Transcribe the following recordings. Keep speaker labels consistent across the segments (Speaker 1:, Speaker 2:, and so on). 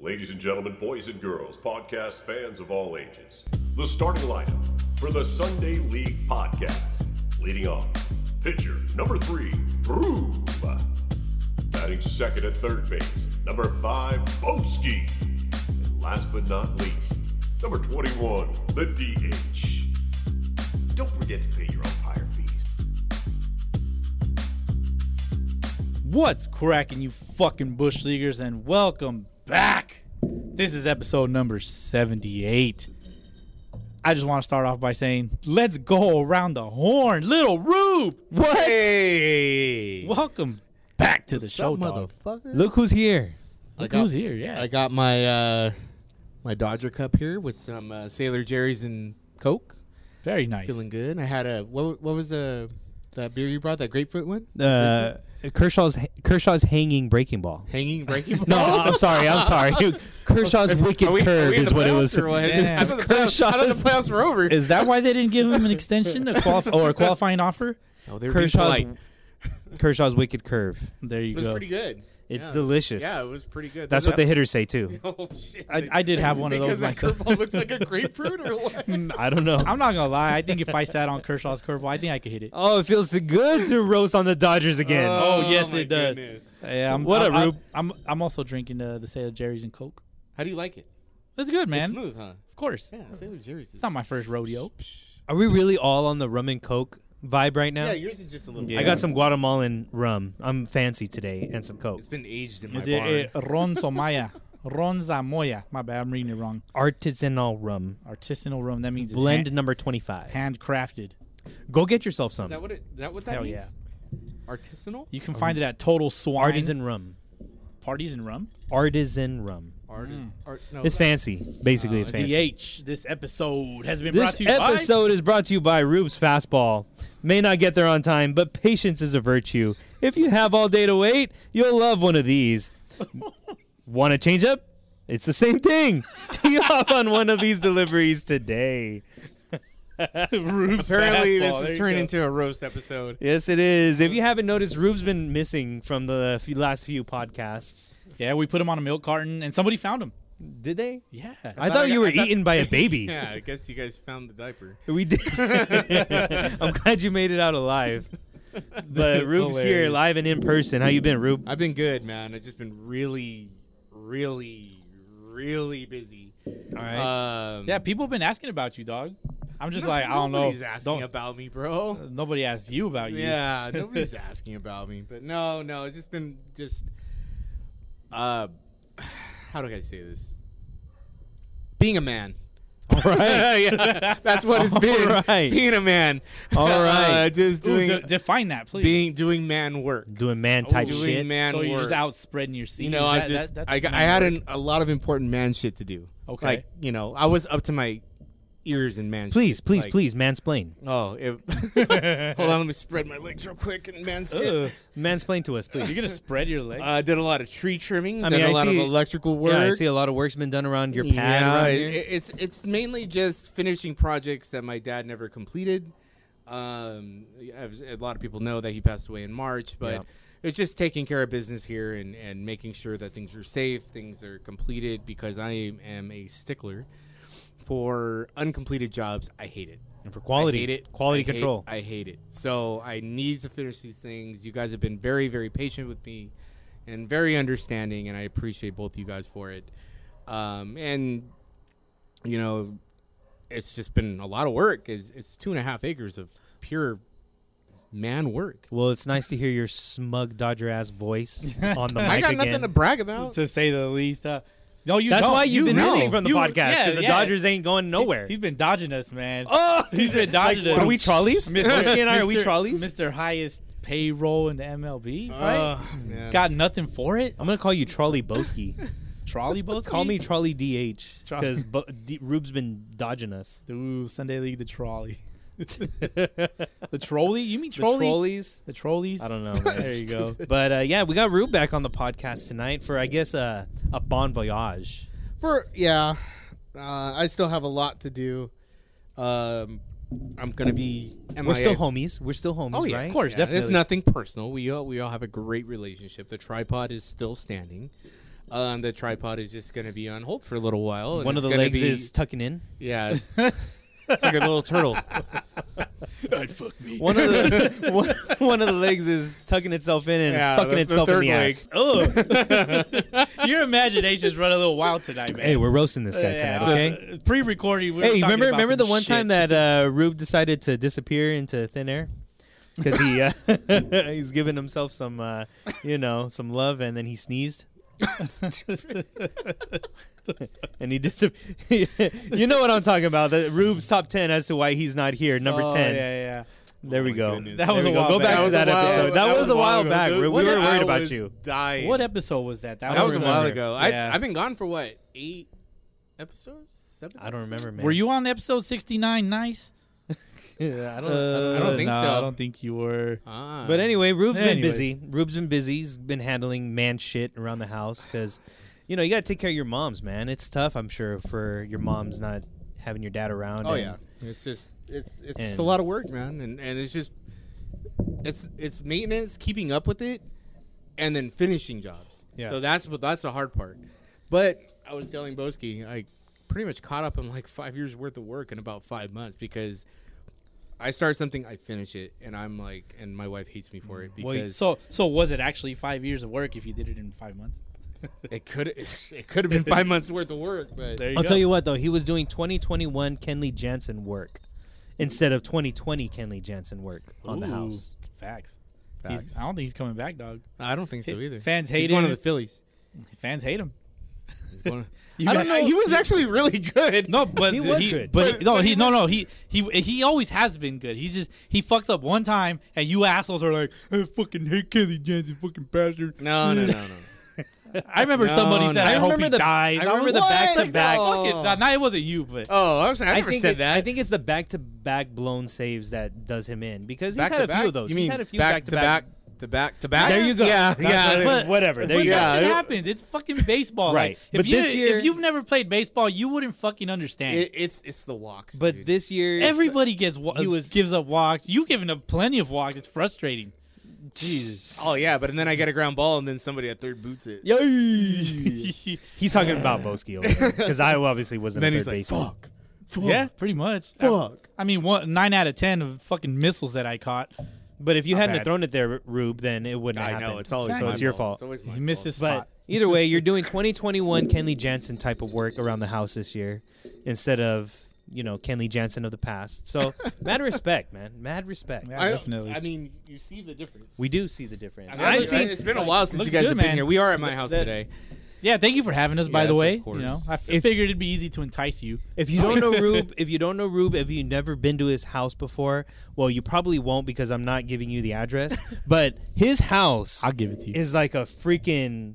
Speaker 1: Ladies and gentlemen, boys and girls, podcast fans of all ages, the starting lineup for the Sunday League podcast. Leading off, pitcher number three, Broom. Batting second at third base, number five, Boski. And last but not least, number 21, the DH. Don't forget to pay your umpire fees.
Speaker 2: What's cracking, you fucking bush leaguers, and welcome back. This is episode number 78. I just want to start off by saying, let's go around the horn. Little Rube,
Speaker 3: What? Hey.
Speaker 2: welcome back to the show, dog.
Speaker 3: motherfucker?
Speaker 4: Look who's here.
Speaker 2: Look
Speaker 3: I got-
Speaker 2: who's here, yeah.
Speaker 3: I got my uh, my Dodger cup here with some uh, Sailor Jerry's and Coke.
Speaker 2: Very nice.
Speaker 3: Feeling good. I had a what? What was the that beer you brought? That grapefruit one?
Speaker 4: Uh, Kershaw's Kershaw's hanging breaking ball.
Speaker 3: Hanging breaking.
Speaker 4: No, I'm sorry. I'm sorry. Kershaw's wicked
Speaker 3: Oh. Are we- are we
Speaker 4: curve
Speaker 3: in
Speaker 4: is
Speaker 3: the
Speaker 4: what it
Speaker 3: playoffs
Speaker 4: was.
Speaker 3: or what?
Speaker 2: Damn.
Speaker 3: I thought the playoffs, I thought the playoffs were over.
Speaker 2: Is that why they didn't give him an extension a qualif- or a qualifying offer?
Speaker 3: no, they were Oh, being
Speaker 4: Kershaw's
Speaker 3: polite.
Speaker 4: Kershaw's wicked curve.
Speaker 2: There you
Speaker 3: It was
Speaker 2: go.
Speaker 3: pretty good.
Speaker 4: It's
Speaker 3: Yeah.
Speaker 4: delicious.
Speaker 3: Yeah, it was pretty good.
Speaker 4: That's what the hitters say too.
Speaker 3: Oh shit!
Speaker 2: I- I did have one of those
Speaker 3: Because the
Speaker 2: myself.
Speaker 3: curveball looks like a grapefruit or what?
Speaker 4: I don't know.
Speaker 2: I'm not going to lie. I think if I sat on Kershaw's curveball, I think I could hit it.
Speaker 4: Oh, it feels good to roast on the Dodgers again.
Speaker 3: Uh,
Speaker 2: Oh, yes,
Speaker 3: my
Speaker 2: it does.
Speaker 3: goodness.
Speaker 2: Yeah, I'm,
Speaker 4: What
Speaker 2: I-
Speaker 4: up,
Speaker 2: I-
Speaker 4: Rube?
Speaker 2: I'm, I'm also drinking uh, the Sailor Jerry's and Coke.
Speaker 3: How do you like it?
Speaker 2: That's good, man.
Speaker 3: It's smooth, huh?
Speaker 2: Of course.
Speaker 3: Yeah, Sailor Jerry's.
Speaker 2: It's not my first rodeo.
Speaker 4: Are we really all on the rum and coke vibe right now?
Speaker 3: Yeah, yours is just a little.
Speaker 4: I got some Guatemalan rum. I'm fancy today and some coke.
Speaker 3: It's been aged in my
Speaker 2: Is
Speaker 3: barn.
Speaker 2: it uh, Ronzamaya? Ronzamoya. My bad, I'm reading it wrong.
Speaker 4: Artisanal rum.
Speaker 2: Artisanal rum. That means it's
Speaker 4: Blend
Speaker 2: hand-
Speaker 4: number 25.
Speaker 2: handcrafted.
Speaker 4: Go get yourself some.
Speaker 3: Is that what it? Is that what that
Speaker 2: Hell
Speaker 3: means?
Speaker 2: yeah.
Speaker 3: Artisanal.
Speaker 2: You can find it at Total Swine.
Speaker 4: Artisan rum.
Speaker 2: Parties and Rum.
Speaker 4: Artisan rum.
Speaker 2: Mm.
Speaker 3: Art, art, no,
Speaker 4: It's fancy. Basically, it's fancy.
Speaker 2: DH. This episode has been Oh, brought
Speaker 4: This
Speaker 2: to you
Speaker 4: episode is brought to you by Rube's Fastball. May not get there on time, but patience is a virtue. If you have all day to wait, you'll love one of these. Want to change up? It's the same thing. Tee off on one of these deliveries today.
Speaker 2: by Rube's Fastball.
Speaker 3: Apparently, this
Speaker 2: There
Speaker 3: is
Speaker 2: you
Speaker 3: turning
Speaker 2: go.
Speaker 3: into a roast episode.
Speaker 4: Yes, it is. If you haven't noticed, Rube's been missing from the few, last few podcasts.
Speaker 2: Yeah, we put him on a milk carton and somebody found him.
Speaker 4: Did they?
Speaker 2: Yeah.
Speaker 4: I, thought,
Speaker 3: I
Speaker 4: you
Speaker 3: got-
Speaker 4: were
Speaker 3: I thought-
Speaker 4: eaten by a baby.
Speaker 3: Yeah, I guess you guys found the diaper.
Speaker 4: We did. I'm glad you made it out alive. But Rube's here,
Speaker 2: Hilarious.
Speaker 4: live and in person. How you been, Rube?
Speaker 3: I've been good, man. I've just been really, really, really busy. Um,
Speaker 4: All
Speaker 2: Uh, yeah, people have been asking about you, dog. I'm just
Speaker 3: no-
Speaker 2: like, I don't know.
Speaker 3: Nobody's asking
Speaker 2: Don't-
Speaker 3: about me, bro.
Speaker 2: nobody asked you about you.
Speaker 3: Yeah, nobody's asking about me. But no, no, it's just been just uh how do I say this? Being a man.
Speaker 4: All right.
Speaker 3: yeah, that's what it's been.
Speaker 4: All right.
Speaker 3: Being a man.
Speaker 4: All
Speaker 3: Uh,
Speaker 4: right.
Speaker 3: just
Speaker 2: Ooh,
Speaker 3: doing
Speaker 2: de- define that, please.
Speaker 3: being doing man work.
Speaker 4: Doing man type
Speaker 3: doing
Speaker 4: shit.
Speaker 3: man
Speaker 2: so
Speaker 3: work.
Speaker 2: you're just out spreading your seed.
Speaker 3: you know, I just I, got, I had an, a lot of important man shit to do.
Speaker 2: Okay.
Speaker 3: Like, you know, I was up to my ears in man
Speaker 4: Please,
Speaker 3: shit.
Speaker 4: please,
Speaker 3: Like,
Speaker 4: please, mansplain.
Speaker 3: Oh, if, hold on, let me spread my legs real quick and man shit.
Speaker 4: Mansplain to us,
Speaker 2: You're
Speaker 4: please.
Speaker 2: gonna spread your legs.
Speaker 3: Uh, did a lot of tree trimming.
Speaker 4: I
Speaker 3: did
Speaker 4: mean,
Speaker 3: a
Speaker 4: I
Speaker 3: lot
Speaker 4: see-
Speaker 3: of electrical work.
Speaker 4: Yeah, I see a lot of work's been done around your pad.
Speaker 3: Yeah,
Speaker 4: around
Speaker 3: it-
Speaker 4: here.
Speaker 3: it's it's mainly just finishing projects that my dad never completed. Um, as a lot of people know that he passed away in March, but
Speaker 4: Yeah.
Speaker 3: it's just taking care of business here and and making sure that things are safe, things are completed because I am a stickler for uncompleted jobs. I hate it.
Speaker 4: and for
Speaker 3: I
Speaker 4: quality,
Speaker 3: hate it.
Speaker 4: quality
Speaker 3: I hate-
Speaker 4: control.
Speaker 3: I hate it. So I need to finish these things. You guys have been very, very patient with me and very understanding, and I appreciate both you guys for it. Um, and, you know, it's just been a lot of work. It's, it's two and a half acres of pure man work.
Speaker 4: well, it's nice to hear your smug Dodger ass voice on the mic
Speaker 3: I got
Speaker 4: again.
Speaker 3: nothing to brag about.
Speaker 2: to say the least. Uh, no, you.
Speaker 4: That's
Speaker 2: don't.
Speaker 4: why you've been
Speaker 2: You-
Speaker 4: missing from the
Speaker 2: You-
Speaker 4: podcast
Speaker 2: yeah,
Speaker 4: because the
Speaker 2: yeah.
Speaker 4: Dodgers ain't going nowhere.
Speaker 2: He's been dodging us, man.
Speaker 4: oh,
Speaker 2: he's been dodging us.
Speaker 4: Are we trolleys?
Speaker 2: Mr.
Speaker 4: Whiskey and I, are we
Speaker 2: Mr.
Speaker 4: trolleys?
Speaker 2: Mr. Highest payroll in the MLB.
Speaker 3: Uh,
Speaker 2: right?
Speaker 3: man.
Speaker 2: Got nothing for it.
Speaker 4: I'm gonna call you Trolley Boski.
Speaker 2: Trolley boats.
Speaker 4: Call me Trolley DH
Speaker 2: Trolley.
Speaker 4: because Bo- D- Rube's been dodging us.
Speaker 2: Ooh, Sunday League the trolley.
Speaker 4: the
Speaker 2: The trolley? You mean trolley?
Speaker 4: trolleys?
Speaker 2: The trolleys.
Speaker 4: I don't know.
Speaker 2: There
Speaker 4: man.
Speaker 2: you go.
Speaker 4: but uh, yeah, we got Rube back on the podcast tonight for I guess uh, a bon voyage.
Speaker 3: For yeah, uh, I still have a lot to do. Um, I'm gonna be.
Speaker 4: We're still
Speaker 3: MIA
Speaker 4: homies. We're still homies,
Speaker 3: Oh yeah,
Speaker 4: right?
Speaker 2: of course,
Speaker 3: Yeah,
Speaker 2: definitely.
Speaker 3: It's nothing personal. We all, we all have a great relationship. The tripod is still standing. Um, the tripod is just going to be on hold for a little while. and
Speaker 4: One of
Speaker 3: it's
Speaker 4: the
Speaker 3: gonna
Speaker 4: legs
Speaker 3: be-
Speaker 4: is tucking in.
Speaker 3: yeah. It's, it's like a little turtle.
Speaker 2: God, fuck me.
Speaker 4: One of the one, one of the legs is tucking itself in and
Speaker 3: Yeah,
Speaker 4: fucking
Speaker 3: the- the
Speaker 4: itself in
Speaker 3: third
Speaker 4: the
Speaker 3: leg.
Speaker 4: ass.
Speaker 2: Oh, your imagination's run a little wild tonight, man.
Speaker 4: Hey, we're roasting this guy
Speaker 2: Yeah,
Speaker 4: tonight, okay?
Speaker 2: uh, pre-recording. We were
Speaker 4: hey,
Speaker 2: talking
Speaker 4: remember
Speaker 2: about
Speaker 4: remember
Speaker 2: some
Speaker 4: the one
Speaker 2: shit.
Speaker 4: time that uh, Rube decided to disappear into thin air because he uh, he's giving himself some uh, you know some love and then he sneezed. and he dis- you know what I'm talking about. The Rube's top ten as to why he's not here. Number
Speaker 2: Oh,
Speaker 4: ten.
Speaker 2: Yeah, yeah.
Speaker 4: There we
Speaker 3: my
Speaker 4: go.
Speaker 3: goodness.
Speaker 2: That
Speaker 4: There
Speaker 2: was
Speaker 4: we
Speaker 2: a
Speaker 4: go.
Speaker 2: while
Speaker 4: Go
Speaker 2: back. That
Speaker 4: back to
Speaker 2: was
Speaker 4: that
Speaker 3: a while-
Speaker 4: episode. That, was, a while
Speaker 3: ago,
Speaker 4: back.
Speaker 3: dude.
Speaker 4: Rube. We
Speaker 3: What-
Speaker 4: were
Speaker 3: I
Speaker 4: worried about
Speaker 3: was
Speaker 4: you.
Speaker 3: Dying.
Speaker 2: What episode was that?
Speaker 3: that
Speaker 2: don't
Speaker 3: was a while
Speaker 2: remember.
Speaker 3: ago. I,
Speaker 2: Yeah.
Speaker 3: I've been gone for what eight episodes? Seven
Speaker 4: I don't
Speaker 3: episodes?
Speaker 4: remember, man.
Speaker 2: were you on episode sixty-nine? Nice.
Speaker 4: Yeah, I
Speaker 2: Uh,
Speaker 4: don't. I don't
Speaker 3: don't think
Speaker 2: no,
Speaker 3: so.
Speaker 2: I don't think you were.
Speaker 3: Ah.
Speaker 4: But anyway, Rube's been
Speaker 2: Um, Anyway.
Speaker 4: busy. Rube's been busy. He's been handling man shit around the house because, you know, you gotta take care of your moms, man. It's tough, I'm sure, for your moms not having your dad around.
Speaker 3: Oh
Speaker 4: and-
Speaker 3: yeah, it's just it's it's just
Speaker 4: and-
Speaker 3: a lot of work, man, and and it's just it's it's maintenance, keeping up with it, and then finishing jobs.
Speaker 4: Yeah.
Speaker 3: So that's what that's the hard part. But I was telling Boski, I pretty much caught up in like five years worth of work in about five months because I start something, I finish it, and I'm like, and my wife hates me for it because
Speaker 2: Well, so so was it actually five years of work if you did it in five months?
Speaker 3: it could it could have been five months worth of work, but
Speaker 2: There you
Speaker 4: I'll
Speaker 2: go.
Speaker 4: tell you what though, he was doing 2021 Kenley Jansen work instead of 2020 Kenley Jansen work on the
Speaker 2: Ooh,
Speaker 4: house.
Speaker 2: Facts.
Speaker 3: Facts.
Speaker 2: He's, I don't think he's coming back, dog.
Speaker 3: I don't think so either.
Speaker 2: Fans
Speaker 3: He's
Speaker 2: hate
Speaker 3: one
Speaker 2: it.
Speaker 3: of the Phillies.
Speaker 2: Fans hate him.
Speaker 3: He's one of-
Speaker 2: You
Speaker 3: I don't
Speaker 2: got-
Speaker 3: know. He was actually really good.
Speaker 2: No, but
Speaker 4: He
Speaker 2: he,
Speaker 4: was good.
Speaker 2: but,
Speaker 3: But-
Speaker 2: he, no,
Speaker 3: but
Speaker 2: he,
Speaker 3: he
Speaker 2: no, no, he he he always has been good. He's just he fucks up one time, and you assholes are like, I fucking hate Kelly Jansen, fucking bastard.
Speaker 3: No, no, no, no.
Speaker 2: I remember
Speaker 3: No,
Speaker 2: somebody
Speaker 3: no.
Speaker 2: said, I,
Speaker 3: I
Speaker 2: hope
Speaker 4: remember
Speaker 2: he
Speaker 4: the-
Speaker 2: dies.
Speaker 4: I remember the
Speaker 2: was like,
Speaker 4: back-to-back-
Speaker 2: "Fuck it." Nah, nah, it wasn't you, but
Speaker 3: Oh, I, was, I Oh, never
Speaker 4: think
Speaker 3: said
Speaker 4: it-
Speaker 3: that.
Speaker 4: I think it's the back-to-back blown saves that does him in because he's
Speaker 3: Back
Speaker 4: had
Speaker 3: to
Speaker 4: a
Speaker 3: back?
Speaker 4: few of those.
Speaker 3: You
Speaker 4: he's
Speaker 3: mean
Speaker 4: had a few
Speaker 3: back to back
Speaker 4: back-to-back.
Speaker 3: to back to back?
Speaker 4: There you go.
Speaker 3: Yeah,
Speaker 4: That's
Speaker 3: yeah.
Speaker 4: what- whatever. There
Speaker 2: but
Speaker 4: you
Speaker 2: that
Speaker 3: go.
Speaker 2: shit
Speaker 3: Yeah.
Speaker 2: happens. It's fucking baseball,
Speaker 4: Right.
Speaker 2: Like, if
Speaker 4: But
Speaker 2: you
Speaker 4: this year-
Speaker 2: if you've never played baseball, you wouldn't fucking understand.
Speaker 3: It, it's it's the walks.
Speaker 4: But
Speaker 3: dude.
Speaker 4: this year,
Speaker 2: Everybody gets wa-
Speaker 4: he was-
Speaker 2: gives up walks. You giving up plenty of walks. It's frustrating. Jesus.
Speaker 3: oh yeah, but and then I get a ground ball, and then somebody at third boots it.
Speaker 4: Yay! He's talking about Boski because I obviously wasn't
Speaker 3: then
Speaker 4: a
Speaker 3: he's
Speaker 4: third
Speaker 3: like,
Speaker 4: baseman.
Speaker 3: "Fuck, fuck,
Speaker 2: yeah, pretty much.
Speaker 3: fuck."
Speaker 2: I mean, one nine out of ten of fucking missiles that I caught.
Speaker 4: But if you
Speaker 3: Not
Speaker 4: hadn't
Speaker 3: bad.
Speaker 4: have thrown it there, Rube, then it wouldn't
Speaker 3: I
Speaker 4: have happened.
Speaker 3: know it's always
Speaker 4: so
Speaker 3: my
Speaker 4: it's your
Speaker 3: fault.
Speaker 4: fault.
Speaker 3: It's always my
Speaker 2: He missed
Speaker 3: fault.
Speaker 2: his
Speaker 4: But
Speaker 2: spot.
Speaker 4: either way, you're doing 2021 Kenley Jansen type of work around the house this year instead of you know Kenley Jansen of the past. So mad respect, man. Mad respect.
Speaker 2: Yeah.
Speaker 3: I,
Speaker 2: Definitely.
Speaker 3: I mean, you see the difference.
Speaker 4: We do see the difference.
Speaker 2: mean,
Speaker 4: I've
Speaker 2: look-
Speaker 4: seen.
Speaker 3: It's been a while since
Speaker 2: Looks
Speaker 3: you guys
Speaker 2: good,
Speaker 3: have been
Speaker 2: man.
Speaker 3: here. We are at my house
Speaker 4: That-
Speaker 3: today.
Speaker 2: Yeah, thank you for having us. by the
Speaker 3: Yes, of
Speaker 2: way, you
Speaker 3: course.
Speaker 2: know, I f-
Speaker 4: If-
Speaker 2: figured it'd be easy to entice you.
Speaker 4: If you don't know Rube, if you don't know Rube, if you've never been to his house before, well, you probably won't because I'm not giving you the address. But his house,
Speaker 2: I'll give it to you.
Speaker 4: is like a freaking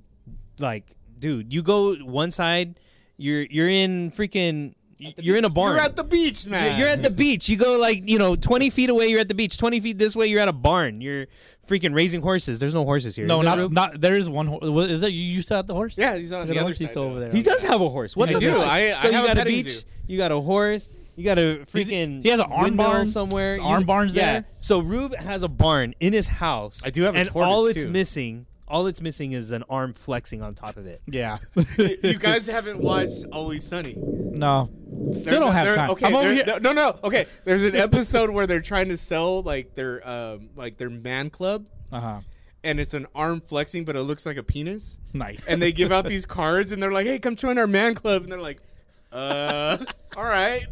Speaker 4: like dude you go one side you're you're in freaking you're in a barn
Speaker 3: You're at the beach,
Speaker 4: You're-
Speaker 3: man.
Speaker 4: you're at the beach you go like you know 20 feet away you're at the beach 20 feet this way you're at a barn you're freaking raising horses there's no horses here
Speaker 2: no,
Speaker 4: Is there,
Speaker 2: not
Speaker 4: Rube?
Speaker 2: not. There is one. Ho- what- is that you used to have the horse?
Speaker 3: Yeah, he's on
Speaker 2: Look
Speaker 3: the
Speaker 2: at
Speaker 3: other
Speaker 2: horse, he's
Speaker 3: side,
Speaker 2: still
Speaker 3: though.
Speaker 2: over there.
Speaker 4: he does have a horse what
Speaker 3: I
Speaker 4: the
Speaker 3: do.
Speaker 4: fuck?
Speaker 3: I- I have
Speaker 4: so you
Speaker 3: a
Speaker 4: got a
Speaker 3: petting
Speaker 4: beach
Speaker 3: zoo.
Speaker 4: you got a horse you got a freaking
Speaker 2: he has an arm
Speaker 4: windmill
Speaker 2: barn?
Speaker 4: somewhere
Speaker 2: Arm
Speaker 4: You-
Speaker 2: barn's
Speaker 4: yeah
Speaker 2: there?
Speaker 4: so Rube has a barn in his house
Speaker 3: I do have a
Speaker 4: and
Speaker 3: tortoise,
Speaker 4: all it's
Speaker 3: too.
Speaker 4: missing all it's missing is an arm flexing on top of it
Speaker 2: Yeah.
Speaker 3: you guys haven't watched Always Sunny.
Speaker 2: no. Still
Speaker 3: There's
Speaker 2: don't
Speaker 3: a-
Speaker 2: have
Speaker 3: there-
Speaker 2: time.
Speaker 3: Okay,
Speaker 2: I'm over
Speaker 3: there-
Speaker 2: here.
Speaker 3: No, no, okay. There's an episode where they're trying to sell like their um like their man club,
Speaker 2: Uh huh.
Speaker 3: and it's an arm flexing, but it looks like a penis.
Speaker 2: Nice.
Speaker 3: And they give out these cards, and they're like, "Hey, come join our man club," and they're like, "Uh, all right,"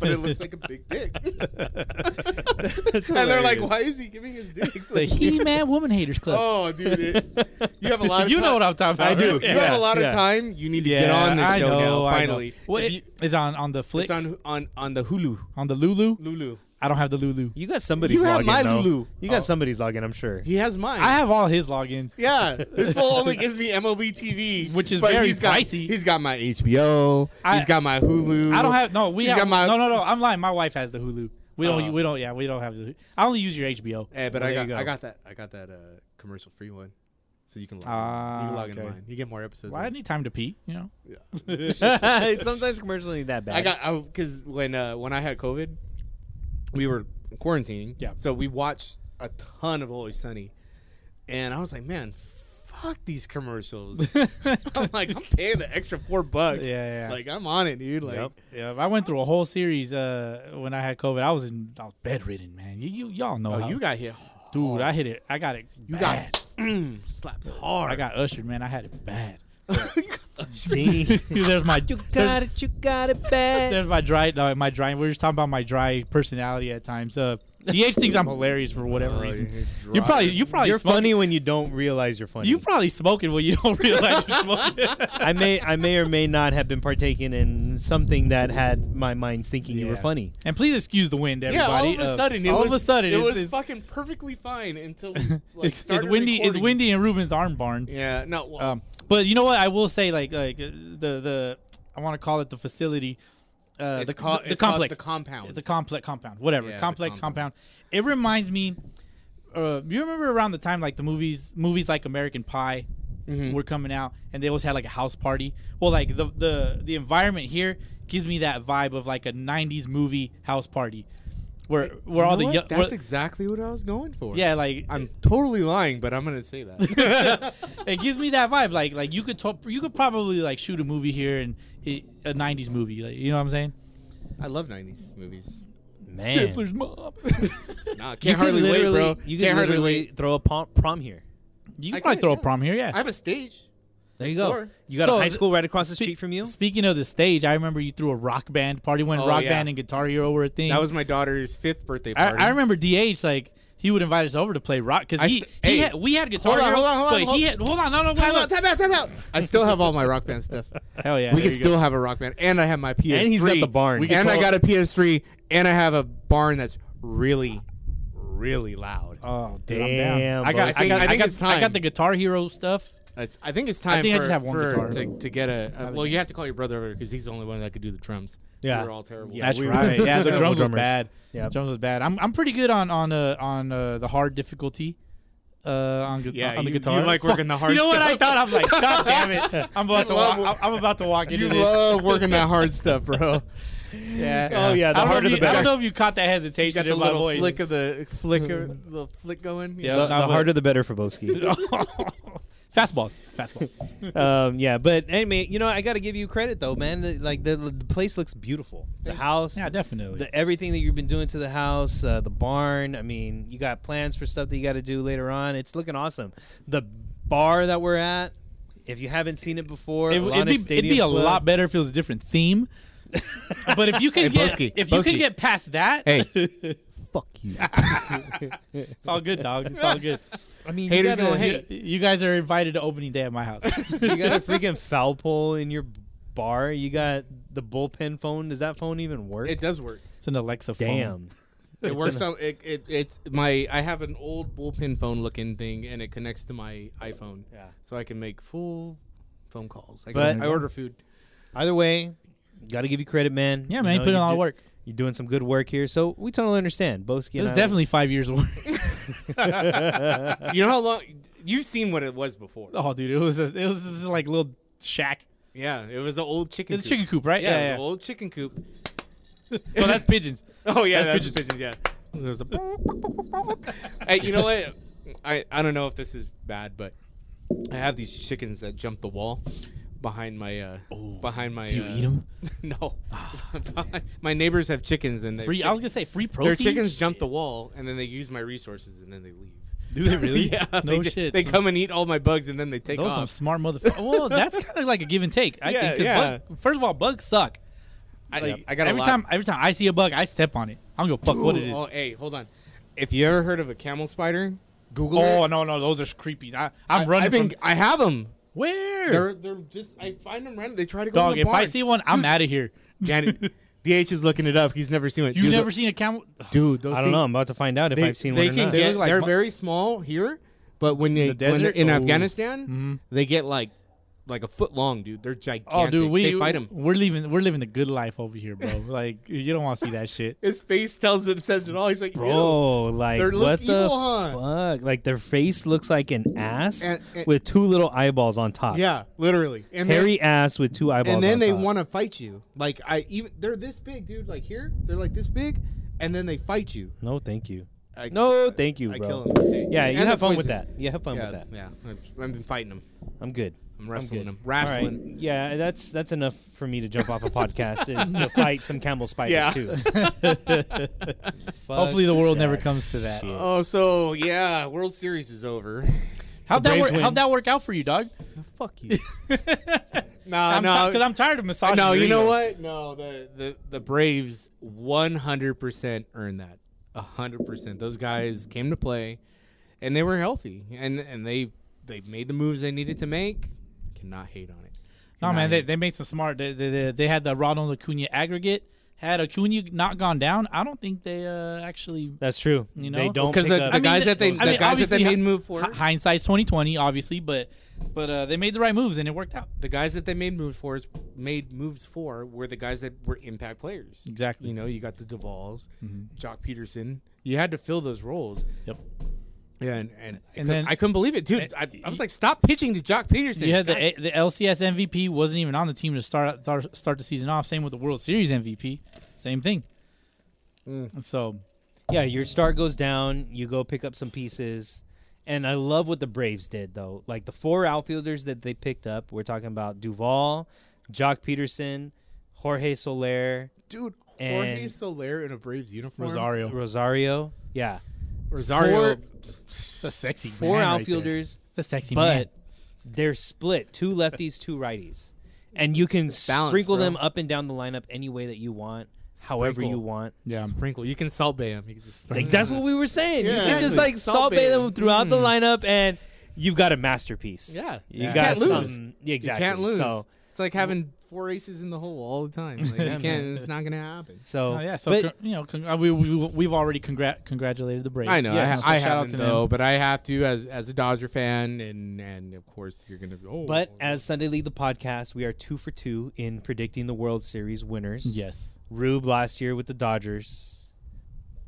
Speaker 3: but it looks like a big dick. and they're like,
Speaker 4: hilarious.
Speaker 3: "Why is he giving his dick?" It's
Speaker 2: the
Speaker 3: like,
Speaker 2: He Man Woman Haters Club.
Speaker 3: oh, dude, it, you have a lot. Of
Speaker 2: you
Speaker 3: time.
Speaker 2: know what I'm talking about.
Speaker 4: I do.
Speaker 2: right?
Speaker 3: You
Speaker 2: Yeah.
Speaker 3: have a lot of
Speaker 4: yeah.
Speaker 3: time. You need to
Speaker 2: Yeah,
Speaker 3: get on the
Speaker 2: I
Speaker 3: show
Speaker 2: know,
Speaker 3: now.
Speaker 2: I know.
Speaker 3: Finally,
Speaker 2: Well,
Speaker 3: If
Speaker 2: it-
Speaker 3: you-
Speaker 2: it's on on the flicks
Speaker 3: it's
Speaker 2: on,
Speaker 3: on on on the Hulu.
Speaker 2: the Lulu.
Speaker 3: Lulu.
Speaker 2: I don't have the Lulu.
Speaker 4: You got somebody's
Speaker 3: You have
Speaker 4: login.
Speaker 3: my
Speaker 4: though.
Speaker 3: Lulu.
Speaker 4: You got somebody's login, I'm sure.
Speaker 3: He has mine.
Speaker 2: I have all his logins.
Speaker 3: Yeah, this fool only gives me MLB TV,
Speaker 2: Which is
Speaker 3: but
Speaker 2: very
Speaker 3: he's got,
Speaker 2: pricey.
Speaker 3: He's got my HBO.
Speaker 2: I-
Speaker 3: he's got my Hulu.
Speaker 2: I don't have no. We
Speaker 3: He's
Speaker 2: have
Speaker 3: got my-
Speaker 2: no no no. I'm lying. My wife has the Hulu. We don't.
Speaker 3: Oh.
Speaker 2: we don't. Yeah, we don't have the. I only use your HBO.
Speaker 3: Eh, but
Speaker 4: Well,
Speaker 3: I
Speaker 4: there
Speaker 3: got
Speaker 4: you go.
Speaker 3: I got that I got that uh, commercial free one, so you can log,
Speaker 2: Ah,
Speaker 3: in. You can log
Speaker 2: okay.
Speaker 3: into mine. You get more episodes.
Speaker 2: Well, I
Speaker 3: than-
Speaker 2: need time to pee. You know.
Speaker 3: yeah.
Speaker 4: Sometimes commercials ain't that bad.
Speaker 3: I got because when uh, when I had COVID, we were quarantining.
Speaker 2: Yeah.
Speaker 3: So we watched a ton of Always Sunny, and I was like, man, fuck these commercials. I'm like, I'm paying the extra four bucks.
Speaker 2: Yeah, yeah.
Speaker 3: Like, I'm on it, dude. Like,
Speaker 4: Yep.
Speaker 2: Yeah, I went through a whole series uh, when I had COVID. I was in, I was bedridden, man. You, you y'all know.
Speaker 3: oh,
Speaker 2: how,
Speaker 3: you got hit.
Speaker 2: dude. I hit it. I got it.
Speaker 3: You
Speaker 2: bad.
Speaker 3: got mm, slapped hard.
Speaker 2: I got ushered, man. I had it bad.
Speaker 4: Dang.
Speaker 2: there's my. there's,
Speaker 4: it, you got it bad.
Speaker 2: there's my dry. No, my dry. We were just talking about my dry personality at times. Uh, DH thinks I'm hilarious for whatever reason.
Speaker 3: Oh, you're
Speaker 2: You probably, you probably,
Speaker 4: You're
Speaker 2: smoking-
Speaker 4: funny when you don't realize you're funny.
Speaker 2: Oh, You probably smoking when you don't realize you're smoking.
Speaker 4: I may I may or may not have been partaking in something that had my mind thinking you were
Speaker 3: Yeah.
Speaker 4: funny.
Speaker 2: and please excuse the wind,
Speaker 3: yeah,
Speaker 2: everybody.
Speaker 3: all of a
Speaker 2: Uh,
Speaker 3: sudden, it
Speaker 2: all
Speaker 3: was,
Speaker 2: of a sudden,
Speaker 3: it
Speaker 2: it's,
Speaker 3: was
Speaker 2: it's,
Speaker 3: fucking perfectly fine until we, like,
Speaker 2: it's, it's
Speaker 3: started
Speaker 2: windy. It's
Speaker 3: recording.
Speaker 2: windy in Ruben's arm barn.
Speaker 3: Yeah, no, well,
Speaker 2: Um, but you know what? I will say, like, like uh, the the I want to call it the facility, uh,
Speaker 3: it's
Speaker 2: the,
Speaker 3: called-
Speaker 2: the
Speaker 3: it's called
Speaker 2: complex,
Speaker 3: the compound.
Speaker 2: it's a complex compound, whatever,
Speaker 3: Yeah, the
Speaker 2: complex compound.
Speaker 3: compound.
Speaker 2: It reminds me. Uh, you remember around the time like the movies, movies like American Pie
Speaker 3: Mm-hmm.
Speaker 2: were coming out, and they always had like a house party. Well, like the the the environment here gives me that vibe of like a '90s movie house party, where where all
Speaker 3: You know
Speaker 2: the
Speaker 3: what?
Speaker 2: yo- where-
Speaker 3: That's exactly what I was going for.
Speaker 2: yeah like
Speaker 3: I'm totally lying, but I'm gonna say that.
Speaker 2: it gives me that vibe. Like like you could talk, you could probably like shoot a movie here and it, a '90s movie. Like you know what I'm saying?
Speaker 3: I love '90s movies.
Speaker 4: Man,
Speaker 2: mom.
Speaker 3: Nah, can't
Speaker 4: you could
Speaker 3: hardly wait,
Speaker 4: literally-
Speaker 3: bro.
Speaker 4: You
Speaker 3: can't
Speaker 4: can
Speaker 3: hardly
Speaker 4: literally
Speaker 3: wait.
Speaker 4: throw a prom, prom here.
Speaker 2: you could
Speaker 3: I
Speaker 2: probably
Speaker 3: could,
Speaker 2: throw a
Speaker 3: yeah.
Speaker 2: prom here. Yeah.
Speaker 3: I have a stage.
Speaker 4: There you go.
Speaker 3: Sure.
Speaker 4: You got
Speaker 2: So
Speaker 4: a high
Speaker 2: th-
Speaker 4: school right across the
Speaker 2: Spe-
Speaker 4: street from you.
Speaker 2: Speaking of the stage, I remember you threw a rock band party when
Speaker 3: Oh,
Speaker 2: rock
Speaker 3: yeah.
Speaker 2: band and Guitar Hero were a thing.
Speaker 3: That was my daughter's fifth birthday
Speaker 2: I,
Speaker 3: party.
Speaker 2: I remember DH like. He would invite us over to play rock because
Speaker 3: I
Speaker 2: he,
Speaker 3: st-
Speaker 2: he
Speaker 3: hey,
Speaker 2: had, we had guitar.
Speaker 3: hold on,
Speaker 2: Hero,
Speaker 3: hold on, hold on,
Speaker 2: but
Speaker 3: hold-
Speaker 2: he had, hold on, no, no, wait,
Speaker 3: Time
Speaker 2: wait.
Speaker 3: out! Time out! Time out! I still have all my rock band stuff.
Speaker 2: Hell yeah,
Speaker 3: we
Speaker 2: there you
Speaker 3: can
Speaker 2: go.
Speaker 3: still have a rock band, and I have my PS3,
Speaker 4: he's got the barn. We
Speaker 2: can
Speaker 3: and I
Speaker 2: tell-
Speaker 3: got a PS3, and I have a barn that's really, really loud.
Speaker 2: Oh damn!
Speaker 4: Damn,
Speaker 2: I got,
Speaker 4: bro.
Speaker 2: I, got,
Speaker 3: I
Speaker 2: I,
Speaker 3: think
Speaker 2: got
Speaker 3: it's
Speaker 2: I got
Speaker 3: time.
Speaker 2: the Guitar Hero stuff.
Speaker 3: That's- I think it's time
Speaker 2: think I
Speaker 3: for,
Speaker 2: just have one
Speaker 3: for-
Speaker 2: guitar.
Speaker 3: to, to get a, a- Well, you have to call your brother over because he's the only one that could do the drums.
Speaker 4: Yeah.
Speaker 3: we were all terrible.
Speaker 2: That's
Speaker 4: we were-
Speaker 2: right. Yeah, the
Speaker 4: Terrible
Speaker 2: drums was
Speaker 4: drummers.
Speaker 2: bad.
Speaker 4: Yep.
Speaker 2: Drums was bad. I'm I'm pretty good on on uh, on uh, the hard difficulty. Uh, on, gu-
Speaker 3: Yeah,
Speaker 2: on the
Speaker 3: you-
Speaker 2: guitar.
Speaker 3: you like
Speaker 2: Fuck.
Speaker 3: working the hard
Speaker 2: You know what I
Speaker 3: stuff.
Speaker 2: thought? I'm like, God damn it! I'm about to
Speaker 3: love-
Speaker 2: walk, I'm I'm about to walk into
Speaker 3: You
Speaker 2: this.
Speaker 3: love working that hard stuff, bro.
Speaker 2: yeah.
Speaker 4: Oh, yeah, the
Speaker 2: I don't know
Speaker 4: harder
Speaker 2: if you-
Speaker 4: the
Speaker 2: I don't
Speaker 4: better.
Speaker 2: know if you caught that hesitation
Speaker 3: Got the
Speaker 2: in my
Speaker 3: little
Speaker 2: voice.
Speaker 3: flick of the flick of the flick going.
Speaker 2: Yeah.
Speaker 4: The,
Speaker 2: Not
Speaker 4: the
Speaker 2: what-
Speaker 4: harder the better for Boski.
Speaker 2: fastballs, fastballs.
Speaker 4: um, yeah, but anyway, you know I got to give you credit though, man. The, like the, the place looks beautiful. The house,
Speaker 2: Yeah, definitely.
Speaker 4: The, everything that you've been doing to the house, uh, the barn. I mean, you got plans for stuff that you got to do later on. It's looking awesome. The bar that we're at. If you haven't seen it before,
Speaker 2: It,
Speaker 4: Alana
Speaker 2: would be, it'd
Speaker 4: Stadium
Speaker 2: be a
Speaker 4: Club.
Speaker 2: lot better if it was a different theme. but if you can
Speaker 3: Hey,
Speaker 2: get
Speaker 3: Boski,
Speaker 2: if you can
Speaker 3: Boski.
Speaker 2: get past that,
Speaker 3: Hey, fuck you.
Speaker 2: it's all good, dog. It's all good.
Speaker 4: I mean,
Speaker 3: Haters
Speaker 4: you
Speaker 3: gonna
Speaker 4: got, a,
Speaker 3: hate.
Speaker 2: You- you guys are invited to opening day at my house.
Speaker 4: you got a freaking foul pole in your bar. You got the bullpen phone. Does that phone even work?
Speaker 3: It does work.
Speaker 2: It's an Alexa phone.
Speaker 4: Damn.
Speaker 3: It works on it, it. It's my. I have an old bullpen phone looking thing, and it connects to my iPhone.
Speaker 4: Yeah.
Speaker 3: So I can make full phone calls. I
Speaker 4: But-
Speaker 3: can, I order food.
Speaker 4: Either way, got to give you credit, man.
Speaker 2: Yeah,
Speaker 4: You
Speaker 2: man, you
Speaker 4: know,
Speaker 2: put in a
Speaker 4: you're
Speaker 2: lot of
Speaker 4: do-
Speaker 2: work.
Speaker 4: You're doing some good work here, so we totally understand. Boski,
Speaker 2: It
Speaker 4: and
Speaker 2: was
Speaker 4: I-
Speaker 2: definitely five years work.
Speaker 3: You know how long? You've seen what it was before.
Speaker 2: oh, dude, it was a, it was this like little shack.
Speaker 3: Yeah, it was the old chicken.
Speaker 2: It's a
Speaker 3: coop.
Speaker 2: chicken coop, right?
Speaker 3: Yeah, it was
Speaker 2: yeah.
Speaker 3: an old chicken coop.
Speaker 2: yeah. Oh, that's pigeons.
Speaker 3: Oh yeah,
Speaker 2: That's
Speaker 3: that's, pigeons. Yeah. There's a. hey, you know what? I I don't know if this is bad, but I have these chickens that jump the wall behind my uh behind my.
Speaker 2: Oh. Do you
Speaker 3: uh,
Speaker 2: eat 'em? Ah.
Speaker 3: no. my neighbors have chickens and they
Speaker 2: Free. I was gonna say free protein.
Speaker 3: their chickens jump the wall and then they use my resources and then they leave.
Speaker 2: Do they really?
Speaker 3: yeah.
Speaker 2: No
Speaker 3: they ju-
Speaker 2: shit.
Speaker 3: They
Speaker 2: So-
Speaker 3: come and eat all my bugs and then they take
Speaker 2: Those are some
Speaker 3: off.
Speaker 2: smart motherfuckers. well, that's kind of like a give and take. I
Speaker 3: Yeah,
Speaker 2: think 'cause
Speaker 3: yeah.
Speaker 2: bug- first of all, bugs suck.
Speaker 3: I,
Speaker 2: Like,
Speaker 3: I got a
Speaker 2: every
Speaker 3: lot.
Speaker 2: time. Every time I see a bug, I step on it. I don't give a fuck what it
Speaker 3: Ooh,
Speaker 2: is. Oh,
Speaker 3: Oh, hey, hold on. If you ever heard of a camel spider, Google it.
Speaker 2: Oh, no, no, those are creepy. I, I'm
Speaker 3: I,
Speaker 2: running
Speaker 3: I've been,
Speaker 2: from
Speaker 3: I have them.
Speaker 2: where?
Speaker 3: They're they're just I find them random. They try to go. in
Speaker 2: Dog,
Speaker 3: the
Speaker 2: if I
Speaker 3: barn.
Speaker 2: see one, I'm out of here.
Speaker 3: Danny, DH is looking it up. He's never seen it.
Speaker 2: You
Speaker 3: dude,
Speaker 2: never
Speaker 3: the-
Speaker 2: seen a camel? Oh,
Speaker 3: dude. Those
Speaker 4: I don't
Speaker 3: thing-
Speaker 4: know. I'm about to find out if
Speaker 3: They,
Speaker 4: I've seen
Speaker 3: they
Speaker 4: one or
Speaker 3: can
Speaker 4: not.
Speaker 2: They
Speaker 3: get.
Speaker 2: look like
Speaker 3: they're
Speaker 2: mon-
Speaker 3: very small here, but when they
Speaker 2: The
Speaker 3: when they're
Speaker 2: desert?
Speaker 3: in
Speaker 2: Ooh.
Speaker 4: Oh.
Speaker 3: Afghanistan,
Speaker 4: Mm-hmm.
Speaker 3: they get like like a foot long, dude. They're
Speaker 2: Oh,
Speaker 3: gigantic.
Speaker 2: dude, we
Speaker 3: they fight them.
Speaker 2: We're living we're living the good life over here, bro. like you don't want to see that shit.
Speaker 3: His face tells it says it all. He's like, Bro.
Speaker 4: Bro, like
Speaker 3: They look
Speaker 4: what the
Speaker 3: evil, huh?
Speaker 4: fuck? Like their face looks like an ass
Speaker 3: And- and-
Speaker 4: with two little eyeballs on top.
Speaker 3: yeah, literally. And then-
Speaker 4: hairy ass with two eyeballs.
Speaker 3: and then
Speaker 4: on
Speaker 3: they
Speaker 4: top.
Speaker 3: want to fight you. Like I even they're this big, dude. Like here, they're like this big, and then they fight you.
Speaker 4: No, thank you.
Speaker 3: I,
Speaker 4: No, thank you,
Speaker 3: I
Speaker 4: bro.
Speaker 3: kill him. with it.
Speaker 4: Yeah, you
Speaker 3: And
Speaker 4: have
Speaker 3: the
Speaker 4: fun with that.
Speaker 3: poisons.
Speaker 4: You have fun
Speaker 3: Yeah,
Speaker 4: with that.
Speaker 3: yeah. I've, I've been fighting him.
Speaker 4: I'm good.
Speaker 3: I'm wrestling
Speaker 4: good.
Speaker 3: him.
Speaker 4: All right.
Speaker 3: Wrestling.
Speaker 4: Yeah, that's that's enough for me to jump off a podcast is to fight some Campbell spiders
Speaker 3: Yeah.
Speaker 4: too. Fuck
Speaker 2: Uh, Hopefully, the world never
Speaker 4: that
Speaker 2: comes to that.
Speaker 4: shit.
Speaker 3: Oh, so yeah, World Series is over.
Speaker 2: How'd that
Speaker 4: So Braves
Speaker 2: work?
Speaker 4: win.
Speaker 2: How'd that work out for you, dog?
Speaker 3: Fuck you. no,
Speaker 2: I'm
Speaker 3: Uh, no,
Speaker 2: because I'm tired of massaging.
Speaker 3: no. You
Speaker 2: your
Speaker 3: know
Speaker 2: ego.
Speaker 3: what? No, the the the Braves 100 percent earned that. 100 percent. Those guys came to play, and they were healthy, and and they they made the moves they needed to make. Cannot hate on it.
Speaker 2: No, man,
Speaker 3: Cannot
Speaker 2: they,
Speaker 3: hate.
Speaker 2: they made some smart. They, they, they, they had the Ronald Acuna aggregate. Had Acuna not gone down, I don't think they uh, actually.
Speaker 4: That's true.
Speaker 2: You know?
Speaker 4: they don't
Speaker 3: because
Speaker 4: pick
Speaker 3: the,
Speaker 4: up
Speaker 3: the
Speaker 2: mean,
Speaker 3: guys that they
Speaker 4: those
Speaker 3: the
Speaker 4: guys.
Speaker 3: guys that
Speaker 2: obviously,
Speaker 3: they made move
Speaker 2: hi-
Speaker 3: for
Speaker 2: hindsight's twenty twenty, obviously, but but uh, they made the right moves and it worked out.
Speaker 3: the guys that they made moves for is made moves for were the guys that were impact players.
Speaker 2: Exactly.
Speaker 3: You know, you got the Duvals,
Speaker 4: Mm-hmm.
Speaker 3: Jock Peterson. You had to fill those roles.
Speaker 2: Yep.
Speaker 3: Yeah, and and, I,
Speaker 2: And
Speaker 3: could,
Speaker 2: then-
Speaker 3: I couldn't believe it, dude. I, I was like, stop pitching to Jock Peterson.
Speaker 2: You had
Speaker 3: God,
Speaker 2: the the LCS MVP wasn't even on the team to start start, start the season off. Same with the World Series MVP, same thing.
Speaker 3: Mm.
Speaker 2: So
Speaker 4: Yeah, your star goes down. You go pick up some pieces. And I love what the Braves did, though. Like the four outfielders that they picked up, we're talking about Duvall, Jock Peterson, Jorge Soler,
Speaker 3: dude. Jorge
Speaker 4: and-
Speaker 3: Soler in a Braves uniform.
Speaker 4: Rosario. Yeah.
Speaker 3: Rosario.
Speaker 4: Four-
Speaker 2: the sexy
Speaker 4: Four
Speaker 2: man right
Speaker 4: outfielders,
Speaker 2: there. the sexy man.
Speaker 4: but they're split two lefties, two righties. And you can
Speaker 3: balance,
Speaker 4: sprinkle
Speaker 3: bro.
Speaker 4: them up and down the lineup any way that you want, however
Speaker 3: Sprinkle.
Speaker 4: you want.
Speaker 2: yeah,
Speaker 3: Sprinkle. You can salt bay him. You can just sprinkle
Speaker 4: Like
Speaker 3: him.
Speaker 4: that's what we were saying.
Speaker 3: Yeah,
Speaker 4: you can just
Speaker 3: exactly.
Speaker 4: like
Speaker 3: Salt
Speaker 4: salt bay
Speaker 3: bay.
Speaker 4: them throughout
Speaker 2: Mm.
Speaker 4: the lineup, and you've got a masterpiece.
Speaker 3: Yeah.
Speaker 4: you
Speaker 3: Yeah.
Speaker 4: got
Speaker 3: Can't lose.
Speaker 4: some. yeah,
Speaker 3: You
Speaker 4: exactly.
Speaker 3: can't lose.
Speaker 4: So,
Speaker 3: it's like having four aces in the hole all the time. Like, you can't. It's not gonna happen.
Speaker 4: so
Speaker 2: Oh, yeah. So
Speaker 4: but
Speaker 2: con- you know, con- uh, we, we we've already congrat- congratulated the Braves.
Speaker 3: I know.
Speaker 2: Yes.
Speaker 3: I, I
Speaker 2: So shout out
Speaker 3: haven't
Speaker 2: to them.
Speaker 3: though, but I have to as as a Dodger fan, and and of course you're gonna. Oh,
Speaker 4: but as Sunday League the podcast, we are two for two in predicting the World Series winners.
Speaker 2: Yes,
Speaker 4: Rube last year with the Dodgers,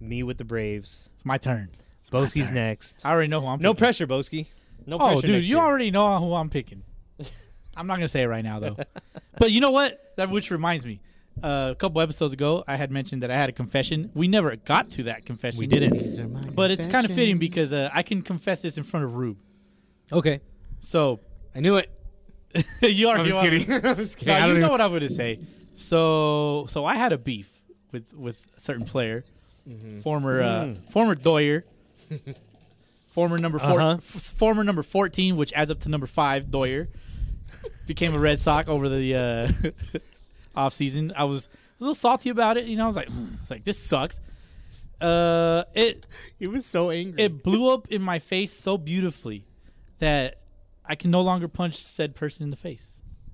Speaker 4: me with the Braves.
Speaker 2: it's my turn.
Speaker 4: Boski's next.
Speaker 2: I already know who I'm.
Speaker 4: No
Speaker 2: picking.
Speaker 4: pressure, Boski. No pressure.
Speaker 2: Oh, dude,
Speaker 4: next
Speaker 2: you
Speaker 4: year.
Speaker 2: already know who I'm picking. I'm not gonna say it right now though. but you know what? That which reminds me, uh, a couple episodes ago, I had mentioned that I had a confession. We never got to that confession.
Speaker 4: We didn't.
Speaker 2: But it's kind of fitting because uh, I can confess this in front of Rube.
Speaker 4: Okay.
Speaker 2: So
Speaker 3: I knew it.
Speaker 2: you
Speaker 3: I'm
Speaker 2: already
Speaker 3: just
Speaker 2: know-
Speaker 3: kidding. I'm just
Speaker 2: No,
Speaker 3: kidding. I
Speaker 2: you
Speaker 3: don't
Speaker 2: know
Speaker 3: even-
Speaker 2: what I would say. So, so I had a beef with with a certain player,
Speaker 3: Mm-hmm.
Speaker 2: former uh,
Speaker 3: Mm.
Speaker 2: former Doyer, former number 4
Speaker 4: Uh-huh.
Speaker 2: f- former number fourteen, which adds up to number five. Doyer became a Red Sox over the uh, off season. I was a little salty about it. You know, I was like, "Hmm," like this sucks. Uh, it
Speaker 3: He was so angry.
Speaker 2: it blew up in my face so beautifully that I can no longer punch said person in the face.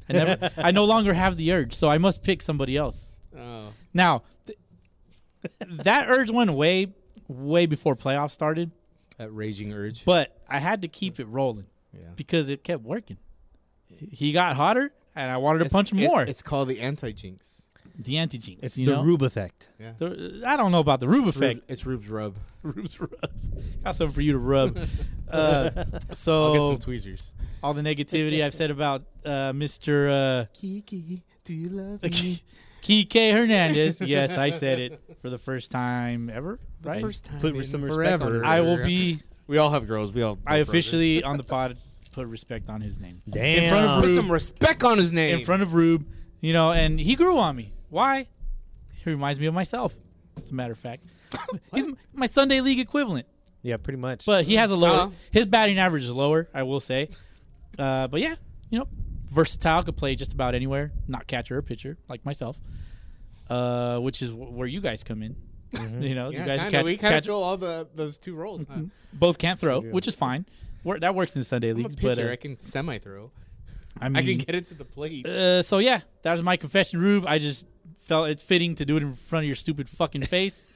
Speaker 2: I never, I no longer have the urge, so I must pick somebody else.
Speaker 3: oh.
Speaker 2: Now, th- that urge went away way before playoffs started,
Speaker 3: That raging urge.
Speaker 2: but I had to keep it rolling
Speaker 3: Yeah.
Speaker 2: because it kept working. He got hotter, and I wanted to punch him
Speaker 3: it-
Speaker 2: more.
Speaker 3: it's called the anti-jinx.
Speaker 2: the anti jinx,
Speaker 4: It's
Speaker 2: you
Speaker 4: the
Speaker 2: know.
Speaker 4: Rube effect.
Speaker 2: The- I don't know about the Rube
Speaker 3: It's, Rube,
Speaker 2: effect.
Speaker 3: it's Rube's rub.
Speaker 2: Rube's rub. Got something for you to rub. uh, so
Speaker 3: I'll get some tweezers.
Speaker 2: all the negativity I've said about uh, Mr. Uh,
Speaker 3: Kiki, do you love
Speaker 2: me? Kike Hernandez. Yes, I said it for the first time ever. Right?
Speaker 3: First time
Speaker 4: Put
Speaker 3: in
Speaker 4: some respect on
Speaker 3: forever.
Speaker 4: his
Speaker 2: I will be.
Speaker 3: We all have girls. We all.
Speaker 2: I officially on the pod put respect on his name
Speaker 4: Damn.
Speaker 2: in front of
Speaker 3: put
Speaker 2: Rube.
Speaker 3: some respect on his name.
Speaker 2: uh, in front of Rube. You know, and he grew on me. Why? He reminds me of myself. As a matter of fact, he's m- my Sunday league equivalent.
Speaker 4: Yeah, pretty much.
Speaker 2: But he has a lower.
Speaker 3: Uh-huh.
Speaker 2: His batting average is lower, I will say. Uh, but yeah, you know, versatile, could play just about anywhere, not catcher or pitcher, like myself. Uh, which is wh- where you guys come in.
Speaker 4: Mm-hmm.
Speaker 2: You know,
Speaker 3: yeah,
Speaker 2: you guys
Speaker 3: kinda.
Speaker 2: catch,
Speaker 3: we kind
Speaker 2: catch- Mm-hmm.
Speaker 3: of all the those two roles. Huh?
Speaker 2: both can't throw, which is fine. Wor- that works in Sunday
Speaker 3: I'm a
Speaker 2: leagues, but
Speaker 3: pitcher. I
Speaker 2: uh,
Speaker 3: can semi throw.
Speaker 2: I mean,
Speaker 3: I can get it to the plate.
Speaker 2: uh, so yeah, that was my confession, Rube. I just felt it's fitting to do it in front of your stupid fucking face.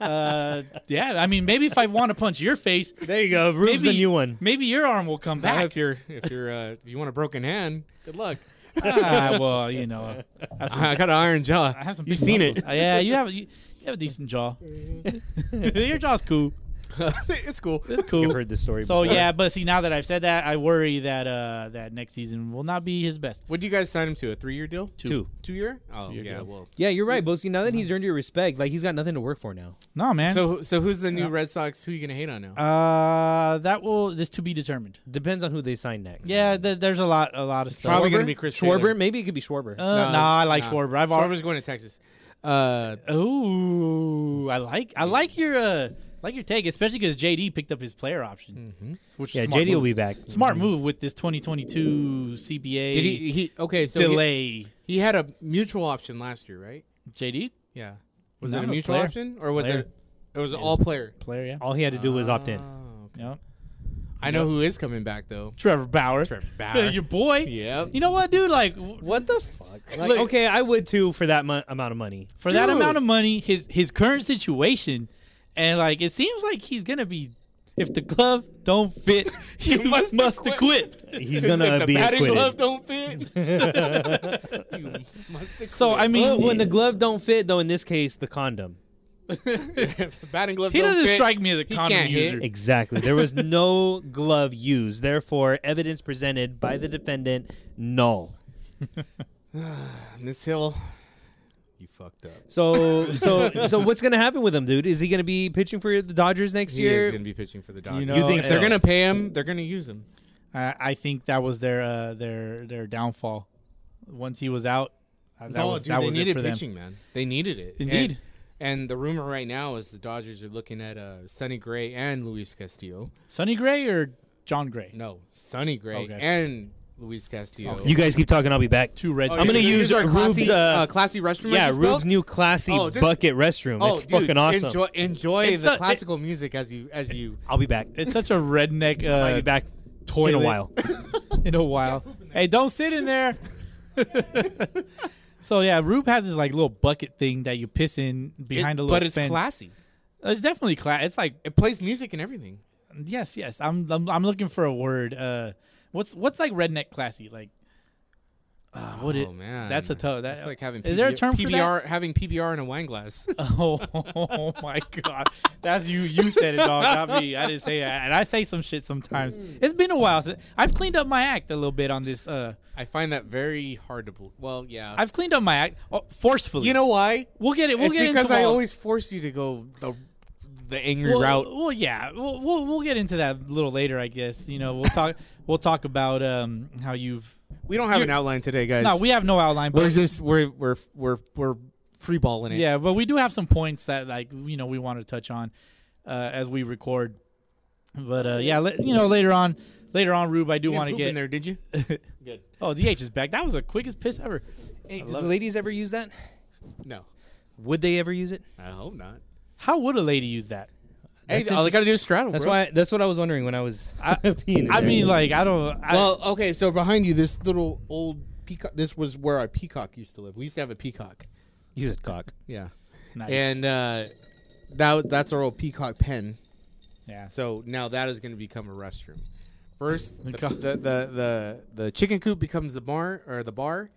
Speaker 2: uh, yeah, I mean, maybe if I want to punch your face,
Speaker 4: there you go. Rube's
Speaker 2: maybe
Speaker 4: the new one.
Speaker 2: Maybe your arm will come
Speaker 3: Now
Speaker 2: back.
Speaker 3: if you're if you're uh, if you want a broken hand, good luck.
Speaker 2: ah, well, you know,
Speaker 3: I got an iron jaw.
Speaker 2: I have some.
Speaker 3: You've
Speaker 2: big
Speaker 3: seen
Speaker 2: muscles.
Speaker 3: it.
Speaker 2: Uh, yeah, you have you, you have a decent jaw. Your jaw's cool.
Speaker 3: it's cool.
Speaker 2: It's cool.
Speaker 5: You've heard this story.
Speaker 2: So
Speaker 5: before.
Speaker 2: yeah, but see, now that I've said that, I worry that uh that next season will not be his best.
Speaker 3: What do you guys sign him to? A three-year deal?
Speaker 5: Two.
Speaker 3: Two-year? Oh
Speaker 2: Two-year
Speaker 3: yeah.
Speaker 2: deal.
Speaker 3: Well.
Speaker 4: Yeah, you're right, Boski. Now that he's earned your respect, like he's got nothing to work for now.
Speaker 2: No, man.
Speaker 3: So who- so who's the new Red Sox? Who you gonna hate on now?
Speaker 2: uh, that will this to be determined.
Speaker 4: Depends on who they sign next.
Speaker 2: Yeah, there, there's a lot, a lot of stuff.
Speaker 3: Probably
Speaker 4: Schwarber?
Speaker 3: gonna be Chris
Speaker 4: Schwarber.
Speaker 3: Taylor.
Speaker 4: Maybe it could be Schwarber.
Speaker 2: Uh, nah, I like
Speaker 3: nah.
Speaker 2: Schwarber. I've already.
Speaker 3: Schwarber's going to Texas. Uh,
Speaker 2: Ooh, I like, I like your, uh, like your take, especially because JD picked up his player option,
Speaker 3: Mm-hmm.
Speaker 2: which is
Speaker 5: yeah,
Speaker 2: smart
Speaker 5: JD will
Speaker 2: move.
Speaker 5: be back.
Speaker 2: smart move with this 2022 CBA
Speaker 3: did he? He okay. So he,
Speaker 2: delay.
Speaker 3: he had a mutual option last year, right?
Speaker 2: JD
Speaker 3: Yeah. Was
Speaker 2: No,
Speaker 3: it a
Speaker 2: it was
Speaker 3: mutual
Speaker 2: player.
Speaker 3: option or was
Speaker 2: Player.
Speaker 3: it? It was all player.
Speaker 2: player, yeah.
Speaker 5: All he had to do was opt in.
Speaker 3: Ah.
Speaker 2: yeah.
Speaker 3: I know who is coming back though.
Speaker 2: Trevor Bauer,
Speaker 3: Trevor Bauer.
Speaker 2: your boy.
Speaker 3: Yep.
Speaker 2: You know what, dude? Like w-
Speaker 4: what the fuck?
Speaker 5: Like, okay, I would too for that mu- amount of money.
Speaker 2: for that
Speaker 3: Dude.
Speaker 2: amount of money, his his current situation, and like it seems like he's gonna be. If the glove don't fit, you must, must
Speaker 3: quit.
Speaker 2: quit.
Speaker 5: He's
Speaker 3: If
Speaker 5: gonna
Speaker 3: the
Speaker 5: be
Speaker 3: batting
Speaker 5: acquitted.
Speaker 3: glove don't fit. you must acquit.
Speaker 2: So I mean,
Speaker 3: Oh,
Speaker 5: Well, when the glove don't fit, though, in this case, the condom.
Speaker 3: if the batting glove
Speaker 2: he
Speaker 3: don't
Speaker 2: doesn't
Speaker 3: fit,
Speaker 2: strike me as a
Speaker 3: he
Speaker 2: condom
Speaker 3: can't hit.
Speaker 2: user.
Speaker 5: Exactly. There was no glove used. Therefore, evidence presented by the defendant null.
Speaker 3: Miss Hill, you fucked up.
Speaker 5: So,
Speaker 4: so so what's gonna happen with him, dude? Is he gonna be pitching for the Dodgers next
Speaker 3: He
Speaker 4: year?
Speaker 3: is going to be pitching for the Dodgers.
Speaker 2: know,
Speaker 5: you think
Speaker 2: uh,
Speaker 5: so?
Speaker 3: they're going to pay him. They're going to use him.
Speaker 2: I, I think that was their uh, their their downfall. Once he was out, uh, that
Speaker 3: no,
Speaker 2: was
Speaker 3: dude,
Speaker 2: that
Speaker 3: they
Speaker 2: was it
Speaker 3: needed
Speaker 2: for them.
Speaker 3: pitching, man. They needed it.
Speaker 2: Indeed.
Speaker 3: And, and the rumor right now is the Dodgers are looking at uh, Sonny Gray and Luis Castillo.
Speaker 2: Sonny Gray or John Gray?
Speaker 3: No, Sonny Gray
Speaker 2: Okay.
Speaker 3: and Luis Castillo.
Speaker 5: you guys keep talking. I'll be back.
Speaker 2: Two Reds.
Speaker 3: Oh,
Speaker 5: I'm gonna
Speaker 3: you're
Speaker 5: use
Speaker 3: our classy,
Speaker 5: Rube's, uh,
Speaker 3: classy restroom. I
Speaker 5: Yeah,
Speaker 3: just
Speaker 5: Rube's
Speaker 3: built?
Speaker 5: new classy
Speaker 3: Oh, just-
Speaker 5: bucket restroom.
Speaker 3: Oh,
Speaker 5: it's
Speaker 3: dude,
Speaker 5: fucking awesome.
Speaker 3: Enjoy, enjoy
Speaker 2: It's
Speaker 3: the
Speaker 2: a- it-
Speaker 3: classical music as you as you.
Speaker 5: I'll be back.
Speaker 2: It's such a redneck. Uh,
Speaker 5: I'll be back
Speaker 2: toilet.
Speaker 5: in a while.
Speaker 2: in a while. Hey, don't sit in there. so yeah, Rube has this like little bucket thing that you piss in behind
Speaker 3: It-
Speaker 2: a little
Speaker 3: but it's
Speaker 2: fence.
Speaker 3: classy.
Speaker 2: It's definitely class. It's like
Speaker 3: It plays music and everything.
Speaker 2: yes, yes. I'm I'm, I'm looking for a word. Uh, what's what's like redneck classy like? Uh, what it?
Speaker 3: Oh man,
Speaker 2: That's a tough. That,
Speaker 3: That's like having
Speaker 2: is there a
Speaker 3: PBR
Speaker 2: term for that?
Speaker 3: PBR having PBR in a wine glass.
Speaker 2: Oh, oh my god, that's you. You said it, dog. Not me. I didn't say that. And I say some shit sometimes. It's been a while since I've cleaned up my act a little bit on this. Uh,
Speaker 3: I find that very hard to believe. Well, yeah.
Speaker 2: I've cleaned up my act oh, forcefully.
Speaker 3: you know why?
Speaker 2: We'll get it. We'll
Speaker 3: it's
Speaker 2: get
Speaker 3: because
Speaker 2: into
Speaker 3: I
Speaker 2: all-
Speaker 3: always force you to go the the angry
Speaker 2: well,
Speaker 3: route.
Speaker 2: Well, yeah, we'll, we'll we'll get into that a little later, I guess. You know, we'll talk we'll talk about um how you've.
Speaker 3: We don't have an
Speaker 2: you're-
Speaker 3: outline today, guys.
Speaker 2: No, we have no outline,
Speaker 3: we're
Speaker 2: but
Speaker 3: just we're we're we're we're free balling it.
Speaker 2: yeah, but we do have some points that like you know we want to touch on uh, as we record. But uh, yeah, let, you know later on, later on, Rube, I do
Speaker 3: You didn't
Speaker 2: want to
Speaker 3: poop
Speaker 2: get.
Speaker 3: in there? Did you? Good.
Speaker 2: Oh, DH is back. That was the quickest piss ever.
Speaker 4: Hey, do the ladies ever use that?
Speaker 3: No,
Speaker 4: Would they ever use it?
Speaker 3: I hope not.
Speaker 2: How would a lady use that?
Speaker 3: Hey, all they gotta do is straddle.
Speaker 4: That's
Speaker 3: bro.
Speaker 4: why. That's what I was wondering when I was peeing. in
Speaker 2: I
Speaker 4: there.
Speaker 2: mean, like I don't. I,
Speaker 3: Well, okay, so behind you, this little old peacock. This was where our peacock used to live. We used to have a peacock.
Speaker 4: use it, cock.
Speaker 3: Yeah,
Speaker 2: nice.
Speaker 3: and uh, that that's our old peacock pen.
Speaker 2: yeah,
Speaker 3: So now that is going to become a restroom. First, the,
Speaker 2: Peacock.
Speaker 3: the, the the the chicken coop becomes the bar or the bar.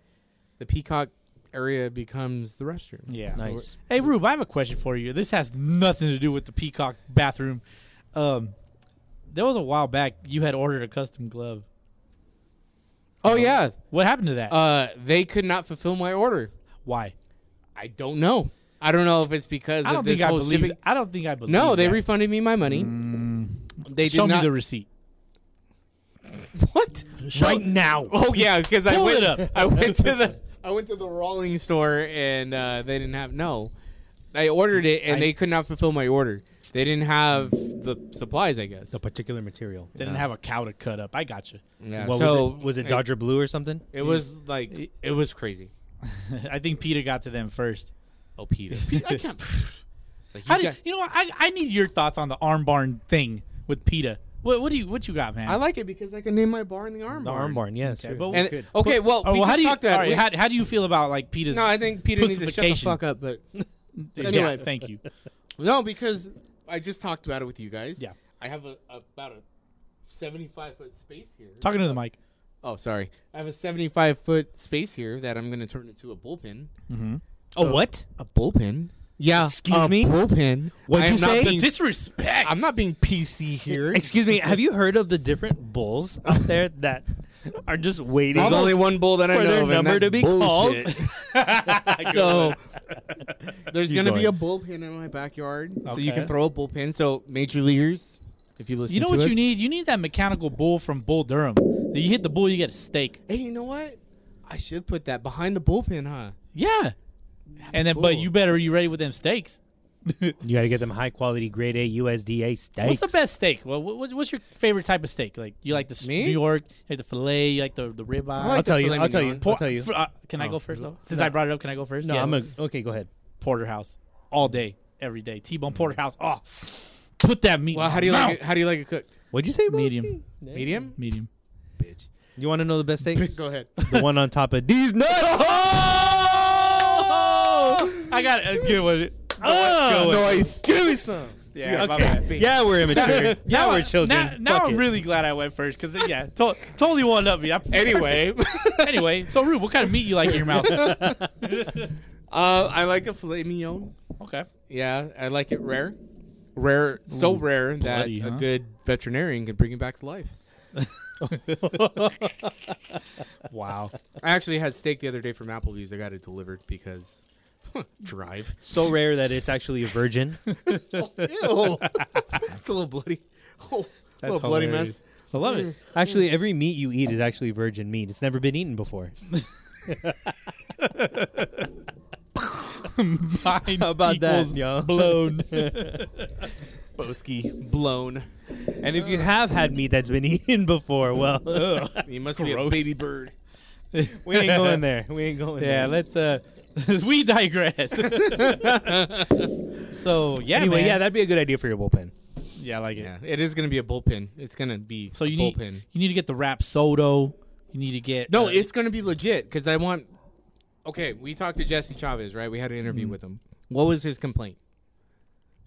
Speaker 3: The peacock area becomes the restroom.
Speaker 2: yeah,
Speaker 4: Nice.
Speaker 2: Hey, Rube, I have a question for you. This has nothing to do with the Peacock bathroom. Um, there was a while back you had ordered a custom glove.
Speaker 3: Oh yeah,
Speaker 2: What happened to that?
Speaker 3: uh, they could not fulfill my order.
Speaker 2: Why?
Speaker 3: I don't know. I don't know if it's because
Speaker 2: I
Speaker 3: of
Speaker 2: don't
Speaker 3: this
Speaker 2: think I
Speaker 3: whole
Speaker 2: believe.
Speaker 3: shipping.
Speaker 2: I don't think I believe.
Speaker 3: No, they
Speaker 2: that.
Speaker 3: refunded me my money. They did
Speaker 2: show
Speaker 3: not.
Speaker 2: me the receipt.
Speaker 3: what?
Speaker 5: right now.
Speaker 3: Oh yeah, because I
Speaker 2: Pull
Speaker 3: went.
Speaker 2: it up.
Speaker 3: I went to the. I went to the rolling store and uh, they didn't have no. I ordered it and they could not fulfill my order. They didn't have the supplies, I guess.
Speaker 4: The particular material.
Speaker 2: They didn't have a cow to cut up. I got you.
Speaker 3: Yeah.
Speaker 4: What
Speaker 3: so
Speaker 4: was it? Was it Dodger Blue or something?
Speaker 3: it was like it was crazy.
Speaker 2: I think Peter got to them first.
Speaker 3: Oh, Peter, Pe- I can't. Like,
Speaker 2: How
Speaker 3: you
Speaker 2: did,
Speaker 3: got-
Speaker 2: you know? What? I I need your thoughts on the arm barn thing with Peta. What what do you what you got, man?
Speaker 3: I like it because I can name my bar in the arm.
Speaker 4: The
Speaker 3: bar.
Speaker 4: arm barn. Yeah, it's true.
Speaker 2: but-
Speaker 3: And,
Speaker 2: Good.
Speaker 3: okay, well,
Speaker 2: Oh,
Speaker 3: we
Speaker 2: well, how
Speaker 3: just
Speaker 2: do you?
Speaker 3: talked that.
Speaker 2: all right,
Speaker 3: we-
Speaker 2: how, how do you feel about like Peta's?
Speaker 3: no, I think Peter needs to shut the
Speaker 2: Pussification.
Speaker 3: fuck up. But
Speaker 2: Yeah,
Speaker 3: anyway.
Speaker 2: thank you.
Speaker 3: No, because I just talked about it with you guys.
Speaker 2: Yeah.
Speaker 3: I have a, about a seventy-five foot space here.
Speaker 2: Talking to the mic.
Speaker 3: Oh, sorry. I have a seventy-five foot space here that I'm going to turn into a bullpen.
Speaker 4: oh, what?
Speaker 3: A bullpen? Yeah.
Speaker 4: Excuse
Speaker 3: a
Speaker 4: me?
Speaker 3: Bullpen.
Speaker 4: What'd
Speaker 3: I am
Speaker 4: you
Speaker 3: not
Speaker 4: say?
Speaker 3: being-
Speaker 2: Disrespect.
Speaker 3: I'm not being PC here.
Speaker 4: Excuse me, have you heard of the different bulls out there that are just waiting?
Speaker 3: There's only one bull that I
Speaker 4: for
Speaker 3: know
Speaker 4: their
Speaker 3: of, and
Speaker 4: number
Speaker 3: that's
Speaker 4: to be
Speaker 3: bullshit. so there's
Speaker 5: Keep
Speaker 3: gonna be a
Speaker 5: going.
Speaker 3: bullpen in my backyard, so you
Speaker 2: Okay.
Speaker 3: can throw a bullpen. So major leaguers, if you listen,
Speaker 2: You know
Speaker 3: to
Speaker 2: what you
Speaker 3: us-
Speaker 2: need? You need that mechanical bull from Bull Durham. You hit the bull, you get a steak.
Speaker 3: Hey, you know what? I should put that behind the bullpen, huh?
Speaker 2: Yeah. And then, but
Speaker 3: cool.
Speaker 2: you better be ready with them steaks.
Speaker 4: You got to get them high quality grade A USDA steaks.
Speaker 2: What's the best steak? Well, what, what's your favorite type of steak? Like, you like the s-
Speaker 3: Me?
Speaker 2: New York, you like the filet, you like the the ribeye.
Speaker 3: I
Speaker 5: I'll
Speaker 3: like the
Speaker 5: tell you.
Speaker 3: filet
Speaker 5: I'll tell you.
Speaker 3: mignon.
Speaker 5: I'll tell you.
Speaker 2: Fr- uh, can I go first? Though? Since I brought it up, can I go first?
Speaker 5: No,
Speaker 2: Yes.
Speaker 5: I'm a, okay. Go ahead.
Speaker 2: porterhouse all day, every day. T-bone porterhouse. Oh, put that meat. in
Speaker 3: Well,
Speaker 2: my
Speaker 3: how do you like
Speaker 2: mouth.
Speaker 3: it? How do you like it cooked?
Speaker 4: What'd you say? Rosie?
Speaker 2: Medium.
Speaker 3: Medium.
Speaker 2: Medium.
Speaker 3: Bitch.
Speaker 4: You want to know the best steaks?
Speaker 3: Go ahead.
Speaker 4: the one on top of these nuts.
Speaker 2: I got a good one.
Speaker 4: Oh,
Speaker 3: Noise.
Speaker 4: give me some.
Speaker 3: Yeah. my
Speaker 4: Okay.
Speaker 3: bad.
Speaker 4: Yeah, we're immature. yeah,
Speaker 2: I-
Speaker 4: we're children.
Speaker 2: Now, now
Speaker 4: Fuck
Speaker 2: I'm
Speaker 4: it.
Speaker 2: really glad I went first because yeah, to- totally one up me. I-
Speaker 3: Anyway,
Speaker 2: anyway. So Rube, what kind of meat you like in your mouth?
Speaker 3: uh, I like a filet mignon.
Speaker 2: okay.
Speaker 3: Yeah, I like it rare. Rare, so rare that
Speaker 2: bloody,
Speaker 3: a
Speaker 2: huh?
Speaker 3: good veterinarian can bring it back to life.
Speaker 2: Wow.
Speaker 3: I actually had steak the other day from Applebee's. I got it delivered because drive.
Speaker 4: so rare that it's actually a virgin.
Speaker 3: Ew. it's a little bloody. Oh, a little bloody mess.
Speaker 2: I love it.
Speaker 4: actually, every meat you eat is actually virgin meat. It's never been eaten before.
Speaker 2: Mine
Speaker 4: How about that,
Speaker 2: equals
Speaker 4: yo?
Speaker 2: Blown.
Speaker 3: Bosky blown.
Speaker 4: And if you have had meat that's been eaten before, well,
Speaker 3: You must be a
Speaker 2: gross.
Speaker 3: baby bird.
Speaker 4: we ain't going there. We ain't going
Speaker 2: yeah.
Speaker 4: there.
Speaker 2: Let's. uh We digress. so yeah.
Speaker 4: anyway,
Speaker 2: man.
Speaker 4: yeah, that'd be a good idea for your bullpen.
Speaker 2: yeah. I like it.
Speaker 3: Yeah, it is going to be a bullpen. It's going to be
Speaker 2: So
Speaker 3: a
Speaker 2: you need
Speaker 3: bullpen.
Speaker 2: you need to get the wrap sodo. You need to get
Speaker 3: no,
Speaker 2: uh,
Speaker 3: it's going to be legit because I want. Okay, we talked to Jesse Chavez, right? We had an interview
Speaker 2: Mm-hmm.
Speaker 3: with him. What was his complaint?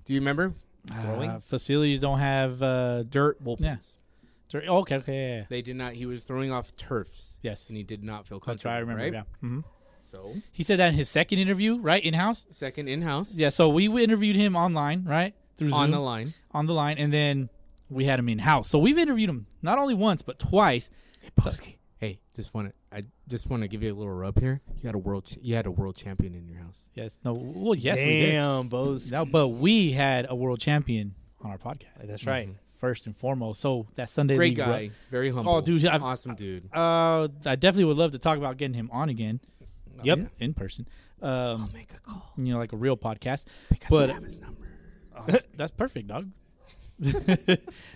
Speaker 3: Do you remember?
Speaker 2: uh, facilities don't have uh,
Speaker 3: Dirt bullpens.
Speaker 2: Yeah. dirt. Okay, okay, yeah, yeah.
Speaker 3: They did not. He was throwing off turfs.
Speaker 2: Yes.
Speaker 3: and he did not feel
Speaker 2: that's
Speaker 3: comfortable.
Speaker 2: right. I remember.
Speaker 3: Right?
Speaker 2: Yeah, hmm
Speaker 3: So
Speaker 2: he said that in his second interview, right, in house.
Speaker 3: second in house
Speaker 2: Yeah, so we interviewed him online, right, through
Speaker 3: on
Speaker 2: Zoom,
Speaker 3: the line.
Speaker 2: on the line, and then we had him in house. So we've interviewed him not only once but twice.
Speaker 3: Hey, just want to. I just want to give you a little rub here. You had a world. Ch- you had a world champion in your house.
Speaker 2: Yes, no, well, yes, we did.
Speaker 4: Damn, Bose.
Speaker 2: No, but we had a world champion on our podcast. Mm-hmm.
Speaker 4: That's right.
Speaker 2: First and foremost, so that Sunday
Speaker 3: Great
Speaker 2: League
Speaker 3: guy.
Speaker 2: rep-
Speaker 3: Very humble.
Speaker 2: Oh, dude, I've-
Speaker 3: awesome dude.
Speaker 2: Uh, I definitely would love to talk about getting him on again.
Speaker 4: Yep.
Speaker 2: in person. Um,
Speaker 3: Make a call.
Speaker 2: you know, like a real podcast.
Speaker 3: Because
Speaker 2: but
Speaker 3: I have his number.
Speaker 2: that's perfect, dog.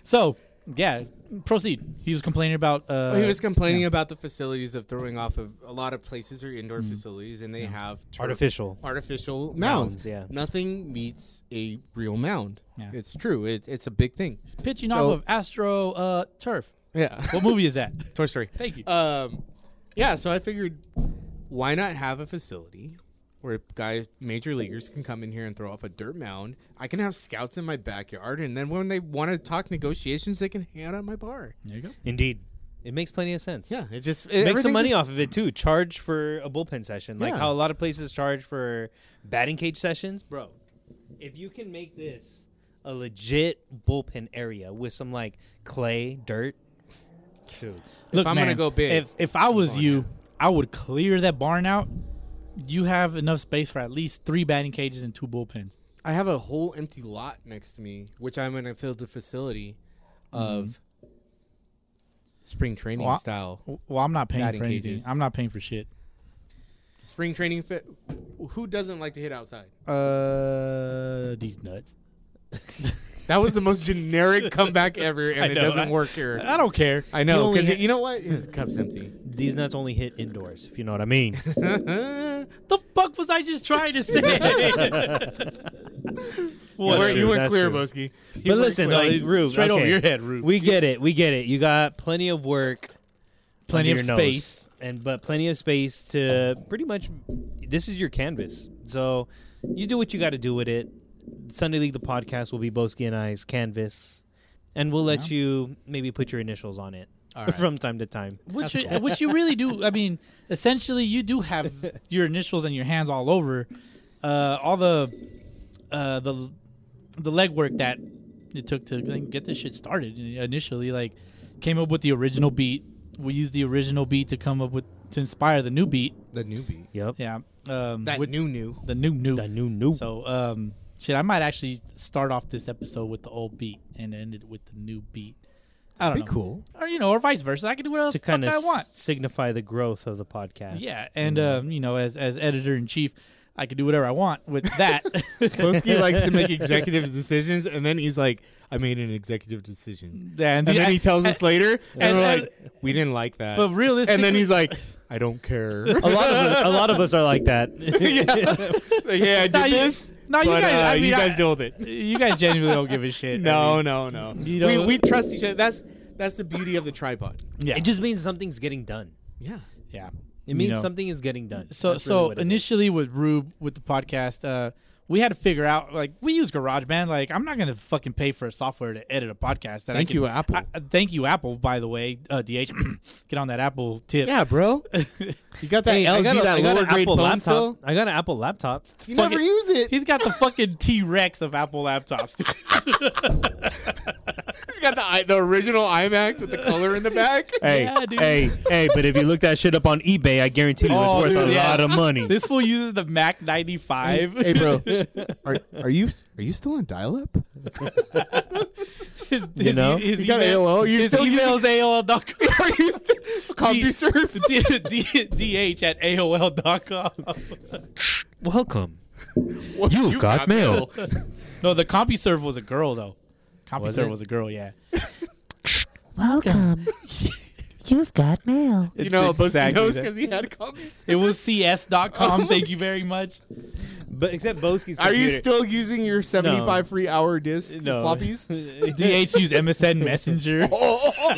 Speaker 2: so yeah, proceed. He was complaining about. Uh,
Speaker 3: he was complaining about the facilities of throwing off of a lot of places are indoor facilities and they have turf-
Speaker 4: Artificial.
Speaker 3: Mm-hmm. artificial mounds.
Speaker 4: Mounds, yeah.
Speaker 3: Nothing meets a real mound.
Speaker 2: Yeah.
Speaker 3: It's true. It's it's a big thing.
Speaker 2: pitching
Speaker 3: So-
Speaker 2: off of Astro uh, Turf.
Speaker 3: Yeah.
Speaker 2: What movie is that?
Speaker 3: Toy Story.
Speaker 2: Thank you.
Speaker 3: Um, yeah, so I figured why not have a facility where guys, major leaguers, can come in here and throw off a dirt mound? I can have scouts in my backyard, and then when they want to talk negotiations, they can hang out at my bar.
Speaker 2: there you go.
Speaker 4: Indeed. It makes plenty of sense.
Speaker 3: Yeah, it just
Speaker 4: Make some money
Speaker 3: off.
Speaker 4: off of it too. Charge for a bullpen session, like
Speaker 3: Yeah.
Speaker 4: how a lot of places charge for batting cage sessions, bro. If you can make this a legit bullpen area with some like clay, dirt, dude,
Speaker 2: Look,
Speaker 3: I'm gonna
Speaker 2: man,
Speaker 3: go big,
Speaker 2: if if I was you, I would clear that barn out. You have enough space for at least three batting cages and two bullpens.
Speaker 3: I have a whole empty lot next to me, which I'm going to fill the facility of spring training
Speaker 2: Well, I-
Speaker 3: style.
Speaker 2: Well, I'm not paying
Speaker 3: Batting
Speaker 2: for anything.
Speaker 3: cages.
Speaker 2: I'm not paying for shit.
Speaker 3: Spring training fit. Who doesn't like to hit outside?
Speaker 2: Uh, these nuts.
Speaker 3: That was the most generic comeback ever, and it
Speaker 2: know,
Speaker 3: doesn't
Speaker 2: I-
Speaker 3: work here.
Speaker 2: I don't care.
Speaker 3: I know
Speaker 4: only
Speaker 3: because
Speaker 4: hit-
Speaker 3: you know what? His cup's empty.
Speaker 4: these nuts only hit indoors. If you know what I mean.
Speaker 2: the fuck was I just trying to say?
Speaker 3: you
Speaker 4: That's
Speaker 3: weren't,
Speaker 4: true,
Speaker 3: you weren't
Speaker 4: that's
Speaker 3: clear,
Speaker 4: true.
Speaker 3: Boski. You
Speaker 4: but
Speaker 3: weren't
Speaker 4: listen,
Speaker 3: clear.
Speaker 4: like Rube,
Speaker 2: straight over
Speaker 4: okay,
Speaker 2: your head, Rube.
Speaker 4: We get it. We get it. You got plenty of work,
Speaker 2: Plenty
Speaker 4: under
Speaker 2: of
Speaker 4: your nose,
Speaker 2: space.
Speaker 4: and but plenty of space to pretty much. This is your canvas, so you do what you got to do with it. Sunday League, the podcast, will be Boski and I's canvas, and we'll let you maybe put your initials on it from time to time.
Speaker 2: Which you, which you really do. I mean, essentially, you do have your initials and your hands all over. Uh, all the uh, the the legwork that it took to like, get this shit started initially. Like, came up with the original beat. We used the original beat to come up with to inspire the new beat.
Speaker 3: The newbie.
Speaker 4: Yep.
Speaker 2: Yeah, um,
Speaker 3: That
Speaker 2: with
Speaker 3: new new.
Speaker 2: the new new
Speaker 4: The new new.
Speaker 2: So, um, shit, I might actually start off this episode with the old beat and end it with the new beat. I don't
Speaker 3: Be
Speaker 4: Oh.
Speaker 2: know.
Speaker 3: cool.
Speaker 2: Or you know, or vice versa. I can do whatever
Speaker 4: to
Speaker 2: the fuck
Speaker 4: kind of
Speaker 2: I want.
Speaker 4: signify the growth of the podcast.
Speaker 2: Yeah, and um, you know, as as editor in chief, I could do whatever I want with that.
Speaker 3: Boski likes to make executive decisions, and then he's like, "I made an executive decision,"
Speaker 2: Yeah,
Speaker 3: and then he tells
Speaker 2: I-
Speaker 3: us later, and,
Speaker 2: and-
Speaker 3: we're
Speaker 2: and-
Speaker 3: like, "We didn't like that."
Speaker 2: But realistically,
Speaker 3: and then he's like, "I don't care."
Speaker 4: A lot of us, a lot of us are like that.
Speaker 3: Like, yeah, I did
Speaker 2: Nah, you-
Speaker 3: this.
Speaker 2: nah, you
Speaker 3: but,
Speaker 2: guys-
Speaker 3: uh,
Speaker 2: I mean,
Speaker 3: you guys
Speaker 2: I-
Speaker 3: deal with it.
Speaker 2: "You guys genuinely don't give a shit." I
Speaker 3: No,
Speaker 2: mean,
Speaker 3: no, no.
Speaker 2: You
Speaker 3: We,
Speaker 2: know-
Speaker 3: we trust each other. That's that's the beauty of the tripod.
Speaker 2: yeah,
Speaker 4: It just means something's getting done.
Speaker 3: Yeah.
Speaker 2: yeah.
Speaker 4: It means
Speaker 2: You know.
Speaker 4: something is getting done.
Speaker 2: So
Speaker 4: That's really
Speaker 2: so
Speaker 4: what it is.
Speaker 2: initially with Rube with the podcast, uh, we had to figure out like we use GarageBand. Like I'm not gonna fucking pay for a software to edit a podcast. That I
Speaker 3: Thank
Speaker 2: can-
Speaker 3: you, Apple.
Speaker 2: I- uh, thank you, Apple. By the way, uh, DH, get on that Apple tip.
Speaker 3: Yeah, bro. You got that
Speaker 4: Hey, I
Speaker 3: LG,
Speaker 4: got a-
Speaker 3: that
Speaker 4: I got
Speaker 3: lower
Speaker 4: an
Speaker 3: grade
Speaker 4: Apple
Speaker 3: phone
Speaker 4: laptop.
Speaker 3: still.
Speaker 4: I got an Apple laptop.
Speaker 3: You
Speaker 2: Fuck
Speaker 3: never
Speaker 2: it.
Speaker 3: use it.
Speaker 2: He's got the fucking T Rex of Apple laptops. dude.
Speaker 3: He's got the i- the original iMac with the color in the back.
Speaker 5: Hey,
Speaker 2: Yeah, dude.
Speaker 5: hey, hey! But if you look that shit up on eBay, I guarantee you it's
Speaker 2: Oh,
Speaker 5: worth
Speaker 2: dude,
Speaker 5: a
Speaker 2: yeah.
Speaker 5: lot of money.
Speaker 2: this fool uses the Mac 95.
Speaker 3: hey, bro. Are are you are you still on dial-up?
Speaker 2: His,
Speaker 4: You
Speaker 2: his
Speaker 4: know?
Speaker 2: e- his
Speaker 3: You got
Speaker 2: email-
Speaker 3: AOL? You
Speaker 2: his
Speaker 3: still
Speaker 2: email's AOL.com.
Speaker 3: Are you still CompuServe?
Speaker 2: D- D- DH at AOL.com.
Speaker 4: Welcome.
Speaker 3: Well,
Speaker 5: You've got mail.
Speaker 2: No, the CompuServe was a girl though. CompuServe was,
Speaker 4: it?
Speaker 2: a girl, yeah.
Speaker 6: Welcome. You've got mail.
Speaker 3: You know, but he
Speaker 2: Exactly
Speaker 3: knows
Speaker 2: that.
Speaker 3: because he had CompuServe.
Speaker 2: It was CS.com. Thank you very much.
Speaker 4: But except Boski's
Speaker 3: Are you
Speaker 4: computer-
Speaker 3: still using your 75 free hour disk
Speaker 4: No.
Speaker 3: floppies?
Speaker 2: DH used MSN Messenger.
Speaker 3: Oh,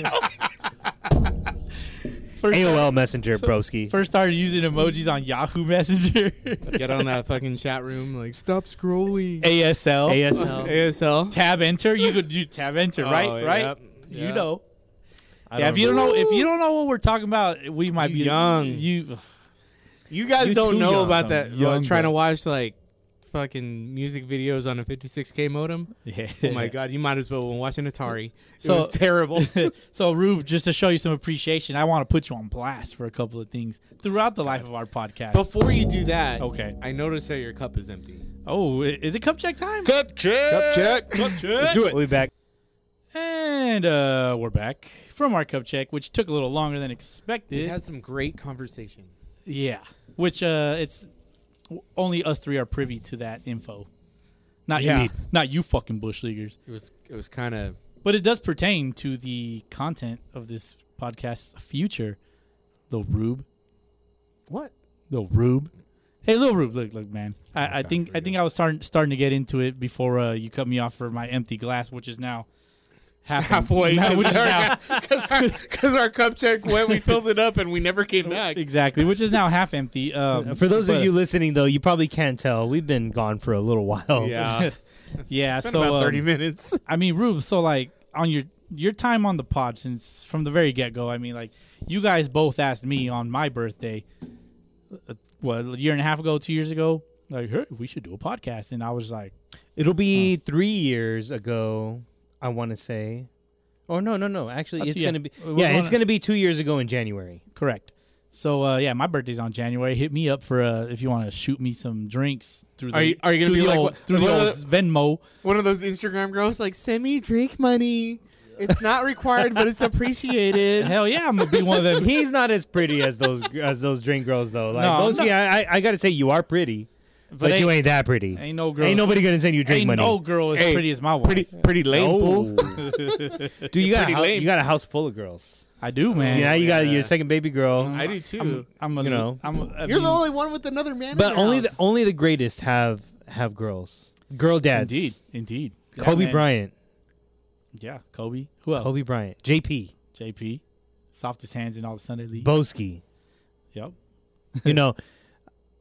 Speaker 2: First,
Speaker 5: AOL Messenger, broski.
Speaker 2: first started using emojis on Yahoo Messenger,
Speaker 3: Get on that fucking chat room. Like, stop scrolling.
Speaker 2: ASL,
Speaker 4: ASL?
Speaker 3: ASL.
Speaker 2: tab enter. You could do tab enter,
Speaker 3: Oh,
Speaker 2: right? right?
Speaker 3: yep,
Speaker 2: You
Speaker 3: yep.
Speaker 2: know.
Speaker 4: I
Speaker 2: Yeah,
Speaker 4: don't
Speaker 2: if you don't know,
Speaker 4: remember.
Speaker 2: if you don't know what we're talking about, we might
Speaker 3: You
Speaker 2: be
Speaker 3: young.
Speaker 2: You
Speaker 3: You guys
Speaker 2: You
Speaker 3: don't
Speaker 2: too
Speaker 3: know
Speaker 2: young,
Speaker 3: about
Speaker 2: son.
Speaker 3: that. well,
Speaker 2: Young
Speaker 3: trying to
Speaker 2: bucks.
Speaker 3: watch, like, fucking music videos on a 56K modem.
Speaker 2: Yeah.
Speaker 3: Oh my God, you might as well have been watching Atari. It
Speaker 2: So-
Speaker 3: was terrible.
Speaker 2: so Rube, just to show you some appreciation, I want to put you on blast for a couple of things throughout the life of our podcast.
Speaker 3: Before you do that,
Speaker 2: Okay.
Speaker 3: I noticed that your cup is empty.
Speaker 2: Oh, i- is it cup check time?
Speaker 5: Cup check.
Speaker 3: Cup check. Let's do it.
Speaker 4: We'll be back.
Speaker 2: And uh, we're back from our cup check, which took a little longer than
Speaker 3: We
Speaker 2: expected.
Speaker 3: had some great conversation.
Speaker 2: yeah, which uh, it's only us three are privy to that info. Not
Speaker 3: Yeah.
Speaker 2: you, not you fucking bush leaguers.
Speaker 3: It was it was kind of
Speaker 2: But it does pertain to the content of this podcast's future. Little Rube.
Speaker 3: what?
Speaker 2: Little Rube. Hey, little Rube, look, look, man. I, I think I think I was starting starting to get into it before uh, you cut me off for my empty glass, which is now half
Speaker 3: halfway
Speaker 2: now- which is now,
Speaker 3: because our, cup check went, we filled it up, and we never came back.
Speaker 2: exactly, which is now half empty. Um,
Speaker 4: Uh, For those of
Speaker 2: but-
Speaker 4: you listening, though, you probably can't tell. We've been gone for a little while.
Speaker 3: Yeah, it's
Speaker 2: yeah,
Speaker 3: been
Speaker 2: so
Speaker 3: about
Speaker 2: um,
Speaker 3: thirty minutes.
Speaker 2: I mean, Rube. So like on your your time on the pod since from the very get go. I mean, like you guys both asked me on my birthday, uh, what a year and a half ago, two years ago, like, hey, we should do a podcast, and I was like,
Speaker 4: It'll be three years ago, I want to say. Or no, no, no. Actually,
Speaker 2: That's-
Speaker 4: it's
Speaker 2: yeah.
Speaker 4: gonna be
Speaker 2: We're
Speaker 4: yeah,
Speaker 2: gonna-
Speaker 4: it's gonna be two years ago in January.
Speaker 2: correct. So uh, yeah, my birthday's on January. Hit me up for uh, if you want to shoot me some drinks through the
Speaker 3: Are you- are you gonna
Speaker 2: through
Speaker 3: be
Speaker 2: the
Speaker 3: like
Speaker 2: old,
Speaker 3: what-
Speaker 2: through the
Speaker 3: what
Speaker 2: old
Speaker 3: are
Speaker 2: Venmo.
Speaker 3: One of those Instagram girls like, send me drink money. It's not required, but it's appreciated.
Speaker 2: Hell yeah, I'm gonna be one of them.
Speaker 4: He's not as pretty as those as those drink girls though. Like
Speaker 2: No, I'm
Speaker 4: Boski,
Speaker 2: not-
Speaker 4: I, I I gotta say you are pretty, but,
Speaker 2: ain't-
Speaker 4: you ain't that pretty.
Speaker 2: Ain't no girl.
Speaker 4: Ain't nobody gonna send you drink
Speaker 2: Ain't
Speaker 4: money.
Speaker 2: no girl as
Speaker 3: Hey,
Speaker 2: pretty as my wife.
Speaker 3: Pretty, pretty lame fool.
Speaker 4: Dude, you got
Speaker 3: pretty
Speaker 4: a house,
Speaker 3: lame.
Speaker 4: you got a house full of girls.
Speaker 2: I do, man.
Speaker 4: yeah, you got
Speaker 3: yeah.
Speaker 4: your second baby girl.
Speaker 2: Mm-hmm.
Speaker 3: I do too.
Speaker 2: I'm a,
Speaker 4: You know.
Speaker 2: I'm a,
Speaker 3: You're the only one with another man.
Speaker 4: but
Speaker 3: in
Speaker 4: only
Speaker 3: house.
Speaker 4: the only the greatest have have girls. Girl dads.
Speaker 2: Indeed, indeed.
Speaker 4: Kobe
Speaker 2: Yeah, man.
Speaker 4: Bryant.
Speaker 2: Yeah, Kobe. Who else?
Speaker 4: Kobe Bryant. JP.
Speaker 2: JP, softest hands in all the Sunday league.
Speaker 4: Boski.
Speaker 2: yep.
Speaker 4: you know,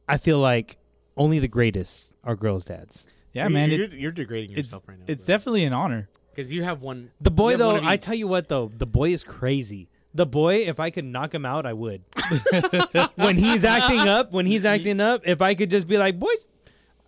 Speaker 4: I feel like only the greatest are girls' dads.
Speaker 2: Oh, Yeah, man.
Speaker 3: you're,
Speaker 2: It,
Speaker 3: you're degrading
Speaker 2: it's
Speaker 3: yourself right now.
Speaker 2: it's definitely an honor.
Speaker 3: because you have one.
Speaker 4: The boy,
Speaker 3: you have one
Speaker 4: though,
Speaker 3: of
Speaker 4: I
Speaker 3: each.
Speaker 4: tell you what, though, the boy is crazy. The boy, if I could knock him out, I would. when he's acting up, when he's acting up, if I could just be like, boy,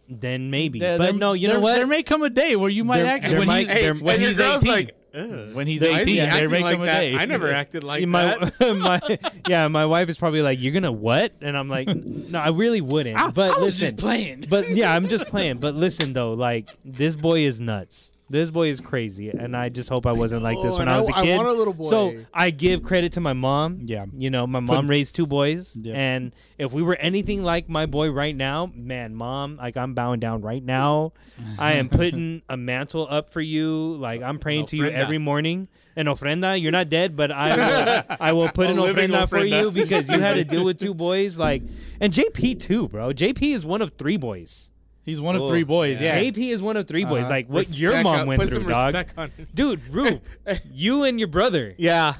Speaker 4: then maybe.
Speaker 2: There-
Speaker 4: but
Speaker 2: there-
Speaker 4: no, you
Speaker 2: there-
Speaker 4: know what?
Speaker 2: There may come a day where you might
Speaker 4: There-
Speaker 2: actually
Speaker 4: there
Speaker 2: when,
Speaker 4: might-
Speaker 2: he-
Speaker 4: there-
Speaker 2: when
Speaker 3: your
Speaker 2: he's
Speaker 3: girl's
Speaker 2: eighteen.
Speaker 3: like, "Ugh,
Speaker 2: when he's
Speaker 3: why is he
Speaker 2: eighteen, there
Speaker 3: acting
Speaker 2: may
Speaker 3: like
Speaker 2: come a
Speaker 3: that?
Speaker 2: day.
Speaker 3: I never acted like
Speaker 4: my,
Speaker 3: that.
Speaker 4: my yeah, my wife is probably like, "You're gonna what?" And I'm like, "No, I really wouldn't."
Speaker 2: I-
Speaker 4: but
Speaker 2: Ah, I was just
Speaker 4: listen,
Speaker 2: playing.
Speaker 4: But yeah, I'm just playing. But listen though, like this boy is nuts. This boy is crazy, and I just hope I wasn't like this
Speaker 3: know,
Speaker 4: when
Speaker 3: Oh, and
Speaker 4: I
Speaker 3: I-
Speaker 4: was a
Speaker 3: I
Speaker 4: kid.
Speaker 3: want a little boy.
Speaker 4: So I give credit to my mom.
Speaker 2: Yeah.
Speaker 4: you know, my mom raised two boys,
Speaker 2: Yeah.
Speaker 4: and if we were anything like my boy right now, man, mom, like I'm bowing down right now. I am putting a mantle up for you. Like I'm praying to you
Speaker 3: ofrenda.
Speaker 4: every morning. An ofrenda, you're not dead, but I will, I will put
Speaker 3: A
Speaker 4: an
Speaker 3: living
Speaker 4: ofrenda for
Speaker 3: ofrenda.
Speaker 4: you because you had to deal with two boys. Like, and JP too, bro. JP is one of three boys.
Speaker 2: He's one of
Speaker 3: Oh,
Speaker 2: three boys. Yeah.
Speaker 4: JP is one of three boys. Like what
Speaker 3: Uh-huh. Respect
Speaker 4: your mom
Speaker 3: on-
Speaker 4: went
Speaker 3: put
Speaker 4: through,
Speaker 3: some
Speaker 4: dog.
Speaker 3: respect on it.
Speaker 4: Dude, Rube, you and your brother,
Speaker 3: yeah,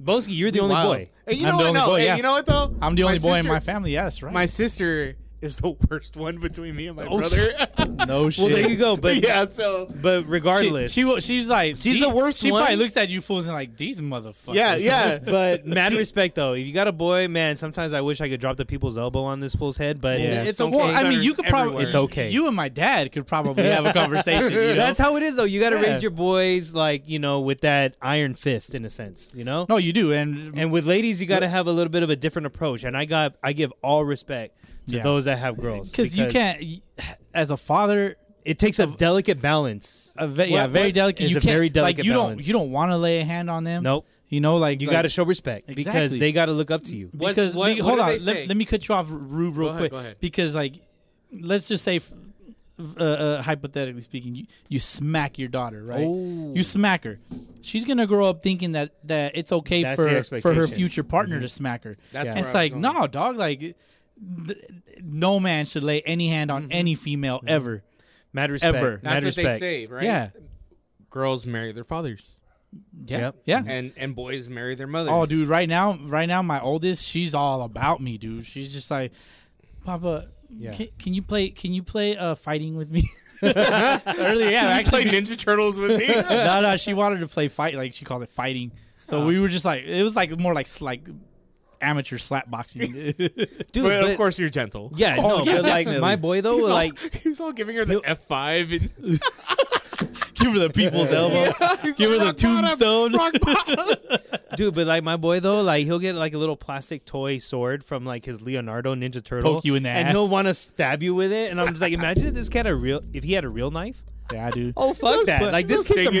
Speaker 4: Boski, you're the only
Speaker 3: Wow.
Speaker 4: boy.
Speaker 3: Hey, you
Speaker 2: I'm
Speaker 3: know
Speaker 2: the
Speaker 3: what?
Speaker 2: only
Speaker 3: No,
Speaker 2: boy,
Speaker 3: hey,
Speaker 2: yeah.
Speaker 3: you know what though?
Speaker 2: I'm the only boy in
Speaker 3: sister-
Speaker 2: my family. Yeah, that's right.
Speaker 3: My sister is the worst one between me and my
Speaker 4: Oh,
Speaker 3: brother.
Speaker 2: no shit.
Speaker 4: Well, there you go. But
Speaker 3: yeah, so
Speaker 4: but regardless,
Speaker 2: She, she wa- she's like
Speaker 3: She's
Speaker 2: these-
Speaker 3: the worst
Speaker 2: She
Speaker 3: one.
Speaker 2: probably looks at you fools and like these motherfuckers.
Speaker 3: yeah, yeah.
Speaker 4: But mad respect though. If you got a boy, man, sometimes I wish I could drop the people's elbow on this fool's head, but
Speaker 2: Yeah.
Speaker 4: it's
Speaker 3: Don't
Speaker 4: okay.
Speaker 2: Well, I mean, you could probably
Speaker 3: Everywhere.
Speaker 4: It's okay.
Speaker 2: You and my dad could probably have a conversation. you know?
Speaker 4: That's how it is though. You got to
Speaker 2: Yeah.
Speaker 4: raise your boys like you know with that iron fist in a sense, you know.
Speaker 2: no, you do, and,
Speaker 4: And with ladies, you got to have a little bit of a different approach. And I got I give all respect to
Speaker 2: Yeah.
Speaker 4: those that have girls
Speaker 2: because you can't, y- as a father,
Speaker 4: It takes a delicate balance.
Speaker 2: a ve- yeah,
Speaker 4: What-
Speaker 2: very
Speaker 4: what-
Speaker 2: delicate.
Speaker 4: It's
Speaker 2: You
Speaker 4: a
Speaker 2: can't,
Speaker 4: very
Speaker 2: like
Speaker 4: delicate
Speaker 2: you
Speaker 4: balance.
Speaker 2: don't, you don't want to lay a hand on them.
Speaker 4: Nope.
Speaker 2: You know, like
Speaker 4: You
Speaker 2: like,
Speaker 4: got to show respect because
Speaker 2: Exactly.
Speaker 4: they got to look up to you.
Speaker 3: What's-
Speaker 2: because
Speaker 3: what-
Speaker 2: the- hold
Speaker 3: what do
Speaker 2: on,
Speaker 3: they say?
Speaker 2: let, let me cut you off, Rube, real
Speaker 3: ahead,
Speaker 2: quick.
Speaker 3: go ahead.
Speaker 2: Because like, let's just say, f- uh, uh, hypothetically speaking, you, you smack your daughter, right?
Speaker 3: Oh.
Speaker 2: You smack her. She's gonna grow up thinking that that it's okay
Speaker 4: That's the
Speaker 2: for for her
Speaker 4: expectation. Mm-hmm.
Speaker 2: future partner to smack her.
Speaker 3: That's
Speaker 2: And
Speaker 3: where
Speaker 2: it's
Speaker 3: I was
Speaker 2: like
Speaker 3: going.
Speaker 2: no, dog. Like, th- no man should lay any hand
Speaker 3: Mm-hmm.
Speaker 2: on any female
Speaker 4: Mm-hmm.
Speaker 2: ever.
Speaker 4: Mad respect.
Speaker 2: Ever.
Speaker 4: Mad
Speaker 3: That's what
Speaker 4: respect.
Speaker 3: they say, right?
Speaker 2: Yeah,
Speaker 3: Girls marry their fathers,
Speaker 2: yeah,
Speaker 4: Yep.
Speaker 2: yeah.
Speaker 3: and and boys marry their mothers.
Speaker 2: Oh, dude, right now, right now, my oldest, she's all about me, dude. She's just like, Papa, can, can you play? Can you play uh, fighting with me? Earlier, yeah,
Speaker 3: You
Speaker 2: actually,
Speaker 3: play Ninja Turtles with me.
Speaker 2: no, no, she wanted to play fight, like she calls it fighting. So we were just like, it was like more like s- like amateur slap boxing.
Speaker 4: Dude,
Speaker 3: but of
Speaker 4: but-
Speaker 3: course, you're gentle.
Speaker 4: Yeah,
Speaker 2: Oh,
Speaker 4: no,
Speaker 2: yeah,
Speaker 4: but like
Speaker 2: definitely.
Speaker 4: my boy though,
Speaker 3: He's all-
Speaker 4: like
Speaker 3: he's all giving her the F five and
Speaker 2: Give her the people's elbow. Give her the tombstone.
Speaker 4: Dude, but like my boy though, like he'll get like a little plastic toy sword from like his Leonardo Ninja Turtle,
Speaker 2: Poke you in the
Speaker 4: and
Speaker 2: ass.
Speaker 4: he'll want to stab you with it. And I'm just like, imagine if this kid had a real, if he had a real knife.
Speaker 2: Yeah, dude.
Speaker 4: Oh fuck that!
Speaker 3: put-
Speaker 4: like this
Speaker 3: those
Speaker 4: kid's a
Speaker 3: shaking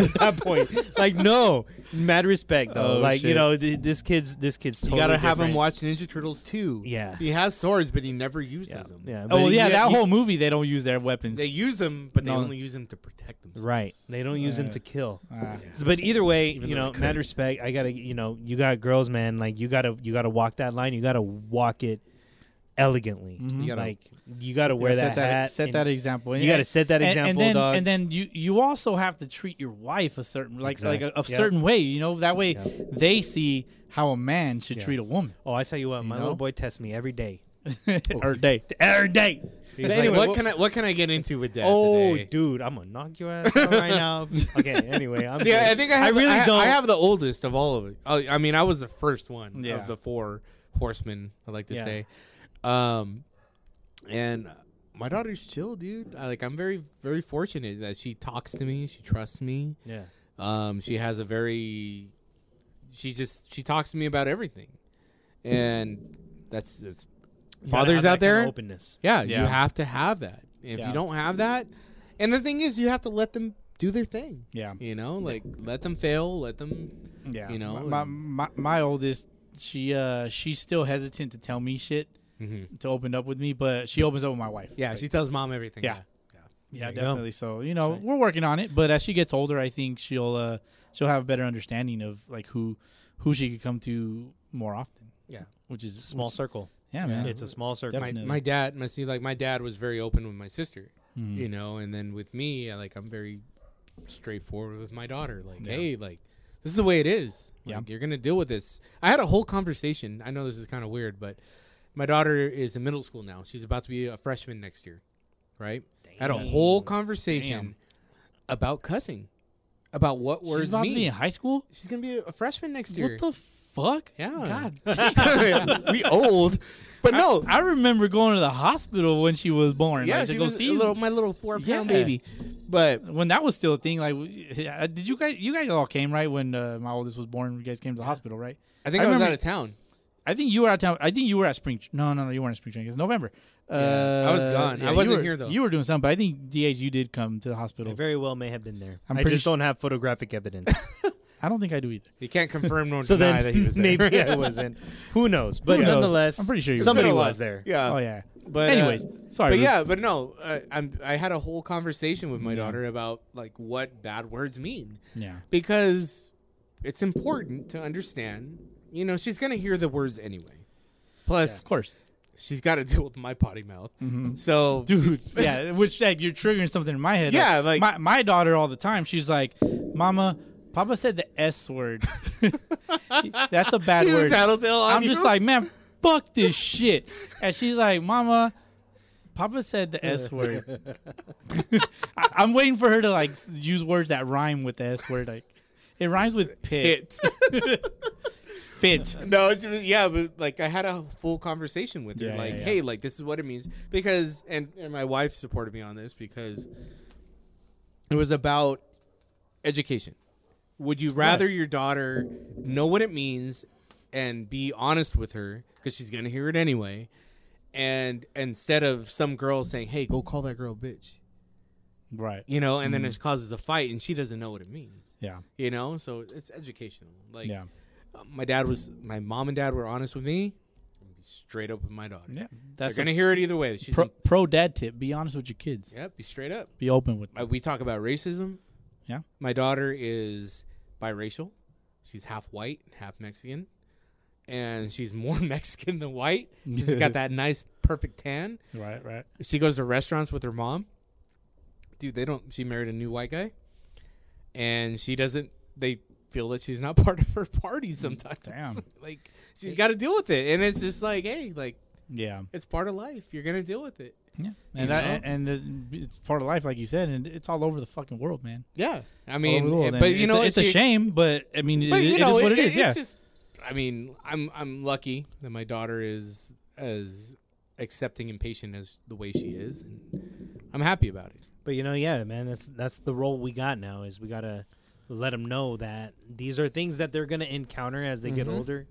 Speaker 3: people.
Speaker 4: at that point. Like no, mad respect though.
Speaker 2: Oh,
Speaker 4: like you
Speaker 2: shit.
Speaker 4: know, th- this kid's this kid's.
Speaker 3: You
Speaker 4: Totally
Speaker 3: gotta have him
Speaker 4: different.
Speaker 3: watch Ninja Turtles too.
Speaker 4: Yeah.
Speaker 3: he has swords, but he never uses
Speaker 4: Yeah,
Speaker 3: them.
Speaker 4: yeah. but
Speaker 2: Oh well,
Speaker 4: he-
Speaker 2: yeah,
Speaker 4: he-
Speaker 2: that
Speaker 4: he-
Speaker 2: whole movie they don't use their weapons.
Speaker 3: They use them, but they
Speaker 2: No.
Speaker 3: only use them to protect themselves.
Speaker 4: Right. They don't use them to kill.
Speaker 2: Ah.
Speaker 4: But either way, you
Speaker 3: though
Speaker 4: know,
Speaker 3: they
Speaker 4: mad
Speaker 3: could.
Speaker 4: respect. I gotta, you know, you got girls, man. Like you gotta, you gotta walk that line. You gotta walk it elegantly.
Speaker 3: Mm-hmm. You gotta-
Speaker 4: like you gotta
Speaker 2: You
Speaker 4: wear
Speaker 2: gotta
Speaker 4: that,
Speaker 2: set that
Speaker 4: hat.
Speaker 2: set
Speaker 4: and-
Speaker 2: that example.
Speaker 4: you gotta set that
Speaker 2: And-
Speaker 4: example,
Speaker 2: and then,
Speaker 4: dog.
Speaker 2: And then you you also have to treat your wife a certain like like a, a
Speaker 4: Exact- yeah.
Speaker 2: certain way. You know that way
Speaker 4: Yeah.
Speaker 2: they see how a man should
Speaker 4: Yeah.
Speaker 2: treat a woman
Speaker 4: oh, I tell you what, my
Speaker 2: know?
Speaker 4: little boy tests me every day. Oh,
Speaker 2: or they.
Speaker 4: Every day.
Speaker 3: He's
Speaker 4: But
Speaker 3: like,
Speaker 4: anyway,
Speaker 3: what
Speaker 4: what-
Speaker 3: can I what can I get into with that?
Speaker 4: Oh,
Speaker 3: today?
Speaker 4: dude, I'm gonna knock your ass out right now. Okay, anyway, I'm
Speaker 3: See, I, I
Speaker 4: good.
Speaker 3: think I, have
Speaker 4: I
Speaker 3: the-
Speaker 4: really
Speaker 3: I,
Speaker 4: don't.
Speaker 3: I have the oldest of all of it. Oh, I, I mean, I was the first one
Speaker 2: Yeah.
Speaker 3: of the four horsemen. I like to
Speaker 4: Yeah.
Speaker 3: say, um, and my daughter's chill, dude. I, like I'm very very fortunate that she talks to me, she trusts me.
Speaker 4: yeah.
Speaker 3: Um, she has a very, she just she talks to me about everything, and that's just
Speaker 4: You gotta have
Speaker 3: fathers
Speaker 4: that
Speaker 3: out
Speaker 4: kind of
Speaker 3: there.
Speaker 4: openness.
Speaker 3: Yeah,
Speaker 2: Yeah.
Speaker 3: you have to have that. If
Speaker 2: Yeah.
Speaker 3: you don't have that, and the thing is, you have to let them do their thing.
Speaker 2: Yeah.
Speaker 3: you know, like let them fail, let them.
Speaker 2: Yeah,
Speaker 3: You know,
Speaker 2: my,
Speaker 3: and-
Speaker 2: my my oldest, she uh she's still hesitant to tell me shit
Speaker 4: Mm-hmm.
Speaker 2: to open up with me, but she opens up with my wife.
Speaker 3: Yeah, she tells mom everything.
Speaker 2: Yeah.
Speaker 3: yeah.
Speaker 2: yeah,
Speaker 4: There you go.
Speaker 2: definitely. So you know we're working on it, but as she gets older, I think she'll uh she'll have a better understanding of like who who she could come to more often,
Speaker 3: yeah.
Speaker 2: which is
Speaker 4: Small
Speaker 2: which-
Speaker 4: circle.
Speaker 2: Yeah, man,
Speaker 4: It's a small circle.
Speaker 3: My,
Speaker 2: Definitely.
Speaker 3: my dad, my see, like my dad was very open with my sister,
Speaker 2: Hmm.
Speaker 3: you know, and then with me, I, like I'm very straightforward with my daughter. Like, hey, like this is the way it is. Like,
Speaker 2: Yeah.
Speaker 3: you're gonna deal with this. I had a whole conversation. I know this is kind of weird, but my daughter is in middle school now. She's about to be a freshman next year, right? I had a whole conversation
Speaker 2: Damn.
Speaker 3: about cussing, about what
Speaker 2: She's
Speaker 3: words
Speaker 2: about
Speaker 3: mean.
Speaker 2: to be in high school.
Speaker 3: She's gonna be a freshman next year.
Speaker 2: What the fuck?
Speaker 3: Yeah.
Speaker 2: God
Speaker 3: we old, but no.
Speaker 2: I remember going to the hospital when she was born.
Speaker 3: yeah,
Speaker 2: like, to
Speaker 3: she
Speaker 2: go
Speaker 3: was "Oh,
Speaker 2: see
Speaker 3: a little, my little four pound
Speaker 2: Yeah.
Speaker 3: baby. But
Speaker 2: when that was still a thing. Like, uh, did you guys? You guys all came right when uh, my oldest was born. You guys came to the hospital, right?
Speaker 3: I think I, was
Speaker 2: remember-
Speaker 3: out of town.
Speaker 2: I think you were out of town. I think you were at spring. tr- No, no, no. You weren't at spring training. It's November.
Speaker 3: Yeah, I was
Speaker 2: Uh,
Speaker 3: gone. I
Speaker 2: you
Speaker 3: wasn't
Speaker 2: were-
Speaker 3: here, though.
Speaker 2: You were doing something, but I think DH, you did come to the hospital.
Speaker 4: I very well may have been there.
Speaker 2: I'm
Speaker 4: i
Speaker 2: pretty
Speaker 4: just
Speaker 2: su-
Speaker 4: don't have photographic evidence.
Speaker 2: I don't think I do either.
Speaker 3: You can't confirm nor
Speaker 4: so
Speaker 3: deny
Speaker 4: then
Speaker 3: that he was there.
Speaker 4: maybe I wasn't. Who knows? But
Speaker 2: Who knows?
Speaker 4: nonetheless,
Speaker 2: I'm pretty sure you were.
Speaker 4: somebody
Speaker 3: Could've
Speaker 4: was
Speaker 3: lost.
Speaker 4: there.
Speaker 3: Yeah.
Speaker 2: oh yeah.
Speaker 3: But uh,
Speaker 2: Anyways, sorry.
Speaker 3: But
Speaker 2: Ruth.
Speaker 3: yeah, but no, uh, I'm, I had a whole conversation with my daughter about like what bad words mean.
Speaker 2: Yeah.
Speaker 3: Because it's important to understand. You know, she's gonna hear the words anyway. Plus,
Speaker 2: of course,
Speaker 3: she's got to deal with my potty mouth. So,
Speaker 2: Mm-hmm. dude. yeah, which like you're triggering something in my head.
Speaker 3: Yeah, like-
Speaker 2: my my daughter all the time. She's like, "Mama, Papa said the S word. That's a bad
Speaker 3: she's
Speaker 2: word."
Speaker 3: a tattletale on
Speaker 2: I'm
Speaker 3: you.
Speaker 2: just like, man, fuck this shit. And she's like, Mama, Papa said the S word. I, I'm waiting for her to like use words that rhyme with the S word. Like, it rhymes with pit.
Speaker 3: it.
Speaker 2: Fit.
Speaker 3: No, it's, yeah, but like I had a full conversation with her,
Speaker 2: Yeah, yeah,
Speaker 3: like,
Speaker 2: yeah.
Speaker 3: hey, like this is what it means because, and, and my wife supported me on this because it was about education. Would you rather your daughter know what it means and be honest with her because she's gonna hear it anyway, and instead of some girl saying, hey, go call that girl a bitch,
Speaker 2: Right.
Speaker 3: you know, and then
Speaker 2: Mm-hmm.
Speaker 3: it causes a fight and she doesn't know what it means,
Speaker 2: Yeah.
Speaker 3: you know, so it's educational, like
Speaker 2: Yeah.
Speaker 3: my dad was my mom and dad were honest with me I'm gonna be straight up with my daughter
Speaker 2: Yeah.
Speaker 3: they're
Speaker 2: That's
Speaker 3: gonna
Speaker 2: a
Speaker 3: hear it either way she's
Speaker 2: pro,
Speaker 3: like,
Speaker 2: pro dad tip. Be honest with your kids.
Speaker 3: yeah be straight up
Speaker 2: Be open with them.
Speaker 3: Uh, we talk about racism
Speaker 2: Yeah.
Speaker 3: my daughter is biracial she's half white half mexican and she's more mexican than white she's got that nice perfect tan
Speaker 2: Right. Right.
Speaker 3: she goes to restaurants with her mom. Dude, they don't. She married a new white guy, and she doesn't. They feel that she's not part of her party sometimes.
Speaker 2: Mm, Damn.
Speaker 3: like she's got to deal with it, and it's just like, hey, like
Speaker 2: Yeah.
Speaker 3: it's part of life. You're gonna deal with it.
Speaker 2: Yeah. And that, and and it's part of life, like you said, and it's all over the fucking world, man.
Speaker 3: Yeah, I
Speaker 2: All over
Speaker 3: mean, eh,
Speaker 2: the world, and
Speaker 3: but you
Speaker 2: it's
Speaker 3: know,
Speaker 2: a, it's a
Speaker 3: she-
Speaker 2: shame, but I mean, it,
Speaker 3: But you
Speaker 2: it
Speaker 3: know,
Speaker 2: is what
Speaker 3: it-
Speaker 2: it is.
Speaker 3: it's
Speaker 2: yeah.
Speaker 3: just- I mean, I'm I'm lucky that my daughter is as accepting and patient as the way she is, and I'm happy about it.
Speaker 4: But you know, yeah, man, that's that's the role we got now is we gotta let them know that these are things that they're gonna encounter as they get older,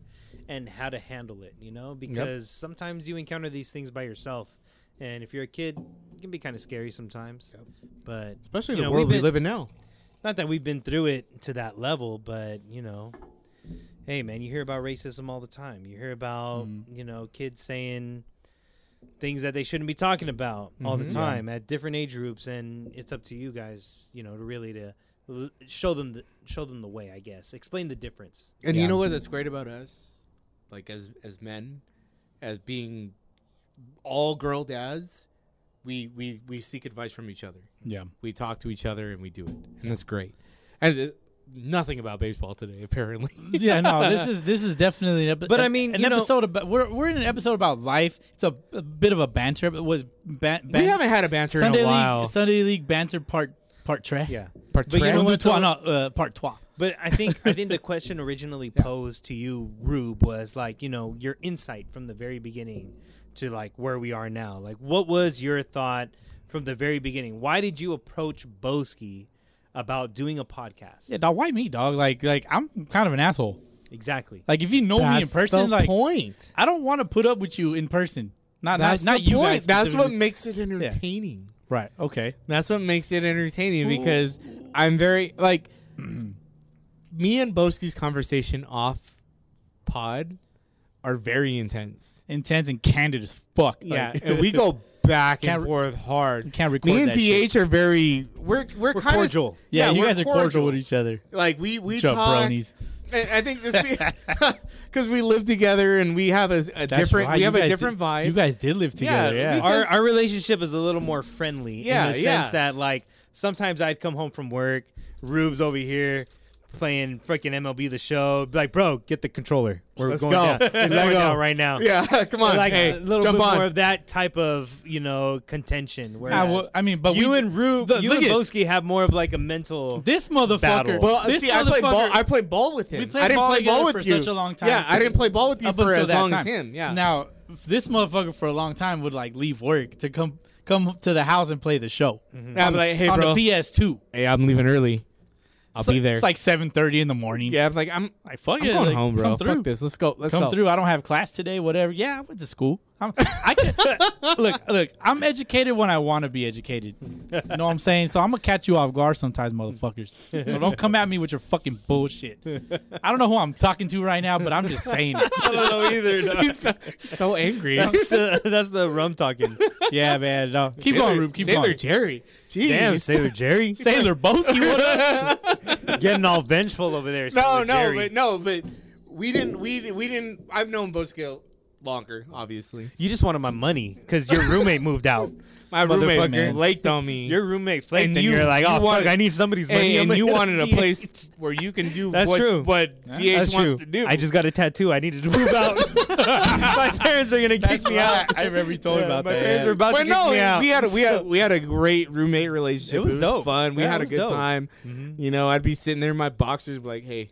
Speaker 4: and how to handle it. You know, because sometimes you encounter these things by yourself, and if you're a kid, it can be kind of scary sometimes. But
Speaker 3: Especially
Speaker 4: you
Speaker 3: the
Speaker 4: know,
Speaker 3: world
Speaker 4: we've
Speaker 3: we
Speaker 4: been-
Speaker 3: live in now.
Speaker 4: Not that we've been through it to that level, but you know, hey man, you hear about racism all the time. You hear about you know kids saying things that they shouldn't be talking about all the time at different age groups, and it's up to you guys, you know, to really to l- show them the show them the way. I guess explain the difference.
Speaker 3: And
Speaker 2: Yeah.
Speaker 3: you know what? That's great about us, like as as men, as being all girl dads, we we we seek advice from each other.
Speaker 2: yeah.
Speaker 3: We talk to each other and we do it, and that's great. And uh, nothing about baseball today, apparently.
Speaker 2: yeah, no, this is this is definitely an episode.
Speaker 4: But I mean,
Speaker 2: an
Speaker 4: you know-
Speaker 2: episode about we're we're in an episode about life. It's a, a bit of a banter. But was ban- ban-
Speaker 3: we haven't had a banter
Speaker 2: Sunday
Speaker 3: in a
Speaker 2: league
Speaker 3: while.
Speaker 2: Sunday league banter part part tre.
Speaker 4: Yeah,
Speaker 3: Part
Speaker 4: but you
Speaker 3: tre-
Speaker 4: know
Speaker 2: Round
Speaker 4: what?
Speaker 2: du trois,
Speaker 4: though?
Speaker 2: no, uh, part trois.
Speaker 4: But I think I think the question originally posed to you, Rube, was like, you know, your insight from the very beginning to like where we are now. Like what was your thought from the very beginning? Why did you approach Boski about doing a podcast?
Speaker 2: Yeah, dog, why me, dog? Like like I'm kind of an asshole.
Speaker 4: Exactly.
Speaker 2: Like if you know me in person, like
Speaker 3: point.
Speaker 2: I don't want to put up with you in person. Not
Speaker 3: That's
Speaker 2: not,
Speaker 3: the
Speaker 2: not you
Speaker 3: point.
Speaker 2: guys.
Speaker 3: That's what
Speaker 2: specifically.
Speaker 3: makes it entertaining.
Speaker 2: right. Okay.
Speaker 3: That's what makes it entertaining because I'm very like me and Boski's conversation off pod are very intense.
Speaker 2: Intense and candid as fuck.
Speaker 3: Yeah,
Speaker 2: Like,
Speaker 3: and we go back and
Speaker 2: Can't re-
Speaker 3: forth hard.
Speaker 2: can't
Speaker 3: Me
Speaker 2: record
Speaker 3: and
Speaker 2: that
Speaker 3: DH are very we're we're, kind
Speaker 4: cordial.
Speaker 3: Of,
Speaker 2: yeah, you
Speaker 3: we're
Speaker 2: guys are cordial with each other.
Speaker 3: Like we we talk.
Speaker 2: Jabronis.
Speaker 3: And I think this because we live together and we have a,
Speaker 2: That's
Speaker 3: a different
Speaker 2: right,
Speaker 3: we
Speaker 2: you
Speaker 3: have
Speaker 2: guys
Speaker 3: a
Speaker 2: did-
Speaker 3: different
Speaker 2: You
Speaker 3: vibe.
Speaker 2: guys did live together.
Speaker 3: we
Speaker 2: Yeah.
Speaker 3: did.
Speaker 4: our,
Speaker 3: because-
Speaker 4: our relationship is a little more friendly
Speaker 3: Yeah,
Speaker 4: in the
Speaker 3: yeah.
Speaker 4: sense that like sometimes I'd come home from work, Rube's over here, playing freaking MLB the show. Be like, bro, get the controller. We're
Speaker 3: Let's
Speaker 4: going
Speaker 3: go.
Speaker 4: down. It's
Speaker 3: Let's
Speaker 4: going
Speaker 3: go.
Speaker 4: down right now.
Speaker 3: Yeah, come on.
Speaker 4: Like
Speaker 3: hey,
Speaker 4: a little
Speaker 3: jump
Speaker 4: bit
Speaker 3: on.
Speaker 4: more of that type of you know contention. Whereas
Speaker 2: Ah, well, I mean, but
Speaker 4: you
Speaker 2: we-
Speaker 4: and Rube,
Speaker 2: the-
Speaker 4: you
Speaker 2: look
Speaker 4: and
Speaker 2: at-
Speaker 4: Boski have more of like a mental.
Speaker 2: This motherfucker.
Speaker 4: Battle.
Speaker 3: Well,
Speaker 2: this
Speaker 3: see, I played ball.
Speaker 2: motherfucker-
Speaker 3: I played ball with him.
Speaker 2: We played
Speaker 3: I didn't
Speaker 2: ball
Speaker 3: play ball
Speaker 2: together
Speaker 3: with
Speaker 2: for
Speaker 3: you
Speaker 2: such a long time.
Speaker 3: Yeah, I didn't play ball with you
Speaker 2: up
Speaker 3: for
Speaker 2: until
Speaker 3: as
Speaker 2: that
Speaker 3: long as
Speaker 2: time.
Speaker 3: him. Yeah.
Speaker 2: Now this motherfucker for a long time would like leave work to come come to the house and play the show
Speaker 3: I'm like, hey,
Speaker 2: on
Speaker 3: bro.
Speaker 2: the PS2.
Speaker 3: hey, I'm leaving early. I'll
Speaker 2: It's like-
Speaker 3: be there.
Speaker 2: It's like 7:30 in the morning.
Speaker 3: yeah, I'm like, I'm,
Speaker 2: Like fuck
Speaker 3: I'm
Speaker 2: it.
Speaker 3: going
Speaker 2: like,
Speaker 3: home, bro.
Speaker 2: Come through.
Speaker 3: Fuck this. Let's go. Let's
Speaker 2: come
Speaker 3: go.
Speaker 2: through. I don't have class today. Whatever. Yeah, I went to school. I'm, I can, look, look. I'm educated when I want to be educated. You know what I'm saying? So I'm gonna catch you off guard sometimes, motherfuckers. So don't come at me with your fucking bullshit. I don't know who I'm talking to right now, but I'm just saying it.
Speaker 4: I don't know either. no.
Speaker 3: So angry.
Speaker 4: that's, the, that's the rum talking.
Speaker 2: Yeah, man. No. Keep going, Rube. Keep
Speaker 3: Sailor
Speaker 2: going.
Speaker 3: Jerry. Jeez.
Speaker 4: Damn, Sailor Jerry,
Speaker 2: Sailor Bosky. What up?
Speaker 4: getting all vengeful over there.
Speaker 3: No,
Speaker 4: Sailor
Speaker 3: no,
Speaker 4: Jerry.
Speaker 3: but no, but we didn't. We we didn't. I've known Bosco longer, obviously.
Speaker 4: you just wanted my money because your roommate moved out.
Speaker 3: My
Speaker 4: Motherfucker.
Speaker 3: roommate
Speaker 4: Man.
Speaker 3: flaked on me.
Speaker 4: Your roommate flaked,
Speaker 3: And
Speaker 4: and,
Speaker 3: you-
Speaker 4: you, are
Speaker 3: you
Speaker 4: like, "Oh
Speaker 3: wanted-
Speaker 4: fuck, I need somebody's money."
Speaker 3: Hey,
Speaker 4: I'm
Speaker 3: and
Speaker 4: like,
Speaker 3: you wanted a
Speaker 4: DH.
Speaker 3: place where you can do
Speaker 4: That's
Speaker 3: what,
Speaker 4: true.
Speaker 3: what DH wants
Speaker 4: That's true.
Speaker 3: to do.
Speaker 4: I just got a tattoo. I needed to move out. my parents are gonna kick me out.
Speaker 2: I remember you told me
Speaker 4: Yeah,
Speaker 2: about
Speaker 4: my
Speaker 2: that.
Speaker 4: parents are about
Speaker 3: but
Speaker 4: to
Speaker 3: no,
Speaker 4: kick me out.
Speaker 3: we had a we had we had a great roommate relationship. It
Speaker 4: was dope.
Speaker 3: fun. We
Speaker 4: Yeah,
Speaker 3: had a
Speaker 4: it was
Speaker 3: good
Speaker 4: dope. Mm-hmm.
Speaker 3: time. You know, I'd be sitting there in my boxers, like, hey,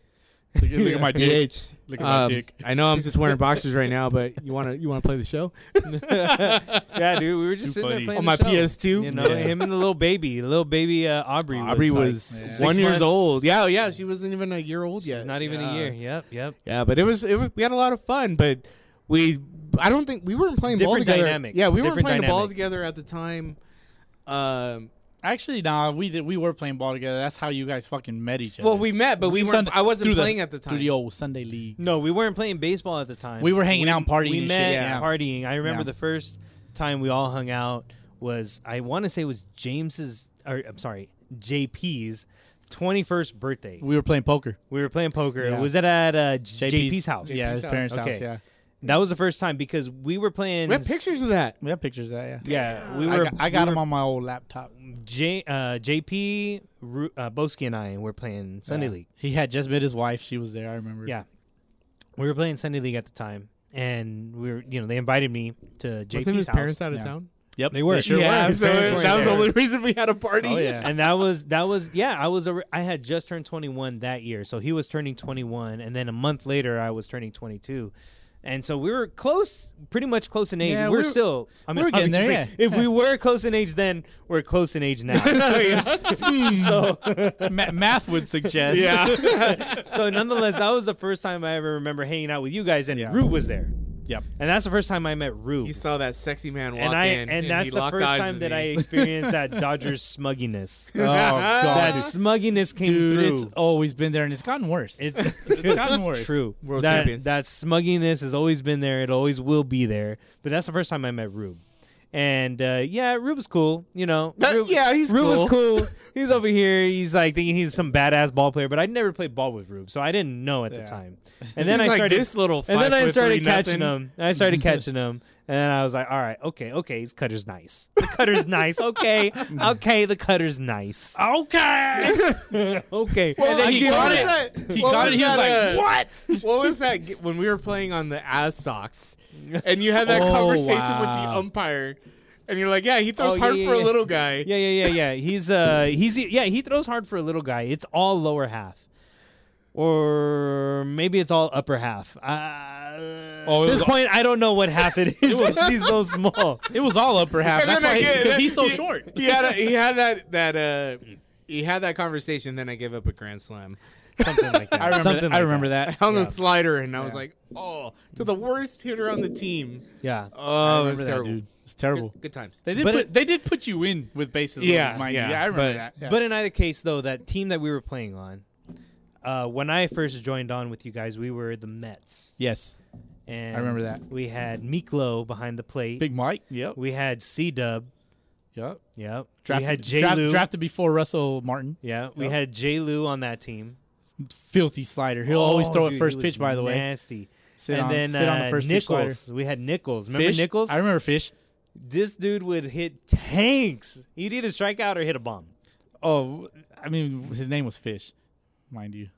Speaker 2: Look at- look at my dick. Look at my
Speaker 3: um,
Speaker 2: dick.
Speaker 3: I know I'm just wearing boxers right now, but you wanna you wanna play the show
Speaker 4: yeah, dude, we were just
Speaker 2: Too
Speaker 4: sitting
Speaker 2: funny.
Speaker 4: there playing
Speaker 3: on
Speaker 4: the
Speaker 3: my
Speaker 4: show.
Speaker 3: PS2?
Speaker 4: You know, him and the little baby, the little baby uh, Aubrey.
Speaker 3: Aubrey
Speaker 4: like,
Speaker 3: was
Speaker 2: Yeah.
Speaker 4: six
Speaker 3: one years
Speaker 4: months.
Speaker 3: old. Yeah, oh, yeah, she wasn't even a year old yet.
Speaker 4: she's not even
Speaker 3: Yeah.
Speaker 4: a year. Yep, yep.
Speaker 3: Yeah, but it was, it was we had a lot of fun, but we I don't think we weren't playing ball
Speaker 4: Different
Speaker 3: together.
Speaker 4: dynamic.
Speaker 3: Yeah, we weren't
Speaker 4: Different
Speaker 3: playing the ball
Speaker 4: dynamic.
Speaker 3: together at the time. Um,
Speaker 2: Actually, nah, we did, we were playing ball together. That's how you guys fucking met each other.
Speaker 3: well, we met, but we weren't.
Speaker 2: Sunday-
Speaker 3: I wasn't
Speaker 2: through
Speaker 3: playing at the
Speaker 2: Through
Speaker 3: time.
Speaker 2: the old Sunday league.
Speaker 4: No, we weren't playing baseball at the time.
Speaker 2: We were hanging out and partying
Speaker 4: We
Speaker 2: and
Speaker 4: met
Speaker 2: shit, yeah.
Speaker 4: partying. I remember
Speaker 2: Yeah.
Speaker 4: the first time we all hung out was I want to say it was James's or I'm sorry, JP's 21st birthday.
Speaker 2: we were playing poker.
Speaker 4: We were playing poker.
Speaker 2: Yeah.
Speaker 4: Was that at uh, JP's, house?
Speaker 2: Yeah, his
Speaker 3: JP's
Speaker 2: parents'
Speaker 4: house.
Speaker 2: house.
Speaker 4: Okay.
Speaker 2: Yeah,
Speaker 4: That was the first time because we were playing.
Speaker 3: we had pictures of that.
Speaker 2: we have pictures of that. Yeah,
Speaker 4: Yeah, we
Speaker 2: I
Speaker 4: were.
Speaker 2: got, I got them on my old laptop.
Speaker 4: J, uh, JP, Ru- uh, Boski, and I were playing Sunday
Speaker 2: Yeah.
Speaker 4: League.
Speaker 2: He had just met his wife. She was there. I remember.
Speaker 4: Yeah, we were playing Sunday League at the time, and we were. You know, they invited me to JP's
Speaker 3: Wasn't his
Speaker 4: house.
Speaker 3: parents out of
Speaker 2: Yeah.
Speaker 3: town?
Speaker 2: Yep.
Speaker 4: They were.
Speaker 2: sure
Speaker 4: Yeah,
Speaker 2: were.
Speaker 4: his
Speaker 3: so
Speaker 4: parents
Speaker 3: that
Speaker 4: weren't
Speaker 3: was the
Speaker 4: there.
Speaker 3: only reason we had a party.
Speaker 2: Oh yeah.
Speaker 4: and that was that was yeah. I was a, I had just turned 21 that year, so he was turning 21, and then a month later I was turning 22. And so we were close, pretty much close in age.
Speaker 2: Yeah,
Speaker 4: we're,
Speaker 2: we're-
Speaker 4: still, I mean,
Speaker 2: we're getting there,
Speaker 4: obviously, If we were close in age then, we're close in age now.
Speaker 2: so ma- math would suggest.
Speaker 3: Yeah.
Speaker 4: so nonetheless, that was the first time I ever remember hanging out with you guys, and
Speaker 2: Yeah.
Speaker 4: Rue was there,
Speaker 2: Yep.
Speaker 4: and that's the first time I met Rue.
Speaker 3: he saw that sexy man walk
Speaker 4: and I
Speaker 3: in,
Speaker 4: and, that's
Speaker 3: he
Speaker 4: the
Speaker 3: locked
Speaker 4: first
Speaker 3: eyes
Speaker 4: time
Speaker 3: with
Speaker 4: that I
Speaker 3: me.
Speaker 4: experienced that Dodgers smugginess.
Speaker 2: Oh god,
Speaker 4: That smugginess came
Speaker 2: dude,
Speaker 4: through.
Speaker 2: it's always been there, and it's gotten worse.
Speaker 4: It's
Speaker 2: it's gotten worse.
Speaker 4: true.
Speaker 3: World
Speaker 4: that
Speaker 3: champions.
Speaker 4: that smugginess has always been there. It always will be there. But that's the first time I met Rube. And uh, yeah, Rube's cool. You know,
Speaker 3: Uh,
Speaker 4: Rube,
Speaker 3: yeah, he's
Speaker 4: Rube
Speaker 3: cool.
Speaker 4: is cool. He's over here. He's like thinking he's some badass ball player, but I never played ball with Rube, so I didn't know at
Speaker 2: Yeah.
Speaker 4: the time. And then
Speaker 3: He's
Speaker 4: I
Speaker 3: like,
Speaker 4: started
Speaker 3: "This little
Speaker 4: and then
Speaker 3: five
Speaker 4: I
Speaker 3: foot
Speaker 4: started
Speaker 3: three
Speaker 4: catching
Speaker 3: nothing."
Speaker 4: him. I started catching him, and then I was like, all right, okay, okay, his cutter's nice. The cutter's nice. Okay, okay, the cutter's nice.
Speaker 2: Okay.
Speaker 4: Okay.
Speaker 3: Well,
Speaker 2: And then
Speaker 3: I
Speaker 2: he
Speaker 3: get-
Speaker 2: caught
Speaker 3: what
Speaker 2: it.
Speaker 3: was that-
Speaker 2: He
Speaker 3: what
Speaker 2: got it.
Speaker 3: was
Speaker 2: He was
Speaker 3: that,
Speaker 2: like,
Speaker 3: uh,
Speaker 2: "What?"
Speaker 3: what was that g- when we were playing on the ass socks and you had that
Speaker 2: Oh,
Speaker 3: conversation with
Speaker 2: wow.
Speaker 3: the umpire and you're like yeah he throws
Speaker 4: Oh,
Speaker 3: hard
Speaker 4: yeah,
Speaker 3: for
Speaker 4: yeah,
Speaker 3: a
Speaker 4: yeah.
Speaker 3: little guy
Speaker 4: Yeah, yeah, yeah, yeah. He's uh, he's yeah, he throws hard for a little guy. It's all lower half, or maybe it's all upper half. Uh,
Speaker 2: Oh, it
Speaker 4: at
Speaker 2: was
Speaker 4: this
Speaker 2: all-
Speaker 4: point, I don't know what half it is. he's so small.
Speaker 2: It was all upper half.
Speaker 3: And
Speaker 2: That's
Speaker 3: then
Speaker 2: why
Speaker 3: I
Speaker 2: he-
Speaker 3: get-
Speaker 2: because he's so
Speaker 3: he-
Speaker 2: short.
Speaker 3: he had a, he had that that uh he had that conversation then I gave up a grand slam
Speaker 4: Something like that.
Speaker 2: I remember.
Speaker 4: Something
Speaker 2: that.
Speaker 4: like
Speaker 2: I remember that.
Speaker 3: I hung a slider and I was like oh to the worst hitter on the team
Speaker 4: Yeah.
Speaker 3: oh it was
Speaker 2: Remember that,
Speaker 3: terrible
Speaker 2: dude. It's terrible.
Speaker 3: Good, good times
Speaker 2: They did.
Speaker 4: But
Speaker 2: put,
Speaker 4: it-
Speaker 2: they did put you in with bases.
Speaker 3: Yeah,
Speaker 2: loaded, mind
Speaker 3: yeah,
Speaker 2: You. yeah. I remember
Speaker 3: but-
Speaker 2: that. Yeah.
Speaker 4: But in either case, though, that team that we were playing on, uh, when I first joined on with you guys, we were the Mets,
Speaker 2: yes,
Speaker 4: and
Speaker 2: remember that.
Speaker 4: we had Miklo behind the plate.
Speaker 2: Big Mike. Yep.
Speaker 4: We had C Dub.
Speaker 2: Yep.
Speaker 4: Yep.
Speaker 2: Drafted,
Speaker 4: we had J
Speaker 2: draft-
Speaker 4: Lou.
Speaker 2: drafted before Russell Martin.
Speaker 4: yeah, we
Speaker 2: Yep.
Speaker 4: had J Lou on that team.
Speaker 2: Filthy slider. He'll always
Speaker 4: Oh,
Speaker 2: throw
Speaker 4: dude,
Speaker 2: it first
Speaker 4: he was
Speaker 2: pitch. By the way,
Speaker 4: nasty.
Speaker 2: Sit
Speaker 4: and
Speaker 2: on-
Speaker 4: then
Speaker 2: sit on the
Speaker 4: uh,
Speaker 2: first pitch
Speaker 4: Nichols. we had Nichols. Remember
Speaker 2: Fish?
Speaker 4: Nichols?
Speaker 2: I remember Fish.
Speaker 4: this dude would hit tanks. He'd either strike out or hit a bomb.
Speaker 2: Oh, I mean his name was Fish, mind you.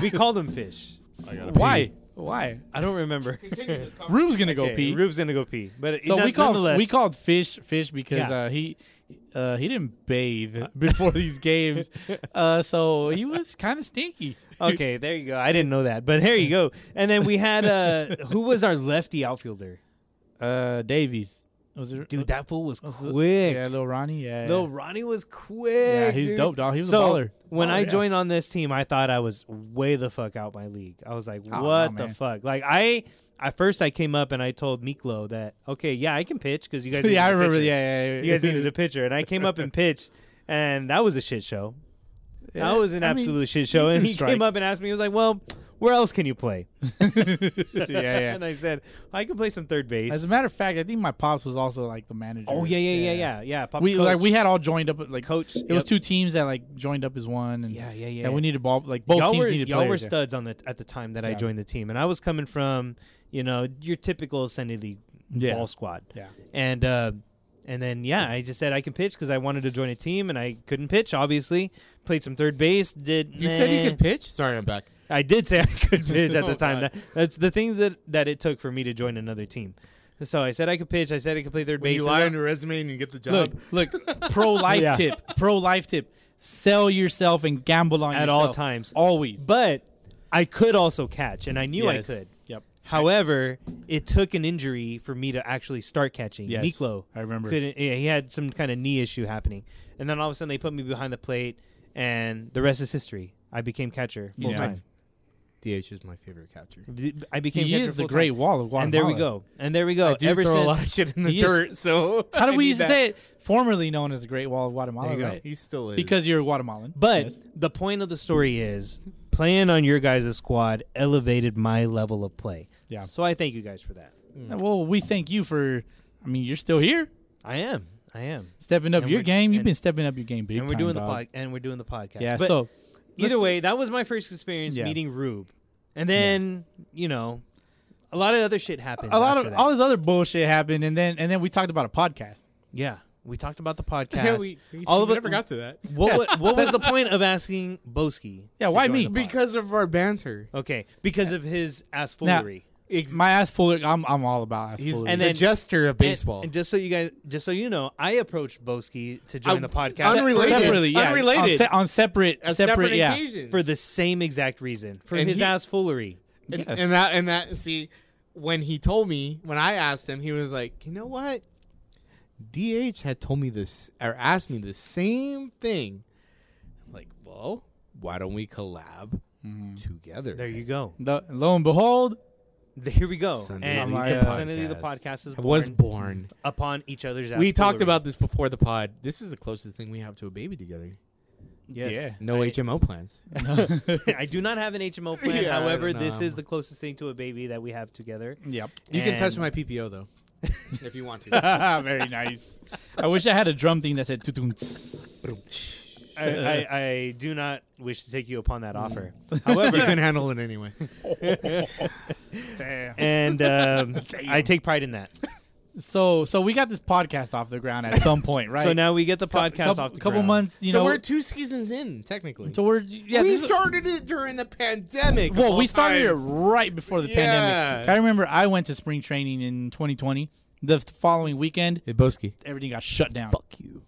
Speaker 4: we called them fish.
Speaker 2: Why? Why?
Speaker 4: I don't remember.
Speaker 2: Rube's gonna go
Speaker 4: Okay,
Speaker 2: pee.
Speaker 4: Rube's gonna go pee. But
Speaker 2: so
Speaker 4: none-
Speaker 2: we called
Speaker 4: nonetheless-
Speaker 2: we called fish fish because
Speaker 4: Yeah.
Speaker 2: uh, he uh, he didn't bathe before these games, uh, so he was kind of stinky.
Speaker 4: Okay, there you go. I didn't know that, but here you go. And then we had uh, who was our lefty outfielder?
Speaker 2: Uh, Davies was it?
Speaker 4: Dude, that fool was
Speaker 2: was it-
Speaker 4: quick.
Speaker 2: Yeah, little Ronnie. Yeah,
Speaker 4: Lil Ronnie was quick.
Speaker 2: yeah, he was
Speaker 4: dude.
Speaker 2: dope, dog. He was
Speaker 4: so
Speaker 2: a baller.
Speaker 4: when
Speaker 2: Baller,
Speaker 4: I
Speaker 2: yeah.
Speaker 4: joined on this team, I thought I was way the fuck out my league. I was like,
Speaker 2: Oh,
Speaker 4: what
Speaker 2: no,
Speaker 4: the
Speaker 2: man.
Speaker 4: fuck? Like I, at first I came up and I told Miklo that okay, yeah, I can pitch because you guys. needed
Speaker 2: yeah, I
Speaker 4: a
Speaker 2: remember.
Speaker 4: pitcher.
Speaker 2: Yeah, yeah, yeah.
Speaker 4: you guys needed a pitcher, and I came up and pitched, and that was a shit show.
Speaker 2: Yeah,
Speaker 4: That was an
Speaker 2: I mean,
Speaker 4: absolute shit show.
Speaker 2: you
Speaker 4: And
Speaker 2: can
Speaker 4: he
Speaker 2: strike.
Speaker 4: came up and asked me, he was like, well. Where else can you play?
Speaker 2: yeah, yeah.
Speaker 4: and I said, I can play some third base.
Speaker 2: As a matter of fact, I think my pops was also like the manager.
Speaker 4: oh yeah, yeah, yeah, yeah, yeah. Papa
Speaker 2: We
Speaker 4: coach.
Speaker 2: like we had all joined up like
Speaker 4: Coach,
Speaker 2: It was
Speaker 4: yep.
Speaker 2: two teams that like joined up as one, and
Speaker 4: Yeah, yeah, yeah.
Speaker 2: And we needed ball like both
Speaker 4: y'all
Speaker 2: teams
Speaker 4: were,
Speaker 2: needed
Speaker 4: y'all were
Speaker 2: players. yeah.
Speaker 4: studs on the at the time that I
Speaker 2: Yeah.
Speaker 4: joined the team, and I was coming from you know your typical Sunday league
Speaker 2: Yeah.
Speaker 4: ball squad,
Speaker 2: Yeah.
Speaker 4: and uh, and then yeah, I just said I can pitch because I wanted to join a team, and I couldn't pitch. Obviously, played some third base. Did
Speaker 3: You said you
Speaker 4: meh.
Speaker 3: could pitch. Sorry, I'm back.
Speaker 4: I did say I could pitch at the
Speaker 3: Oh,
Speaker 4: time.
Speaker 3: God.
Speaker 4: That, that's the things that that it took for me to join another team. So I said I could pitch. I said I could play third
Speaker 3: When
Speaker 4: base.
Speaker 3: you
Speaker 4: and
Speaker 3: lie
Speaker 4: then-
Speaker 3: on your resume and you get the job.
Speaker 2: Look, look, pro life
Speaker 4: Yeah.
Speaker 2: tip, pro life tip. Sell yourself and gamble on
Speaker 4: At all
Speaker 2: yourself.
Speaker 4: times.
Speaker 2: always.
Speaker 4: but I could also catch, and I knew
Speaker 2: Yes.
Speaker 4: I could.
Speaker 2: Yep.
Speaker 4: However, it took an injury for me to actually start catching.
Speaker 2: Yes,
Speaker 4: Miklo,
Speaker 2: I remember.
Speaker 4: couldn't. Yeah, he had some kind of knee issue happening, and then all of a sudden they put me behind the plate, and the rest is history. I became catcher full
Speaker 2: Yeah.
Speaker 4: time.
Speaker 3: DH is my favorite catcher.
Speaker 4: I became
Speaker 2: He
Speaker 4: catcher
Speaker 2: is the
Speaker 4: full-time.
Speaker 2: great wall of Guatemala.
Speaker 4: And there we go. And there we
Speaker 3: I
Speaker 4: go.
Speaker 3: do
Speaker 4: Ever
Speaker 3: throw
Speaker 4: since
Speaker 3: a lot of shit in the
Speaker 2: he is-
Speaker 3: dirt. so
Speaker 2: How do
Speaker 3: I
Speaker 2: we
Speaker 3: need
Speaker 2: used to
Speaker 3: that.
Speaker 2: say it? Formerly known as the Great Wall of Guatemala,
Speaker 4: There you go.
Speaker 2: right?
Speaker 3: He still is
Speaker 2: Because you're Guatemalan.
Speaker 4: But
Speaker 2: Yes.
Speaker 4: the point of the story is playing on your guys' squad elevated my level of play.
Speaker 2: Yeah.
Speaker 4: So I thank you guys for that.
Speaker 2: Mm. well, we thank you for. I mean, you're still here,
Speaker 4: I am. I am.
Speaker 2: stepping up
Speaker 4: And
Speaker 2: your
Speaker 4: we're-
Speaker 2: game. You've
Speaker 4: and-
Speaker 2: been stepping up your game, big
Speaker 4: And we're
Speaker 2: time,
Speaker 4: doing the
Speaker 2: dog.
Speaker 4: pod and we're doing the podcast.
Speaker 2: Yeah.
Speaker 4: But
Speaker 2: so
Speaker 4: either way, that was my first experience
Speaker 2: Yeah.
Speaker 4: meeting Rube. And then, you know, a lot of other shit happened.
Speaker 2: a lot
Speaker 4: after
Speaker 2: of
Speaker 4: that.
Speaker 2: all this other bullshit happened, and then and then we talked about a podcast.
Speaker 4: Yeah. We talked about the podcast.
Speaker 3: Yeah, we, we
Speaker 4: all of
Speaker 3: never
Speaker 4: it,
Speaker 3: got to that
Speaker 4: What, what, what was the point of asking Boski?
Speaker 2: Yeah,
Speaker 4: to
Speaker 2: why
Speaker 4: join
Speaker 2: me?
Speaker 4: the pod?
Speaker 3: because of our banter.
Speaker 4: Okay, because of his ass
Speaker 2: Now-
Speaker 4: foolery.
Speaker 2: My ass fuller. I'm I'm all about ass
Speaker 3: He's
Speaker 2: foolery.
Speaker 4: and
Speaker 3: the
Speaker 4: then-
Speaker 3: jester of
Speaker 4: And-
Speaker 3: baseball.
Speaker 4: And, just so you guys, just so you know, I approached Boski to join
Speaker 3: I-
Speaker 4: the podcast
Speaker 3: unrelated.
Speaker 2: separately, yeah, on,
Speaker 3: Unrelated.
Speaker 2: se- on separate,
Speaker 3: A
Speaker 2: separate, yeah.
Speaker 3: occasions.
Speaker 4: for the same exact reason for
Speaker 3: And
Speaker 4: his
Speaker 3: he-
Speaker 4: ass foolery.
Speaker 3: and,
Speaker 2: Yes.
Speaker 3: and that and that see when he told me when I asked him he was like you know what DH had told me this or asked me the same thing I'm like well why don't we collab together
Speaker 4: There you go.
Speaker 2: The, lo and behold,
Speaker 4: Here we go.
Speaker 3: Sunday
Speaker 4: and
Speaker 2: League
Speaker 4: the
Speaker 2: Podcast.
Speaker 4: Sunday the podcast is
Speaker 3: I was
Speaker 4: born
Speaker 3: born
Speaker 4: upon each other's. Ass
Speaker 3: we talked
Speaker 4: foolery.
Speaker 3: about this before the pod this is the closest thing we have to a baby together
Speaker 4: Yes.
Speaker 3: no HMO plans
Speaker 4: I do not have an HMO plan.
Speaker 3: Yeah, I
Speaker 4: However,
Speaker 3: don't
Speaker 4: this
Speaker 3: know.
Speaker 4: is the closest thing to a baby that we have together.
Speaker 2: yep,
Speaker 3: you can touch
Speaker 4: And-
Speaker 3: my PPO though if you want to
Speaker 2: very nice. I wish I had a drum thing that said tutum.
Speaker 4: I, I, I do not wish to take you upon
Speaker 2: Mm.
Speaker 4: that offer.
Speaker 3: you
Speaker 4: However,
Speaker 3: can handle it anyway
Speaker 4: and um, I take pride in that.
Speaker 2: So so we got this podcast off the ground at some point, right?
Speaker 4: So now we get the
Speaker 2: Cou-
Speaker 4: podcast
Speaker 2: couple,
Speaker 4: off the
Speaker 2: couple
Speaker 4: ground.
Speaker 2: months, you
Speaker 3: so
Speaker 2: know.
Speaker 3: we're two seasons in technically
Speaker 2: so we're yeah.
Speaker 3: we
Speaker 2: this is-
Speaker 3: started it during the pandemic. of
Speaker 2: well,
Speaker 3: all
Speaker 2: we started
Speaker 3: times.
Speaker 2: it right before the
Speaker 3: Yeah.
Speaker 2: pandemic. I remember I went to spring training in 2020. The following weekend,
Speaker 3: Hey, Boski.
Speaker 2: everything got shut down.
Speaker 3: Fuck you.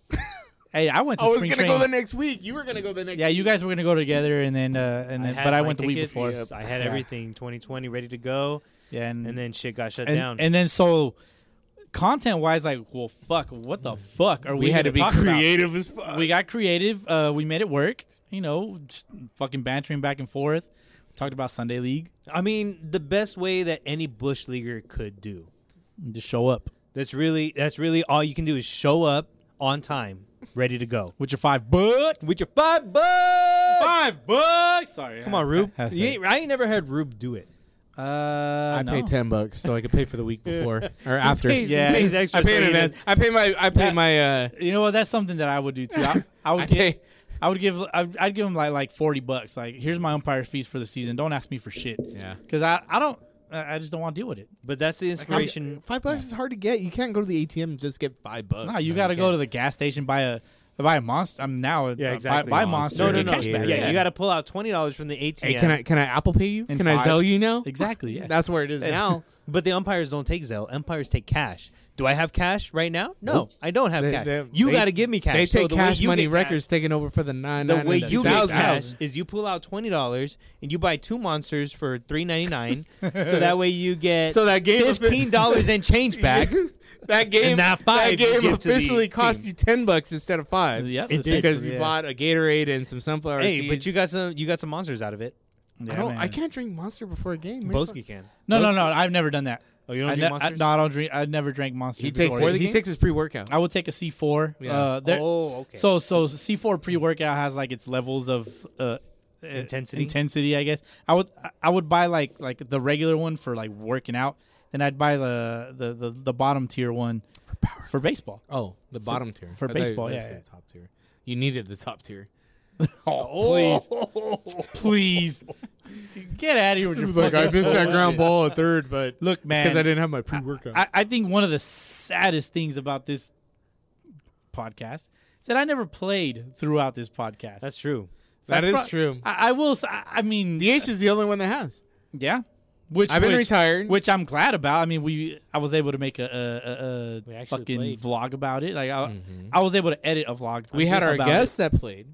Speaker 2: Hey, I went to
Speaker 3: I was
Speaker 2: spring
Speaker 3: gonna
Speaker 2: training.
Speaker 3: go the next week. You were gonna go the next.
Speaker 2: yeah, you guys were gonna go together, and then uh, and
Speaker 4: I
Speaker 2: then,
Speaker 4: had
Speaker 2: but I
Speaker 4: my
Speaker 2: went the week
Speaker 4: tickets,
Speaker 2: before.
Speaker 4: I had
Speaker 2: Yeah.
Speaker 4: everything 2020 ready to go,
Speaker 2: Yeah,
Speaker 4: and then shit got shut
Speaker 2: and,
Speaker 4: down.
Speaker 2: and then so content wise, like, well, fuck, what the fuck are we?
Speaker 3: We had
Speaker 2: gonna
Speaker 3: to be
Speaker 2: talk about?
Speaker 3: creative as fuck.
Speaker 2: We got creative. Uh, we made it work. You know, just fucking bantering back and forth. Talked about Sunday League.
Speaker 4: I mean, the best way that any bush leaguer could do.
Speaker 2: Just show up
Speaker 4: That's really that's really all you can do is show up on time, ready to go
Speaker 2: with your five bucks.
Speaker 4: with your five bucks.
Speaker 2: Five bucks. Sorry.
Speaker 4: Come on, Rube.
Speaker 2: That's
Speaker 4: You
Speaker 2: it.
Speaker 4: ain't- I ain't never heard Rube do it.
Speaker 2: Uh,
Speaker 3: I
Speaker 2: no.
Speaker 3: paid ten bucks so I could pay for the week before or after.
Speaker 4: Pays-
Speaker 2: Yeah.
Speaker 4: pays extra
Speaker 3: I paid
Speaker 4: so
Speaker 3: it.
Speaker 4: he
Speaker 3: man.
Speaker 4: didn't-
Speaker 3: I paid my. I paid my. Uh,
Speaker 2: You know what? That's something that I would do too. I, I would
Speaker 3: I
Speaker 2: give.
Speaker 3: pay-
Speaker 2: I would give. I'd, I'd give them like like forty bucks. Like, here's my umpire's fees for the season. Don't ask me for shit.
Speaker 3: Yeah.
Speaker 2: Because I I don't. I I just don't want to deal with it.
Speaker 4: But that's the inspiration.
Speaker 3: five bucks is hard to get. You can't go to the ATM and just get five bucks.
Speaker 2: No, you got to
Speaker 4: you
Speaker 2: go
Speaker 4: can't.
Speaker 2: to the gas station, buy a, If I buy a monster, I'm now yeah,
Speaker 4: exactly.
Speaker 2: buy, buy monster.
Speaker 4: No, no,
Speaker 2: and
Speaker 4: no.
Speaker 2: Cashback.
Speaker 4: Yeah, you got to pull out twenty dollars from the ATM.
Speaker 3: Hey, can I can I Apple Pay you?
Speaker 2: And
Speaker 3: can I
Speaker 2: fives.
Speaker 3: sell you now?
Speaker 2: Exactly. Yeah.
Speaker 3: That's where it is now.
Speaker 4: But the umpires don't take Zelle. Umpires take cash. Do I have cash right now? No, I don't have
Speaker 3: They-
Speaker 4: cash.
Speaker 3: they-
Speaker 4: you
Speaker 3: they-
Speaker 4: got to give me cash.
Speaker 3: They
Speaker 4: So
Speaker 3: take
Speaker 4: the way
Speaker 3: cash
Speaker 4: you
Speaker 3: money
Speaker 4: get
Speaker 3: records taking over for the nine.
Speaker 4: the
Speaker 3: nine
Speaker 4: way
Speaker 3: and the
Speaker 4: you get
Speaker 3: 2000.
Speaker 4: cash is you pull out twenty dollars and you buy two monsters for three ninety nine. so that way you get
Speaker 3: So that game of-
Speaker 4: fifteen dollars and change back.
Speaker 3: that game.
Speaker 4: And that
Speaker 3: That,
Speaker 4: five you
Speaker 3: game
Speaker 4: give to the
Speaker 3: officially cost
Speaker 4: team.
Speaker 3: you ten bucks instead of five.
Speaker 2: Yeah,
Speaker 4: It did.
Speaker 3: because you
Speaker 2: yeah.
Speaker 3: bought a Gatorade and some sunflower
Speaker 4: hey,
Speaker 3: seeds.
Speaker 4: but you got some you got some monsters out of it.
Speaker 2: Yeah,
Speaker 3: I don't.
Speaker 2: man.
Speaker 3: I can't drink Monster before a game. Makes fun-
Speaker 4: Boski can.
Speaker 2: No, no, no. I've never done that.
Speaker 4: Oh, you don't
Speaker 2: I
Speaker 4: drink
Speaker 2: ne- I,
Speaker 4: Monsters?
Speaker 2: no, I don't drink. I never drank monsters.
Speaker 3: He takes.
Speaker 2: before.
Speaker 3: He takes his pre workout.
Speaker 2: I would take a C4.
Speaker 3: Yeah.
Speaker 2: Uh, there,
Speaker 4: Oh, okay.
Speaker 2: So, so C4 pre workout has like its levels of uh, uh,
Speaker 4: Intensity?
Speaker 2: Intensity, I guess. I would, I- I would buy like like the regular one for like working out. Then I'd buy the the the, the bottom tier one for baseball.
Speaker 3: Oh, the bottom tier
Speaker 2: for
Speaker 3: I thought you-
Speaker 2: baseball,
Speaker 3: I
Speaker 2: yeah,
Speaker 3: said
Speaker 2: yeah.
Speaker 3: the top tier. You needed the top tier. Oh,
Speaker 2: please, please, get out of here with your fucking bullshit.
Speaker 3: ball at third, but
Speaker 2: Look, man,
Speaker 3: because I didn't have my pre workout.
Speaker 2: I, I think one of the saddest things about this podcast is that I never played throughout this podcast.
Speaker 4: That's true.
Speaker 3: That is
Speaker 2: pro-
Speaker 3: true.
Speaker 2: I, I will. s- I I mean,
Speaker 3: The H is the only one that has.
Speaker 2: yeah. Which
Speaker 3: I've been
Speaker 2: which-
Speaker 3: retired.
Speaker 2: which I'm glad about. I mean, we I was able to make a, a, a, a
Speaker 4: actually
Speaker 2: fucking
Speaker 4: played.
Speaker 2: vlog about it. Like I, I was able to edit a vlog.
Speaker 3: Mm-hmm. We had
Speaker 2: just
Speaker 3: our
Speaker 2: about it.
Speaker 3: guest that played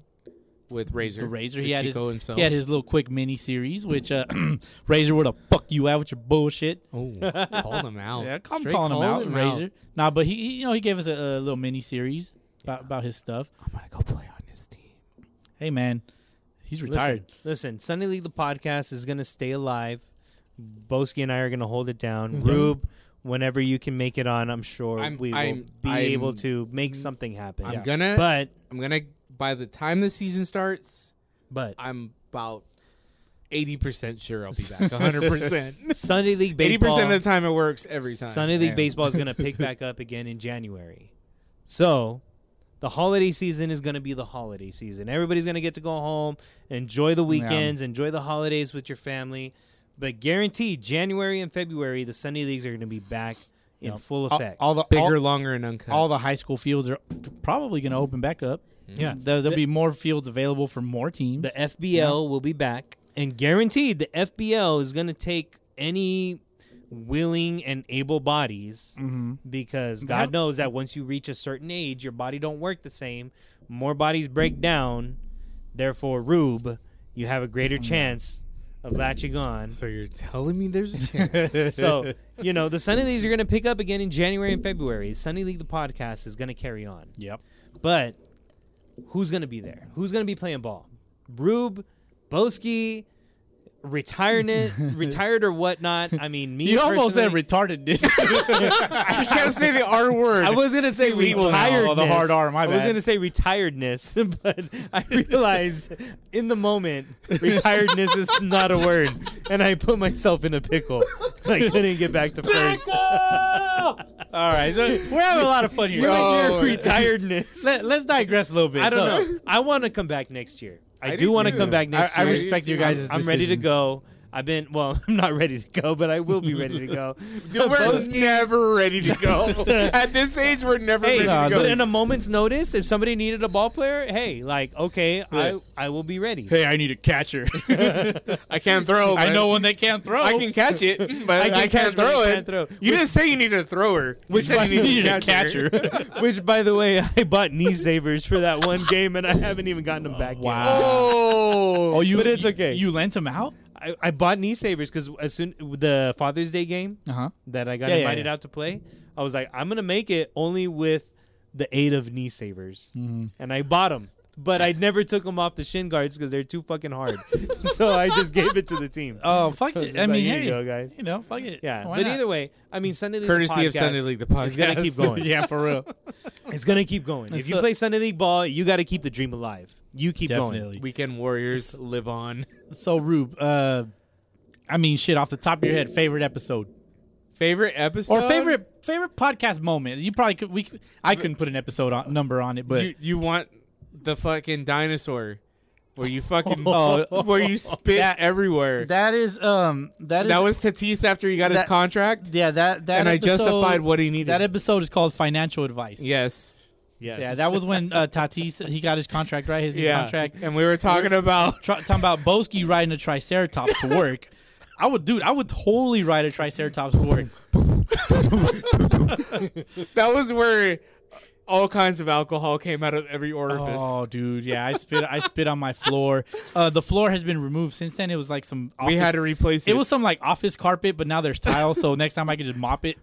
Speaker 3: with Razor.
Speaker 2: The Razor.
Speaker 3: the
Speaker 2: He had his
Speaker 3: Chico himself.
Speaker 2: he had his little quick mini series. Which uh, Razor, where the fuck you at with your bullshit?
Speaker 3: Oh, call him out.
Speaker 2: Yeah, I'm
Speaker 3: Straight
Speaker 2: calling him
Speaker 3: call
Speaker 2: out, Razor. Nah, but he, he- you know, he gave us a, a little mini series about, about his stuff.
Speaker 3: I'm gonna go play on his team.
Speaker 2: Hey, man, he's retired.
Speaker 4: Listen, listen, Sunday League the podcast is gonna stay alive. Boski and I are gonna hold it down. Rube, whenever you can make it on, I'm sure
Speaker 3: I'm-
Speaker 4: we will
Speaker 3: I'm-
Speaker 4: be
Speaker 3: I'm-
Speaker 4: able to make something happen.
Speaker 3: I'm gonna,
Speaker 4: But
Speaker 3: I'm gonna. By the time the season starts,
Speaker 4: but
Speaker 3: I'm about eighty percent sure I'll be back. hundred percent.
Speaker 4: Sunday League
Speaker 3: Eighty
Speaker 4: baseball.
Speaker 3: percent of the time it works every time.
Speaker 4: Sunday League
Speaker 3: Damn.
Speaker 4: baseball is going to pick back up again in January. So, the holiday season is going to be the holiday season. Everybody's going to get to go home, enjoy the weekends, enjoy the holidays with your family. But guaranteed, January and February, the Sunday leagues are going to be back in full
Speaker 2: All-
Speaker 4: effect.
Speaker 2: All, the
Speaker 3: bigger,
Speaker 2: all,
Speaker 3: longer, and uncut.
Speaker 2: all the high school fields are probably going to open back up.
Speaker 4: yeah,
Speaker 2: There, there'll
Speaker 4: The-
Speaker 2: be more fields available for more teams.
Speaker 4: the FBL will be back, and guaranteed, the FBL is going to take any willing and able bodies because God knows that once you reach a certain age, your body don't work the same. More bodies break down. Therefore, Rube, you have a greater chance of latching on.
Speaker 3: so you're telling me there's a chance?
Speaker 4: So, you know, the Sunny Leagues are going to pick up again in January and February. Sunny League, the podcast, is going to carry on.
Speaker 2: yep.
Speaker 4: But who's going to be there? Who's going to be playing ball? Rube, Boski, retirement, retired or whatnot. I mean, me.
Speaker 2: You almost said
Speaker 4: personally,
Speaker 2: retarded. didn't
Speaker 3: I can't say the R word.
Speaker 4: I was gonna say
Speaker 2: legal now,
Speaker 4: retiredness.
Speaker 2: the hard R, my
Speaker 4: I was
Speaker 2: bad.
Speaker 4: gonna say retiredness, but I realized in the moment retiredness is not a word, and I put myself in a pickle. I couldn't get back to first.
Speaker 2: all right, so we're having a lot of fun here.
Speaker 3: Bro.
Speaker 4: Retiredness.
Speaker 2: Let, us digress a little bit.
Speaker 4: I don't
Speaker 2: So,
Speaker 4: know. I want to come back next year. I,
Speaker 3: I
Speaker 4: do
Speaker 3: do
Speaker 4: want to
Speaker 3: too.
Speaker 4: come back next
Speaker 2: I, I
Speaker 4: year.
Speaker 2: respect your guys'
Speaker 4: I'm ready to go. I've been well. I'm not ready to go, but I will be ready to go.
Speaker 3: Dude, we're never ready to go. At this age, we're never
Speaker 4: Hey,
Speaker 3: ready
Speaker 2: nah,
Speaker 3: to go.
Speaker 4: but in a moment's notice, if somebody needed a ball player, hey, like okay, I I will be ready.
Speaker 2: Hey, I need a catcher.
Speaker 3: I can't throw.
Speaker 2: I
Speaker 3: but
Speaker 2: know one that can't throw.
Speaker 3: I can catch it, but I,
Speaker 4: can
Speaker 3: can't
Speaker 4: catch, but I
Speaker 3: throw it.
Speaker 4: can't throw.
Speaker 3: You didn't say you needed a thrower. You
Speaker 4: Which
Speaker 3: said
Speaker 4: one
Speaker 3: you needed
Speaker 2: a catcher.
Speaker 4: Which, by the way, I bought knee savers for that one game, and I haven't even gotten them back yet.
Speaker 3: Oh,
Speaker 2: oh, you.
Speaker 4: But it's
Speaker 2: you-
Speaker 4: okay.
Speaker 2: You lent him out.
Speaker 4: I, I bought knee savers because as soon the Father's Day game
Speaker 2: Uh huh.
Speaker 4: that I got
Speaker 2: Yeah, yeah,
Speaker 4: invited
Speaker 2: yeah.
Speaker 4: out to play, I was like, I'm gonna make it only with the aid of knee savers,
Speaker 2: Mm-hmm.
Speaker 4: and I bought them. But I never took them off the shin guards because they're too fucking hard. so I just gave it to the team.
Speaker 2: Oh fuck it.
Speaker 4: Just
Speaker 2: I
Speaker 4: like,
Speaker 2: mean,
Speaker 4: here
Speaker 2: hey,
Speaker 4: you go, guys.
Speaker 2: You know, fuck it.
Speaker 4: Yeah,
Speaker 2: Why
Speaker 4: but
Speaker 2: not?
Speaker 4: either way, I mean, Sunday League
Speaker 3: Courtesy
Speaker 4: the
Speaker 3: of Sunday
Speaker 4: podcast
Speaker 3: League, the podcast.
Speaker 4: is gonna keep going.
Speaker 2: yeah, for real.
Speaker 4: It's gonna keep going. If you
Speaker 2: the-
Speaker 4: play Sunday League ball, you got to keep the dream alive. You keep going.
Speaker 2: Definitely.
Speaker 3: Weekend Warriors live on.
Speaker 2: So Rube, uh, I mean, shit, off the top of your head, favorite episode
Speaker 3: Favorite episode
Speaker 2: or favorite favorite podcast moment. You probably could. We could- I couldn't put an episode on, number on it, but
Speaker 3: You, you want the fucking dinosaur where you fucking
Speaker 2: Oh.
Speaker 3: where you spit
Speaker 2: That-
Speaker 3: everywhere. That,
Speaker 2: that is um that is
Speaker 3: was Tatis after he got his
Speaker 2: that-
Speaker 3: contract.
Speaker 2: yeah that that
Speaker 3: and I
Speaker 2: episode-
Speaker 3: justified what he needed.
Speaker 2: That episode is called financial advice.
Speaker 3: yes. Yes.
Speaker 2: Yeah, that was when uh, Tatis he got his contract right, his new
Speaker 3: yeah.
Speaker 2: contract.
Speaker 3: And we were talking about
Speaker 2: Tr- talking about Boski riding a triceratops to work. I would, dude. I would totally ride a triceratops to work.
Speaker 3: that was where all kinds of alcohol came out of every orifice.
Speaker 2: Oh, dude, yeah, I spit. I spit on my floor. Uh, the floor has been removed since then. It was like some. Office,
Speaker 3: we had to replace it.
Speaker 2: It was some like office carpet, but now there's tile. so next time I can just mop it.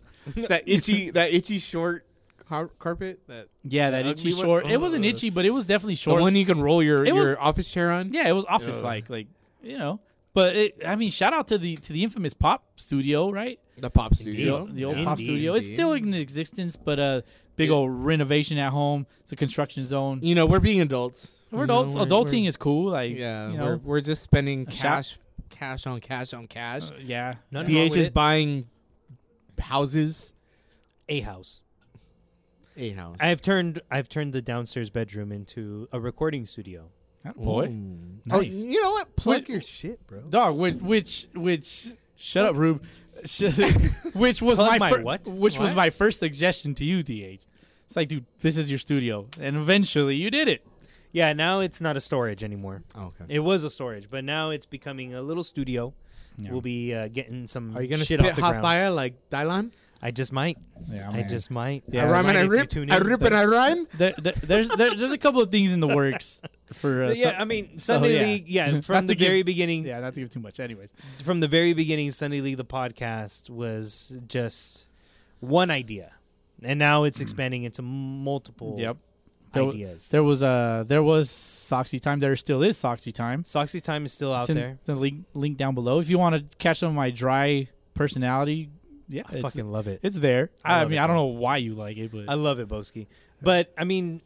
Speaker 3: It's that itchy, that itchy short car- carpet. That
Speaker 2: Yeah, that
Speaker 3: The
Speaker 2: itchy
Speaker 3: ugly one?
Speaker 2: short. It wasn't itchy, but it was definitely
Speaker 3: the
Speaker 2: short.
Speaker 3: one you can roll your,
Speaker 2: It
Speaker 3: your
Speaker 2: was-
Speaker 3: office chair on.
Speaker 2: yeah, it was office like, like you know. But it, I mean, shout out to the to the infamous pop studio, right?
Speaker 3: The pop
Speaker 2: the,
Speaker 3: studio.
Speaker 2: old- the old
Speaker 3: Yeah.
Speaker 2: pop studio. It's still in existence, but uh, big old renovation at home. It's a construction zone.
Speaker 3: You know, we're being adults.
Speaker 2: We're adults.
Speaker 3: we're-
Speaker 2: Adulting is cool. Like
Speaker 3: Yeah,
Speaker 2: you
Speaker 3: we're,
Speaker 2: know,
Speaker 3: we're just spending
Speaker 2: shop- Uh,
Speaker 3: cash, cash on cash on cash.
Speaker 2: yeah.
Speaker 4: Nothing wrong
Speaker 3: DH
Speaker 4: with
Speaker 3: is
Speaker 4: it.
Speaker 3: buying houses,
Speaker 4: a house.
Speaker 3: a house.
Speaker 4: I've turned I've turned the downstairs bedroom into a recording studio.
Speaker 2: That boy,
Speaker 3: Oh,
Speaker 2: nice
Speaker 3: you know what? Plug
Speaker 2: What-
Speaker 3: your shit, bro.
Speaker 2: dog. Which which which. Shut up, Rube. Sh- which was
Speaker 4: Plug
Speaker 2: my,
Speaker 4: my
Speaker 2: fir-
Speaker 4: what?
Speaker 2: which was
Speaker 4: What?
Speaker 2: my first suggestion to you, DH. It's like, dude, this is your studio, and eventually you did it.
Speaker 4: Yeah, now it's not a storage anymore.
Speaker 3: Oh, okay.
Speaker 4: It was a storage, but now it's becoming a little studio. We'll be uh, getting some
Speaker 3: Are you gonna
Speaker 4: shit
Speaker 3: spit
Speaker 4: off the
Speaker 3: hot
Speaker 4: ground.
Speaker 3: fire like Dylan?
Speaker 4: I just might.
Speaker 2: Yeah,
Speaker 4: I just might.
Speaker 2: Oh, Yeah.
Speaker 3: I rhyme and
Speaker 4: might
Speaker 3: I
Speaker 4: if you
Speaker 3: rip,
Speaker 4: tune
Speaker 3: I
Speaker 4: in.
Speaker 3: rip and I rhyme.
Speaker 2: There, there, there's there, there's a couple of things in the works for uh,
Speaker 4: But yeah,
Speaker 2: some-
Speaker 4: I mean Sunday
Speaker 2: yeah.
Speaker 4: League. Yeah,
Speaker 2: Not
Speaker 4: from
Speaker 2: to
Speaker 4: the
Speaker 2: give-
Speaker 4: very beginning,
Speaker 2: yeah, not to give too much. Anyways,
Speaker 4: from the very beginning, Sunday League the podcast was just one idea, and now it's expanding into multiple.
Speaker 2: Yep. There, w-
Speaker 4: Ideas.
Speaker 2: there was uh there was Soxy time. There still is Soxy time.
Speaker 4: Soxy time is still out
Speaker 2: It's in
Speaker 4: there.
Speaker 2: The link link down below if you want to catch some of my dry personality. Yeah,
Speaker 4: I
Speaker 2: it's,
Speaker 4: fucking love it.
Speaker 2: it's there.
Speaker 4: I
Speaker 2: I,
Speaker 4: love
Speaker 2: mean,
Speaker 4: it,
Speaker 2: I don't know
Speaker 4: man.
Speaker 2: why you like it, but
Speaker 4: I love it, Boski. But I mean,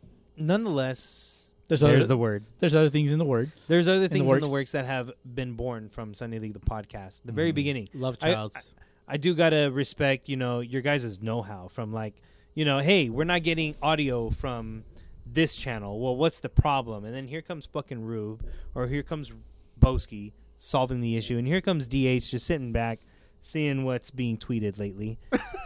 Speaker 4: nonetheless,
Speaker 2: There's
Speaker 4: there's,
Speaker 2: other-
Speaker 4: the word.
Speaker 2: there's other things in the word.
Speaker 4: There's other things in the,
Speaker 2: works.
Speaker 4: works that have been born from Sunday League the podcast. The very beginning,
Speaker 3: Love
Speaker 4: I-
Speaker 3: childs.
Speaker 4: I, I do gotta respect, you know, your guys' know-how from like, you know, hey, we're not getting audio from this channel. Well, what's the problem? And then here comes fucking Rube, or here comes Boski solving the issue, and here comes DH just sitting back, seeing what's being tweeted lately,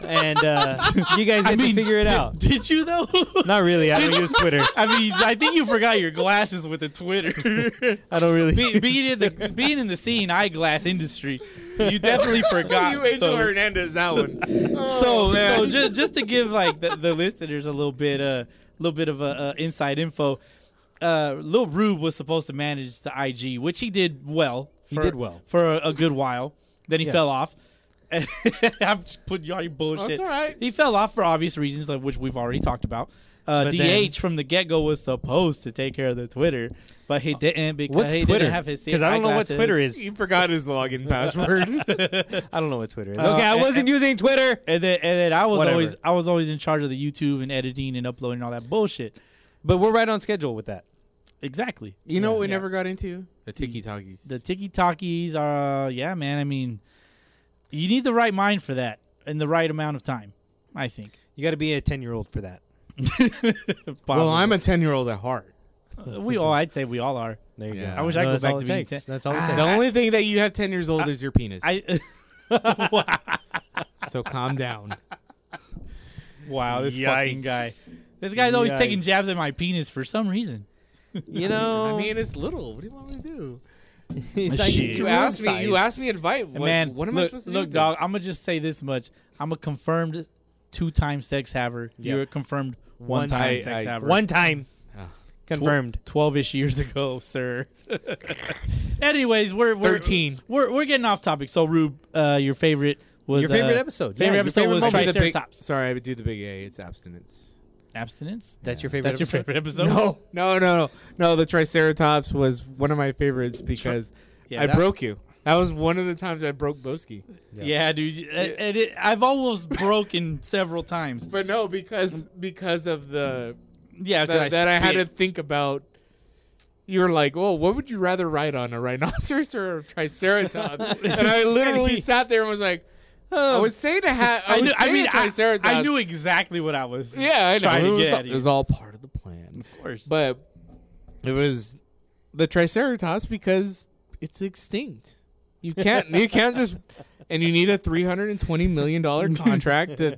Speaker 4: and uh, you guys have to figure it out.
Speaker 2: Did you though?
Speaker 4: Not really. I don't use Twitter.
Speaker 2: I mean, I think you forgot your glasses with the Twitter.
Speaker 4: I don't really.
Speaker 2: Be, being in the being in the scene eyeglass industry, you definitely forgot.
Speaker 3: you Angel
Speaker 2: so-
Speaker 3: Hernandez, that one.
Speaker 4: Oh,
Speaker 2: so so just just to give like the, the listeners a little bit a uh, little bit of uh, uh, inside info. Uh, Lil Rube was supposed to manage the IG, which he did well.
Speaker 4: He
Speaker 2: for-
Speaker 4: did well.
Speaker 2: for a, a good while. Then he
Speaker 4: Yes.
Speaker 2: fell off. I'm just putting you on your bullshit.
Speaker 3: That's all right.
Speaker 2: He fell off for obvious reasons, like which we've already talked about. Uh,
Speaker 4: But
Speaker 2: DH
Speaker 4: then-
Speaker 2: from the get go was supposed to take care of the Twitter, but he didn't because
Speaker 4: What's
Speaker 2: he
Speaker 4: Twitter?
Speaker 2: didn't have his
Speaker 4: I don't know what
Speaker 2: eyeglasses.
Speaker 4: Twitter is.
Speaker 3: he forgot his login password.
Speaker 4: I don't know what Twitter is.
Speaker 2: Uh,
Speaker 4: okay, I
Speaker 2: and-
Speaker 4: wasn't using Twitter.
Speaker 2: And then, and then I was
Speaker 4: Whatever.
Speaker 2: always I was always in charge of the YouTube and editing and uploading all that bullshit.
Speaker 4: But we're right on schedule with that.
Speaker 2: Exactly.
Speaker 3: you know what we
Speaker 2: Yeah.
Speaker 3: never got into? The Tiki Talkies.
Speaker 2: The tiki talkies are, uh, yeah, man. I mean, you need the right mind for that and the right amount of time, I think.
Speaker 4: You got to be a 10 year old for that.
Speaker 3: well, I'm a ten year old at heart.
Speaker 2: we all, I'd say we all are.
Speaker 4: There you
Speaker 3: Yeah.
Speaker 2: I
Speaker 4: go.
Speaker 2: wish I could go
Speaker 4: that's
Speaker 2: back
Speaker 4: all
Speaker 2: to
Speaker 4: it
Speaker 2: being Ah,
Speaker 4: takes.
Speaker 2: 10.
Speaker 4: That's all it
Speaker 3: The only thing that you have ten years old is your penis.
Speaker 2: I
Speaker 3: so calm down.
Speaker 2: wow, this fucking
Speaker 4: Yikes.
Speaker 2: guy. This guy's always
Speaker 4: Yikes.
Speaker 2: taking jabs at my penis for some reason.
Speaker 4: takes. You know,
Speaker 3: I mean, it's little. What do you want me to do?
Speaker 4: it's like-
Speaker 2: Shit.
Speaker 3: You
Speaker 2: Room
Speaker 3: asked me.
Speaker 2: size.
Speaker 3: You asked me advice. What,
Speaker 2: man,
Speaker 3: what am
Speaker 2: look,
Speaker 3: I supposed to do?
Speaker 2: Look,
Speaker 3: with
Speaker 2: dog,
Speaker 3: this?
Speaker 2: I'm gonna just say this much: I'm a confirmed two-time sex haver. You're a confirmed one-time
Speaker 3: I-
Speaker 2: sex
Speaker 3: I-
Speaker 2: haver.
Speaker 4: one time.
Speaker 2: Ah.
Speaker 4: Confirmed.
Speaker 2: Twelve-ish years ago, sir. Anyways, we're we're,
Speaker 3: 13.
Speaker 2: We're we're getting off topic. So, Rube, uh, your favorite was
Speaker 4: Your favorite
Speaker 2: uh,
Speaker 4: episode. Yeah,
Speaker 2: Favorite
Speaker 4: your
Speaker 2: episode
Speaker 4: favorite
Speaker 2: was
Speaker 3: I'll do the big-
Speaker 2: Triceratops.
Speaker 3: Sorry, I would do the big A. It's abstinence.
Speaker 2: Abstinence.
Speaker 4: That's your favorite
Speaker 2: That's your
Speaker 4: episode?
Speaker 2: favorite episode.
Speaker 3: No, no, no, no, no. The Triceratops was one of my favorites because
Speaker 2: Yeah,
Speaker 3: I
Speaker 2: that-
Speaker 3: broke you. That was one of the times I broke Boski.
Speaker 2: Yeah, dude. And- and it- I've almost broken several times.
Speaker 3: But no, because because of the
Speaker 2: Yeah, 'cause
Speaker 3: that, that I had
Speaker 2: spit.
Speaker 3: to think about. You were like, "Well, what would you rather ride on, a rhinoceros or a triceratops?" and I literally sat there and was like, "I would say to have,
Speaker 2: Oh.
Speaker 3: I,
Speaker 2: I
Speaker 3: would
Speaker 2: knew,
Speaker 3: say
Speaker 2: I mean,
Speaker 3: a
Speaker 2: I,
Speaker 3: triceratops."
Speaker 2: I knew exactly what I was.
Speaker 3: yeah, I know.
Speaker 2: trying
Speaker 3: it,
Speaker 2: to
Speaker 3: was
Speaker 2: get
Speaker 3: all,
Speaker 2: at
Speaker 3: it
Speaker 2: you.
Speaker 3: was all part of the plan,
Speaker 2: Of course.
Speaker 3: but it was the triceratops because it's extinct. You can't, you can't just, and you need a three hundred and twenty million dollar contract to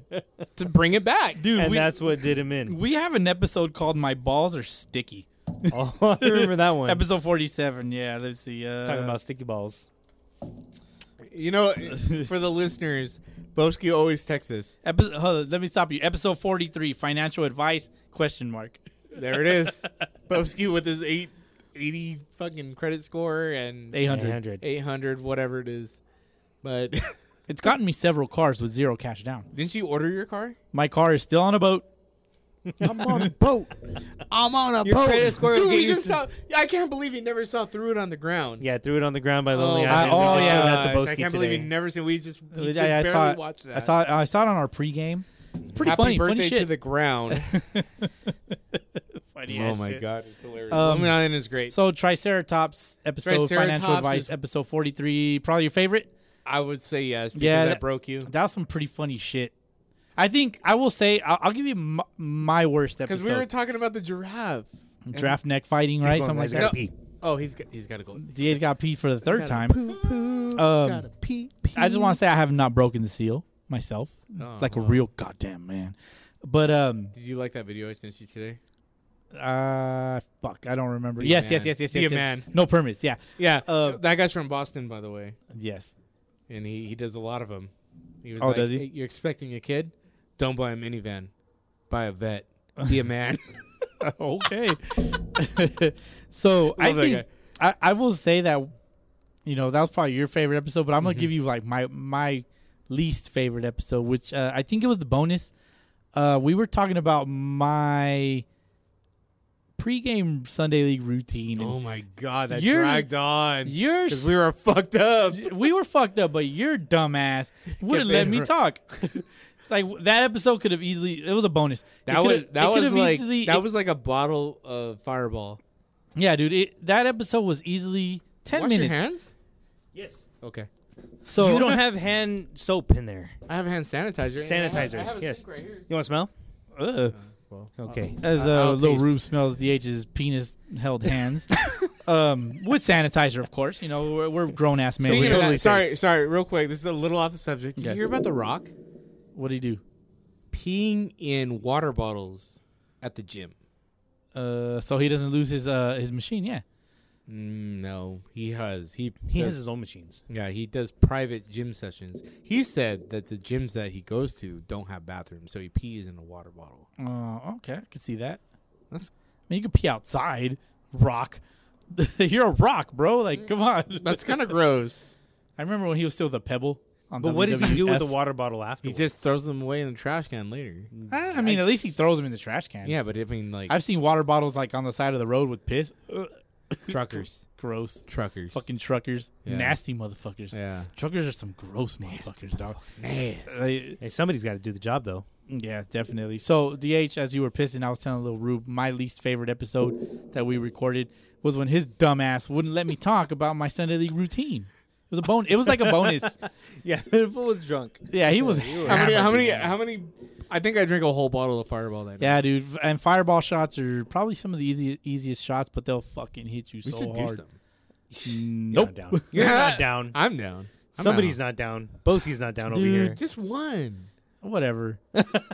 Speaker 3: to bring it back, dude.
Speaker 5: and
Speaker 2: we-
Speaker 5: that's what did him in.
Speaker 2: We have an episode called "My Balls Are Sticky."
Speaker 5: Oh, I remember that one.
Speaker 2: Episode forty-seven. Yeah, let's see. Uh,
Speaker 5: Talking about sticky balls.
Speaker 3: You know, for the listeners, Boski always texts us.
Speaker 2: episode. Hold on, let me stop you. Episode forty-three. Financial advice? Question mark.
Speaker 3: There it is, Boski with his eight eighty fucking credit score and
Speaker 2: Eight hundred.
Speaker 5: 100.
Speaker 3: eight hundred whatever it is. But
Speaker 2: It's gotten me several cars with zero cash down.
Speaker 3: didn't you order your car?
Speaker 2: My car is still on a boat.
Speaker 3: I'm on a boat. I'm on a
Speaker 5: Your
Speaker 3: boat.
Speaker 5: credit score will
Speaker 3: Dude,
Speaker 5: get
Speaker 3: he
Speaker 5: you
Speaker 3: just
Speaker 5: some-
Speaker 3: saw, I can't believe he never saw through it on the ground.
Speaker 5: Yeah, threw it on the ground by Lily.
Speaker 3: my
Speaker 5: I didn't
Speaker 2: oh,
Speaker 5: know that
Speaker 2: yeah.
Speaker 5: to
Speaker 3: gosh, I
Speaker 5: Boski
Speaker 3: can't
Speaker 5: today.
Speaker 3: believe he never seen. We just, we just
Speaker 2: I, I
Speaker 3: barely
Speaker 2: saw it.
Speaker 3: watched that.
Speaker 2: I saw it. I saw it on our pregame. It's pretty
Speaker 3: Happy
Speaker 2: funny.
Speaker 3: birthday
Speaker 2: funny shit.
Speaker 3: to the ground.
Speaker 2: funny
Speaker 3: oh
Speaker 2: ass
Speaker 3: my
Speaker 2: shit.
Speaker 3: god, it's hilarious.
Speaker 2: Um,
Speaker 3: Woman Island is great.
Speaker 2: So Triceratops episode financial
Speaker 3: Triceratops
Speaker 2: advice
Speaker 3: is-
Speaker 2: episode forty three probably your favorite.
Speaker 3: I would say yes because
Speaker 2: Yeah,
Speaker 3: that,
Speaker 2: that-
Speaker 3: broke you.
Speaker 2: That was some pretty funny shit. I think I will say I'll, I'll give you my, my worst
Speaker 3: Because
Speaker 2: episode.
Speaker 3: we were talking about the giraffe.
Speaker 2: Draft neck fighting right something
Speaker 5: guys.
Speaker 2: like that.
Speaker 5: Gotta
Speaker 3: No.
Speaker 5: pee.
Speaker 3: Oh, he's got, he's got to go.
Speaker 2: The got pee for the third
Speaker 3: Gotta
Speaker 2: time.
Speaker 3: Poo poo.
Speaker 2: Um,
Speaker 3: gotta pee pee.
Speaker 2: I just want to say I have not broken the seal myself,
Speaker 3: Oh,
Speaker 2: like a real goddamn man. But um,
Speaker 3: Did you like that video I sent you today?
Speaker 2: uh, fuck, I don't remember. Yes, yes,
Speaker 3: man.
Speaker 2: yes, yes,
Speaker 3: Be
Speaker 2: yes,
Speaker 3: a
Speaker 2: yes.
Speaker 3: man.
Speaker 2: No permits. Yeah,
Speaker 3: Yeah,
Speaker 2: Uh,
Speaker 3: that guy's from Boston, by the way,
Speaker 2: yes.
Speaker 3: and he, he does a lot of them. He was
Speaker 2: Oh,
Speaker 3: like,
Speaker 2: does he?
Speaker 3: "Hey, You're expecting a kid? Don't buy a minivan. Buy a vet. Be a man.
Speaker 2: okay. so I
Speaker 3: that
Speaker 2: think I, I will say that you know that was probably your favorite episode, but I'm
Speaker 3: Mm-hmm.
Speaker 2: gonna give you like my my least favorite episode, which uh, I think it was the bonus. Uh, we were talking about my pregame Sunday league routine. and
Speaker 3: oh my god, that
Speaker 2: You're-
Speaker 3: dragged on.
Speaker 2: You're
Speaker 3: 'Cause we were fucked up.
Speaker 2: we were fucked up, but your dumbass wouldn't
Speaker 3: Kept
Speaker 2: let
Speaker 3: it
Speaker 2: me
Speaker 3: right.
Speaker 2: talk. like that episode could have easily it was a bonus. It
Speaker 3: That
Speaker 2: could
Speaker 3: was
Speaker 2: have- it
Speaker 3: that
Speaker 2: could
Speaker 3: was
Speaker 2: have
Speaker 3: like
Speaker 2: easily-
Speaker 3: that
Speaker 2: it-
Speaker 3: was like a bottle of Fireball.
Speaker 2: yeah, dude. It, that episode was easily ten
Speaker 3: Wash
Speaker 2: minutes.
Speaker 3: your hands.
Speaker 4: Yes.
Speaker 3: Okay,
Speaker 2: So
Speaker 4: You don't have hand soap in there.
Speaker 3: I have hand sanitizer. and I have-
Speaker 4: Sanitizer,
Speaker 3: I have a
Speaker 4: yes.
Speaker 3: sink right here.
Speaker 4: You want to smell?
Speaker 2: Ugh.
Speaker 3: Well,
Speaker 4: Okay.
Speaker 2: As
Speaker 4: I-
Speaker 2: uh,
Speaker 4: I'll
Speaker 2: Lil
Speaker 4: taste.
Speaker 2: Rube smells DH's penis held hands. um, with sanitizer, of course. You know, we're, we're grown ass men.
Speaker 3: Speaking
Speaker 2: We-
Speaker 3: of that,
Speaker 4: totally
Speaker 3: sorry, sorry, real quick. This is a little off the subject. Did
Speaker 2: Okay.
Speaker 3: you hear about The Rock
Speaker 2: what do you do?
Speaker 3: peeing in water bottles at the gym?
Speaker 2: Uh, so he doesn't lose his uh, his machine, yeah.
Speaker 3: Mm, No, he has. He
Speaker 4: He
Speaker 3: does-
Speaker 4: has his own machines.
Speaker 3: Yeah, he does private gym sessions. He said that the gyms that he goes to don't have bathrooms, so he pees in a water bottle.
Speaker 2: Oh, okay. I can see that.
Speaker 3: That's
Speaker 2: I mean, you can pee outside, rock. You're a rock, bro. Like, come on.
Speaker 3: that's kind of gross.
Speaker 2: I remember when he was still the pebble. On
Speaker 4: But what does he do with the
Speaker 2: WWF.
Speaker 4: water bottle after?
Speaker 3: He just throws them away in the trash can later.
Speaker 2: Ah, I mean, at least he throws them in the trash can.
Speaker 3: Yeah, but I mean, like
Speaker 2: I've seen water bottles like on the side of the road with piss. Ugh,
Speaker 3: truckers,
Speaker 2: gross.
Speaker 3: truckers,
Speaker 2: Fucking truckers.
Speaker 3: Yeah.
Speaker 2: Nasty motherfuckers.
Speaker 3: yeah,
Speaker 2: Truckers are some gross motherfuckers, dog. They-
Speaker 4: Hey, somebody's got to do the job though.
Speaker 2: yeah, definitely. So, DH, as you were pissing, I was telling Lil Rube my least favorite episode that we recorded was when his dumbass wouldn't let me talk about my Sunday league routine. It was a bon- It was like a bonus.
Speaker 4: Yeah, the fool was drunk.
Speaker 2: Yeah, he was.
Speaker 3: How many? How
Speaker 2: hammered.
Speaker 3: many? How many? I think I drank a whole bottle of Fireball that night.
Speaker 2: Yeah, dude. And fireball shots are probably some of the easy- easiest shots, but they'll fucking hit you
Speaker 3: we
Speaker 2: so
Speaker 3: should do
Speaker 2: hard. Mm,
Speaker 3: some.
Speaker 2: Nope.
Speaker 4: Not down. You're not down.
Speaker 3: I'm down. I'm
Speaker 4: Somebody's
Speaker 3: down.
Speaker 4: not down. Boski's not down over
Speaker 2: Dude,
Speaker 4: here.
Speaker 3: just one.
Speaker 2: Whatever.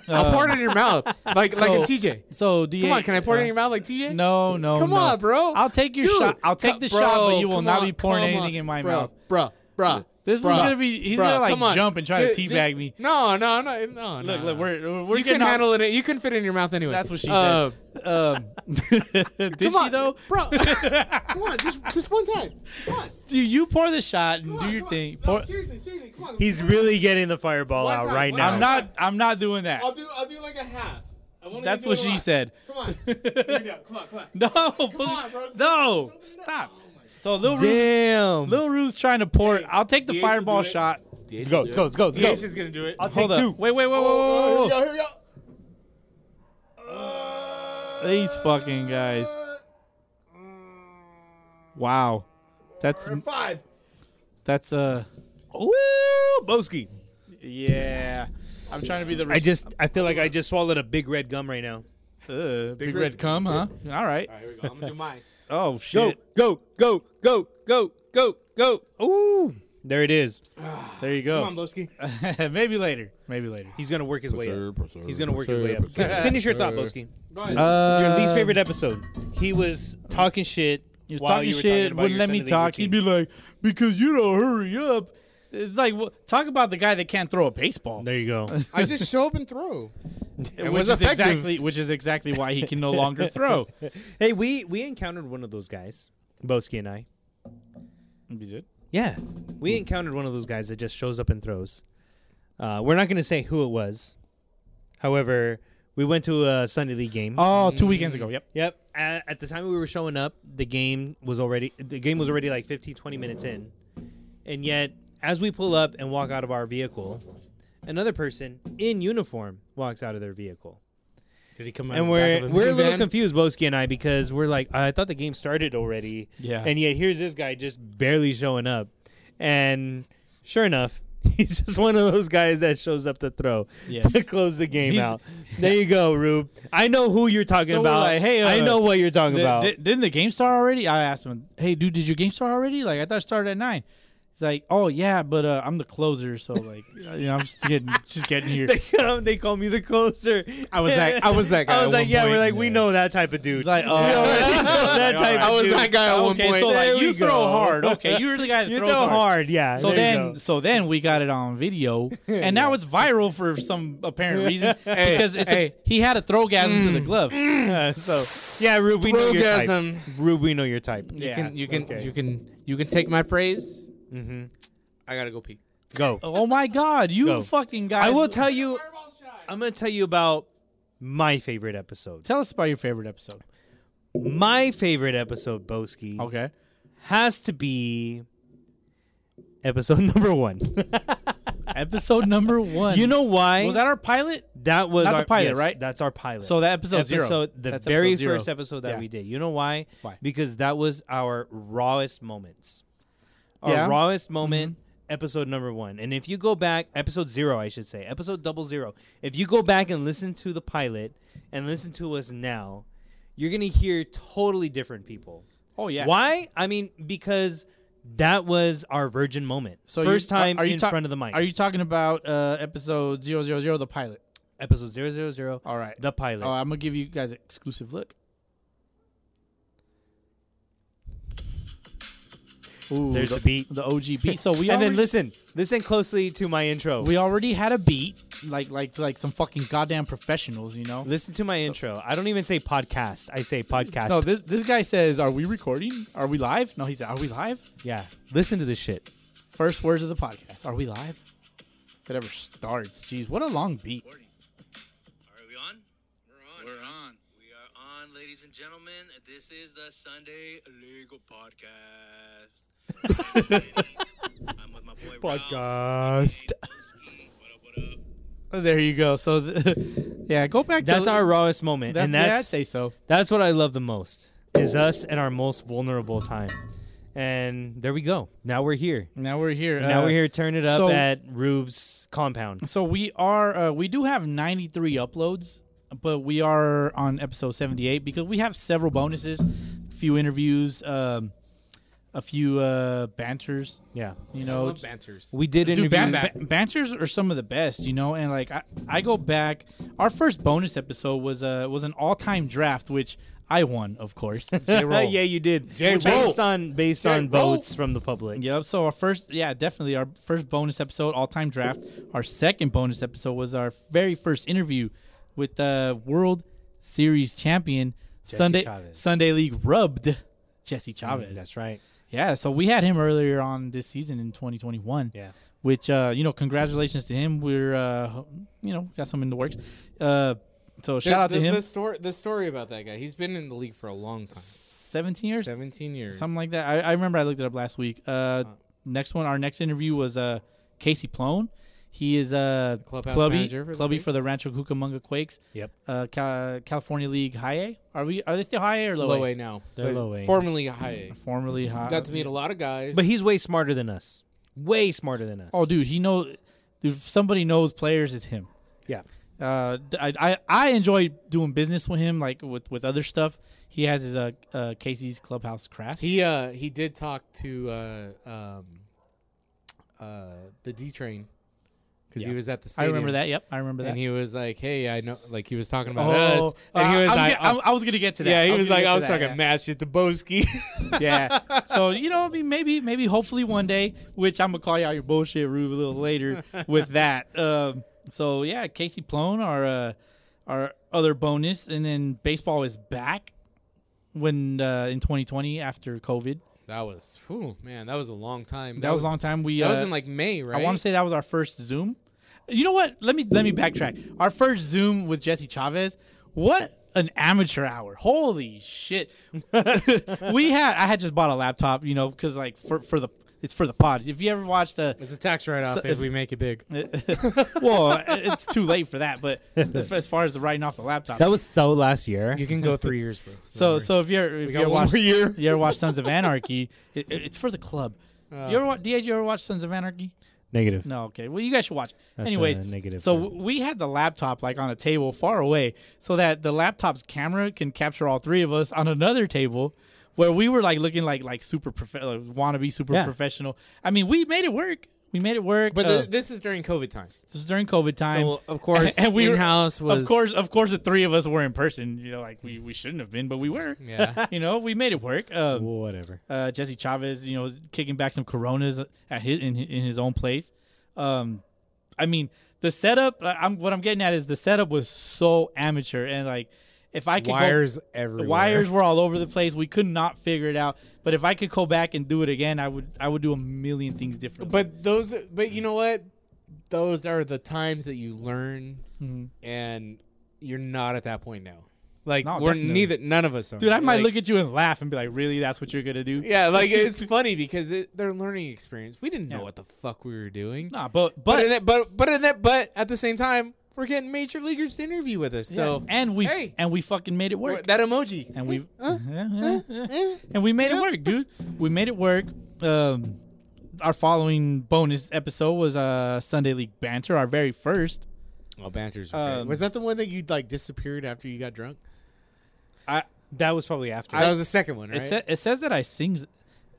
Speaker 3: I'll pour it in your mouth, like like
Speaker 2: so-
Speaker 3: a TJ.
Speaker 2: So, DH.
Speaker 3: Come on, can I pour it in your mouth like TJ?
Speaker 2: No, Oh, no.
Speaker 3: Come
Speaker 2: no.
Speaker 3: on, bro.
Speaker 2: I'll take your
Speaker 3: Dude,
Speaker 2: shot. I'll take
Speaker 3: co-
Speaker 2: the
Speaker 3: bro,
Speaker 2: shot, but you will
Speaker 3: come
Speaker 2: not
Speaker 3: on,
Speaker 2: be pouring
Speaker 3: come on,
Speaker 2: anything in my
Speaker 3: bro,
Speaker 2: mouth.
Speaker 3: Bro, bro.
Speaker 2: This
Speaker 3: bro,
Speaker 2: one's gonna be- he's gonna, like,
Speaker 3: come on.
Speaker 2: jump and try to
Speaker 3: Ju-
Speaker 2: teabag
Speaker 3: ju-
Speaker 2: me.
Speaker 3: No, no, no, no.
Speaker 2: Look,
Speaker 3: no,
Speaker 2: look,
Speaker 3: no.
Speaker 2: we're, we're
Speaker 3: you
Speaker 2: getting
Speaker 3: can
Speaker 2: off-
Speaker 3: handle it. You can fit it in your mouth anyway.
Speaker 2: That's what she
Speaker 3: Uh,
Speaker 2: said. Um, did
Speaker 3: Come
Speaker 2: she
Speaker 3: on,
Speaker 2: though?
Speaker 3: bro. come on, just just one time. Come on,
Speaker 2: Do you pour the shot and
Speaker 3: come
Speaker 2: do
Speaker 3: on,
Speaker 2: your
Speaker 3: come
Speaker 2: thing?
Speaker 3: On.
Speaker 2: Pour-
Speaker 3: No, seriously, seriously, come on.
Speaker 4: He's
Speaker 3: Come on.
Speaker 4: really getting the fireball
Speaker 3: One
Speaker 4: out
Speaker 3: time,
Speaker 4: right
Speaker 3: one
Speaker 4: now.
Speaker 2: I'm
Speaker 3: time.
Speaker 2: not. I'm not doing that.
Speaker 3: I'll do I'll do like a half. I won't
Speaker 2: That's
Speaker 3: even
Speaker 2: what
Speaker 3: do a
Speaker 2: she
Speaker 3: lot.
Speaker 2: said.
Speaker 3: Come on, Here we go. come on, come on.
Speaker 2: No,
Speaker 3: on, bro.
Speaker 2: no,
Speaker 3: Something-
Speaker 2: stop. So Lil Rube,
Speaker 4: Damn.
Speaker 2: Lil Rube's trying to pour. it. I'll take the
Speaker 3: DH will
Speaker 2: fireball
Speaker 3: do it.
Speaker 2: shot.
Speaker 3: Let's
Speaker 4: go, let's go, let's go, let's go.
Speaker 3: She's gonna do it.
Speaker 2: Hold up. Wait, wait, wait, wait,
Speaker 3: Oh,
Speaker 2: wait, wait,
Speaker 3: here we go. Here we
Speaker 2: wait.
Speaker 3: go.
Speaker 2: These fucking guys. Wow, that's
Speaker 3: Or five.
Speaker 2: that's uh.
Speaker 4: Ooh, Boski.
Speaker 2: Yeah, I'm trying to be the.
Speaker 4: I just, I feel like I just swallowed a big red gum right now.
Speaker 2: uh, big, red, cum, huh? All right.
Speaker 3: All right, here we go. I'm gonna do mine.
Speaker 2: Oh shit.
Speaker 4: go, go, go, go, go. Ooh, There it is.
Speaker 2: There you
Speaker 3: Come on,
Speaker 2: go.
Speaker 3: Boski.
Speaker 2: Maybe later. Maybe later.
Speaker 4: He's gonna work his way
Speaker 3: Sir,
Speaker 4: up.
Speaker 3: sir,
Speaker 4: He's gonna work his
Speaker 3: sir,
Speaker 4: way up.
Speaker 3: sir,
Speaker 4: Finish your thought,
Speaker 3: sir.
Speaker 4: Boski.
Speaker 3: Go ahead.
Speaker 2: Uh,
Speaker 4: Your least favorite episode. He was talking shit.
Speaker 2: He was
Speaker 4: while
Speaker 2: talking
Speaker 4: you were
Speaker 2: shit,
Speaker 4: about
Speaker 2: wouldn't
Speaker 4: your
Speaker 2: let me
Speaker 4: Sunday league
Speaker 2: talk.
Speaker 4: routine.
Speaker 2: He'd be like, because you don't hurry up. It's like, well, talk about the guy that can't throw a baseball.
Speaker 4: there you go.
Speaker 3: I just show up and throw. It
Speaker 2: which
Speaker 3: was
Speaker 2: is
Speaker 3: effective.
Speaker 2: exactly which is exactly why he can no longer throw.
Speaker 4: hey, we we encountered one of those guys, Boski and I. Yeah, we encountered one of those guys that just shows up and throws. Uh, we're not gonna say who it was. However, we went to a Sunday league game.
Speaker 2: Oh, two weekends ago. Yep.
Speaker 4: Yep. At, at the time we were showing up, the game was already the game was already like 15, 20 minutes in, and yet as we pull up and walk out of our vehicle, another person in uniform walks out of their vehicle,
Speaker 3: Did he come
Speaker 4: and we're we're a little confused, Boski and I, because we're like, I thought the game started already,
Speaker 2: Yeah.
Speaker 4: and yet here's this guy just barely showing up, and sure enough. He's just one of those guys that shows up to throw
Speaker 2: Yes.
Speaker 4: to close the game
Speaker 2: He's-
Speaker 4: out. There you go, Rube. I know who you're talking
Speaker 2: So we're
Speaker 4: about.
Speaker 2: like, hey, uh,
Speaker 4: I know what you're talking
Speaker 2: Di-
Speaker 4: about.
Speaker 2: di- didn't the game start already? I asked him, "Hey, dude, did your game start already? Like, I thought it started at 9. He's like, "Oh yeah, but uh, I'm the closer, so like, you know, I'm just getting just getting here."
Speaker 4: they come, they call me the closer.
Speaker 3: I was that. I was that guy.
Speaker 4: I was
Speaker 3: at
Speaker 4: like,
Speaker 3: one
Speaker 4: yeah,
Speaker 3: point.
Speaker 4: we're like, we know that type of dude.
Speaker 2: He's like, "Oh,
Speaker 4: We already know that
Speaker 2: Like, alright.
Speaker 4: type of
Speaker 3: I was
Speaker 4: dude.
Speaker 3: that guy at one
Speaker 2: Oh, okay,
Speaker 3: point.
Speaker 2: so
Speaker 4: There
Speaker 2: like
Speaker 4: we
Speaker 2: you
Speaker 4: go.
Speaker 2: throw hard. Okay, you're the guy that
Speaker 4: you
Speaker 2: throws
Speaker 4: throw
Speaker 2: hard.
Speaker 4: hard, yeah.
Speaker 2: So
Speaker 4: there you
Speaker 2: then,
Speaker 4: go.
Speaker 2: so then we got it on video, and now it's viral for some apparent reason because it's a, he had a throwgasm to the glove.
Speaker 4: Uh, so yeah, Rube, we know your type.
Speaker 3: Throgasm.
Speaker 4: Rube, we know your type.
Speaker 3: You
Speaker 2: Yeah.
Speaker 3: can you can
Speaker 4: Okay.
Speaker 3: you can you can take my phrase. Mm-hmm. I gotta go pee.
Speaker 4: Go.
Speaker 2: Oh my God, you
Speaker 4: Go.
Speaker 2: fucking guys!
Speaker 4: I will tell you. I'm gonna tell you about my favorite episode.
Speaker 2: Tell us about your favorite episode.
Speaker 4: My favorite episode, Boski,
Speaker 2: Okay.
Speaker 4: has to be episode number one.
Speaker 2: episode number one.
Speaker 4: you know why?
Speaker 2: was that our pilot?
Speaker 4: That was
Speaker 2: Not the
Speaker 4: our
Speaker 2: pilot,
Speaker 4: yes,
Speaker 2: right?
Speaker 4: That's our pilot.
Speaker 2: So that episode zero.
Speaker 4: the
Speaker 2: That's
Speaker 4: very
Speaker 2: episode zero.
Speaker 4: first episode that
Speaker 2: Yeah.
Speaker 4: we did. You know why?
Speaker 2: Why?
Speaker 4: Because that was our rawest moments. Our
Speaker 2: Yeah. Mm-hmm.
Speaker 4: rawest moment, episode number one. And if you go back, episode zero, I should say, episode double zero. If you go back and listen to the pilot and listen to us now, you're gonna hear totally different people.
Speaker 2: Oh yeah.
Speaker 4: Why? I mean, because that was our virgin moment. first
Speaker 2: you-
Speaker 4: time
Speaker 2: are you
Speaker 4: in
Speaker 2: ta-
Speaker 4: front of the mic.
Speaker 2: Are you talking about uh, episode zero zero zero, the pilot?
Speaker 4: episode zero zero zero?
Speaker 2: All right.
Speaker 4: The pilot.
Speaker 2: Oh, I'm gonna give you guys an exclusive look. Ooh,
Speaker 4: There's
Speaker 2: the,
Speaker 4: the beat.
Speaker 2: the OG beat. So we
Speaker 4: and
Speaker 2: already,
Speaker 4: then listen, listen closely to my intro.
Speaker 2: we already had a beat, like like like some fucking goddamn professionals, you know.
Speaker 4: listen to my intro. I don't even say podcast. I say podcast.
Speaker 2: No, this this guy says, "Are we recording? Are we live?" No, he said, "Are we live?"
Speaker 4: yeah. Listen to this shit.
Speaker 2: First words of the podcast. Are we live? If it ever starts. Jeez, what a long beat.
Speaker 7: Are we on? We're on. We're on. We are on, ladies and gentlemen. This is the Sunday Legal Podcast. I'm with my boy
Speaker 4: Podcast.
Speaker 7: Ralph. What up, what up?
Speaker 2: Oh, There you go. So, th- yeah, go back.
Speaker 4: That's
Speaker 2: to,
Speaker 4: our rawest moment,
Speaker 2: That's,
Speaker 4: and
Speaker 2: yeah, I'd
Speaker 4: that's
Speaker 2: say so.
Speaker 4: that's what I love the most is us at our most vulnerable time. And there we go. Now we're here.
Speaker 2: Now we're here.
Speaker 4: now
Speaker 2: Uh,
Speaker 4: we're here. Turn it up
Speaker 2: so-
Speaker 4: at Rube's compound.
Speaker 2: So we are. Uh, we do have 93 uploads, but we are on episode 78 because we have several bonuses, a few interviews, um, a few uh, banters.
Speaker 4: Yeah,
Speaker 2: You know,
Speaker 3: banters.
Speaker 4: we did
Speaker 2: Dude,
Speaker 4: interview.
Speaker 2: ban- ban- banters are some of the best, you know. And like I, I go back. Our first bonus episode was uh was an all time draft, which I won, of course. J-roll.
Speaker 4: yeah, you did.
Speaker 3: J-Roll.
Speaker 4: Based on based on
Speaker 3: J-Roll.
Speaker 4: votes from the public.
Speaker 2: Yep. So our first, yeah, definitely our first bonus episode, all time draft. Our second bonus episode was our very first interview with the World Series champion Sunday
Speaker 3: Chavez.
Speaker 2: Sunday League rubbed Jesse Chavez.
Speaker 4: Mm, right.
Speaker 2: Yeah, so we had him earlier on this season in 2021.
Speaker 4: Yeah.
Speaker 2: Which uh, you know, congratulations to him. We're uh, ho- you know got some in the works. Uh, so shout out to him.
Speaker 3: The story, the story about that guy. He's been in the league for a long time.
Speaker 2: 17 years,
Speaker 3: Seventeen years.
Speaker 2: something like that. I, I remember I looked it up last week. Uh, next one, our next interview was uh, Casey Plone. He is a
Speaker 3: clubhouse
Speaker 2: clubby,
Speaker 3: manager for the
Speaker 2: clubby for the
Speaker 3: Quakes.
Speaker 2: Rancho Cucamonga Quakes.
Speaker 4: Yep.
Speaker 2: Uh, Ca- California League High A. Are we? Are they still High A or Low,
Speaker 3: low
Speaker 2: A? Mm-hmm.
Speaker 3: A now.
Speaker 4: They're
Speaker 3: but
Speaker 4: low A.
Speaker 3: Formerly high
Speaker 2: Formerly High.
Speaker 3: A. Got to meet a lot of guys.
Speaker 4: But he's way smarter than us. Way smarter than us.
Speaker 2: oh, dude, he knows. Dude, if somebody knows players, it's him.
Speaker 4: Yeah.
Speaker 2: Uh, d- I, I I enjoy doing business with him, like with, with other stuff. He has his uh, uh
Speaker 3: uh,
Speaker 2: Casey's Clubhouse Crafts.
Speaker 3: he uh he did talk to uh um uh, the D train because
Speaker 2: Yeah.
Speaker 3: he was at
Speaker 2: I
Speaker 3: the stadium.
Speaker 2: remember that. Yep, I remember that.
Speaker 3: And he was like, "Hey, I know." Like he was talking about
Speaker 2: Oh,
Speaker 3: us, and he
Speaker 2: uh,
Speaker 3: was
Speaker 2: I
Speaker 3: like, "Oh,"
Speaker 2: gonna- I, I was gonna get to that.
Speaker 3: "Yeah." He
Speaker 2: I
Speaker 3: was
Speaker 2: gonna
Speaker 3: like,
Speaker 2: get
Speaker 3: "I
Speaker 2: to
Speaker 3: was
Speaker 2: that,
Speaker 3: talking
Speaker 2: yeah.
Speaker 3: mad shit to Boski."
Speaker 2: yeah. So you know, I mean, maybe, maybe, hopefully one day, which I'm gonna call y'all your bullshit Rube a little later with that. Um, so yeah, Casey Plone, our uh, our other bonus, and then baseball is back when uh, in 2020 after COVID.
Speaker 3: that was, whew, man, that was a long time.
Speaker 2: That, was a long time. We
Speaker 3: That
Speaker 2: uh,
Speaker 3: was in like May, right?
Speaker 2: I want to say that was our first Zoom. You know what? Let me let me backtrack. Our first Zoom with Jesse Chavez. What an amateur hour! Holy shit! we had I had just bought a laptop, you know, because like for for the it's for the pod. If you ever watched a
Speaker 3: it's a tax write-off
Speaker 2: So
Speaker 3: if,
Speaker 2: if-
Speaker 3: we make it big.
Speaker 2: well, it's too late for that. But as far as the writing off the laptop,
Speaker 4: was so last year.
Speaker 3: You can go three years, bro.
Speaker 2: so so if you're if you
Speaker 3: we got
Speaker 2: ever
Speaker 3: one
Speaker 2: watched
Speaker 3: more year.
Speaker 2: you ever watch Sons of Anarchy, it, it- it's for the club. you ever
Speaker 3: Uh.
Speaker 2: watch, DH, you ever watch Sons of Anarchy?
Speaker 4: Negative.
Speaker 2: No, okay. Well, you guys should watch. it.
Speaker 4: That's
Speaker 2: Anyways,
Speaker 4: a negative
Speaker 2: so
Speaker 4: term.
Speaker 2: w- we had the laptop like on a table far away, so that the laptop's camera can capture all three of us on another table, where we were like looking like like super prof- like, wannabe super
Speaker 4: Yeah.
Speaker 2: professional. I mean, we made it work. We made it work.
Speaker 3: But
Speaker 2: uh,
Speaker 3: th- this is during COVID time.
Speaker 2: this was during COVID time.
Speaker 3: So of course,
Speaker 2: and we were-
Speaker 3: in-house was
Speaker 2: of course, of course, the three of us were in person. You know, like we, we shouldn't have been, but we were.
Speaker 3: Yeah.
Speaker 2: You know, we made it work. Um,
Speaker 4: Whatever.
Speaker 2: uh, Jesse Chavez, you know, was kicking back some Coronas at his in, in his own place. Um, I mean, the setup. uh, I'm what I'm getting at is the setup was so amateur and like, if I could go-
Speaker 3: wires
Speaker 2: the
Speaker 3: everywhere.
Speaker 2: wires were all over the place. We could not figure it out. But if I could go back and do it again, I would. I would do a million things differently.
Speaker 3: But those, but you know what? Those are the times that you learn,
Speaker 2: Mm-hmm.
Speaker 3: and you're not at that point now. Like
Speaker 2: No,
Speaker 3: we're
Speaker 2: definitely.
Speaker 3: neither, none of us are.
Speaker 2: dude, I might
Speaker 3: Like,
Speaker 2: look at you and laugh and be like, "Really? That's what you're gonna do?"
Speaker 3: Yeah, like it's funny because it, their learning experience. We didn't know what the fuck we were doing.
Speaker 2: Nah, but but,
Speaker 3: but in that, but but in that, but at the same time, we're getting major leaguers to interview with us. So
Speaker 2: and we
Speaker 3: hey,
Speaker 2: and we fucking made it work.
Speaker 3: that emoji. Eh.
Speaker 2: and we and we made it work, dude. We made it work. Um, our following bonus episode was uh Sunday League banter, our very first.
Speaker 3: Well, banter's
Speaker 2: Um,
Speaker 3: was that the one that you like disappeared after you got drunk?
Speaker 2: I,
Speaker 4: That was probably after.
Speaker 3: That was the second one,
Speaker 2: it,
Speaker 3: right?
Speaker 2: sa- it says that I sings,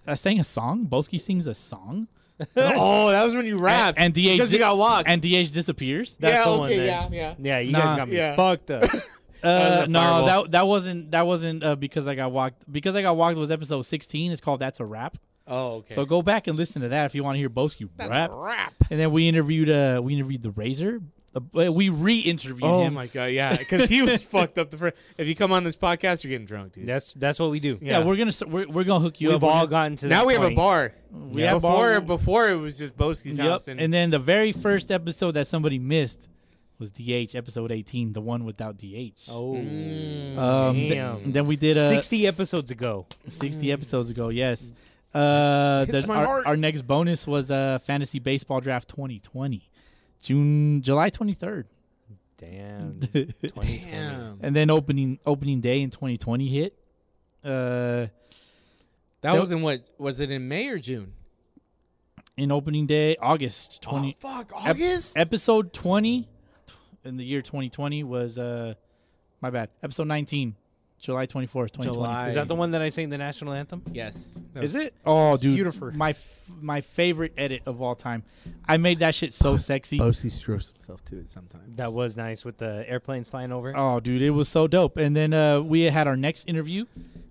Speaker 2: I sang a song. Boski sings a song,
Speaker 3: oh, that was when you
Speaker 2: and,
Speaker 3: rapped
Speaker 2: and DH
Speaker 3: because you
Speaker 2: di-
Speaker 3: got locked.
Speaker 2: and DH disappears.
Speaker 4: That's
Speaker 3: yeah,
Speaker 4: the one
Speaker 3: okay,
Speaker 4: that-
Speaker 3: yeah, yeah.
Speaker 4: yeah, you
Speaker 2: Nah.
Speaker 4: guys got me
Speaker 3: Yeah.
Speaker 4: fucked up.
Speaker 2: Uh,
Speaker 3: was a
Speaker 2: no,
Speaker 3: fireball.
Speaker 2: that that wasn't that wasn't uh, because I got walked. Because I got walked was episode sixteen. It's called That's a Wrap.
Speaker 3: Oh, okay.
Speaker 2: So go back and listen to that if you want to hear Boski
Speaker 3: That's
Speaker 2: rap.
Speaker 3: a rap.
Speaker 2: And then we interviewed uh we interviewed the Razor. Uh, we re-interviewed
Speaker 3: Oh
Speaker 2: him.
Speaker 3: my god, yeah, because he was fucked up. The first. If you come on this podcast, you're getting drunk, dude.
Speaker 4: That's that's what we do.
Speaker 2: Yeah, we're gonna st- we're, we're gonna hook you
Speaker 4: We've
Speaker 2: up.
Speaker 4: all
Speaker 2: We're gonna-
Speaker 4: gotten to that
Speaker 3: now we have a
Speaker 4: point.
Speaker 3: bar.
Speaker 2: We have a
Speaker 3: before
Speaker 2: bar.
Speaker 3: before it was just Boski's
Speaker 2: Yep.
Speaker 3: house, and,
Speaker 2: And then the very first episode that somebody missed was DH episode eighteen, the one without DH.
Speaker 4: Oh,
Speaker 3: Mm,
Speaker 2: um, th-
Speaker 4: damn.
Speaker 2: then we did uh,
Speaker 4: sixty episodes ago.
Speaker 2: 60 episodes ago. Yes. Uh,
Speaker 3: Mm. Hits
Speaker 2: the,
Speaker 3: my
Speaker 2: our,
Speaker 3: heart.
Speaker 2: our next bonus was uh fantasy baseball draft 2020, June July 23rd,
Speaker 4: Damn. 2020.
Speaker 3: damn,
Speaker 2: and then opening opening day in 2020 hit. Uh,
Speaker 3: that was in what was it in May or June?
Speaker 2: in opening day August 20.
Speaker 3: oh fuck,
Speaker 2: Ep-
Speaker 3: August.
Speaker 2: episode 20 in the year 2020 was uh my bad episode 19 july 24th 2020
Speaker 3: July.
Speaker 4: Is that the one that I sang the national anthem?
Speaker 3: yes. That
Speaker 2: is
Speaker 3: was-
Speaker 2: it oh dude
Speaker 3: beautiful.
Speaker 2: my f- my favorite edit of all time i made that shit so sexy
Speaker 3: Boski throws himself to it sometimes.
Speaker 4: That was nice with the airplanes flying over.
Speaker 2: oh dude it was so dope and then uh we had our next interview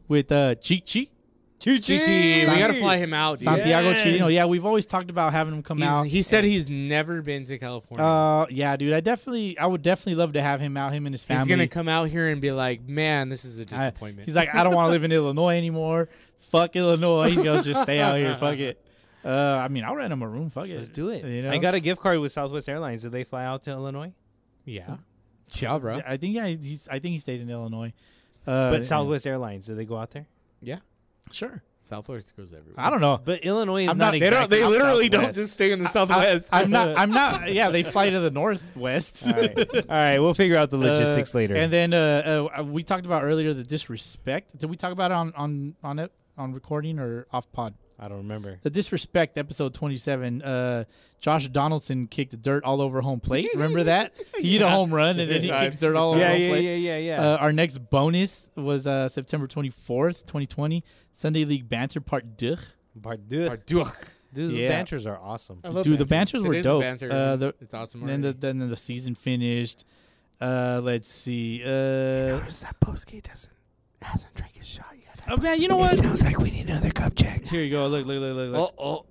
Speaker 2: with uh cheek cheek
Speaker 3: Gigi, we gotta fly him out. Dude.
Speaker 2: santiago
Speaker 4: Yes.
Speaker 2: chirino yeah we've always talked about having him come
Speaker 3: He's-
Speaker 2: out
Speaker 3: he said he's never been to California.
Speaker 2: uh yeah dude i definitely i would definitely love to have him out him and his family
Speaker 3: he's gonna come out here and be like, "Man, this is a
Speaker 2: I-
Speaker 3: disappointment."
Speaker 2: he's like, I don't want to live in Illinois anymore. Fuck Illinois. He goes, just stay out here. Fuck it. Uh, I mean, I'll rent him a room. Fuck it.
Speaker 4: Let's do it.
Speaker 2: You know?
Speaker 4: I got a gift card with Southwest Airlines. Do they fly out to Illinois?
Speaker 3: "Yeah, yeah, bro,
Speaker 2: I think yeah, he's. I think he stays in Illinois. Uh,
Speaker 4: but Southwest Airlines, do they go out there?
Speaker 3: yeah."
Speaker 2: sure.
Speaker 3: Southwest goes everywhere.
Speaker 2: I don't know.
Speaker 4: But Illinois is
Speaker 2: I'm not-
Speaker 4: not. exactly Southwest.
Speaker 3: stay in the
Speaker 2: I, am not. I'm not. Yeah, they fly to the northwest.
Speaker 4: All right. All right, we'll figure out the logistics
Speaker 2: Uh,
Speaker 4: later.
Speaker 2: And then uh, uh, we talked about earlier the disrespect. Did we talk about it on on on it on recording or off pod?
Speaker 4: I don't remember.
Speaker 2: The disrespect episode 27. Uh, Josh Donaldson kicked dirt all over home plate. Remember that? He hit a home run and then he
Speaker 3: Times,
Speaker 2: kicked dirt all over
Speaker 4: Yeah,
Speaker 2: home
Speaker 4: yeah,
Speaker 2: plate.
Speaker 4: yeah, yeah, yeah.
Speaker 2: Uh, our next bonus was uh, September 24th, 2020, Sunday League Banter Part Duh.
Speaker 4: Pardieu.
Speaker 3: Duke.
Speaker 4: These
Speaker 2: Yeah.
Speaker 4: banters are awesome.
Speaker 3: I love
Speaker 2: Dude, the banters
Speaker 3: banters.
Speaker 2: were
Speaker 3: Today's
Speaker 2: dope.
Speaker 3: banter.
Speaker 2: Uh, the-
Speaker 3: it's awesome.
Speaker 2: And then the
Speaker 3: already.
Speaker 2: then the season finished. Uh, let's see. Uh,
Speaker 8: that Boski doesn't hasn't drank his shot yet.
Speaker 2: oh man, you know what?
Speaker 8: Sounds like we need another cup check.
Speaker 2: Here you go. Look, look, look, look, look.
Speaker 3: oh,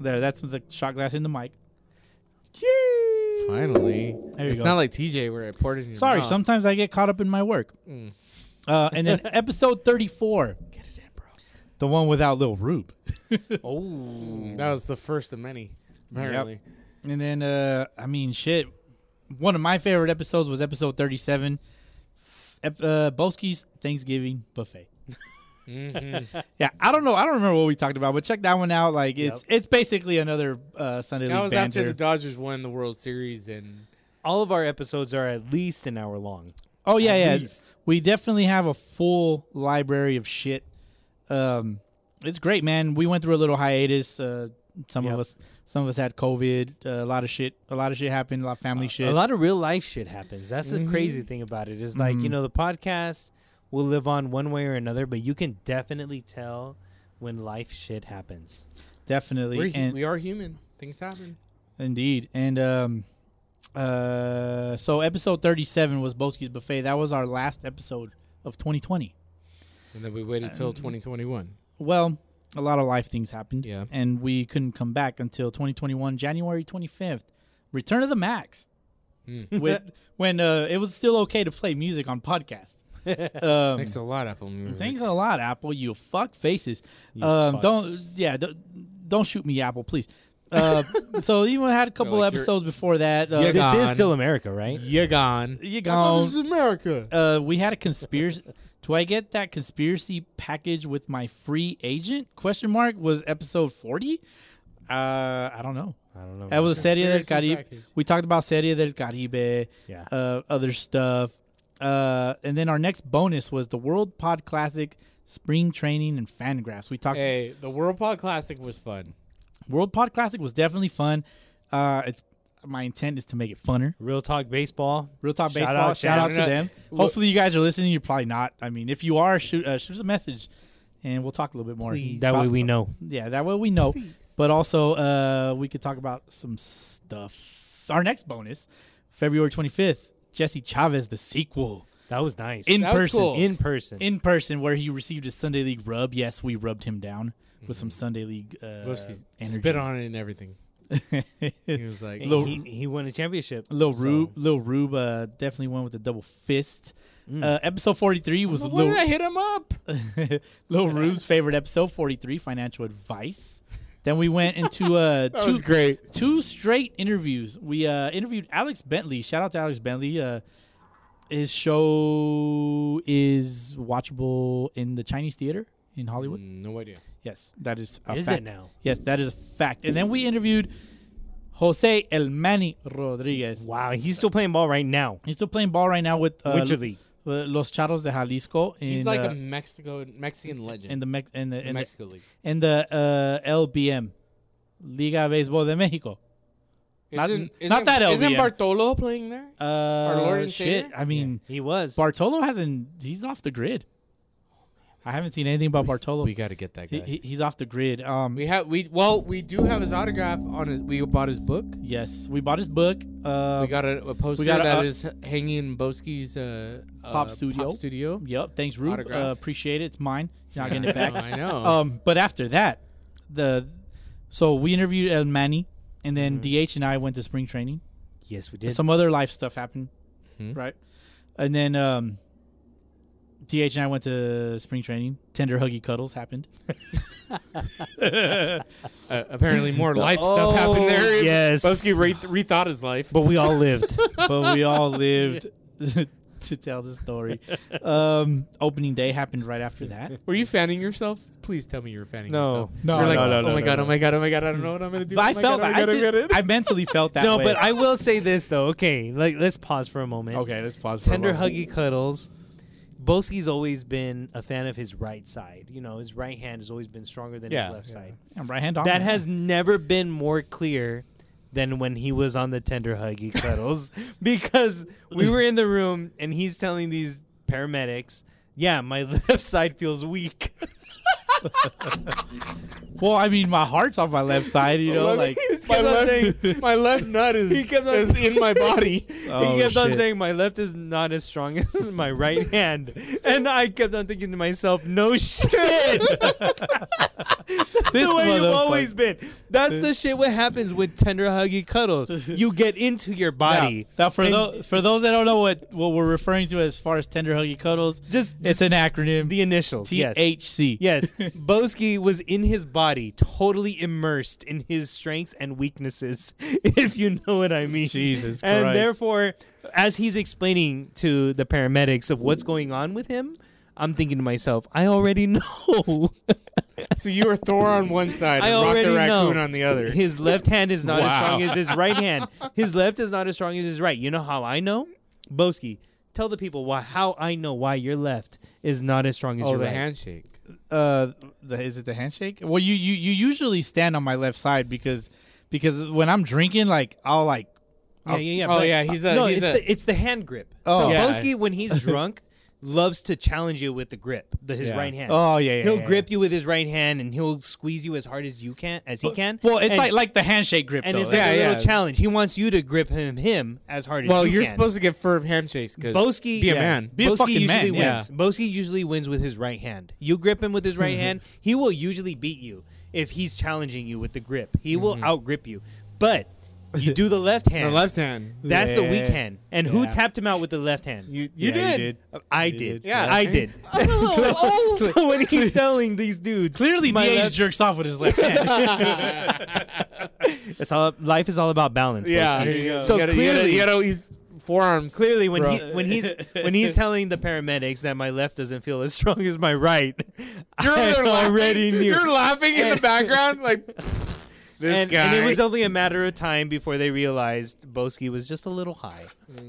Speaker 2: There, that's the shot glass in the mic.
Speaker 3: oh, finally.
Speaker 2: There you
Speaker 3: it's
Speaker 2: go.
Speaker 3: not like TJ where I poured it in your
Speaker 2: Sorry,
Speaker 3: mouth.
Speaker 2: sometimes I get caught up in my work.
Speaker 4: Mm.
Speaker 2: Uh, and then episode thirty-four. Get it in, bro. The one without Lil Rube.
Speaker 3: That was the first of many, apparently.
Speaker 2: And then, uh, I mean, shit. One of my favorite episodes was episode 37, Ep- uh, Boski's Thanksgiving Buffet.
Speaker 3: Mm-hmm.
Speaker 2: yeah, I don't know. I don't remember what we talked about, but check that one out. Like, it's it's basically another uh, Sunday
Speaker 3: That
Speaker 2: League
Speaker 3: was
Speaker 2: banter.
Speaker 3: after the Dodgers won the World Series, and
Speaker 4: All of our episodes are at least an hour long.
Speaker 2: oh yeah, yeah. We definitely have a full library of shit. Um, it's great, man. We went through a little hiatus. Uh, some of
Speaker 4: Yep.
Speaker 2: us, some of us had COVID. Uh, a lot of shit. A lot of shit happened. A lot of
Speaker 3: Uh,
Speaker 2: family shit.
Speaker 4: A lot of real life shit happens. That's the crazy
Speaker 2: Mm-hmm.
Speaker 4: thing about it. Is like you know the podcast will live on one way or another, but you can definitely tell when life shit happens.
Speaker 2: definitely.
Speaker 3: we're, hu-
Speaker 2: And-
Speaker 3: we are human. Things happen.
Speaker 2: Indeed. And um uh so episode 37 was Boski's Buffet. That was our last episode of 2020.
Speaker 3: And then we waited
Speaker 2: Um,
Speaker 3: till 2021.
Speaker 2: Well, a lot of life things happened.
Speaker 3: Yeah.
Speaker 2: And we couldn't come back until 2021 January 25th. Return of the Max.
Speaker 3: Hmm.
Speaker 2: With, when uh, it was still okay to play music on podcast. Um,
Speaker 3: Thanks a lot, Apple Music.
Speaker 2: Thanks a lot, Apple. You fuck faces. um, don't
Speaker 4: fucks.
Speaker 2: yeah, don't, don't shoot me, Apple, please. Uh, so you had a couple
Speaker 3: like, you're-
Speaker 2: episodes before that. Uh,
Speaker 3: Yeah,
Speaker 4: This is
Speaker 3: Gone.
Speaker 4: still America, right?
Speaker 3: You gone.
Speaker 2: you
Speaker 3: I thought
Speaker 2: gone.
Speaker 3: This is America.
Speaker 2: Uh, we had a conspiracy. Do I get that conspiracy package with my free agent? Question mark was episode forty. Uh, I don't know.
Speaker 4: I don't know.
Speaker 2: That was Serie del
Speaker 3: Conspiracy
Speaker 2: Caribe.
Speaker 3: package.
Speaker 2: We talked about Serie del Caribe.
Speaker 4: Yeah.
Speaker 2: Uh, other stuff. Uh, and then our next bonus was the World Pod Classic Spring Training and Fangraphs. We talked
Speaker 3: Hey, the World Pod Classic was fun.
Speaker 2: World Pod Classic was definitely fun. Uh, it's my intent is to make it funner.
Speaker 4: Real talk baseball.
Speaker 2: Real Talk
Speaker 4: Shout
Speaker 2: Baseball.
Speaker 4: out,
Speaker 2: shout out to
Speaker 3: shout out.
Speaker 2: them. Hopefully, you guys are listening. You're probably not. I mean, if you are, shoot, uh, shoot us a message, and we'll talk a little bit more.
Speaker 4: That way we know.
Speaker 2: yeah, that way we know. But also, uh, we could talk about some stuff. Our next bonus, February 25th, Jesse Chavez, the sequel
Speaker 4: That was nice.
Speaker 2: in
Speaker 3: That was
Speaker 2: person,
Speaker 3: cool.
Speaker 4: in person.
Speaker 2: in person, where he received his Sunday League rub. Yes, we rubbed him down with some Sunday League uh,
Speaker 3: Busty
Speaker 2: energy.
Speaker 3: spit on it and everything. He was like,
Speaker 4: And he, he won a championship.
Speaker 2: Lil
Speaker 4: So-
Speaker 2: Rube, Lil Rube uh, definitely won with a double fist.
Speaker 4: Mm.
Speaker 2: Uh, episode 43 was
Speaker 3: "Why
Speaker 2: Lil, Uh,
Speaker 3: did I hit him up?"
Speaker 2: Lil Rube's favorite episode, 43, financial advice. Then we went into uh,
Speaker 3: That
Speaker 2: two
Speaker 3: was great.
Speaker 2: two straight interviews. We uh, interviewed Alex Bentley. Shout out to Alex Bentley. Uh, his show is watchable in the Chinese theater in Hollywood.
Speaker 3: No idea.
Speaker 2: Yes, that is a
Speaker 4: Is
Speaker 2: fact.
Speaker 4: it now?
Speaker 2: Yes, that is a fact. And then we interviewed Jose El Manny Rodriguez.
Speaker 4: Wow, he's still playing ball right now.
Speaker 2: He's still playing ball right now with uh,
Speaker 4: Winter League.
Speaker 2: uh, Los Charros de Jalisco. In,
Speaker 3: He's like
Speaker 2: uh,
Speaker 3: a Mexico Mexican legend
Speaker 2: in the Mex- in the,
Speaker 3: the
Speaker 2: in the,
Speaker 3: Mexico league.
Speaker 2: in the uh, LBM, Liga Béisbol de México. not-
Speaker 3: Isn't, isn't,
Speaker 2: not that
Speaker 3: Isn't
Speaker 2: LVM.
Speaker 3: Bartolo playing there?
Speaker 2: Uh,
Speaker 3: Lord and
Speaker 2: shit.
Speaker 3: Savior?
Speaker 2: I mean,
Speaker 4: He was.
Speaker 2: Bartolo hasn't. He's off the grid. I haven't seen anything about Bartolo.
Speaker 3: we got to get that guy.
Speaker 2: He- he- he's off the grid. Um,
Speaker 3: we have we well we do have his autograph on his. We bought his book.
Speaker 2: yes, we bought his book. Uh,
Speaker 3: we got a, a poster
Speaker 2: got
Speaker 3: that
Speaker 2: a- uh,
Speaker 3: is hanging in Boski's uh,
Speaker 2: Pop
Speaker 3: uh,
Speaker 2: studio.
Speaker 3: Pop studio.
Speaker 2: Yep. Thanks, Rube. Uh,
Speaker 3: Autograph.
Speaker 2: appreciate it. It's mine. You're not getting it back.
Speaker 3: Oh, I know.
Speaker 2: Um, but after that, the so we interviewed El Manny, and then DH and I went to spring training.
Speaker 4: Yes, we did.
Speaker 2: Some other life stuff happened,
Speaker 4: Hmm?
Speaker 2: right? And then um, DH and I went to spring training. Tender huggy cuddles happened.
Speaker 3: Uh, apparently, more life
Speaker 4: Oh,
Speaker 3: stuff happened there.
Speaker 4: yes.
Speaker 3: Boski re- rethought his life.
Speaker 4: but we all lived.
Speaker 2: but we all lived to tell the story. Um, opening day happened right after that.
Speaker 3: Were you fanning yourself? Please tell me you were fanning
Speaker 4: No.
Speaker 3: yourself.
Speaker 2: No,
Speaker 3: You're like,
Speaker 2: no, no,
Speaker 3: oh my god, oh my god, oh my god, I don't know what I'm gonna do.
Speaker 2: But
Speaker 3: oh
Speaker 2: I
Speaker 3: my
Speaker 2: felt
Speaker 3: god, oh
Speaker 2: that.
Speaker 3: my
Speaker 2: I,
Speaker 3: god, oh my
Speaker 2: did-
Speaker 3: god.
Speaker 2: I mentally felt that
Speaker 4: no,
Speaker 2: way.
Speaker 4: but I will say this though. Okay, like let's pause for a moment.
Speaker 2: okay. Let's pause. for a
Speaker 4: Tender
Speaker 2: moment.
Speaker 4: huggy cuddles. Boski's always been a fan of his right side. You know, his right hand has always been stronger than
Speaker 3: Yeah.
Speaker 4: his left side.
Speaker 2: Yeah, right hand on
Speaker 4: That has never been more clear than when he was on the tender huggy cuddles because we were in the room and he's telling these paramedics, "Yeah, my left side feels weak."
Speaker 2: Well, I mean, my heart's on my left side, you know, like
Speaker 3: my left, my left nut is,
Speaker 4: kept on-
Speaker 3: is in my body.
Speaker 4: he
Speaker 2: Oh,
Speaker 4: kept on
Speaker 2: shit.
Speaker 4: saying my left is not as strong as my right hand, and I kept on thinking to myself, "No shit, that's
Speaker 2: this
Speaker 4: the way you've
Speaker 2: motherfucker-
Speaker 4: always been." That's the shit. What happens with tender huggy cuddles? You get into your body.
Speaker 2: Now, now for
Speaker 4: And-
Speaker 2: those for those that don't know what, what we're referring to as far as tender huggy cuddles,
Speaker 4: Just-
Speaker 2: it's an acronym.
Speaker 4: The initials, yes.
Speaker 2: THC.
Speaker 4: Yes, Boski was in his body, totally immersed in his strengths and weaknesses, if you know what I mean.
Speaker 2: Jesus
Speaker 4: And
Speaker 2: Christ.
Speaker 4: therefore, as he's explaining to the paramedics of what's going on with him, I'm thinking to myself, I already know.
Speaker 3: So you were Thor on one side
Speaker 4: I
Speaker 3: and Rock
Speaker 4: already
Speaker 3: the Raccoon
Speaker 4: know.
Speaker 3: on the other.
Speaker 4: His left hand is not as strong as his right hand. His left is not as strong as his right. You know how I know? Boski, tell the people why how I know why your left is not as strong as
Speaker 3: oh,
Speaker 4: your
Speaker 3: the
Speaker 4: right.
Speaker 3: handshake.
Speaker 2: Uh, the, is it the handshake? Well, you, you you usually stand on my left side because because when I'm drinking, like I'll like
Speaker 4: Yeah, yeah, yeah.
Speaker 3: Oh,
Speaker 4: but-
Speaker 3: yeah, he's a-
Speaker 4: no.
Speaker 3: he's
Speaker 4: it's,
Speaker 3: a-
Speaker 4: the, it's the hand grip.
Speaker 2: Oh.
Speaker 4: so
Speaker 3: Yeah.
Speaker 4: Boski, when he's drunk, loves to challenge you with the grip, the, his
Speaker 3: Yeah.
Speaker 4: right hand.
Speaker 2: Oh, yeah, yeah,
Speaker 4: He'll
Speaker 2: yeah,
Speaker 4: grip you with his right hand, and he'll squeeze you as hard as you can, as he can.
Speaker 2: Well, it's
Speaker 4: and,
Speaker 2: like like the handshake grip
Speaker 4: and
Speaker 2: though.
Speaker 4: it's like a
Speaker 3: Yeah,
Speaker 4: little
Speaker 3: yeah.
Speaker 4: challenge. He wants you to grip him him as hard as
Speaker 3: Well,
Speaker 4: you
Speaker 3: you're
Speaker 4: can.
Speaker 3: supposed to get firm handshakes because
Speaker 4: Boski
Speaker 3: be a
Speaker 4: yeah.
Speaker 3: man.
Speaker 2: Be a
Speaker 4: Boski
Speaker 2: fucking
Speaker 4: usually
Speaker 2: man,
Speaker 4: wins.
Speaker 2: yeah.
Speaker 4: Boski usually wins with his right hand. You grip him with his
Speaker 3: Mm-hmm.
Speaker 4: right hand, he will usually beat you if he's challenging you with the grip. He will outgrip you. But you do the left hand.
Speaker 3: Mm-hmm. the left hand.
Speaker 4: That's the weak
Speaker 2: Yeah.
Speaker 4: hand. And who
Speaker 2: Yeah.
Speaker 4: tapped him out with the left hand?
Speaker 3: You, you
Speaker 2: Yeah,
Speaker 3: did. Uh,
Speaker 4: I
Speaker 2: You
Speaker 4: did.
Speaker 2: did.
Speaker 4: Yeah,
Speaker 3: Yeah.
Speaker 4: I did.
Speaker 3: Oh,
Speaker 4: so, so when he's telling these dudes,
Speaker 2: Clearly,
Speaker 4: my
Speaker 2: DH
Speaker 4: left-
Speaker 2: jerks off with his left hand.
Speaker 4: it's all life is all about balance.
Speaker 3: yeah.
Speaker 4: Boski.
Speaker 3: here you go.
Speaker 4: So
Speaker 3: you gotta,
Speaker 4: clearly,
Speaker 3: you gotta, you gotta, he's forearms.
Speaker 4: clearly when he when he's when he's telling the paramedics that my left doesn't feel as strong as my right,
Speaker 3: You're
Speaker 4: I
Speaker 3: over there laughing.
Speaker 4: already knew.
Speaker 3: You're laughing in the background like this
Speaker 4: and,
Speaker 3: guy.
Speaker 4: and it was only a matter of time before they realized Boski was just a little high.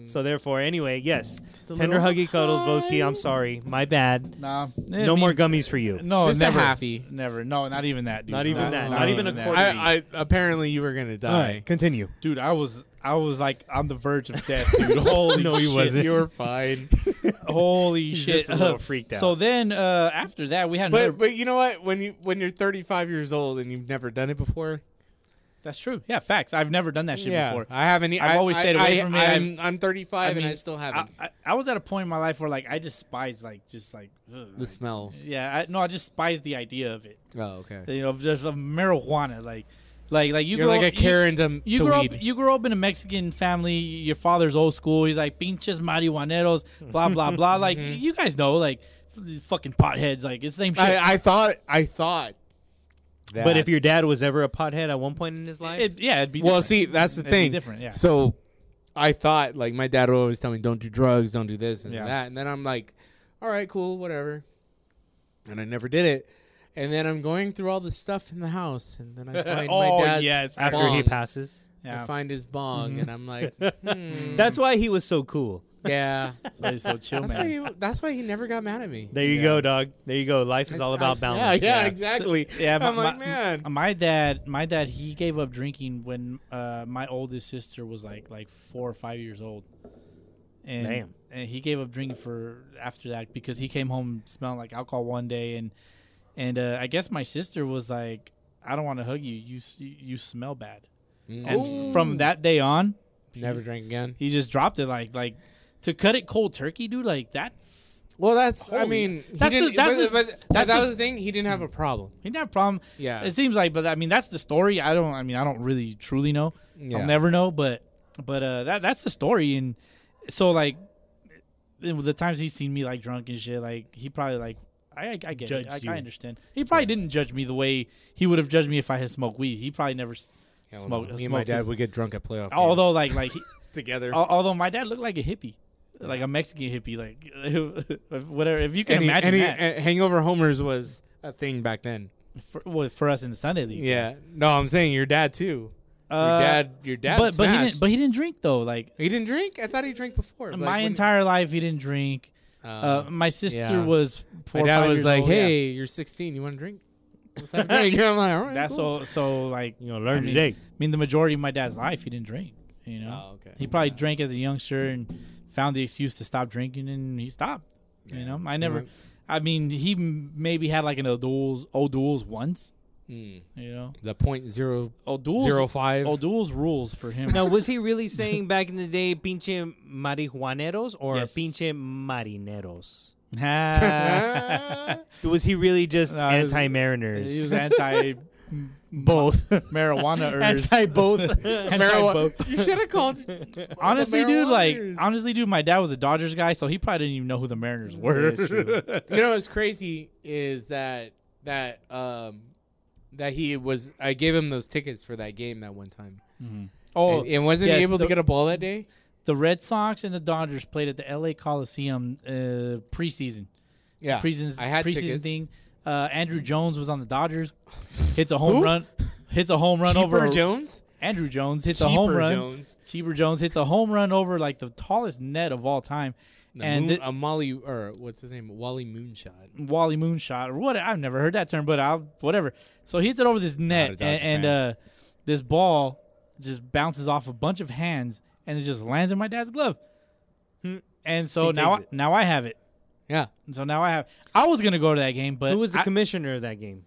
Speaker 4: So therefore, anyway, yes, tender
Speaker 3: Mm. little
Speaker 4: huggy cuddles, Boski. I'm sorry, my bad.
Speaker 2: nah,
Speaker 4: no more gummies for you.
Speaker 2: No,
Speaker 3: Just a
Speaker 2: never.
Speaker 3: halfie.
Speaker 2: Never. No, not even that, dude.
Speaker 4: Not even that.
Speaker 3: Not even
Speaker 4: a
Speaker 2: that.
Speaker 4: quarter.
Speaker 3: I, I apparently you were gonna die.
Speaker 4: Continue.
Speaker 2: Dude, I was I was like on the verge of death, dude. Holy
Speaker 4: No, he
Speaker 2: shit.
Speaker 4: wasn't.
Speaker 3: Oh, You were fine.
Speaker 2: Holy shit.
Speaker 4: just a little
Speaker 2: Uh,
Speaker 4: freaked out.
Speaker 2: So then uh, after that we had another
Speaker 3: But but you know what? When you when you're 35 years old and you've never done it before,
Speaker 2: That's true. Yeah, facts. I've never done that shit before.
Speaker 3: I haven't. e-
Speaker 2: I've
Speaker 3: I-
Speaker 2: always
Speaker 3: I-
Speaker 2: stayed away
Speaker 3: I-
Speaker 2: from it.
Speaker 3: I'm, I'm 35 and I
Speaker 2: mean,
Speaker 3: still
Speaker 2: I,
Speaker 3: haven't.
Speaker 2: I, I was at a point in my life where like I despise like just like ugh,
Speaker 3: the
Speaker 2: like,
Speaker 3: smell.
Speaker 2: yeah I, no I just despise the idea of it
Speaker 3: Oh, okay.
Speaker 2: you know of just of marijuana like like like you
Speaker 3: You're
Speaker 2: grow,
Speaker 3: like a
Speaker 2: you-
Speaker 3: Karen to,
Speaker 2: you
Speaker 3: to
Speaker 2: grow
Speaker 3: weed.
Speaker 2: up you grow up in a Mexican family. Your father's old school. He's like pinches marihuaneros, blah blah blah. Like you guys know, like these fucking potheads. Like it's the same shit.
Speaker 3: Mm-hmm. I, I thought. I thought. That.
Speaker 4: But if your dad was ever a pothead at one point in his life,
Speaker 2: It- yeah, it'd be
Speaker 3: well,
Speaker 2: different.
Speaker 3: see, that's the
Speaker 2: It'd be
Speaker 3: thing.
Speaker 2: different, yeah.
Speaker 3: So, I thought like my dad would always tell me, "Don't do drugs, don't do this, and
Speaker 2: Yeah.
Speaker 3: that," and then I'm like, "All right, cool, whatever," and I never did it. And then I'm going through all the stuff in the house, and then I find
Speaker 2: Oh,
Speaker 3: my dad's
Speaker 2: yes,
Speaker 3: bong.
Speaker 4: uh, after he passes,
Speaker 3: I
Speaker 2: Yeah.
Speaker 3: find his bong,
Speaker 2: Mm-hmm.
Speaker 3: and I'm like, hmm,
Speaker 4: that's why he was so cool.
Speaker 3: yeah.
Speaker 2: So he's so chill,
Speaker 3: That's why,
Speaker 2: man.
Speaker 3: he, that's why he never got mad at me.
Speaker 4: There you go, dog. There you go. Life is all
Speaker 3: It's-
Speaker 4: about
Speaker 3: I-
Speaker 4: balance.
Speaker 3: Yeah, yeah, exactly.
Speaker 2: Yeah,
Speaker 3: I'm
Speaker 2: my-
Speaker 3: like,
Speaker 2: my-
Speaker 3: man.
Speaker 2: My dad, my dad, he gave up drinking when uh, my oldest sister was like like four or five years old, and
Speaker 4: Damn.
Speaker 2: and he gave up drinking for after that because he came home smelling like alcohol one day, and and uh, I guess my sister was like, I don't want to hug you, you s- you smell bad, and from that day on,
Speaker 3: never drank again.
Speaker 2: he just dropped it like like to cut it cold turkey, dude. Like that,
Speaker 3: Well, that's. I
Speaker 2: Holy-
Speaker 3: mean, he
Speaker 2: That's
Speaker 3: didn't,
Speaker 2: the- that's
Speaker 3: but,
Speaker 2: the-
Speaker 3: but, but
Speaker 2: that's
Speaker 3: that
Speaker 2: the-
Speaker 3: was the thing. He didn't have a problem.
Speaker 2: he didn't have a problem.
Speaker 3: Yeah.
Speaker 2: it seems like, but I mean, that's the story. I don't. I mean, I don't really truly know.
Speaker 3: Yeah.
Speaker 2: I'll never know. But but uh, that that's the story. And so like it was the times he's seen me like drunk and shit, like he probably like I I, I get
Speaker 4: Judged
Speaker 2: it. Like,
Speaker 4: you.
Speaker 2: I understand. He probably didn't judge me the way he would have judged me if I had smoked weed. He probably never s
Speaker 3: Hell no.
Speaker 2: smoked.
Speaker 3: Me and my
Speaker 2: smoked
Speaker 3: dad
Speaker 2: his-
Speaker 3: would get drunk at playoff.
Speaker 2: although
Speaker 3: games
Speaker 2: like like he,
Speaker 3: together,
Speaker 2: al- although my dad looked like a hippie. Like a Mexican hippie, like whatever. If you can
Speaker 3: any,
Speaker 2: imagine
Speaker 3: any
Speaker 2: that
Speaker 3: uh, hangover homers was a thing back then.
Speaker 2: for, well, for us in the Sunday League,
Speaker 3: Yeah. No, I'm saying your dad too.
Speaker 2: Uh,
Speaker 3: your dad. Your dad.
Speaker 2: but but he
Speaker 3: smashed.
Speaker 2: didn't. But he didn't drink though. Like
Speaker 3: he didn't drink. I thought he drank before. like,
Speaker 2: my
Speaker 3: when-
Speaker 2: entire life, he didn't drink. Uh, my sister
Speaker 3: yeah.
Speaker 2: was four.
Speaker 3: My
Speaker 2: or
Speaker 3: dad
Speaker 2: five
Speaker 3: was
Speaker 2: years
Speaker 3: like,
Speaker 2: old, yeah.
Speaker 3: "Hey, you're 16. You want to drink?" Let's have a drink. I'm like, "All right,
Speaker 2: That's
Speaker 3: cool."
Speaker 2: so so like
Speaker 4: You know, learn
Speaker 2: I mean,
Speaker 4: today.
Speaker 2: I mean, the majority of my dad's life, he didn't drink. You know,
Speaker 3: Oh, okay.
Speaker 2: he probably drank as a youngster and found the excuse to stop drinking, and he stopped. You know, I never. I mean, he m- maybe had like an O'Doul's O'Doul's once. You know,
Speaker 3: The point zero
Speaker 2: O'Doul's
Speaker 3: Hmm. zero five.
Speaker 2: O'Doul's rules for him.
Speaker 4: Now, was he really saying back in the day, pinche marihuaneros or
Speaker 2: Yes.
Speaker 4: pinche marineros?
Speaker 2: Ah,
Speaker 4: Was he really just
Speaker 2: No, it was-
Speaker 4: anti
Speaker 2: Uh, he
Speaker 4: mariners?
Speaker 2: was anti
Speaker 4: both.
Speaker 2: marijuana.
Speaker 4: anti both.
Speaker 2: Anti-both.
Speaker 3: you should have called.
Speaker 2: Honestly, dude, like
Speaker 3: marijuaners.
Speaker 2: honestly, dude, my dad was a Dodgers guy, so he probably didn't even know who the Mariners were.
Speaker 3: you know what's crazy is that that um that he was I gave him those tickets for that game that one time.
Speaker 2: oh,
Speaker 3: and, and wasn't
Speaker 2: yes,
Speaker 3: he able
Speaker 2: the-
Speaker 3: to get a ball that day?
Speaker 2: The Red Sox and the Dodgers played at the L.A. Coliseum uh, preseason.
Speaker 3: Yeah,
Speaker 2: preseason,
Speaker 3: I had
Speaker 2: preseason
Speaker 3: tickets.
Speaker 2: thing. Uh, Andrew Jones was on the Dodgers. Hits a home run. Hits a home run over
Speaker 3: Cheaper
Speaker 2: a-
Speaker 3: Jones.
Speaker 2: Andrew Jones hits a home
Speaker 3: Cheaper
Speaker 2: run.
Speaker 3: Jones.
Speaker 2: Cheaper Jones hits a home run over like the tallest net of all time,
Speaker 3: The
Speaker 2: and
Speaker 3: moon,
Speaker 2: th-
Speaker 3: a Molly or what's his name? Wally Moonshot.
Speaker 2: Wally Moonshot or what? I've never heard that term, but I'll whatever. So he hits it over this net,
Speaker 3: Not a Dodger
Speaker 2: and, and uh, this ball just bounces off a bunch of hands, and it just lands in my dad's glove. Hmm. And so
Speaker 4: He
Speaker 2: now,
Speaker 4: takes
Speaker 2: I, now I have it.
Speaker 3: Yeah,
Speaker 2: So now I have. I was gonna go to that game, but
Speaker 4: Who was the
Speaker 2: I-
Speaker 4: commissioner of that game?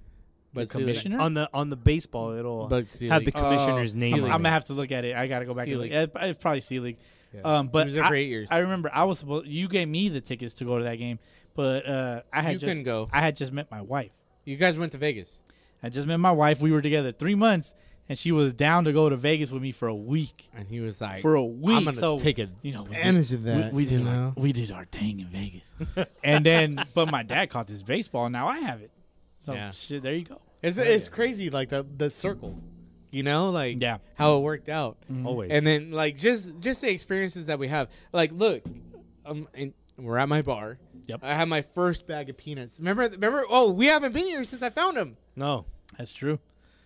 Speaker 3: but see, like,
Speaker 2: commissioner?
Speaker 4: On the on the baseball, it'll
Speaker 3: But see,
Speaker 4: have the
Speaker 3: like-
Speaker 4: commissioner's
Speaker 2: Oh,
Speaker 4: name.
Speaker 2: I'm,
Speaker 4: on
Speaker 2: I'm
Speaker 4: it.
Speaker 2: gonna have to look at it. I gotta go back. and look.
Speaker 3: C-League.
Speaker 2: Yeah, It's it's probably C League. Um, but
Speaker 3: He was there
Speaker 2: I,
Speaker 3: for eight years.
Speaker 2: I remember I was supposed. You gave me the tickets to go to that game, but uh, I had
Speaker 3: You
Speaker 2: just,
Speaker 3: couldn't go.
Speaker 2: I had just met my wife.
Speaker 3: you guys went to Vegas.
Speaker 2: I just met my wife. We were together three months, and she was down to go to Vegas with me for a week.
Speaker 3: And he was like,
Speaker 2: For a week,
Speaker 3: I'm gonna
Speaker 2: so
Speaker 3: take it.
Speaker 2: you know, we did-
Speaker 3: advantage of that,
Speaker 2: We, we did
Speaker 3: you
Speaker 2: our-
Speaker 3: know?
Speaker 2: we did our thing in Vegas, and then but my dad caught this baseball, and now I have it. So
Speaker 3: Yeah.
Speaker 2: shit, there you go.
Speaker 3: It's it's crazy, like the the circle, you know, like
Speaker 2: Yeah.
Speaker 3: how it worked out.
Speaker 4: Always.
Speaker 3: and then like just just the experiences that we have. Like, look, um, and we're at my bar.
Speaker 2: Yep.
Speaker 3: I had my first bag of peanuts. Remember, remember. Oh, we haven't been here since I found them.
Speaker 4: no.
Speaker 2: That's true.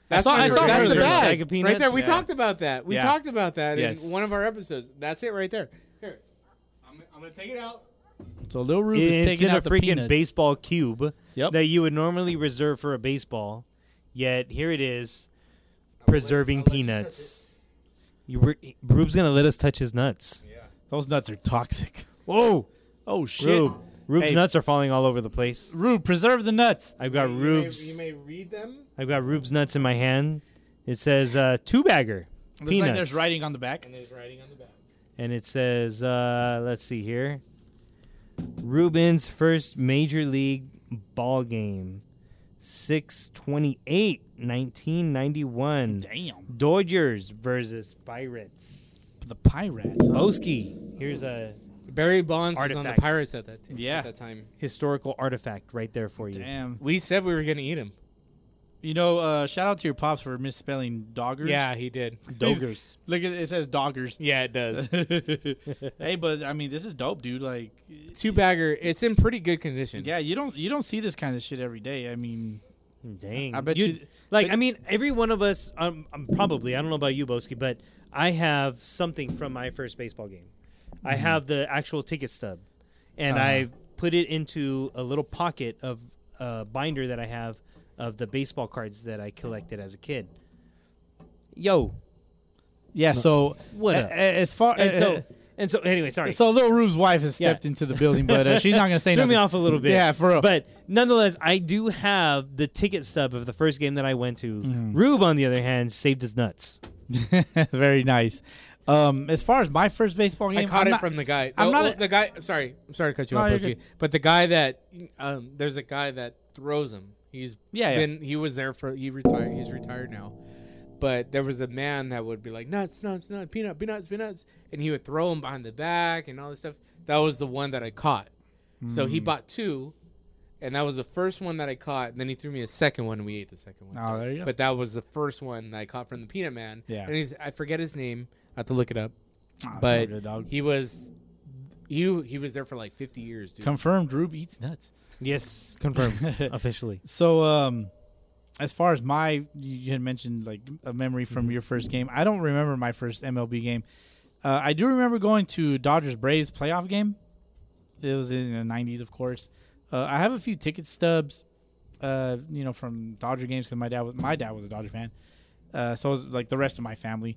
Speaker 3: That's,
Speaker 2: saw-
Speaker 3: my
Speaker 2: I
Speaker 3: first-
Speaker 2: saw
Speaker 3: that's the
Speaker 2: earlier.
Speaker 3: bag,
Speaker 4: Bag of peanuts.
Speaker 3: right there. We
Speaker 4: Yeah.
Speaker 3: talked about that. We
Speaker 2: Yeah.
Speaker 3: talked about that
Speaker 2: Yes.
Speaker 3: in one of our episodes. That's it right there. Here, I'm, I'm gonna take it out.
Speaker 2: So Lil Rube is
Speaker 4: It's
Speaker 2: taking
Speaker 4: in a
Speaker 2: out the
Speaker 4: freaking
Speaker 2: peanuts.
Speaker 4: baseball cube
Speaker 2: Yep.
Speaker 4: that you would normally reserve for a baseball, yet here it is, preserving
Speaker 3: I'll let you touch
Speaker 4: peanuts. You were, Rube's gonna let us touch his nuts.
Speaker 2: Those nuts are toxic.
Speaker 4: Whoa,
Speaker 2: Oh shit.
Speaker 4: Rube! Rube's
Speaker 2: Hey.
Speaker 4: nuts are falling all over the place.
Speaker 2: Rube, preserve the nuts.
Speaker 4: I've got
Speaker 3: You may-
Speaker 4: Rube's.
Speaker 3: You may, read them.
Speaker 4: I've got Rube's nuts in my hand. It says uh, two bagger
Speaker 2: Looks
Speaker 4: peanuts,
Speaker 2: like there's writing on the back.
Speaker 3: And there's writing on the back.
Speaker 4: and it says, uh, let's see here, Ruben's first major league ball game, 628 1991
Speaker 2: Damn.
Speaker 4: Dodgers versus Pirates.
Speaker 2: The pirates. huh?
Speaker 4: Boski, here's a
Speaker 3: Barry Bonds was on
Speaker 4: Artifact.
Speaker 3: the Pirates at that time.
Speaker 2: Yeah.
Speaker 3: At that time,
Speaker 4: historical artifact right there for you.
Speaker 2: Damn.
Speaker 3: we said we were gonna eat him.
Speaker 2: You know, uh, shout out to your pops for misspelling doggers.
Speaker 3: Yeah, he did.
Speaker 2: Doggers. Look at it says doggers.
Speaker 3: Yeah, it does.
Speaker 2: hey, but I mean this is dope, dude. Like
Speaker 3: Two bagger. It's in pretty good condition.
Speaker 2: yeah, you don't you don't see this kind of shit every day. I mean
Speaker 4: Dang.
Speaker 2: I bet
Speaker 4: You'd-
Speaker 2: you-
Speaker 4: Like,
Speaker 2: but-
Speaker 4: I mean, every one of us, um, um, probably, I don't know about you, Boski, but I have something from my first baseball game. I
Speaker 2: Mm-hmm.
Speaker 4: have the actual ticket stub, and
Speaker 2: Uh-huh.
Speaker 4: I put it into a little pocket of a binder that I have of the baseball cards that I collected as a kid. Yo.
Speaker 2: Yeah, so
Speaker 4: What
Speaker 2: a-
Speaker 4: up?
Speaker 2: a- as far
Speaker 4: And
Speaker 2: uh,
Speaker 4: so, and so anyway, sorry.
Speaker 2: so Lil Rube's wife has
Speaker 4: Yeah.
Speaker 2: stepped into the building, but uh, she's not gonna say
Speaker 4: threw me
Speaker 2: nothing.
Speaker 4: off a little bit.
Speaker 2: Yeah, for real.
Speaker 4: But nonetheless, I do have the ticket stub of the first game that I went to.
Speaker 2: Mm-hmm.
Speaker 4: Rube, on the other hand, saved his nuts.
Speaker 2: Very nice. Um, as far as my first baseball game,
Speaker 3: I caught
Speaker 2: I'm
Speaker 3: it
Speaker 2: not-
Speaker 3: from the guy.
Speaker 2: I'm
Speaker 3: oh,
Speaker 2: not
Speaker 3: well,
Speaker 2: a-
Speaker 3: the guy. Sorry, I'm sorry to cut you
Speaker 2: No,
Speaker 3: off,
Speaker 2: you're
Speaker 3: Boski,
Speaker 2: good.
Speaker 3: but the guy that um, there's a guy that throws him. He's
Speaker 2: Yeah, yeah.
Speaker 3: been he was there for he retired. He's retired now, but there was a man that would be like nuts, nuts, nuts, peanut, peanuts, peanuts, and he would throw him behind the back and all this stuff. That was the one that I caught. So
Speaker 2: Hmm.
Speaker 3: he bought two, and that was the first one that I caught. And then he threw me a second one, and we ate the second one.
Speaker 2: Oh, there you go.
Speaker 3: But that was the first one that I caught from the Peanut Man.
Speaker 2: Yeah.
Speaker 3: And he's I forget his name. I have to look it up.
Speaker 2: it's all
Speaker 3: but
Speaker 2: good, dog.
Speaker 3: he was he he was there for like fifty years, dude.
Speaker 2: confirmed Rube eats nuts.
Speaker 4: Yes, confirmed officially.
Speaker 2: So, um, as far as my, you- you had mentioned like a memory from
Speaker 3: Mm-hmm.
Speaker 2: your first game. I don't remember my first MLB game. Uh, I do remember going to Dodgers Braves playoff game. It was in the '90s, of course. Uh, I have a few ticket stubs, uh, you know, from Dodger games because my dad was my dad was a Dodger fan. Uh, so was like the rest of my family,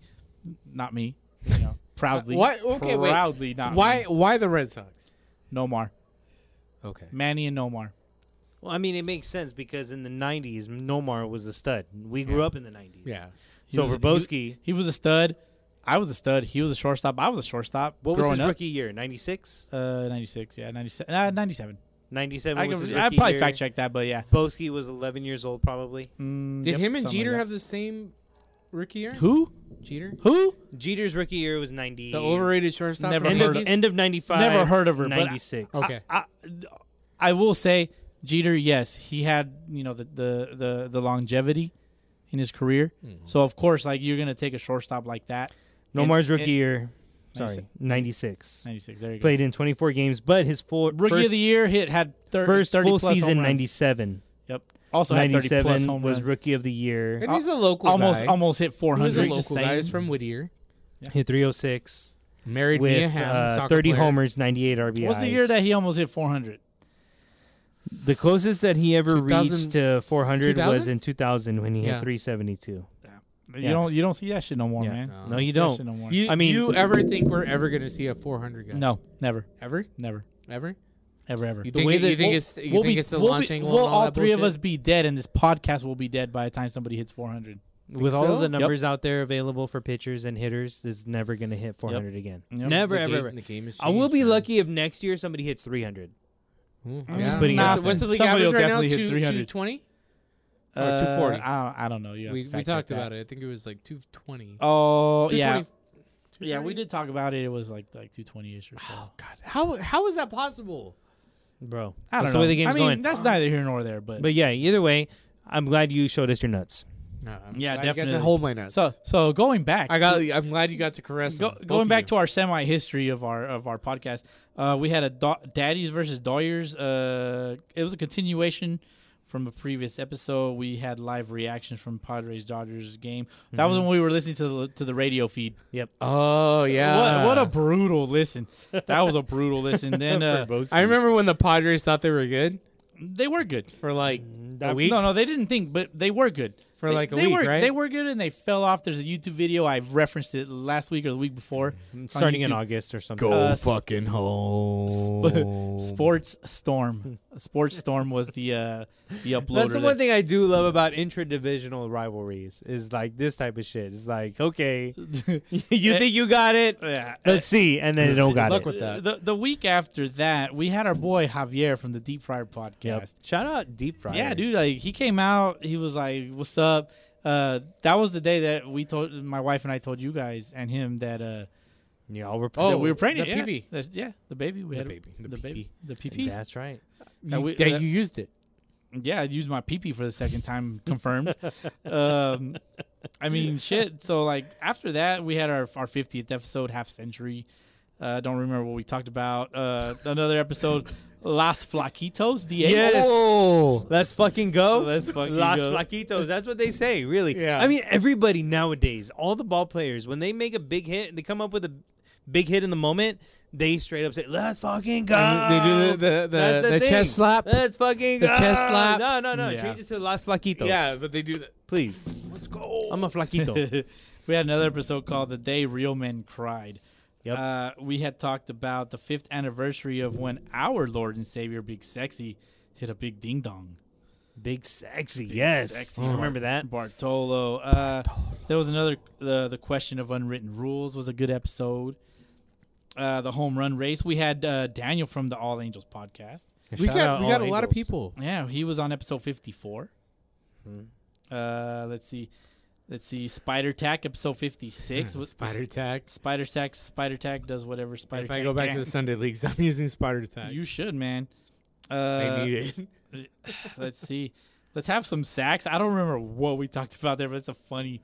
Speaker 2: not me. You know, proudly,
Speaker 3: Why? Uh, Okay,
Speaker 2: proudly
Speaker 3: wait.
Speaker 2: not
Speaker 3: why?
Speaker 2: me.
Speaker 3: Why the Red Sox?
Speaker 2: no more.
Speaker 3: Okay.
Speaker 2: Manny and Nomar.
Speaker 4: Well, I mean, it makes sense because in the '90s, Nomar was a stud. We grew up in the '90s.
Speaker 3: Yeah.
Speaker 2: He
Speaker 4: So
Speaker 2: was-
Speaker 4: Verbowski,
Speaker 2: he, he was a stud. I was a stud. He was a shortstop. I was a shortstop.
Speaker 4: what was
Speaker 2: growing
Speaker 4: his
Speaker 2: up.
Speaker 4: rookie year? '96,
Speaker 2: Uh, 96. Yeah, 97. Uh, 97.
Speaker 4: '97
Speaker 2: I,
Speaker 4: was
Speaker 2: could-
Speaker 4: his
Speaker 2: I
Speaker 4: rookie
Speaker 2: probably
Speaker 4: year.
Speaker 2: fact checked that, but yeah.
Speaker 4: Boski was 11 years old, probably.
Speaker 2: Mm,
Speaker 3: Did
Speaker 2: yep,
Speaker 3: him and
Speaker 2: something
Speaker 3: Jeter
Speaker 2: like
Speaker 3: have the same rookie year?
Speaker 2: that. who?
Speaker 3: Jeter?
Speaker 2: Who?
Speaker 4: Jeter's rookie year was 90.
Speaker 3: The overrated shortstop.
Speaker 2: Never
Speaker 3: for
Speaker 4: end
Speaker 3: the
Speaker 4: of,
Speaker 3: Yankees?
Speaker 4: end of 95.
Speaker 2: Never heard of her, but I-
Speaker 4: 96.
Speaker 3: Okay.
Speaker 2: I, I will say Jeter, yes, he had you know the the the, the longevity in his career.
Speaker 4: Mm-hmm.
Speaker 2: So of course, like you're gonna take a shortstop like that.
Speaker 4: Nomar's
Speaker 2: And-
Speaker 4: rookie year. Sorry,
Speaker 2: 96.
Speaker 4: 96.
Speaker 2: Ninety six. There you go.
Speaker 4: Played in 24 games, but his full
Speaker 2: Rookie
Speaker 4: first,
Speaker 2: of the year hit had thir-
Speaker 4: first
Speaker 2: 30
Speaker 4: full
Speaker 2: plus home
Speaker 4: season
Speaker 2: runs.
Speaker 4: 97.
Speaker 2: Yep. Also had thirty plus
Speaker 4: 97
Speaker 2: home
Speaker 4: was
Speaker 2: runs.
Speaker 4: rookie of the year.
Speaker 3: And he's a local
Speaker 2: almost
Speaker 3: guy.
Speaker 2: almost hit four
Speaker 3: He was a
Speaker 2: hundred. Just
Speaker 3: local guy. He's
Speaker 2: saying.
Speaker 3: from Whittier.
Speaker 4: Hit 306
Speaker 3: Married Mia
Speaker 4: with
Speaker 3: Hamm,
Speaker 4: uh,
Speaker 3: soccer
Speaker 4: 30
Speaker 3: player.
Speaker 4: homers, 98 RBIs.
Speaker 2: What's the year that he almost hit four hundred?
Speaker 4: The closest that he ever
Speaker 3: 2000
Speaker 4: reached to 400 was
Speaker 3: 2000?
Speaker 4: in 2000 when he
Speaker 3: Yeah.
Speaker 4: hit 372.
Speaker 2: You
Speaker 4: Yeah.
Speaker 2: don't you don't see that shit no more, man.
Speaker 4: No,
Speaker 3: No.
Speaker 4: you
Speaker 2: See that shit
Speaker 4: don't.
Speaker 2: no more.
Speaker 3: You,
Speaker 4: I mean-
Speaker 3: you ever think we're ever going to see a 400 guy?
Speaker 2: no, never,
Speaker 3: Ever?
Speaker 2: never,
Speaker 3: Ever?
Speaker 2: ever, ever.
Speaker 3: You think,
Speaker 4: way
Speaker 3: it-
Speaker 4: that-
Speaker 3: you think
Speaker 4: we'll-
Speaker 3: it's you
Speaker 2: we'll
Speaker 3: think
Speaker 2: be,
Speaker 3: it's the
Speaker 2: we'll
Speaker 3: launching
Speaker 2: be,
Speaker 3: one
Speaker 2: we'll
Speaker 3: and all
Speaker 2: all
Speaker 3: that
Speaker 2: three of us
Speaker 3: bullshit?
Speaker 2: be dead, and this podcast will be dead by the time somebody hits 400.
Speaker 4: With all
Speaker 3: so?
Speaker 4: of the numbers out there available for pitchers and hitters, this is never going to hit 400 again.
Speaker 2: Yep.
Speaker 4: Never,
Speaker 3: The
Speaker 4: ever,
Speaker 3: game-
Speaker 4: ever.
Speaker 3: the game has
Speaker 4: I will be
Speaker 3: changed, man.
Speaker 4: lucky if next year somebody hits 300.
Speaker 3: Mm, yeah.
Speaker 4: putting it out
Speaker 3: What's- What's the
Speaker 2: there.
Speaker 3: league
Speaker 2: Somebody
Speaker 3: average
Speaker 2: will
Speaker 3: right now?
Speaker 2: definitely hit
Speaker 3: Two-
Speaker 2: 300.
Speaker 3: 220? Or
Speaker 2: Uh,
Speaker 3: 240?
Speaker 2: I don't, I don't know. You have
Speaker 3: We,
Speaker 2: to
Speaker 3: we
Speaker 2: fact check
Speaker 3: talked
Speaker 2: that.
Speaker 3: about it. I think it was like 220.
Speaker 2: Oh yeah,
Speaker 3: 220.
Speaker 2: yeah. We did talk about it. It was like like 220 ish or so.
Speaker 3: Oh God! How how is that possible?
Speaker 4: Bro,
Speaker 2: I don't
Speaker 4: that's
Speaker 2: know.
Speaker 4: the way the game's
Speaker 2: I mean,
Speaker 4: going.
Speaker 2: that's neither here nor there, but,
Speaker 4: but yeah, either way, I'm glad you showed us your nuts.
Speaker 3: No,
Speaker 2: Yeah,
Speaker 3: I'm glad you got
Speaker 2: definitely.
Speaker 3: to hold my nuts.
Speaker 2: so so going back.
Speaker 3: I got. I'm glad you got to caress.
Speaker 2: Go,
Speaker 3: them, both
Speaker 2: going
Speaker 3: of
Speaker 2: back
Speaker 3: you.
Speaker 2: to our semi history of our of our podcast, uh, we had a Do- Daddies versus Doyers. Uh, it was a continuation from a previous episode. We had live reactions from Padres Dodgers game. That was
Speaker 3: Mm-hmm.
Speaker 2: when we were listening to the to the radio feed.
Speaker 3: Oh yeah.
Speaker 2: What what a brutal listen! That was a brutal listen. Then uh,
Speaker 3: I remember when the Padres thought they were good
Speaker 2: they were good.
Speaker 3: for like a week.
Speaker 2: Mm, No, no, they didn't think, but they were good
Speaker 3: For
Speaker 2: They-
Speaker 3: like a
Speaker 2: they
Speaker 3: week,
Speaker 2: were,
Speaker 3: right?
Speaker 2: They were good, and they fell off. There's a YouTube video I referenced it last week or the week before,
Speaker 3: Mm-hmm.
Speaker 2: on
Speaker 4: Starting in
Speaker 2: YouTube.
Speaker 4: August or something.
Speaker 1: Go
Speaker 2: Uh,
Speaker 3: fucking home.
Speaker 2: Sp- Sports Storm. Sports Storm was the uh, the uploader.
Speaker 4: That's the
Speaker 2: that-
Speaker 4: one thing I do love about intradivisional rivalries is like this type of shit. It's like, okay, you think you got it?
Speaker 2: Yeah.
Speaker 4: Let's see, and then they don't got
Speaker 3: Good luck
Speaker 4: it.
Speaker 3: with that.
Speaker 2: The the week after that, we had our boy Javier from the Deep Fryer podcast.
Speaker 4: Yep. Shout out Deep Fryer.
Speaker 2: Yeah, dude, like he came out, he was like, "What's up?" Uh, that was the day that we told my wife and I told you guys and him that uh
Speaker 4: Y'all were
Speaker 2: that
Speaker 3: Oh,
Speaker 2: we were praying
Speaker 3: the
Speaker 2: yeah.
Speaker 3: PB.
Speaker 2: That's- yeah, the baby, we
Speaker 3: The
Speaker 2: had a-
Speaker 3: baby, the
Speaker 2: the baby,
Speaker 3: PP.
Speaker 2: the PP.
Speaker 4: That's right.
Speaker 2: that we-
Speaker 3: that
Speaker 2: that-
Speaker 3: you used it.
Speaker 2: yeah, I used my pee pee for the second time, confirmed. um, I mean, shit. So like after that, we had our our fiftieth episode, half century. Uh, don't remember what we talked about. Uh, another episode, Las Flaquitos. The
Speaker 4: Yes.
Speaker 3: Oh,
Speaker 4: Let's fucking go.
Speaker 2: Let's fucking
Speaker 4: Las
Speaker 2: go.
Speaker 4: Flaquitos. That's what they say, really.
Speaker 3: Yeah.
Speaker 4: I mean, everybody nowadays, all the ball players, when they make a big hit and they come up with a big hit in the moment, they straight up say, Let's fucking go.
Speaker 3: And they do the- the- the-
Speaker 4: That's
Speaker 3: the
Speaker 4: thing.
Speaker 3: chest slap.
Speaker 4: Let's fucking
Speaker 3: The
Speaker 4: go.
Speaker 3: chest slap.
Speaker 4: No, no, no.
Speaker 2: Yeah.
Speaker 4: Change it to Las Flaquitos.
Speaker 3: yeah, but they do that.
Speaker 4: Please.
Speaker 3: Let's go.
Speaker 4: I'm a Flaquito.
Speaker 2: we had another episode called "The Day Real Men Cried."
Speaker 4: Yep.
Speaker 2: Uh, we had talked about the fifth anniversary of when our Lord and Savior Big Sexy hit a big ding dong.
Speaker 4: big sexy. yes.
Speaker 2: Sexy.
Speaker 4: You remember that?
Speaker 2: Bartolo. Uh, There was another the the question of unwritten rules was a good episode. Uh, the home run race. We had uh, Daniel from the All Angels podcast.
Speaker 3: we
Speaker 4: Shout
Speaker 3: got
Speaker 4: out
Speaker 3: we got a
Speaker 4: all
Speaker 3: lot of
Speaker 4: angles.
Speaker 3: people.
Speaker 2: Yeah, he was on episode fifty
Speaker 3: Hmm.
Speaker 2: Uh, let's see, let's see. Spider Tack episode fifty six was
Speaker 3: Spider attack.
Speaker 2: Spider Tack. Spider Tack does whatever Spider.
Speaker 3: If I go back to the Sunday leagues, I'm using Spider attack.
Speaker 2: you should man. Uh,
Speaker 3: I need it.
Speaker 2: let's see. Let's have some sacks. I don't remember what we talked about there, but it's a funny,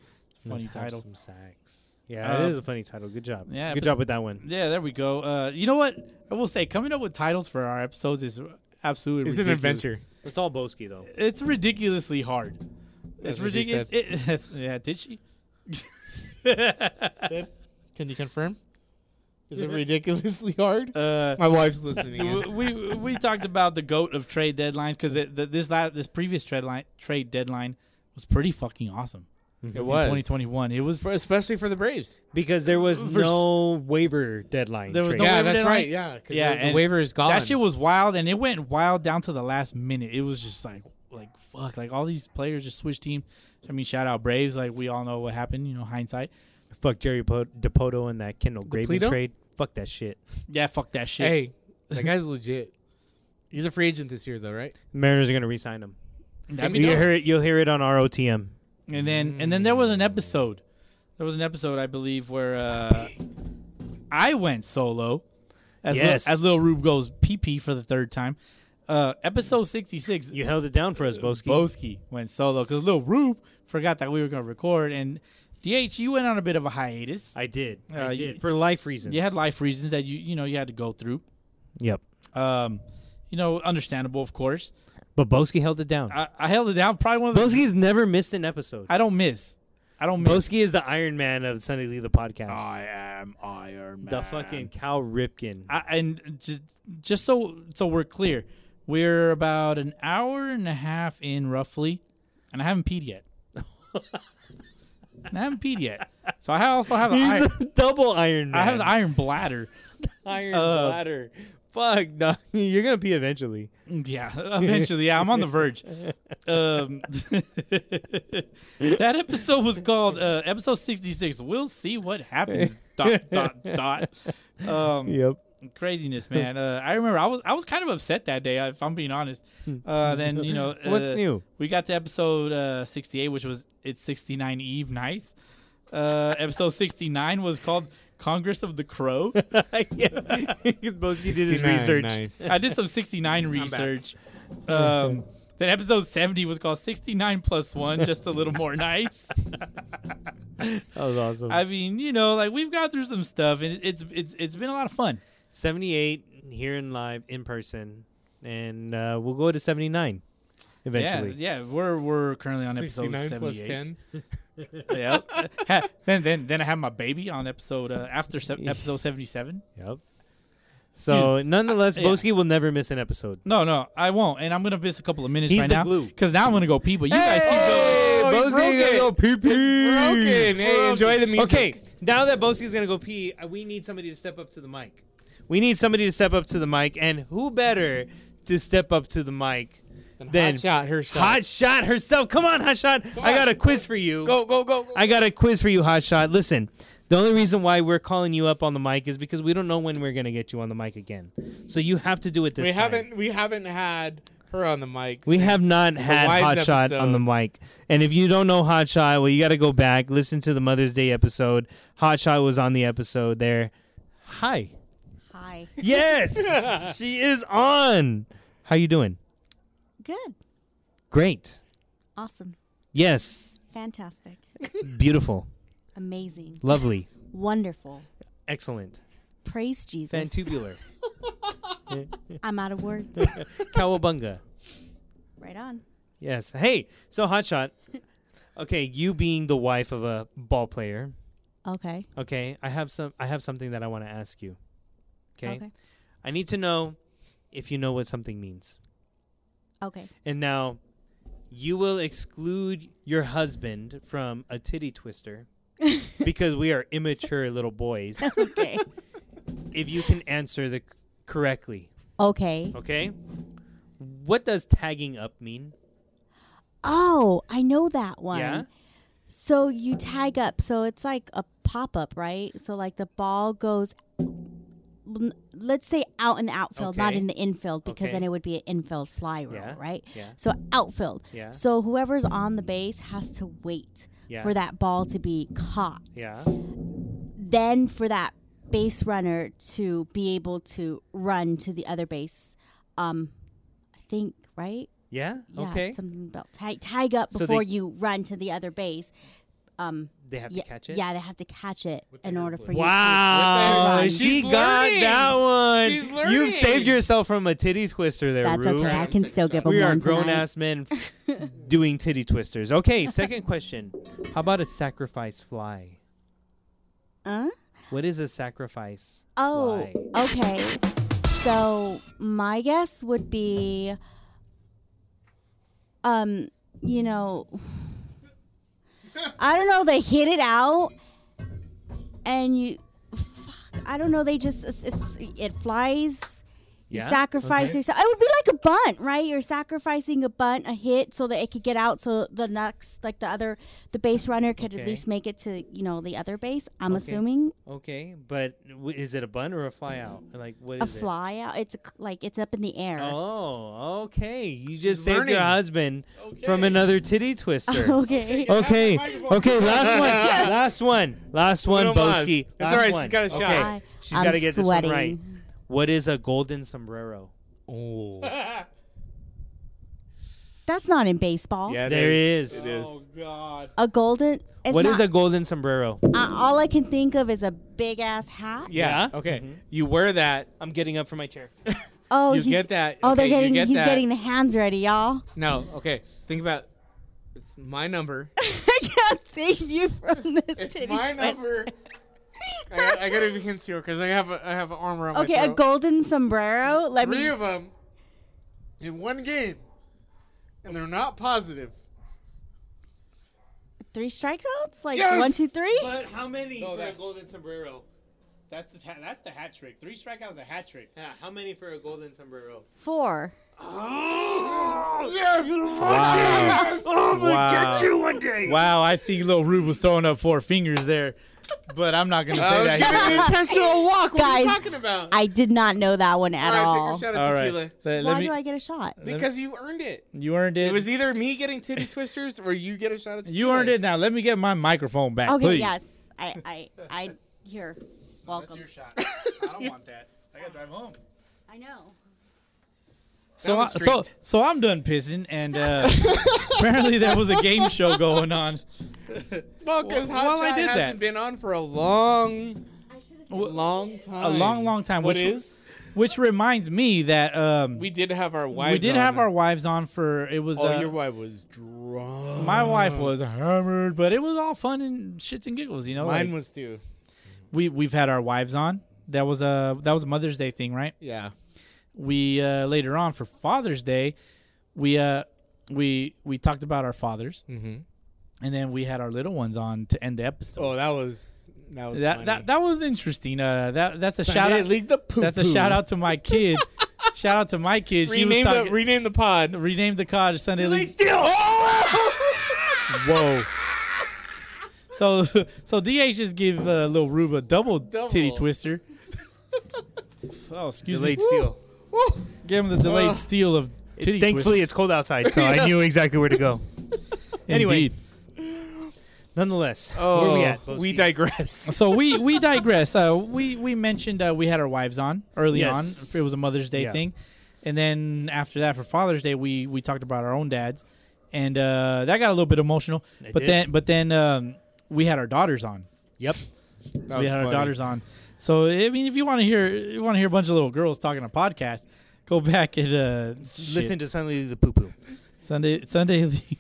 Speaker 2: funny title.
Speaker 4: Some sacks. Yeah,
Speaker 2: Um,
Speaker 4: it is a funny title. Good job.
Speaker 2: yeah,
Speaker 4: Good
Speaker 2: but-
Speaker 4: job with that one.
Speaker 2: Yeah, there we go. Uh, you know what? I will say, coming up with titles for our episodes is absolutely
Speaker 3: It's an
Speaker 2: ridiculous.
Speaker 3: adventure.
Speaker 4: It's all Boski, though.
Speaker 2: It's ridiculously hard.
Speaker 3: That's
Speaker 2: It's
Speaker 3: what she
Speaker 2: ridiculous.
Speaker 3: said.
Speaker 2: It, it's- yeah, did she?
Speaker 3: Can you confirm? Is it ridiculously hard?
Speaker 2: Uh,
Speaker 3: My wife's listening.
Speaker 2: w-
Speaker 3: in.
Speaker 2: we we talked about the goat of trade deadlines because this la- this previous trade line trade deadline was pretty fucking awesome.
Speaker 3: It was
Speaker 2: 2021. It was
Speaker 3: For- especially for the Braves.
Speaker 4: because there was
Speaker 2: For s-
Speaker 4: no waiver deadline.
Speaker 2: There was
Speaker 4: trade.
Speaker 2: no-
Speaker 3: yeah,
Speaker 2: waiver
Speaker 3: that's
Speaker 2: deadline?
Speaker 3: right. Yeah, 'cause
Speaker 2: Yeah,
Speaker 3: the, the
Speaker 2: and
Speaker 3: waiver is gone.
Speaker 2: That shit was wild, and it went wild down to the last minute. It was just like, like fuck, like all these players just switched team. I mean, shout out Braves. Like we all know what happened. You know, hindsight.
Speaker 4: Fuck Jerry po- Depoto and that Kendall Graveman
Speaker 3: Pleto?
Speaker 4: trade. Fuck that shit.
Speaker 2: Yeah, fuck that shit.
Speaker 3: hey, that guy's legit. He's a free agent this year, though, right?
Speaker 4: Mariners are gonna re-sign him.
Speaker 2: That'd be
Speaker 4: You
Speaker 2: dope.
Speaker 4: hear it, you'll hear it on ROTM.
Speaker 2: And then and then there was an episode. There was an episode I believe where uh, I went solo. As
Speaker 4: Yes.
Speaker 2: Lil, as Lil Rube goes PP for the third time. Uh, episode sixty six.
Speaker 4: You held it down for us, Boski.
Speaker 2: Boski went solo because Lil Rube forgot that we were going to record. And DH, you went on a bit of a hiatus.
Speaker 4: I did.
Speaker 2: Uh,
Speaker 4: I
Speaker 2: you-
Speaker 4: did for life reasons.
Speaker 2: you had life reasons that you you know you had to go through.
Speaker 4: Yep.
Speaker 2: Um, you know, understandable, of course.
Speaker 4: But Boski held it down.
Speaker 2: I, I held it down. Probably one of the.
Speaker 4: Boski's never missed an episode.
Speaker 2: I don't miss. I don't miss.
Speaker 4: Boski is the Iron Man of Sunday League the podcast.
Speaker 2: am Iron
Speaker 4: the fucking Cal Ripken.
Speaker 2: I, and just, just so so we're clear, we're about an hour and a half in roughly, and I haven't peed yet. and I haven't peed yet, so I also have an
Speaker 4: He's
Speaker 2: iron,
Speaker 4: a double Iron Man.
Speaker 2: I have an iron bladder.
Speaker 4: iron
Speaker 2: uh,
Speaker 4: bladder. Fuck no, you're gonna pee eventually.
Speaker 2: Yeah, eventually. Yeah, I'm on the verge. Um, that episode was called uh, episode 66. We'll see what happens. dot dot dot. Um,
Speaker 4: Yep.
Speaker 2: Craziness, man. Uh, I remember I was I was kind of upset that day. If I'm being honest. Uh, then you know
Speaker 4: Hmm. What's
Speaker 2: uh,
Speaker 4: new?
Speaker 2: We got to episode uh, 68, which was it's 69 Eve nights. Uh, episode 69 was called Congress of the Crow.
Speaker 4: yeah, because Boski did his
Speaker 3: 69,
Speaker 4: research.
Speaker 3: Nice.
Speaker 2: I did some 69 research. Um, then episode 70 was called 69 plus one, just a little more nice.
Speaker 4: That was awesome.
Speaker 2: I mean, you know, like we've gone through some stuff and it's it's it's been a lot of fun.
Speaker 4: 78 here in live in person, and uh, we'll go to 79 eventually.
Speaker 2: Yeah, yeah, we're we're currently on episode
Speaker 3: 69
Speaker 2: 78.
Speaker 3: plus 10.
Speaker 2: Yep. Ha- then then then I have my baby on episode uh, after se- episode 77.
Speaker 4: Yep. So nonetheless,
Speaker 2: yeah.
Speaker 4: Boski will never miss an episode.
Speaker 2: No, no, I won't. And I'm going to miss a couple of minutes
Speaker 4: He's
Speaker 2: right
Speaker 4: the
Speaker 2: now
Speaker 4: glue.
Speaker 2: cuz now I'm going to go pee, but you guys keep going.
Speaker 3: Oh, he broke it. It's broken. Hey, enjoy the music.
Speaker 4: Okay, now that Boski's gonna go pee, uh, we need somebody to step up to the mic. We need somebody to step up to the mic, and who better to step up to the mic than
Speaker 3: Hot shot herself.
Speaker 4: Hot Shot herself? Come on, Hot Shot. I
Speaker 3: on.
Speaker 4: got a quiz for you.
Speaker 3: Go, go, go. go.
Speaker 4: I got a quiz for you, Hot Shot. Listen, the only reason why we're calling you up on the mic is because we don't know when we're gonna get you on the mic again. So you have to do it this
Speaker 3: we
Speaker 4: time.
Speaker 3: haven't we haven't had her on the mic.
Speaker 4: We
Speaker 3: since
Speaker 4: have not
Speaker 3: the
Speaker 4: had Hot
Speaker 3: Wives
Speaker 4: Shot on the
Speaker 3: episode.
Speaker 4: mic. And if you don't know Hot Shot, well, you got to go back, listen to the Mother's Day episode. Hot Shot was on the episode there. Hi.
Speaker 9: Hi.
Speaker 4: Yes, she is on. How you doing?
Speaker 9: Good.
Speaker 4: Great.
Speaker 9: Awesome.
Speaker 4: Yes.
Speaker 9: Fantastic.
Speaker 4: Beautiful.
Speaker 9: Amazing.
Speaker 4: Lovely.
Speaker 9: Wonderful.
Speaker 4: Excellent.
Speaker 9: Praise Jesus.
Speaker 4: Fantubular.
Speaker 9: I'm out of words.
Speaker 4: Cowabunga.
Speaker 9: right on.
Speaker 4: Yes. Hey, so Hot Shot. Okay, you being the wife of a ball player.
Speaker 9: Okay.
Speaker 4: Okay, I have some. I have something that I want to ask you.
Speaker 9: Okay.
Speaker 4: Okay? I need to know if you know what something means.
Speaker 9: Okay.
Speaker 4: And now, you will exclude your husband from a titty twister because we are immature little boys.
Speaker 9: Okay.
Speaker 4: if you can answer the correctly,
Speaker 9: okay.
Speaker 4: okay? What does tagging up mean?
Speaker 9: Oh, I know that one.
Speaker 4: Yeah.
Speaker 9: So you tag up. So it's like a pop up, right? So like the ball goes. l- Let's say out in the outfield, not
Speaker 4: Okay.
Speaker 9: in the infield, because
Speaker 4: Okay.
Speaker 9: then it would be an infield fly roll,
Speaker 4: Yeah.
Speaker 9: right?
Speaker 4: Yeah.
Speaker 9: So outfield.
Speaker 4: Yeah.
Speaker 9: So whoever's on the base has to wait
Speaker 4: Yeah.
Speaker 9: for that ball to be caught.
Speaker 4: Yeah.
Speaker 9: then for that base runner to be able to run to the other base, um, I think right.
Speaker 4: Yeah.
Speaker 9: Yeah,
Speaker 4: okay.
Speaker 9: something about tag, tag up
Speaker 4: So they-
Speaker 9: before you run to the other base.
Speaker 4: They have
Speaker 9: yeah,
Speaker 4: to catch it.
Speaker 9: yeah, they have to catch it in order for you.
Speaker 4: Wow,
Speaker 9: With their-
Speaker 4: she
Speaker 3: She's
Speaker 4: got
Speaker 3: learning.
Speaker 4: that one.
Speaker 3: She's
Speaker 4: You've
Speaker 3: learning.
Speaker 4: saved yourself from a titty twister
Speaker 9: To
Speaker 4: there,
Speaker 9: that's
Speaker 4: Rube.
Speaker 9: okay. I can still give them
Speaker 4: We
Speaker 9: one
Speaker 4: are grown
Speaker 9: tonight.
Speaker 4: ass men doing titty twisters. Okay, second question. How about a sacrifice fly?
Speaker 9: Huh?
Speaker 4: What is a sacrifice?
Speaker 9: Oh,
Speaker 4: fly?
Speaker 9: okay. So my guess would be, um, you know, I don't know. They hit it out, and you. Fuck, I don't know. They just it's, it's, it flies. You
Speaker 4: Yeah?
Speaker 9: sacrifice
Speaker 4: Okay.
Speaker 9: yourself. It would be like a bunt, right? You're sacrificing a bunt, a hit, so that it could get out. So the next, like the other, the base runner could at
Speaker 4: Okay.
Speaker 9: least make it to you know the other base. I'm
Speaker 4: Okay.
Speaker 9: assuming
Speaker 4: Okay, but w- is it a bun or a fly out? Like what is
Speaker 9: a
Speaker 4: it?
Speaker 9: fly out. It's a c like it's up in the air.
Speaker 4: Oh, okay. You just saved
Speaker 3: learning.
Speaker 4: your husband from another titty twister.
Speaker 9: okay.
Speaker 4: okay. Okay. Last one. Last one. Last one.
Speaker 3: on, Maz.
Speaker 4: Boski.
Speaker 3: It's
Speaker 4: Last
Speaker 3: all right, she's
Speaker 4: One.
Speaker 3: got a shot.
Speaker 4: Okay.
Speaker 9: I-
Speaker 4: She's
Speaker 9: I'm
Speaker 4: got to get this one right.
Speaker 9: sweating.
Speaker 4: What is a golden sombrero?
Speaker 3: Oh,
Speaker 9: That's not in baseball.
Speaker 3: yeah, it
Speaker 4: There
Speaker 3: is.
Speaker 4: is.
Speaker 3: It is.
Speaker 2: God.
Speaker 9: A golden. It's
Speaker 4: What is
Speaker 9: not-
Speaker 4: a golden sombrero?
Speaker 9: uh, all I can think of is a big ass hat.
Speaker 3: Yeah.
Speaker 4: Yeah?
Speaker 3: Okay. You wear that.
Speaker 4: I'm getting up from my chair.
Speaker 9: Oh,
Speaker 3: You
Speaker 9: he's-
Speaker 3: get that.
Speaker 9: Oh, they're
Speaker 3: Okay, you
Speaker 9: getting.
Speaker 3: get
Speaker 9: he's
Speaker 3: that.
Speaker 9: getting the hands ready, y'all.
Speaker 3: No. Okay. Think about. It's my number.
Speaker 9: I can't save you from this.
Speaker 3: It's
Speaker 9: titty
Speaker 3: my
Speaker 9: twist.
Speaker 3: number. I, got, I gotta be concealed because I have a, I have an armor on
Speaker 9: Okay,
Speaker 3: my
Speaker 9: a
Speaker 3: throat.
Speaker 9: golden sombrero. Let
Speaker 3: Three
Speaker 9: me.
Speaker 3: of them in one game, and they're not positive.
Speaker 9: Three strikes outs. Like
Speaker 3: Yes!
Speaker 9: one, two, three.
Speaker 4: But how many for
Speaker 2: that-
Speaker 4: a golden sombrero?
Speaker 2: That's the ta- that's the hat trick. Three strikeouts, a hat trick.
Speaker 4: Yeah, how many for a golden sombrero?
Speaker 9: Four.
Speaker 3: wow.
Speaker 2: Wow, I think Lil Rube was throwing up four fingers there, but I'm not gonna
Speaker 3: I
Speaker 2: say
Speaker 3: was
Speaker 2: that.
Speaker 3: giving an intentional walk. What are you
Speaker 9: Guys,
Speaker 3: talking about?
Speaker 9: I did not know that one at
Speaker 3: All
Speaker 9: all.
Speaker 3: right, take a shot of
Speaker 2: All right,
Speaker 3: tequila.
Speaker 2: let- let
Speaker 9: Why
Speaker 2: me-
Speaker 9: do I get a shot?
Speaker 3: Because you earned it.
Speaker 2: you earned it.
Speaker 3: It was either me getting titty twisters or you get a shot of tequila.
Speaker 2: you earned it. Now let me get my microphone back,
Speaker 9: Okay.
Speaker 2: please.
Speaker 9: Yes. I. I. I. Here. Welcome.
Speaker 2: shot. I don't want that. I gotta drive home.
Speaker 9: I know.
Speaker 2: So, I,
Speaker 3: Down the
Speaker 2: so,
Speaker 3: street.
Speaker 2: so I'm done pissing, and uh, apparently there was a game show going on.
Speaker 3: Well,
Speaker 2: Well,
Speaker 3: because
Speaker 2: well,
Speaker 3: Hot
Speaker 2: I
Speaker 3: Shot
Speaker 2: did
Speaker 3: hasn't
Speaker 2: that.
Speaker 3: been on for a long,
Speaker 9: I should have.
Speaker 3: long time.
Speaker 2: a long, long time.
Speaker 3: What
Speaker 2: which,
Speaker 3: is?
Speaker 2: Which reminds me that um, we,
Speaker 3: We did have our wives.
Speaker 2: did
Speaker 3: on
Speaker 2: have
Speaker 3: there.
Speaker 2: our wives on for it was
Speaker 3: Oh,
Speaker 2: uh,
Speaker 3: your wife was drunk.
Speaker 2: my wife was hammered, but it was all fun and shits and giggles. You know,
Speaker 3: Mine
Speaker 2: like,
Speaker 3: was too.
Speaker 2: we we've had our wives on. That was a that was a Mother's Day thing, right?
Speaker 3: Yeah.
Speaker 2: We uh, later on for Father's Day, we uh, we we talked about our fathers, mm-hmm. and then we had our little ones on to end the episode.
Speaker 3: Oh, that was that was
Speaker 2: that,
Speaker 3: funny.
Speaker 2: that that was interesting. Uh, that that's a
Speaker 3: Sunday
Speaker 2: shout out.
Speaker 3: League the poo
Speaker 2: That's a shout out to my kid. shout out to my kid. She
Speaker 3: Rename
Speaker 2: was
Speaker 3: the
Speaker 2: talking,
Speaker 3: rename the pod.
Speaker 2: renamed the college Sunday League.
Speaker 3: Still.
Speaker 2: Oh! Whoa. So so DH just give uh, little Rube a double, titty
Speaker 3: Double.
Speaker 2: twister. oh, excuse
Speaker 3: Delayed
Speaker 2: me.
Speaker 3: steal.
Speaker 2: Give him the delayed
Speaker 3: Ugh.
Speaker 2: steal of titty
Speaker 4: Thankfully,
Speaker 2: twisters.
Speaker 4: it's cold outside, so I knew exactly where to go. anyway.
Speaker 2: Indeed.
Speaker 4: Nonetheless,
Speaker 3: Oh,
Speaker 4: where we at?
Speaker 3: we
Speaker 4: Boski?
Speaker 3: digress.
Speaker 2: So we we digress. Uh, we we mentioned uh, we had our wives on early
Speaker 4: Yes.
Speaker 2: on. It was a Mother's Day
Speaker 4: Yeah.
Speaker 2: thing, and then after that for Father's Day we we talked about our own dads, and uh, that got a little bit emotional. but
Speaker 4: did.
Speaker 2: then but then um, we had our daughters on.
Speaker 4: Yep.
Speaker 3: That
Speaker 2: we
Speaker 3: was
Speaker 2: had our
Speaker 3: funny.
Speaker 2: daughters on. So I mean, if you want to hear you want to hear a bunch of little girls talking a podcast, go back and uh,
Speaker 4: Listen
Speaker 2: shit.
Speaker 4: to Sunday the Poo Poo.
Speaker 2: Sunday Sunday League.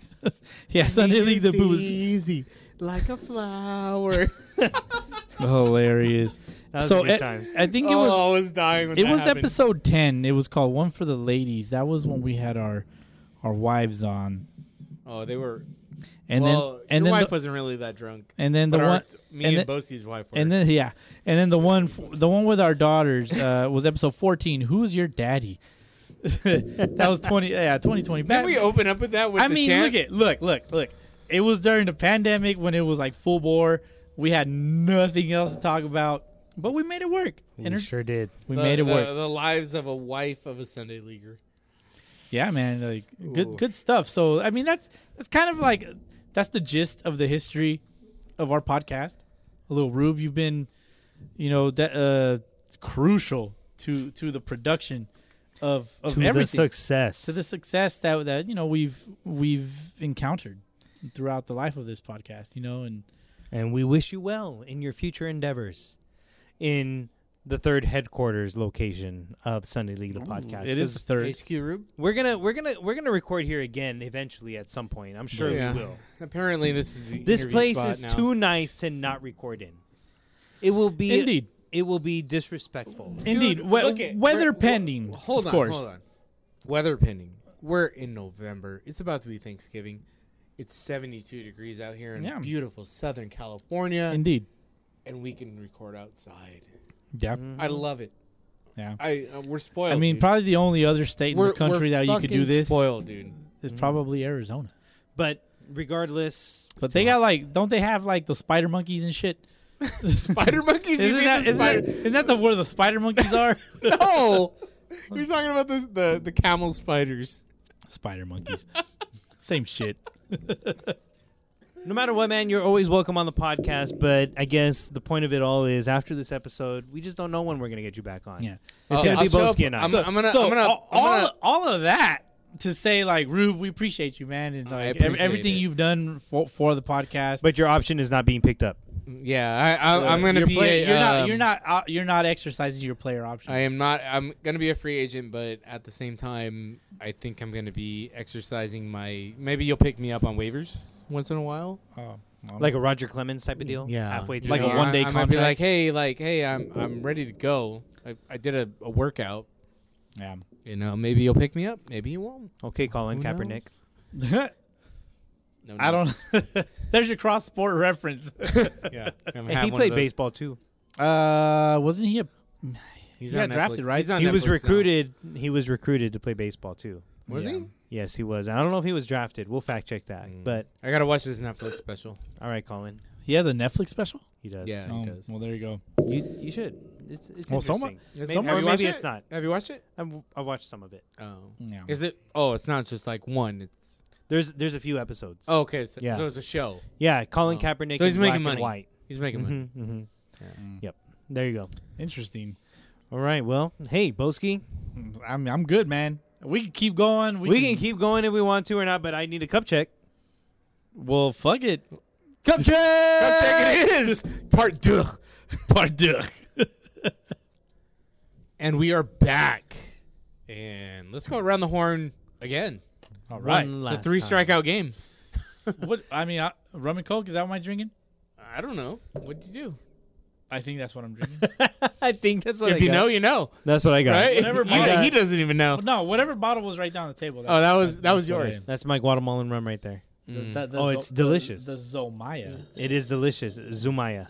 Speaker 2: yeah, Sunday League the boo.
Speaker 3: Easy like a flower.
Speaker 2: Hilarious.
Speaker 4: That was
Speaker 2: so e-
Speaker 4: a good
Speaker 2: I-
Speaker 4: time.
Speaker 2: I think it was
Speaker 3: oh, I was dying. When
Speaker 2: it
Speaker 3: that
Speaker 2: was
Speaker 3: happened.
Speaker 2: episode 10 it was called one for the ladies that was when we had our our wives on
Speaker 3: Oh, they were.
Speaker 2: and
Speaker 3: well,
Speaker 2: then and
Speaker 3: your
Speaker 2: then
Speaker 3: wife
Speaker 2: the,
Speaker 3: wasn't really that drunk.
Speaker 2: and then the
Speaker 3: but our-
Speaker 2: one and
Speaker 3: me and,
Speaker 2: then-
Speaker 3: Bosie's wife were.
Speaker 2: and then yeah and then the one f- the one with our daughters uh, was episode 14 who's your daddy that was 20 yeah 2020
Speaker 3: Can we open up with that? With
Speaker 2: i
Speaker 3: the
Speaker 2: mean
Speaker 3: chant?
Speaker 2: look at look look look it was during the pandemic when it was like full bore we had nothing else to talk about but we made it work Enter-
Speaker 4: sure did.
Speaker 2: we
Speaker 3: the,
Speaker 2: made it
Speaker 3: the,
Speaker 2: work
Speaker 3: The lives of a wife of a Sunday leaguer.
Speaker 2: Yeah, man, like good
Speaker 3: Ooh.
Speaker 2: good stuff. So I mean, that's that's kind of like that's the gist of the history of our podcast. A little Rube, you've been, you know, that uh, crucial to to the production of of
Speaker 4: To the
Speaker 2: everything
Speaker 4: success.
Speaker 2: to the success that that you know we've we've encountered throughout the life of this podcast. You know, and
Speaker 4: and we wish you well in your future endeavors in the third headquarters location of Sunday League the podcast.
Speaker 2: it is the
Speaker 4: 'Cause
Speaker 2: third.
Speaker 3: HQ Rube.
Speaker 4: We're gonna we're gonna we're gonna record here again eventually at some point. I'm sure
Speaker 3: Yeah.
Speaker 4: we will.
Speaker 3: Apparently, this is the
Speaker 4: This
Speaker 3: interview
Speaker 4: place
Speaker 3: spot
Speaker 4: is
Speaker 3: now.
Speaker 4: too nice to not record in. It will be
Speaker 2: Indeed.
Speaker 4: It will be disrespectful.
Speaker 2: Indeed,
Speaker 3: Dude,
Speaker 2: we-
Speaker 3: look at-
Speaker 2: weather
Speaker 3: we're-
Speaker 2: pending.
Speaker 3: we're- Hold
Speaker 2: of
Speaker 3: on,
Speaker 2: course.
Speaker 3: hold on. Weather pending. We're in November. It's about to be Thanksgiving. It's 72 degrees out here in
Speaker 2: Yeah.
Speaker 3: beautiful Southern California,
Speaker 2: Indeed.
Speaker 3: and we can record outside.
Speaker 2: Yeah.
Speaker 3: I love it.
Speaker 2: Yeah.
Speaker 3: I uh, we're spoiled.
Speaker 2: I mean,
Speaker 3: dude.
Speaker 2: probably the only other state in
Speaker 3: we're
Speaker 2: the country
Speaker 3: we're
Speaker 2: that you could do
Speaker 3: fucking
Speaker 2: this
Speaker 3: Spoiled, dude.
Speaker 2: is probably Arizona.
Speaker 4: But regardless,
Speaker 2: But they got like, don't they have like the spider monkeys and shit?
Speaker 3: Spider monkeys. you
Speaker 2: Isn't
Speaker 3: mean
Speaker 2: that,
Speaker 3: the
Speaker 2: isn't, that,
Speaker 3: spider?
Speaker 2: isn't that the where the spider monkeys are?
Speaker 3: No, you're talking about the the, the camel spiders.
Speaker 2: spider monkeys. Same shit.
Speaker 4: no matter what, man, you're always welcome on the podcast. But I guess the point of it all is after this episode, we just don't know when we're gonna get you back on.
Speaker 2: Yeah.
Speaker 4: it's gonna
Speaker 3: Uh, I'll
Speaker 4: be
Speaker 3: show up-
Speaker 4: Boski and I.
Speaker 3: I'm, Oh, I'm gonna.
Speaker 2: so
Speaker 3: I'm gonna.
Speaker 2: all,
Speaker 3: I'm gonna-
Speaker 2: all of that to say like Rube, we appreciate you, man, and like ev-
Speaker 3: appreciate
Speaker 2: everything
Speaker 3: it.
Speaker 2: you've done for, for the podcast.
Speaker 4: but your option is not being picked up.
Speaker 3: yeah, I, I, I'm gonna
Speaker 2: you're,
Speaker 3: be.
Speaker 2: play-
Speaker 3: a,
Speaker 2: you're not
Speaker 3: um,
Speaker 2: you're not uh, you're not exercising your player option.
Speaker 3: I am not. I'm gonna be a free agent, but at the same time, I think I'm gonna be exercising my. Maybe you'll pick me up on waivers once in a while.
Speaker 2: Oh, well,
Speaker 4: Like a Roger Clemens type of deal.
Speaker 3: Yeah,
Speaker 4: Halfway
Speaker 3: You
Speaker 4: through.
Speaker 3: know,
Speaker 4: the-
Speaker 3: I-
Speaker 2: one-day
Speaker 3: I, might be
Speaker 2: contract?
Speaker 3: like, hey, like, hey, I'm I'm ready to go. I, I did a, a workout.
Speaker 2: yeah.
Speaker 3: You know, maybe you'll pick me up. Maybe you won't.
Speaker 4: okay, Colin
Speaker 3: Who knows?
Speaker 4: Kaepernick.
Speaker 3: No
Speaker 2: I
Speaker 3: knows.
Speaker 2: don't. There's your cross sport reference.
Speaker 3: yeah, I haven't
Speaker 4: And
Speaker 3: had
Speaker 4: he
Speaker 3: one of
Speaker 4: played
Speaker 3: those.
Speaker 4: baseball too.
Speaker 2: uh, wasn't he a?
Speaker 3: He's
Speaker 2: He
Speaker 3: on
Speaker 2: got drafted,
Speaker 3: Netflix.
Speaker 2: right?
Speaker 3: He's on
Speaker 4: He was
Speaker 3: Netflix now.
Speaker 4: recruited. He was recruited to play baseball too.
Speaker 3: Was
Speaker 2: Yeah.
Speaker 3: he?
Speaker 4: Yes, he was. I don't know if he was drafted. We'll fact check that. But
Speaker 3: I gotta watch this Netflix special.
Speaker 4: all right, Colin,
Speaker 2: He has a Netflix special.
Speaker 4: he does.
Speaker 3: Yeah, he does.
Speaker 2: Well, there you go.
Speaker 4: you, you should. It's, it's
Speaker 2: Well,
Speaker 4: interesting.
Speaker 2: someone-
Speaker 4: maybe,
Speaker 2: someone-
Speaker 4: or
Speaker 2: Have you
Speaker 4: maybe it's not.
Speaker 3: Have you watched it?
Speaker 4: I'm, I watched some of it.
Speaker 3: Oh,
Speaker 2: Yeah.
Speaker 3: is it? Oh, it's not just like one. It's
Speaker 4: There's there's a few episodes.
Speaker 3: oh, okay. So,
Speaker 4: Yeah.
Speaker 3: so it's a show.
Speaker 4: yeah, Colin
Speaker 3: Oh.
Speaker 4: Kaepernick.
Speaker 3: So he's
Speaker 4: in black
Speaker 3: making
Speaker 4: and
Speaker 3: money.
Speaker 4: White.
Speaker 3: He's making money.
Speaker 4: Mm-hmm,
Speaker 3: Mm.
Speaker 4: Yep. There you go.
Speaker 2: Interesting.
Speaker 4: All right. Well, hey, Boski,
Speaker 2: I'm I'm good, man. We can keep going.
Speaker 4: we, can, keep going if we want to or not, but I need a cup check.
Speaker 2: Well, fuck it.
Speaker 4: Cup check.
Speaker 3: Cup check it is part two,
Speaker 2: Pardieu.
Speaker 3: and we are back. And let's go around the horn again.
Speaker 2: All right.
Speaker 4: One
Speaker 3: It's a
Speaker 4: last
Speaker 3: three
Speaker 4: time.
Speaker 3: strikeout game.
Speaker 2: what I mean, I, rum and coke. Is that what I'm drinking?
Speaker 3: I don't know. What'd you do?
Speaker 2: I think that's what I'm drinking.
Speaker 4: I think that's what I
Speaker 3: if you
Speaker 4: got.
Speaker 3: know, you know,
Speaker 4: That's what I got.
Speaker 3: right?
Speaker 2: Whatever
Speaker 3: You
Speaker 2: bottle-
Speaker 3: know, he doesn't even know.
Speaker 2: no, whatever bottle was right down the table.
Speaker 3: Oh, that Mm. was that was
Speaker 2: what I
Speaker 3: yours.
Speaker 2: am.
Speaker 4: That's my Guatemalan rum right there.
Speaker 2: The- the
Speaker 4: Oh,
Speaker 2: Mm. Zo-
Speaker 4: it's delicious.
Speaker 2: The, the Zomaya,
Speaker 4: It is delicious. Zumaya.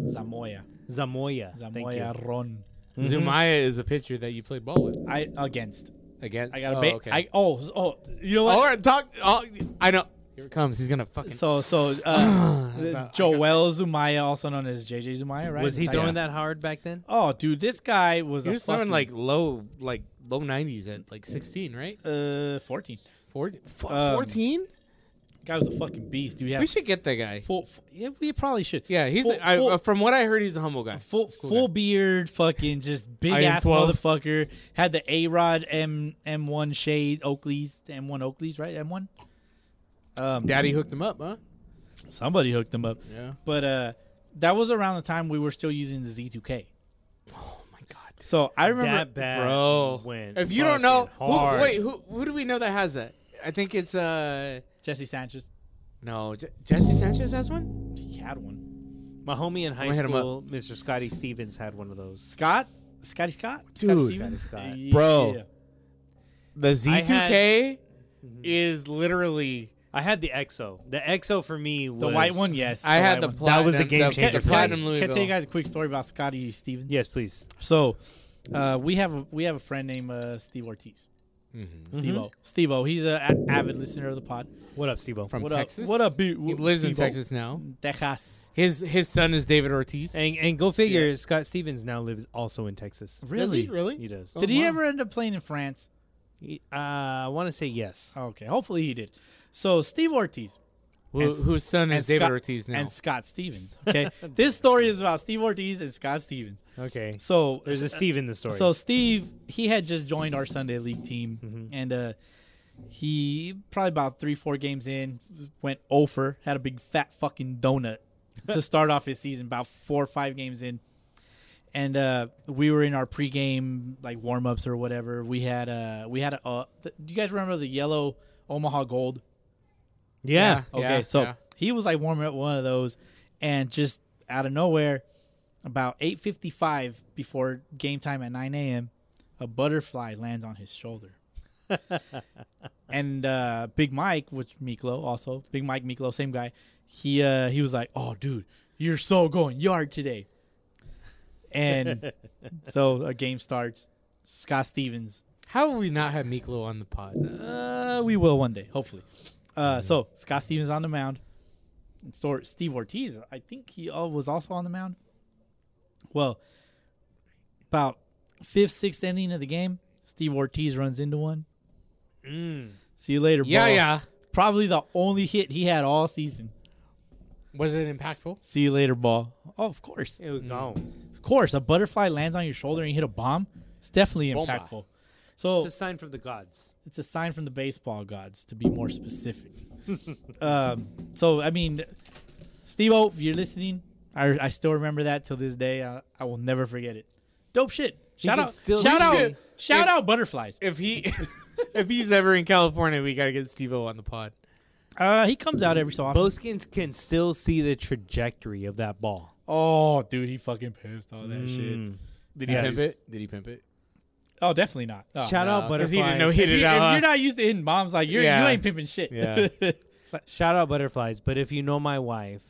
Speaker 2: Zamoya,
Speaker 4: Zamoya. Thank you.
Speaker 2: Zamoya Ron. Mm-hmm.
Speaker 3: Zumaya is a pitcher that you played ball with
Speaker 2: I against.
Speaker 3: against.
Speaker 2: I got a
Speaker 3: oh,
Speaker 2: bait.
Speaker 3: okay.
Speaker 2: I oh oh. You know what?
Speaker 3: All right, talk. Oh, I know. Here it comes. He's gonna fucking.
Speaker 2: So so uh, Joel Zumaya, also known as JJ Zumaya, right?
Speaker 4: Was he
Speaker 2: It's like-
Speaker 4: throwing that hard back then?
Speaker 2: Oh, dude, this guy was
Speaker 3: he
Speaker 2: a
Speaker 3: was throwing
Speaker 2: fucking,
Speaker 3: like low, like low nineties at like sixteen, right?
Speaker 2: uh fourteen. Um,
Speaker 3: Fourteen.
Speaker 2: Guy was a fucking beast, dude. He had
Speaker 3: we should get that guy.
Speaker 2: full, full- Yeah, we probably should.
Speaker 3: Yeah, he's.
Speaker 2: full,
Speaker 3: I,
Speaker 2: full,
Speaker 3: uh, from what I heard, he's a humble guy.
Speaker 2: full,
Speaker 3: He's a cool
Speaker 2: full
Speaker 3: guy.
Speaker 2: beard, fucking just big
Speaker 3: I am
Speaker 2: ass
Speaker 3: 12.
Speaker 2: motherfucker. Had the A Rod M M one shade Oakleys, M one Oakleys, right? M one. Um,
Speaker 3: Daddy hooked him up, huh?
Speaker 2: somebody hooked them up.
Speaker 3: Yeah.
Speaker 2: But uh, that was around the time we were still using the Z two K.
Speaker 3: Oh my god,
Speaker 2: So I remember
Speaker 4: that bad.
Speaker 3: bro.
Speaker 4: Went
Speaker 3: If you don't know,
Speaker 4: fucking
Speaker 3: who,
Speaker 4: hard.
Speaker 3: wait, who who do we know that has that? I think it's uh
Speaker 2: Jesse Sanchez.
Speaker 3: no Je- Jesse Sanchez has one.
Speaker 2: He had one.
Speaker 4: My homie in high
Speaker 3: gonna hit him
Speaker 4: school, Mr. Scotty Stevens, had one of those.
Speaker 2: Scott. Scotty Scott.
Speaker 3: Dude.
Speaker 2: Scotty
Speaker 4: Scotty
Speaker 2: Stevens.
Speaker 3: Bro.
Speaker 2: Yeah.
Speaker 3: The Z
Speaker 4: I
Speaker 3: two
Speaker 4: had-
Speaker 3: K is literally.
Speaker 4: I had the EXO. The EXO for me was
Speaker 2: The white one, yes.
Speaker 3: I had the
Speaker 2: white one.
Speaker 3: platinum.
Speaker 4: was a game
Speaker 3: the,
Speaker 4: changer
Speaker 3: The
Speaker 4: for me.
Speaker 2: Can
Speaker 3: platinum
Speaker 2: I tell you
Speaker 3: Louisville.
Speaker 2: guys a quick story about Scotty Stevens?
Speaker 4: Yes, please.
Speaker 2: So, uh, we have a, we have a friend named uh, Steve Ortiz. Steve-O. Steve-O. He's an avid listener of the pod.
Speaker 4: What up, Steve?
Speaker 3: From
Speaker 2: What
Speaker 3: Texas.
Speaker 2: up? What up, B-
Speaker 3: He lives in Texas now.
Speaker 2: Texas.
Speaker 3: His his son is David Ortiz.
Speaker 4: And and go figure, Scott Stevens now lives also in Texas.
Speaker 2: Really? Oh.
Speaker 3: really?
Speaker 4: He does.
Speaker 2: Did he
Speaker 3: wow.
Speaker 2: ever end up playing in France?
Speaker 4: He- uh, I want to say yes.
Speaker 2: Okay, hopefully he did. So, Steve Ortiz.
Speaker 3: Who, whose son is David
Speaker 2: Scott-
Speaker 3: Ortiz now?
Speaker 2: And Scott Stevens. Okay. this story is about Steve Ortiz and Scott Stevens.
Speaker 4: Okay.
Speaker 2: So,
Speaker 4: There's a Steve in the story.
Speaker 2: So Steve, he had just joined our Sunday league team, and uh, he probably about three, four games in went over, had a big fat fucking donut to start off his season. About four or five games in, and uh, we were in our pregame like warm ups or whatever. We had uh, we had a. Uh, th- do you guys remember the yellow Omaha Gold?
Speaker 4: yeah.
Speaker 2: Okay,
Speaker 3: Yeah,
Speaker 2: so
Speaker 3: yeah.
Speaker 2: he was like warming up one of those, and just out of nowhere, about eight fifty five before game time at nine a.m., a butterfly lands on his shoulder, and uh, Big Mike, which Miklo also Big Mike Miklo, same guy. He uh, he was like, "Oh, dude, you're so going yard today." And so a game starts. Scott Stevens.
Speaker 3: How will we not have Miklo on the pod?
Speaker 2: Uh, we will one day, hopefully. Uh, so Scott Stevens on the mound. And so Steve Ortiz, I think he uh, was also on the mound. Well, about fifth, sixth inning of the game, Steve Ortiz runs into one. See you later,
Speaker 3: Mm. Yeah,
Speaker 2: bro.
Speaker 3: yeah.
Speaker 2: Probably the only hit he had all season.
Speaker 3: Was it impactful?
Speaker 2: See you later, ball. Oh, of course.
Speaker 3: No.
Speaker 2: Of course. A butterfly lands on your shoulder and you hit a bomb. It's definitely
Speaker 3: Bomba.
Speaker 2: impactful. So
Speaker 4: It's a sign from the gods.
Speaker 2: it's a sign from the baseball gods to be more specific. um, so I mean, Steve O, if you're listening, I, I still remember that till this day. I, I will never forget it. Dope shit. Shout
Speaker 4: can
Speaker 2: out,
Speaker 4: still-
Speaker 2: shout
Speaker 3: He
Speaker 2: out,
Speaker 3: can-
Speaker 2: shout out, butterflies.
Speaker 3: If he if he's ever in California, we gotta get Steve O on the pod.
Speaker 2: Uh, he comes out every so often.
Speaker 4: Boskins can still see the trajectory of that ball.
Speaker 2: Oh, dude, he fucking pissed all that shit.
Speaker 3: Did he
Speaker 4: he Yes.
Speaker 3: pimp it? Did he pimp it?
Speaker 2: Oh, definitely not. Oh.
Speaker 4: Shout out
Speaker 3: Because
Speaker 4: butterflies.
Speaker 3: he didn't know he
Speaker 2: if,
Speaker 3: hit it
Speaker 2: you,
Speaker 3: out.
Speaker 2: if
Speaker 3: huh?
Speaker 2: you're not used to hitting bombs, like you're,
Speaker 3: Yeah.
Speaker 2: you ain't pimping shit.
Speaker 3: Yeah.
Speaker 4: Shout out butterflies, but if you know my wife,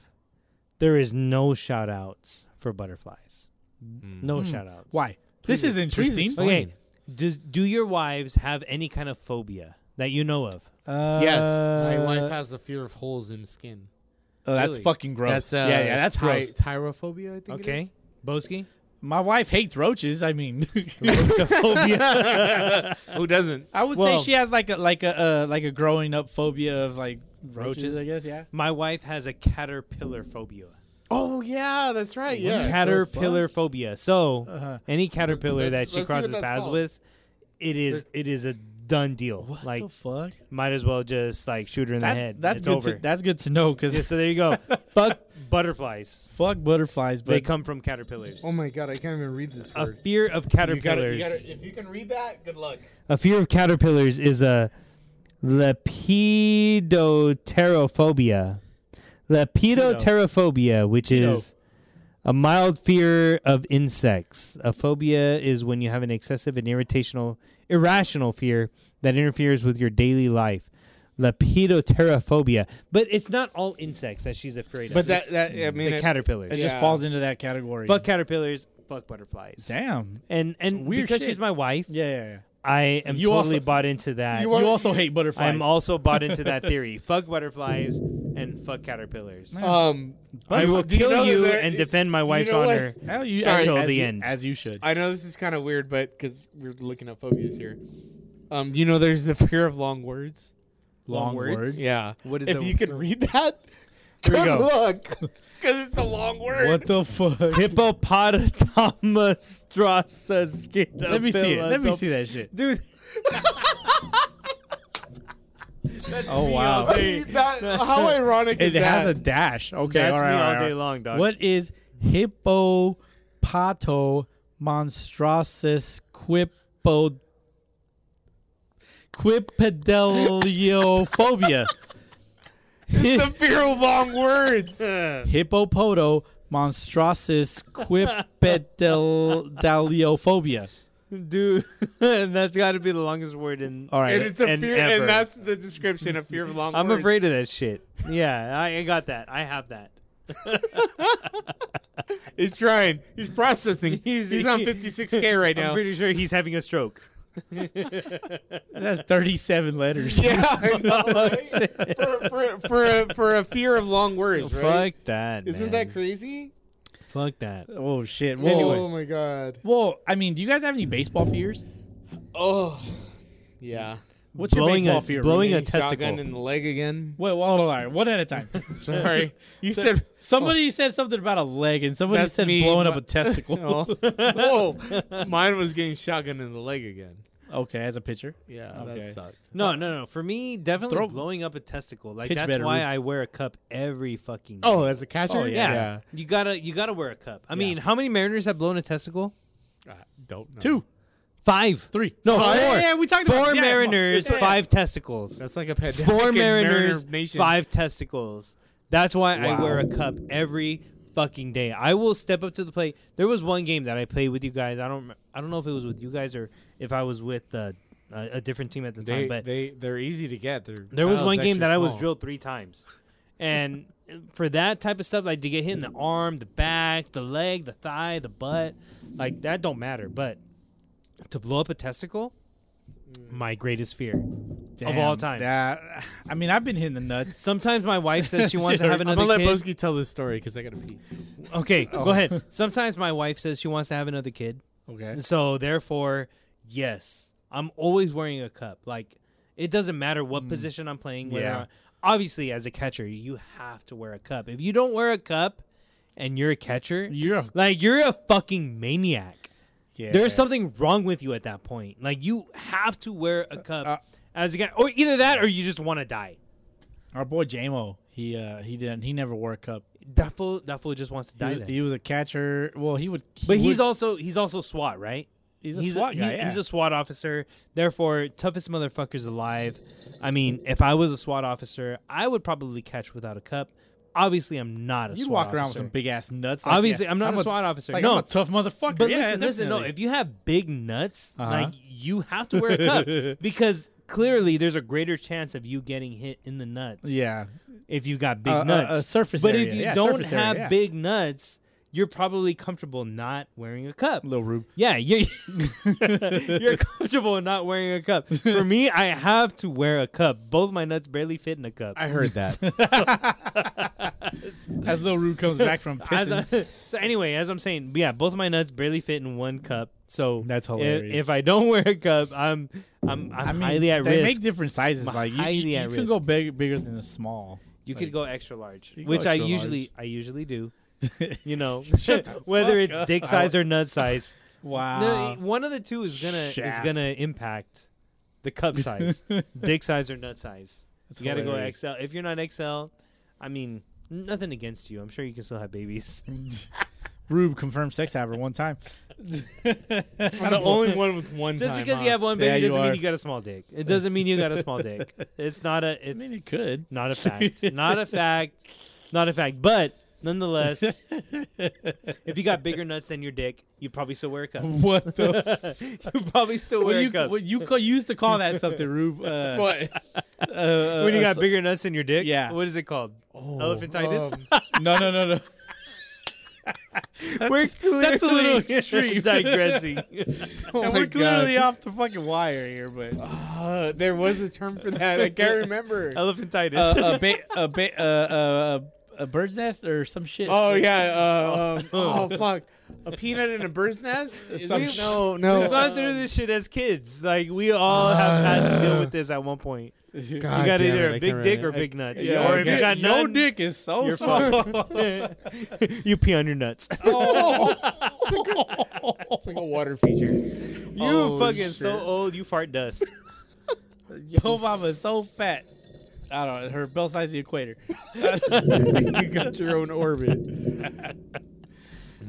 Speaker 4: there is no shout outs for butterflies.
Speaker 2: Mm.
Speaker 4: No shout outs.
Speaker 2: Why? This is interesting.
Speaker 4: Okay. Does do your wives have any kind of phobia that you know of?
Speaker 2: Uh,
Speaker 3: yes. My wife has the fear of holes in skin.
Speaker 2: Oh, that's
Speaker 4: Really?
Speaker 2: fucking gross.
Speaker 3: That's uh,
Speaker 2: yeah, yeah, that's
Speaker 3: ty-
Speaker 2: gross.
Speaker 3: Tyrophobia, I think. it
Speaker 4: Okay.
Speaker 3: is.
Speaker 4: Boski?
Speaker 2: My wife hates roaches. I mean,
Speaker 4: Phobia.
Speaker 3: Who doesn't?
Speaker 2: I would
Speaker 4: Well-
Speaker 2: say she has like a like a uh, like a growing up phobia of like roaches.
Speaker 4: Roaches?
Speaker 2: I guess yeah.
Speaker 4: my wife has a caterpillar phobia.
Speaker 3: Oh yeah, that's right. Yeah.
Speaker 4: caterpillar phobia. So
Speaker 2: Uh-huh.
Speaker 4: any caterpillar
Speaker 3: Let's-
Speaker 4: that she
Speaker 3: let's see what
Speaker 4: crosses
Speaker 3: that's
Speaker 4: paths
Speaker 3: called.
Speaker 4: with, it is it is a done deal. like
Speaker 2: fuck?
Speaker 4: might as well just like shoot her in the head.
Speaker 2: that's
Speaker 4: it's
Speaker 2: good.
Speaker 4: over.
Speaker 2: To, that's good to know because
Speaker 4: Yeah, so there you go. Fuck butterflies.
Speaker 2: fuck butterflies, but
Speaker 4: they come from caterpillars.
Speaker 3: Oh my god, I can't even read this
Speaker 4: a
Speaker 3: word.
Speaker 4: fear of
Speaker 3: You gotta- you
Speaker 4: caterpillars.
Speaker 3: gotta- if you can read that, good luck.
Speaker 4: a fear of caterpillars is a lepidoterophobia. Lepidoterophobia, which is a mild fear of insects. A phobia is when you have an excessive and irritational, irrational fear that interferes with your daily life. Lepidoterophobia, but it's not all insects that she's afraid of.
Speaker 3: But that,
Speaker 4: It's
Speaker 3: that I mean,
Speaker 4: the
Speaker 3: it-
Speaker 2: it
Speaker 4: caterpillars.
Speaker 2: just
Speaker 3: Yeah.
Speaker 2: falls into that category.
Speaker 4: Fuck caterpillars. Fuck butterflies.
Speaker 2: damn.
Speaker 4: And and
Speaker 2: Weird
Speaker 4: because
Speaker 2: shit.
Speaker 4: she's my wife,
Speaker 2: Yeah, yeah, yeah.
Speaker 4: I am
Speaker 2: You
Speaker 4: totally
Speaker 2: also-
Speaker 4: bought into that.
Speaker 2: You also hate butterflies.
Speaker 4: I'm also bought into that theory. fuck butterflies and fuck caterpillars.
Speaker 3: um,
Speaker 4: I will
Speaker 3: do you
Speaker 4: kill
Speaker 3: know that
Speaker 4: you
Speaker 3: there-
Speaker 4: and defend my
Speaker 3: do you
Speaker 4: wife's
Speaker 3: know what-
Speaker 4: honor.
Speaker 2: Hell, you,
Speaker 3: Sorry.
Speaker 2: as,
Speaker 4: Till
Speaker 2: as
Speaker 4: the
Speaker 2: you-
Speaker 4: end.
Speaker 2: as you should.
Speaker 3: I know this is kind of weird, but because we're looking at phobias here, um, you know, there's the fear of long words.
Speaker 2: long
Speaker 4: words?
Speaker 2: words.
Speaker 3: Yeah.
Speaker 4: What is
Speaker 3: if
Speaker 4: the-
Speaker 3: you can read that?
Speaker 4: Here we
Speaker 3: Good
Speaker 4: go.
Speaker 3: luck, because it's a long word.
Speaker 2: What the fuck?
Speaker 4: Hippopotamus
Speaker 2: Let me see it. Let me see that shit.
Speaker 4: Dude,
Speaker 2: Oh wow.
Speaker 3: See, that- how ironic
Speaker 2: It
Speaker 3: is
Speaker 2: has a
Speaker 3: that?
Speaker 2: dash. Okay,
Speaker 4: That's
Speaker 2: all right,
Speaker 4: me
Speaker 2: all
Speaker 4: all
Speaker 2: right,
Speaker 4: day
Speaker 2: right.
Speaker 4: long, dog.
Speaker 2: What is hippopato monstrosus quippo quipedaliophobia?
Speaker 3: it's the fear of long words.
Speaker 2: Hippopoto monstrosus quipedaliophobia.
Speaker 4: dude, that's got to be the longest word in.
Speaker 2: All right.
Speaker 3: and it's the
Speaker 4: And
Speaker 3: fear,
Speaker 4: ever.
Speaker 3: and that's the description of fear of long
Speaker 4: I'm
Speaker 3: words.
Speaker 4: afraid of that shit. Yeah, I, I got that. I have that.
Speaker 3: He's trying. He's processing. He's, on 56k right
Speaker 4: I'm
Speaker 3: now.
Speaker 4: pretty sure he's having a stroke.
Speaker 2: That's 37 letters.
Speaker 3: yeah, I know, right? for, for, for, a, for a fear of long words, right?
Speaker 4: Fuck that.
Speaker 3: Isn't
Speaker 4: man.
Speaker 3: that crazy?
Speaker 4: Fuck that.
Speaker 2: Oh shit. Well,
Speaker 3: Oh my god.
Speaker 2: well, I mean, do you guys have any baseball fears?
Speaker 3: Oh, yeah.
Speaker 2: What's
Speaker 4: Blowing
Speaker 2: your baseball fear?
Speaker 4: a- blowing
Speaker 2: Rudy?
Speaker 4: a
Speaker 3: Getting
Speaker 4: testicle.
Speaker 3: shotgun in the leg again.
Speaker 2: Wait, well, hold on, all right, one at a time.
Speaker 3: Sorry, you said.
Speaker 2: Somebody said something about a leg, and somebody
Speaker 3: That's
Speaker 2: said
Speaker 3: me.
Speaker 2: blowing up
Speaker 3: My-
Speaker 2: a testicle.
Speaker 3: Oh, whoa! Mine was getting shotgun in the leg again.
Speaker 2: Okay, as a pitcher.
Speaker 3: Yeah,
Speaker 2: Okay.
Speaker 3: that sucked.
Speaker 4: No, no, no. For me, definitely
Speaker 2: Throw-
Speaker 4: blowing up a testicle. Like
Speaker 2: Pitch
Speaker 4: that's
Speaker 2: better,
Speaker 4: why
Speaker 2: Ruth.
Speaker 4: I wear a cup every fucking.
Speaker 3: Oh,
Speaker 4: game.
Speaker 3: as a catcher,
Speaker 2: Oh,
Speaker 4: yeah.
Speaker 3: yeah.
Speaker 4: You gotta, you gotta wear a cup. I mean, how many Mariners have blown a testicle?
Speaker 3: I don't know.
Speaker 2: Two,
Speaker 4: Five,
Speaker 2: three,
Speaker 4: no,
Speaker 2: Oh,
Speaker 4: four.
Speaker 2: Yeah, yeah, we talked about
Speaker 4: Four
Speaker 2: yeah,
Speaker 4: Mariners,
Speaker 2: yeah.
Speaker 4: five testicles.
Speaker 3: That's like a pandemic.
Speaker 4: Four
Speaker 3: in Mariner
Speaker 4: Mariners,
Speaker 3: Nation.
Speaker 4: five testicles. That's why I
Speaker 2: Wow.
Speaker 4: wear a cup every fucking day. I will step up to the plate. There was one game that I played with you guys. I don't, rem- I don't know if it was with you guys or if I was with uh, a, a different team at the
Speaker 3: They
Speaker 4: time. But
Speaker 3: they they're easy to get. They're
Speaker 4: there was
Speaker 3: Kyle's
Speaker 4: one game
Speaker 3: extra
Speaker 4: that I was
Speaker 3: small.
Speaker 4: drilled three times, and for that type of stuff, like to get hit in the arm, the back, the leg, the thigh, the butt, like that don't matter. But to blow up a testicle,
Speaker 3: Mm.
Speaker 4: my greatest fear of all
Speaker 2: Damn,
Speaker 4: time.
Speaker 2: That, I mean, I've been hitting the nuts.
Speaker 4: Sometimes my wife says she wants to have
Speaker 3: I'm
Speaker 4: another
Speaker 3: gonna let Oh.
Speaker 4: kid.
Speaker 3: Boski tell this story because I gotta pee.
Speaker 4: Okay, go ahead. Sometimes my wife says she wants to have another kid.
Speaker 3: Okay.
Speaker 4: So therefore, yes, I'm always wearing a cup. Like it doesn't matter what position I'm playing. Whether
Speaker 2: Mm. Yeah.
Speaker 4: yeah. obviously, as a catcher, you have to wear a cup. If you don't wear a cup, and you're a catcher,
Speaker 2: You're a-
Speaker 4: like you're a fucking maniac.
Speaker 2: Yeah.
Speaker 4: There's something wrong with you at that point. Like you have to wear a
Speaker 2: Uh,
Speaker 4: cup as a guy, or either that, or you just want to die.
Speaker 2: Our boy JMO, he uh, he didn't. He never wore a cup.
Speaker 4: That fool, that fool just wants to
Speaker 2: He
Speaker 4: die.
Speaker 2: was,
Speaker 4: then.
Speaker 2: he was a catcher. Well, he would. he
Speaker 4: But he's
Speaker 2: would-
Speaker 4: also he's also SWAT, right?
Speaker 2: He's a SWAT guy, yeah.
Speaker 4: He's a SWAT officer. Therefore, toughest motherfuckers alive. I mean, if I was a SWAT officer, I would probably catch without a cup. Obviously, I'm not a.
Speaker 2: You'd
Speaker 4: SWAT
Speaker 2: walk around with
Speaker 4: officer.
Speaker 2: some big ass nuts.
Speaker 4: Obviously, I'm not a SWAT officer.
Speaker 2: Like,
Speaker 4: No.
Speaker 2: I'm a tough motherfucker.
Speaker 4: But
Speaker 2: Yeah,
Speaker 4: listen, listen, no.
Speaker 2: definitely.
Speaker 4: If you have big nuts,
Speaker 2: Uh-huh.
Speaker 4: like you have to wear a cup because clearly there's a greater chance of you getting hit in the nuts.
Speaker 2: yeah,
Speaker 4: If you've got big
Speaker 2: A- a-
Speaker 4: nuts,
Speaker 2: a surface
Speaker 4: But
Speaker 2: area.
Speaker 4: if you
Speaker 2: Yeah,
Speaker 4: don't
Speaker 2: surface area,
Speaker 4: have
Speaker 2: yeah.
Speaker 4: big nuts, you're probably comfortable not wearing a cup.
Speaker 2: little Rube.
Speaker 4: Yeah, you're, you're comfortable in not wearing a cup. For me, I have to wear a cup. Both my nuts barely fit in a cup.
Speaker 3: I heard that.
Speaker 2: As little Rube comes back from
Speaker 4: As I-
Speaker 2: pissing,
Speaker 4: so anyway, as I'm saying, yeah, both my nuts barely fit in one cup. So
Speaker 2: That's
Speaker 4: i-
Speaker 2: hilarious.
Speaker 4: If, I don't wear a cup, I'm I'm I'm
Speaker 2: I mean,
Speaker 4: highly at
Speaker 2: they
Speaker 4: risk.
Speaker 2: make different sizes.
Speaker 4: I'm
Speaker 2: Like you,
Speaker 4: highly
Speaker 2: you,
Speaker 4: at
Speaker 2: you can
Speaker 4: risk.
Speaker 2: go big, bigger than a small.
Speaker 4: you could go extra large,
Speaker 2: You go
Speaker 4: which I
Speaker 2: extra
Speaker 4: usually I usually do. You know, whether
Speaker 2: fuck
Speaker 4: it's
Speaker 2: up.
Speaker 4: dick size or nut size,
Speaker 2: Wow.
Speaker 4: no, one of the two is gonna is
Speaker 2: Uh, Shaft.
Speaker 4: gonna impact the cup size, dick size or nut size. you gotta
Speaker 2: hilarious.
Speaker 4: go XL. If you're not XL, I mean, nothing against you. I'm sure you can still have babies.
Speaker 2: Rube confirmed sex haver one time.
Speaker 3: I'm the only one with one.
Speaker 4: Just
Speaker 3: time
Speaker 4: because
Speaker 3: off.
Speaker 4: you have one
Speaker 2: Yeah,
Speaker 4: baby
Speaker 2: you
Speaker 4: doesn't
Speaker 2: are.
Speaker 4: mean you got a small dick. It doesn't mean you got a small dick. It's not a.
Speaker 2: I
Speaker 4: It's
Speaker 2: mean, it could.
Speaker 4: not a fact. Not a fact. Not a fact. But nonetheless, if you got bigger nuts than your dick, you probably still wear a cup.
Speaker 2: What the?
Speaker 4: You probably still wear
Speaker 2: what
Speaker 4: a
Speaker 2: you,
Speaker 4: cup.
Speaker 2: what you ca- used to call that something, Rube? Uh,
Speaker 3: What?
Speaker 2: uh,
Speaker 4: when you
Speaker 2: uh,
Speaker 4: got bigger nuts than your dick,
Speaker 2: Yeah.
Speaker 4: What is it called? Elephantitis.
Speaker 3: Oh,
Speaker 2: No, no, no, no.
Speaker 4: We're clearly
Speaker 2: that's a little extreme.
Speaker 4: digressing.
Speaker 3: Oh
Speaker 2: and
Speaker 3: my
Speaker 2: we're
Speaker 3: God.
Speaker 2: clearly off the fucking wire here, but uh,
Speaker 3: Uh, there was a term for that. I can't remember.
Speaker 4: Elephantitis.
Speaker 2: a ba- a ba- uh, uh, a bird's nest or some shit.
Speaker 3: Oh yeah. Uh, um, oh fuck. A peanut in a bird's nest? Is
Speaker 2: Some
Speaker 3: it-
Speaker 2: sh-
Speaker 3: no, no.
Speaker 4: We've gone through this shit as kids. Like we all have had to deal with this at one point.
Speaker 3: God
Speaker 4: You got
Speaker 3: damn
Speaker 4: either
Speaker 3: it, I
Speaker 4: a big
Speaker 3: can't
Speaker 4: dick or
Speaker 3: remember.
Speaker 4: big nuts.
Speaker 3: yeah,
Speaker 4: or if
Speaker 3: okay.
Speaker 4: you got
Speaker 2: no
Speaker 4: none,
Speaker 2: dick is so
Speaker 4: you're
Speaker 2: small.
Speaker 4: fucked. you pee on your nuts.
Speaker 3: It's like a water feature.
Speaker 4: you fucking so old. You fart dust.
Speaker 2: Yo mama is so fat. I don't know. Her belt size the equator.
Speaker 3: you got your own orbit.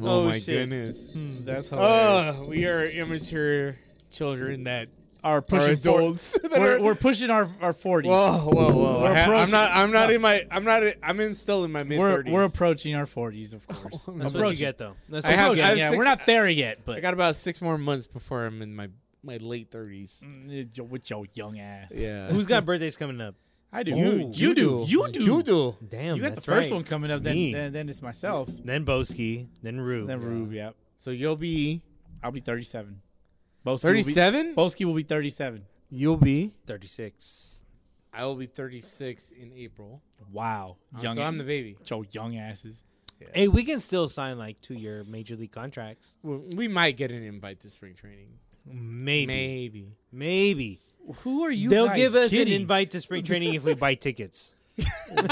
Speaker 4: Oh, shit.
Speaker 3: goodness.
Speaker 2: That's hilarious.
Speaker 3: Uh, we are immature children that
Speaker 2: Our
Speaker 3: are
Speaker 2: pushing for-
Speaker 3: adults. that
Speaker 2: we're,
Speaker 3: are-
Speaker 2: we're pushing our our 40s.
Speaker 3: whoa, whoa, whoa!
Speaker 2: We're
Speaker 3: I ha- I'm
Speaker 2: approaching-
Speaker 3: not. I'm not in my. I'm not. in- I'm in still in my mid
Speaker 2: we're,
Speaker 3: 30s.
Speaker 2: we're approaching our 40s, of course.
Speaker 4: That's what you
Speaker 2: Approaching.
Speaker 4: get though. That's
Speaker 3: I
Speaker 4: what
Speaker 3: have-
Speaker 4: you
Speaker 2: Yeah,
Speaker 4: get.
Speaker 3: I've
Speaker 2: yeah,
Speaker 3: six-
Speaker 2: we're not there yet,
Speaker 3: I
Speaker 2: but
Speaker 3: got about six more months before I'm in my my late 30s.
Speaker 2: Mm, with your young ass.
Speaker 3: Yeah.
Speaker 4: Who's got birthdays coming up?
Speaker 2: I do.
Speaker 3: you, you, do.
Speaker 2: You do.
Speaker 3: You do.
Speaker 4: Damn,
Speaker 2: You got the
Speaker 4: that's
Speaker 2: first
Speaker 4: right.
Speaker 2: one coming up, then,
Speaker 4: Me.
Speaker 2: then then it's myself,
Speaker 4: Then Boski. Then Rue.
Speaker 2: then Rube. Yeah,
Speaker 3: So you'll be
Speaker 2: I'll be 37. Boski will be-
Speaker 3: 37.
Speaker 2: Boski will be 37.
Speaker 3: You'll be.
Speaker 4: Thirty-six.
Speaker 3: I will be 36 in April. Uh,
Speaker 2: Wow, young.
Speaker 3: so I'm the baby.
Speaker 2: Joe young asses.
Speaker 4: Hey, we can still sign like two-year major league contracts.
Speaker 3: We- We might get an invite to spring training.
Speaker 4: Maybe.
Speaker 3: Maybe.
Speaker 4: Maybe.
Speaker 2: Who are you?
Speaker 4: They'll
Speaker 2: guys
Speaker 4: give us
Speaker 2: kidding?
Speaker 4: an invite to spring training if we buy tickets.
Speaker 2: Wow, you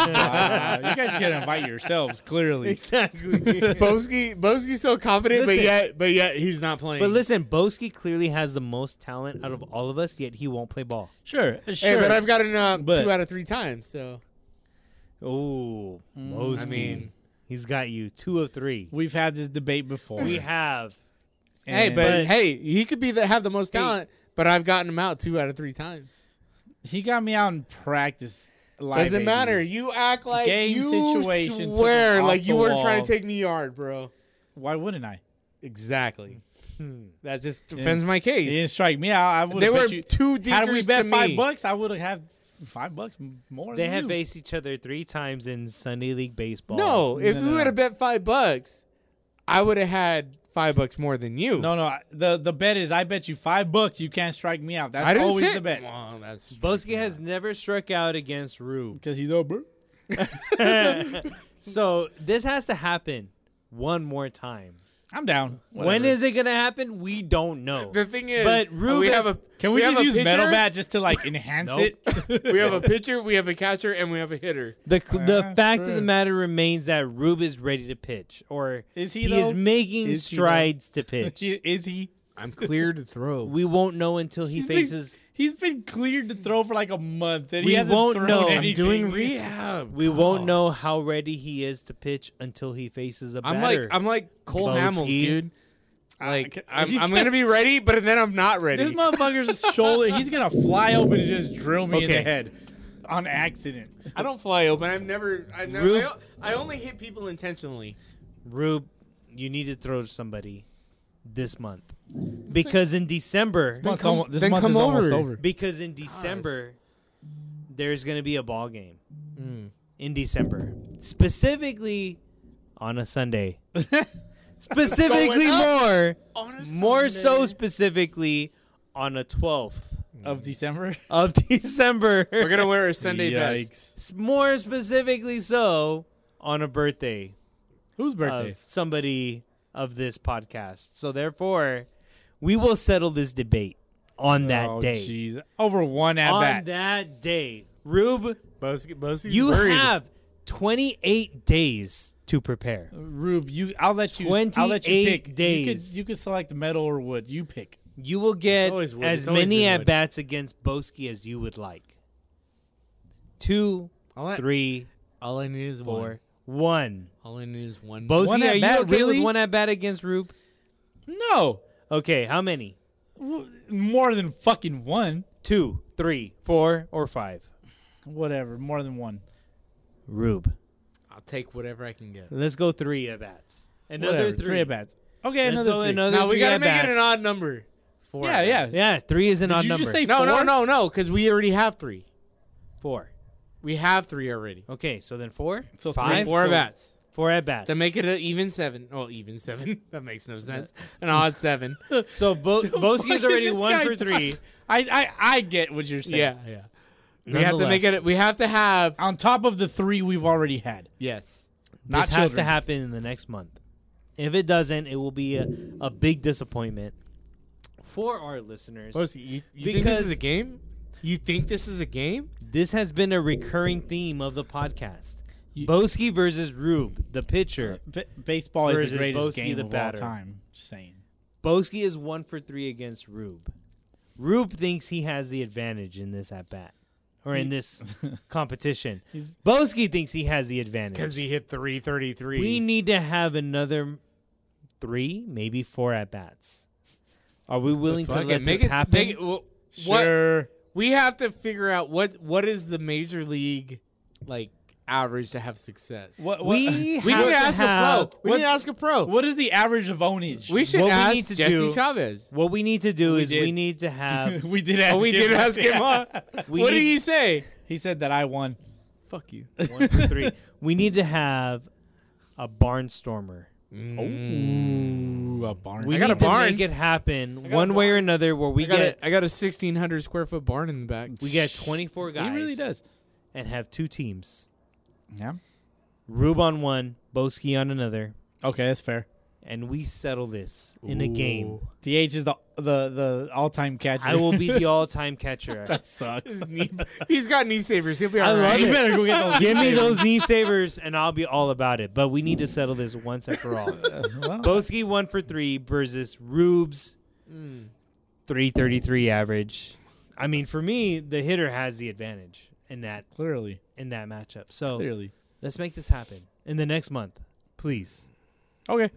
Speaker 2: guys can't invite yourselves. Clearly,
Speaker 4: Exactly.
Speaker 3: Boski Boski's so confident, but
Speaker 4: Listen.
Speaker 3: yet but yet he's not playing.
Speaker 4: But listen, Boski clearly has the most talent out of all of us, yet he won't play ball.
Speaker 2: sure, sure.
Speaker 3: hey, but I've gotten uh,
Speaker 2: But-
Speaker 3: two out of three times. So
Speaker 4: Oh, Boski.
Speaker 3: I mean,
Speaker 4: he's got you two of three.
Speaker 2: We've had this debate before.
Speaker 4: We have.
Speaker 3: hey,
Speaker 2: and
Speaker 3: but,
Speaker 4: But-
Speaker 3: hey, he could be the have the most talent, but I've gotten him out two out of three times.
Speaker 2: he got me out in practice. Live
Speaker 3: Doesn't matter.
Speaker 2: babies.
Speaker 3: You act like
Speaker 2: Game
Speaker 3: you
Speaker 2: situation took him
Speaker 3: swear
Speaker 2: off
Speaker 3: like you
Speaker 2: the
Speaker 3: weren't trying to
Speaker 2: wall.
Speaker 3: take me yard, bro.
Speaker 2: Why wouldn't I?
Speaker 3: Exactly.
Speaker 2: Hmm.
Speaker 3: That just defends my case.
Speaker 2: It didn't strike me. I, I would.
Speaker 3: They
Speaker 2: bet
Speaker 3: were
Speaker 2: you,
Speaker 3: two
Speaker 2: Had we
Speaker 3: deekers
Speaker 2: bet
Speaker 3: to
Speaker 2: five
Speaker 3: me.
Speaker 2: bucks, I would have had five bucks m- more.
Speaker 4: They
Speaker 2: than
Speaker 4: have
Speaker 2: you.
Speaker 4: faced each other three times in Sunday League baseball.
Speaker 3: No, if
Speaker 2: No,
Speaker 3: we
Speaker 2: no,
Speaker 3: would have bet five bucks, I would have had five bucks more than you.
Speaker 2: No, no. I- The the bet is I bet you five bucks you can't strike me out. That's
Speaker 3: I didn't
Speaker 2: always
Speaker 3: say
Speaker 2: the bet
Speaker 3: Well, that's
Speaker 4: Boski has never struck out against Rube.
Speaker 2: because he's over.
Speaker 4: So this has to happen one more time.
Speaker 2: I'm down.
Speaker 4: When is it gonna happen? We don't know.
Speaker 3: the thing is. uh,
Speaker 4: But
Speaker 3: we
Speaker 4: Rube
Speaker 3: have
Speaker 4: has-
Speaker 3: a
Speaker 2: Can we,
Speaker 3: have
Speaker 2: just
Speaker 3: a
Speaker 2: use
Speaker 3: pitcher,
Speaker 2: metal bat just to like enhance
Speaker 4: Nope.
Speaker 2: it?
Speaker 3: We have a pitcher, we have a catcher, and we have a hitter.
Speaker 4: The the
Speaker 2: that's
Speaker 4: fact
Speaker 2: true.
Speaker 4: of the matter remains that Rube is ready to pitch, or
Speaker 2: Is he,
Speaker 4: He is
Speaker 2: though?
Speaker 4: making
Speaker 2: Is he, though?
Speaker 4: strides to pitch.
Speaker 2: is he?
Speaker 3: I'm clear to throw.
Speaker 4: we won't know until he
Speaker 2: He's
Speaker 4: faces.
Speaker 2: been, he's been cleared to throw for like a month, and
Speaker 4: We
Speaker 2: he hasn't
Speaker 4: won't
Speaker 2: thrown
Speaker 4: know. I'm
Speaker 2: anything.
Speaker 3: doing rehab.
Speaker 4: we won't
Speaker 3: Gosh.
Speaker 4: know how ready he is to pitch until he faces a
Speaker 3: I'm
Speaker 4: batter.
Speaker 3: like I'm like Cole
Speaker 4: Boski.
Speaker 3: Hamels, dude. Like
Speaker 2: I-
Speaker 3: I'm, I'm gonna be ready, but then I'm not ready.
Speaker 2: This motherfucker's shoulder, he's gonna fly open and just drill me in the
Speaker 4: Okay.
Speaker 2: head on accident.
Speaker 3: I don't fly open. I've never. I, never
Speaker 4: Rube-
Speaker 3: I, I only hit people intentionally.
Speaker 4: Rube, you need to throw to somebody this month because in December,
Speaker 2: This month's almo- this
Speaker 3: then
Speaker 2: month
Speaker 3: come
Speaker 2: is almost
Speaker 3: over.
Speaker 2: over.
Speaker 4: because in December there's going to be a ball game in December, specifically on a Sunday. specifically more, more so specifically on a 12th
Speaker 2: Of December?
Speaker 4: of December.
Speaker 3: We're gonna wear a Sunday best.
Speaker 4: S- more specifically so on a birthday
Speaker 2: Whose birthday?
Speaker 4: of somebody of this podcast. So therefore, we will settle this debate on that
Speaker 2: oh,
Speaker 4: day.
Speaker 2: jeez. Over one at
Speaker 4: on
Speaker 2: bat.
Speaker 4: that day, Rube,
Speaker 3: Boski, Boski's
Speaker 4: you
Speaker 3: worried.
Speaker 4: have 28 days to prepare.
Speaker 2: Rube, you I'll let you I'll let you
Speaker 4: 28
Speaker 2: pick. You could
Speaker 4: days.
Speaker 2: you could select metal or wood. You pick.
Speaker 4: You will get
Speaker 3: always wood.
Speaker 4: as
Speaker 3: It's always
Speaker 4: many
Speaker 3: been wood.
Speaker 4: at bats against Boski as you would like. Two,
Speaker 3: All I,
Speaker 4: three,
Speaker 3: all I need is one.
Speaker 4: four, one.
Speaker 3: All I need is one.
Speaker 4: Boski,
Speaker 2: One
Speaker 4: are
Speaker 2: at
Speaker 4: you
Speaker 2: bat,
Speaker 4: okay
Speaker 2: really?
Speaker 4: with one at bat against Rube?
Speaker 2: No.
Speaker 4: Okay, how many?
Speaker 2: More than fucking one.
Speaker 4: Two, three, four, or five?
Speaker 2: Whatever. More than one.
Speaker 4: Rube.
Speaker 3: I'll take whatever I can get.
Speaker 4: Let's go three at bats. Another
Speaker 2: Whatever.
Speaker 4: three.
Speaker 2: at bats. Okay,
Speaker 4: Let's
Speaker 2: another
Speaker 4: go
Speaker 2: three.
Speaker 4: another
Speaker 3: Now we
Speaker 4: three
Speaker 3: gotta
Speaker 4: at
Speaker 3: make it an
Speaker 4: bats.
Speaker 3: odd number. Four.
Speaker 2: yeah, yeah.
Speaker 4: Yeah, three is an odd
Speaker 2: you
Speaker 4: number.
Speaker 2: just say
Speaker 3: No, no,
Speaker 2: Four?
Speaker 3: no, no, because we already have three.
Speaker 4: four.
Speaker 3: We have three already.
Speaker 4: Okay, so then four,
Speaker 2: So three,
Speaker 4: five,
Speaker 3: Four
Speaker 2: So-
Speaker 3: bats.
Speaker 4: four at bats.
Speaker 3: To make it an even seven. Oh, even seven. that makes no sense. An odd seven.
Speaker 4: so Bo- Boski's
Speaker 2: Fucking
Speaker 4: already
Speaker 2: this
Speaker 4: one
Speaker 2: guy
Speaker 4: for three.
Speaker 2: died. I, I I get what you're saying.
Speaker 3: yeah, yeah. We have to make
Speaker 4: Nonetheless,
Speaker 3: it. We have to have.
Speaker 2: On top of the three we've already had.
Speaker 3: Yes.
Speaker 4: This
Speaker 2: Not
Speaker 4: has to
Speaker 2: children.
Speaker 4: happen in the next month. If it doesn't, it will be a, a big disappointment for our listeners.
Speaker 3: Boski, you, you think this
Speaker 4: Because-
Speaker 3: is a game? You think this is a game?
Speaker 4: This has been a recurring theme of the podcast. Boski versus Rube, the pitcher.
Speaker 2: B- baseball is
Speaker 4: Versus
Speaker 2: the greatest
Speaker 4: Boski
Speaker 2: game
Speaker 4: the
Speaker 2: of
Speaker 4: batter.
Speaker 2: all time. Just saying.
Speaker 4: Boski is one for three against Rube. Rube thinks he has the advantage in this at bat, or in this competition. Boski thinks he has the
Speaker 3: Because
Speaker 4: advantage.
Speaker 3: he hit three thirty-three.
Speaker 4: We need to have another three, maybe four at bats. Are we willing to
Speaker 3: Fuck
Speaker 4: let
Speaker 3: it. Make
Speaker 4: this
Speaker 3: it
Speaker 4: happen?
Speaker 3: Make it, well, What we have to figure out what what is the major league like average to have success.
Speaker 2: What, what,
Speaker 4: we
Speaker 3: we
Speaker 4: have
Speaker 3: need to
Speaker 4: to
Speaker 3: ask a
Speaker 4: have-
Speaker 3: pro. We need to ask a pro.
Speaker 2: what is the average of ownage?
Speaker 3: we should
Speaker 4: what we
Speaker 3: ask
Speaker 4: need to
Speaker 3: Jesse
Speaker 4: do-
Speaker 3: Chavez.
Speaker 4: What we need to do is we
Speaker 2: did.
Speaker 4: need to have.
Speaker 2: we did ask
Speaker 3: Oh, we
Speaker 2: him.
Speaker 3: did ask him. Huh?
Speaker 4: We
Speaker 3: what
Speaker 4: need
Speaker 3: did he say?
Speaker 2: He said that I won.
Speaker 3: Fuck you.
Speaker 4: one, two, three. We need to have a barnstormer.
Speaker 2: Ooh, a barn.
Speaker 4: We
Speaker 3: got
Speaker 4: need
Speaker 3: a barn.
Speaker 4: to make it happen one way or another, where we
Speaker 3: I got
Speaker 4: get
Speaker 3: a, I got a sixteen hundred square foot barn in the back.
Speaker 4: we get 24
Speaker 2: he
Speaker 4: guys.
Speaker 2: really does.
Speaker 4: And have two teams.
Speaker 2: Yeah.
Speaker 4: Rube on one, Boski on another,
Speaker 2: Okay, that's fair.
Speaker 4: and we settle this in a game.
Speaker 2: DH is the the the all time catcher.
Speaker 4: I will be the all-time catcher.
Speaker 2: sucks.
Speaker 3: He's got knee savers. He'll be all
Speaker 4: love
Speaker 3: right.
Speaker 4: it.
Speaker 2: you better go get those.
Speaker 4: Give me those knee savers, and I'll be all about it. But we need to settle this once and for all. Boski one for three versus Rube's three thirty-three average. I mean, for me, the hitter has the advantage in that
Speaker 2: Clearly,
Speaker 4: in that matchup. So
Speaker 2: clearly.
Speaker 4: let's make this happen in the next month, please.
Speaker 2: Okay.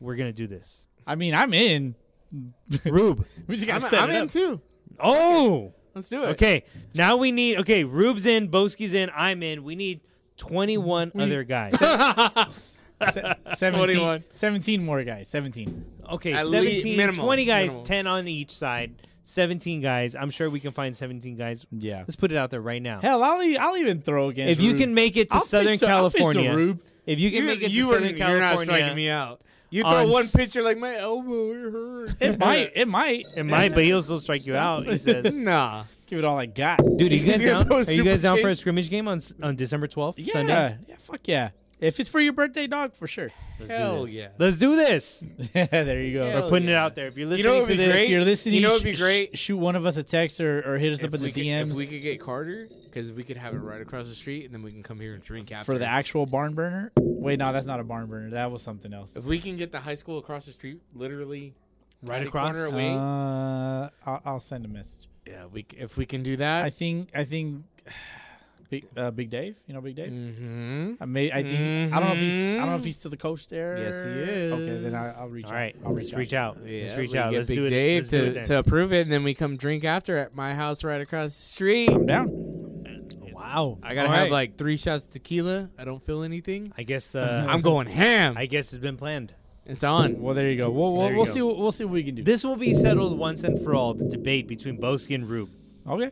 Speaker 4: We're gonna do this.
Speaker 2: I mean, I'm in.
Speaker 4: Rube.
Speaker 2: We just gotta
Speaker 3: I'm,
Speaker 2: set
Speaker 3: I'm
Speaker 2: it
Speaker 3: in
Speaker 2: up.
Speaker 3: too.
Speaker 4: Oh,
Speaker 3: Let's do it.
Speaker 4: okay. Now we need. Okay, Rube's in, Boski's in, I'm in. We need 21 other guys.
Speaker 2: Se- 17,
Speaker 3: 21.
Speaker 2: 17 more guys. Seventeen.
Speaker 4: okay,
Speaker 3: At
Speaker 4: 17,
Speaker 3: least minimum,
Speaker 4: 20 guys,
Speaker 3: minimum.
Speaker 4: 10 on each side, 17 guys. I'm sure we can find 17 guys.
Speaker 2: Yeah.
Speaker 4: Let's put it out there right now.
Speaker 2: Hell, I'll, e- I'll even throw against.
Speaker 4: if you
Speaker 2: Rube.
Speaker 4: can make it to
Speaker 2: I'll fish
Speaker 4: Southern
Speaker 2: the- I'll fish the
Speaker 4: California,
Speaker 2: Rube.
Speaker 4: if you can
Speaker 3: You,
Speaker 4: make it to
Speaker 3: you are,
Speaker 4: Southern
Speaker 3: you're not striking
Speaker 4: California,
Speaker 3: me out. You
Speaker 4: on
Speaker 3: throw one
Speaker 4: s-
Speaker 3: picture like my elbow it hurt.
Speaker 2: it might, it might,
Speaker 4: it might, but he'll still strike you out. He says,
Speaker 3: nah.
Speaker 2: give it all I got.
Speaker 4: "Dude, are you guys
Speaker 3: He's gonna
Speaker 4: down?
Speaker 3: throw a
Speaker 4: Are you guys
Speaker 3: super
Speaker 4: down for a
Speaker 3: change.
Speaker 4: scrimmage game on s- on December 12th,
Speaker 2: Yeah,
Speaker 4: Sunday?
Speaker 2: yeah, fuck yeah. If it's for your birthday, dog, for sure.
Speaker 3: Hell yeah.
Speaker 4: Let's do this.
Speaker 2: there you go.
Speaker 3: Hell
Speaker 4: We're putting it
Speaker 3: yeah.
Speaker 4: out there. If you're
Speaker 3: know
Speaker 4: listening
Speaker 3: what'd
Speaker 4: to
Speaker 3: be
Speaker 4: this,
Speaker 3: great?
Speaker 2: If you're listening,
Speaker 3: You know
Speaker 2: sh-
Speaker 3: what'd be great?
Speaker 2: Sh- shoot one of us a text or, or hit us
Speaker 3: If
Speaker 2: up in the
Speaker 3: we, could,
Speaker 2: DMs
Speaker 3: if we could get Carter, because we could have it right across the street, and then we can come here and drink after.
Speaker 2: for the actual barn burner. Wait, no, that's not a barn burner. That was something else.
Speaker 3: If we can get the high school across the street, literally right
Speaker 4: across?
Speaker 3: corner away.
Speaker 2: Uh, I'll, I'll send a message.
Speaker 3: yeah, we c- if we can do that.
Speaker 2: I think I think Big, uh, Big Dave. You know Big Dave.
Speaker 3: mm-hmm.
Speaker 2: I may. I think. I don't know if he's. I don't know if he's still the coach there.
Speaker 3: Yes, he
Speaker 2: Okay, then I,
Speaker 3: is.
Speaker 2: I'll reach.
Speaker 4: all right,
Speaker 2: I'll
Speaker 4: let's reach out. Let's reach
Speaker 3: we
Speaker 4: out.
Speaker 3: Get
Speaker 4: Let's
Speaker 3: Big
Speaker 4: do it.
Speaker 3: Dave
Speaker 4: Let's do
Speaker 3: to,
Speaker 4: it then.
Speaker 3: to approve it, and then we come drink after at my house right across the street.
Speaker 2: I'm down.
Speaker 4: Wow,
Speaker 3: I gotta
Speaker 4: All
Speaker 3: have
Speaker 4: right.
Speaker 3: like three shots of tequila. I don't feel anything.
Speaker 4: I guess uh,
Speaker 3: I'm going ham.
Speaker 4: I guess it's been planned.
Speaker 3: it's on.
Speaker 2: Well, there you go. We'll, we'll,
Speaker 4: There you
Speaker 2: we'll
Speaker 4: go.
Speaker 2: see. What, we'll see what we can do.
Speaker 4: This will be settled once and for all. The debate between Boski and Rube.
Speaker 2: okay.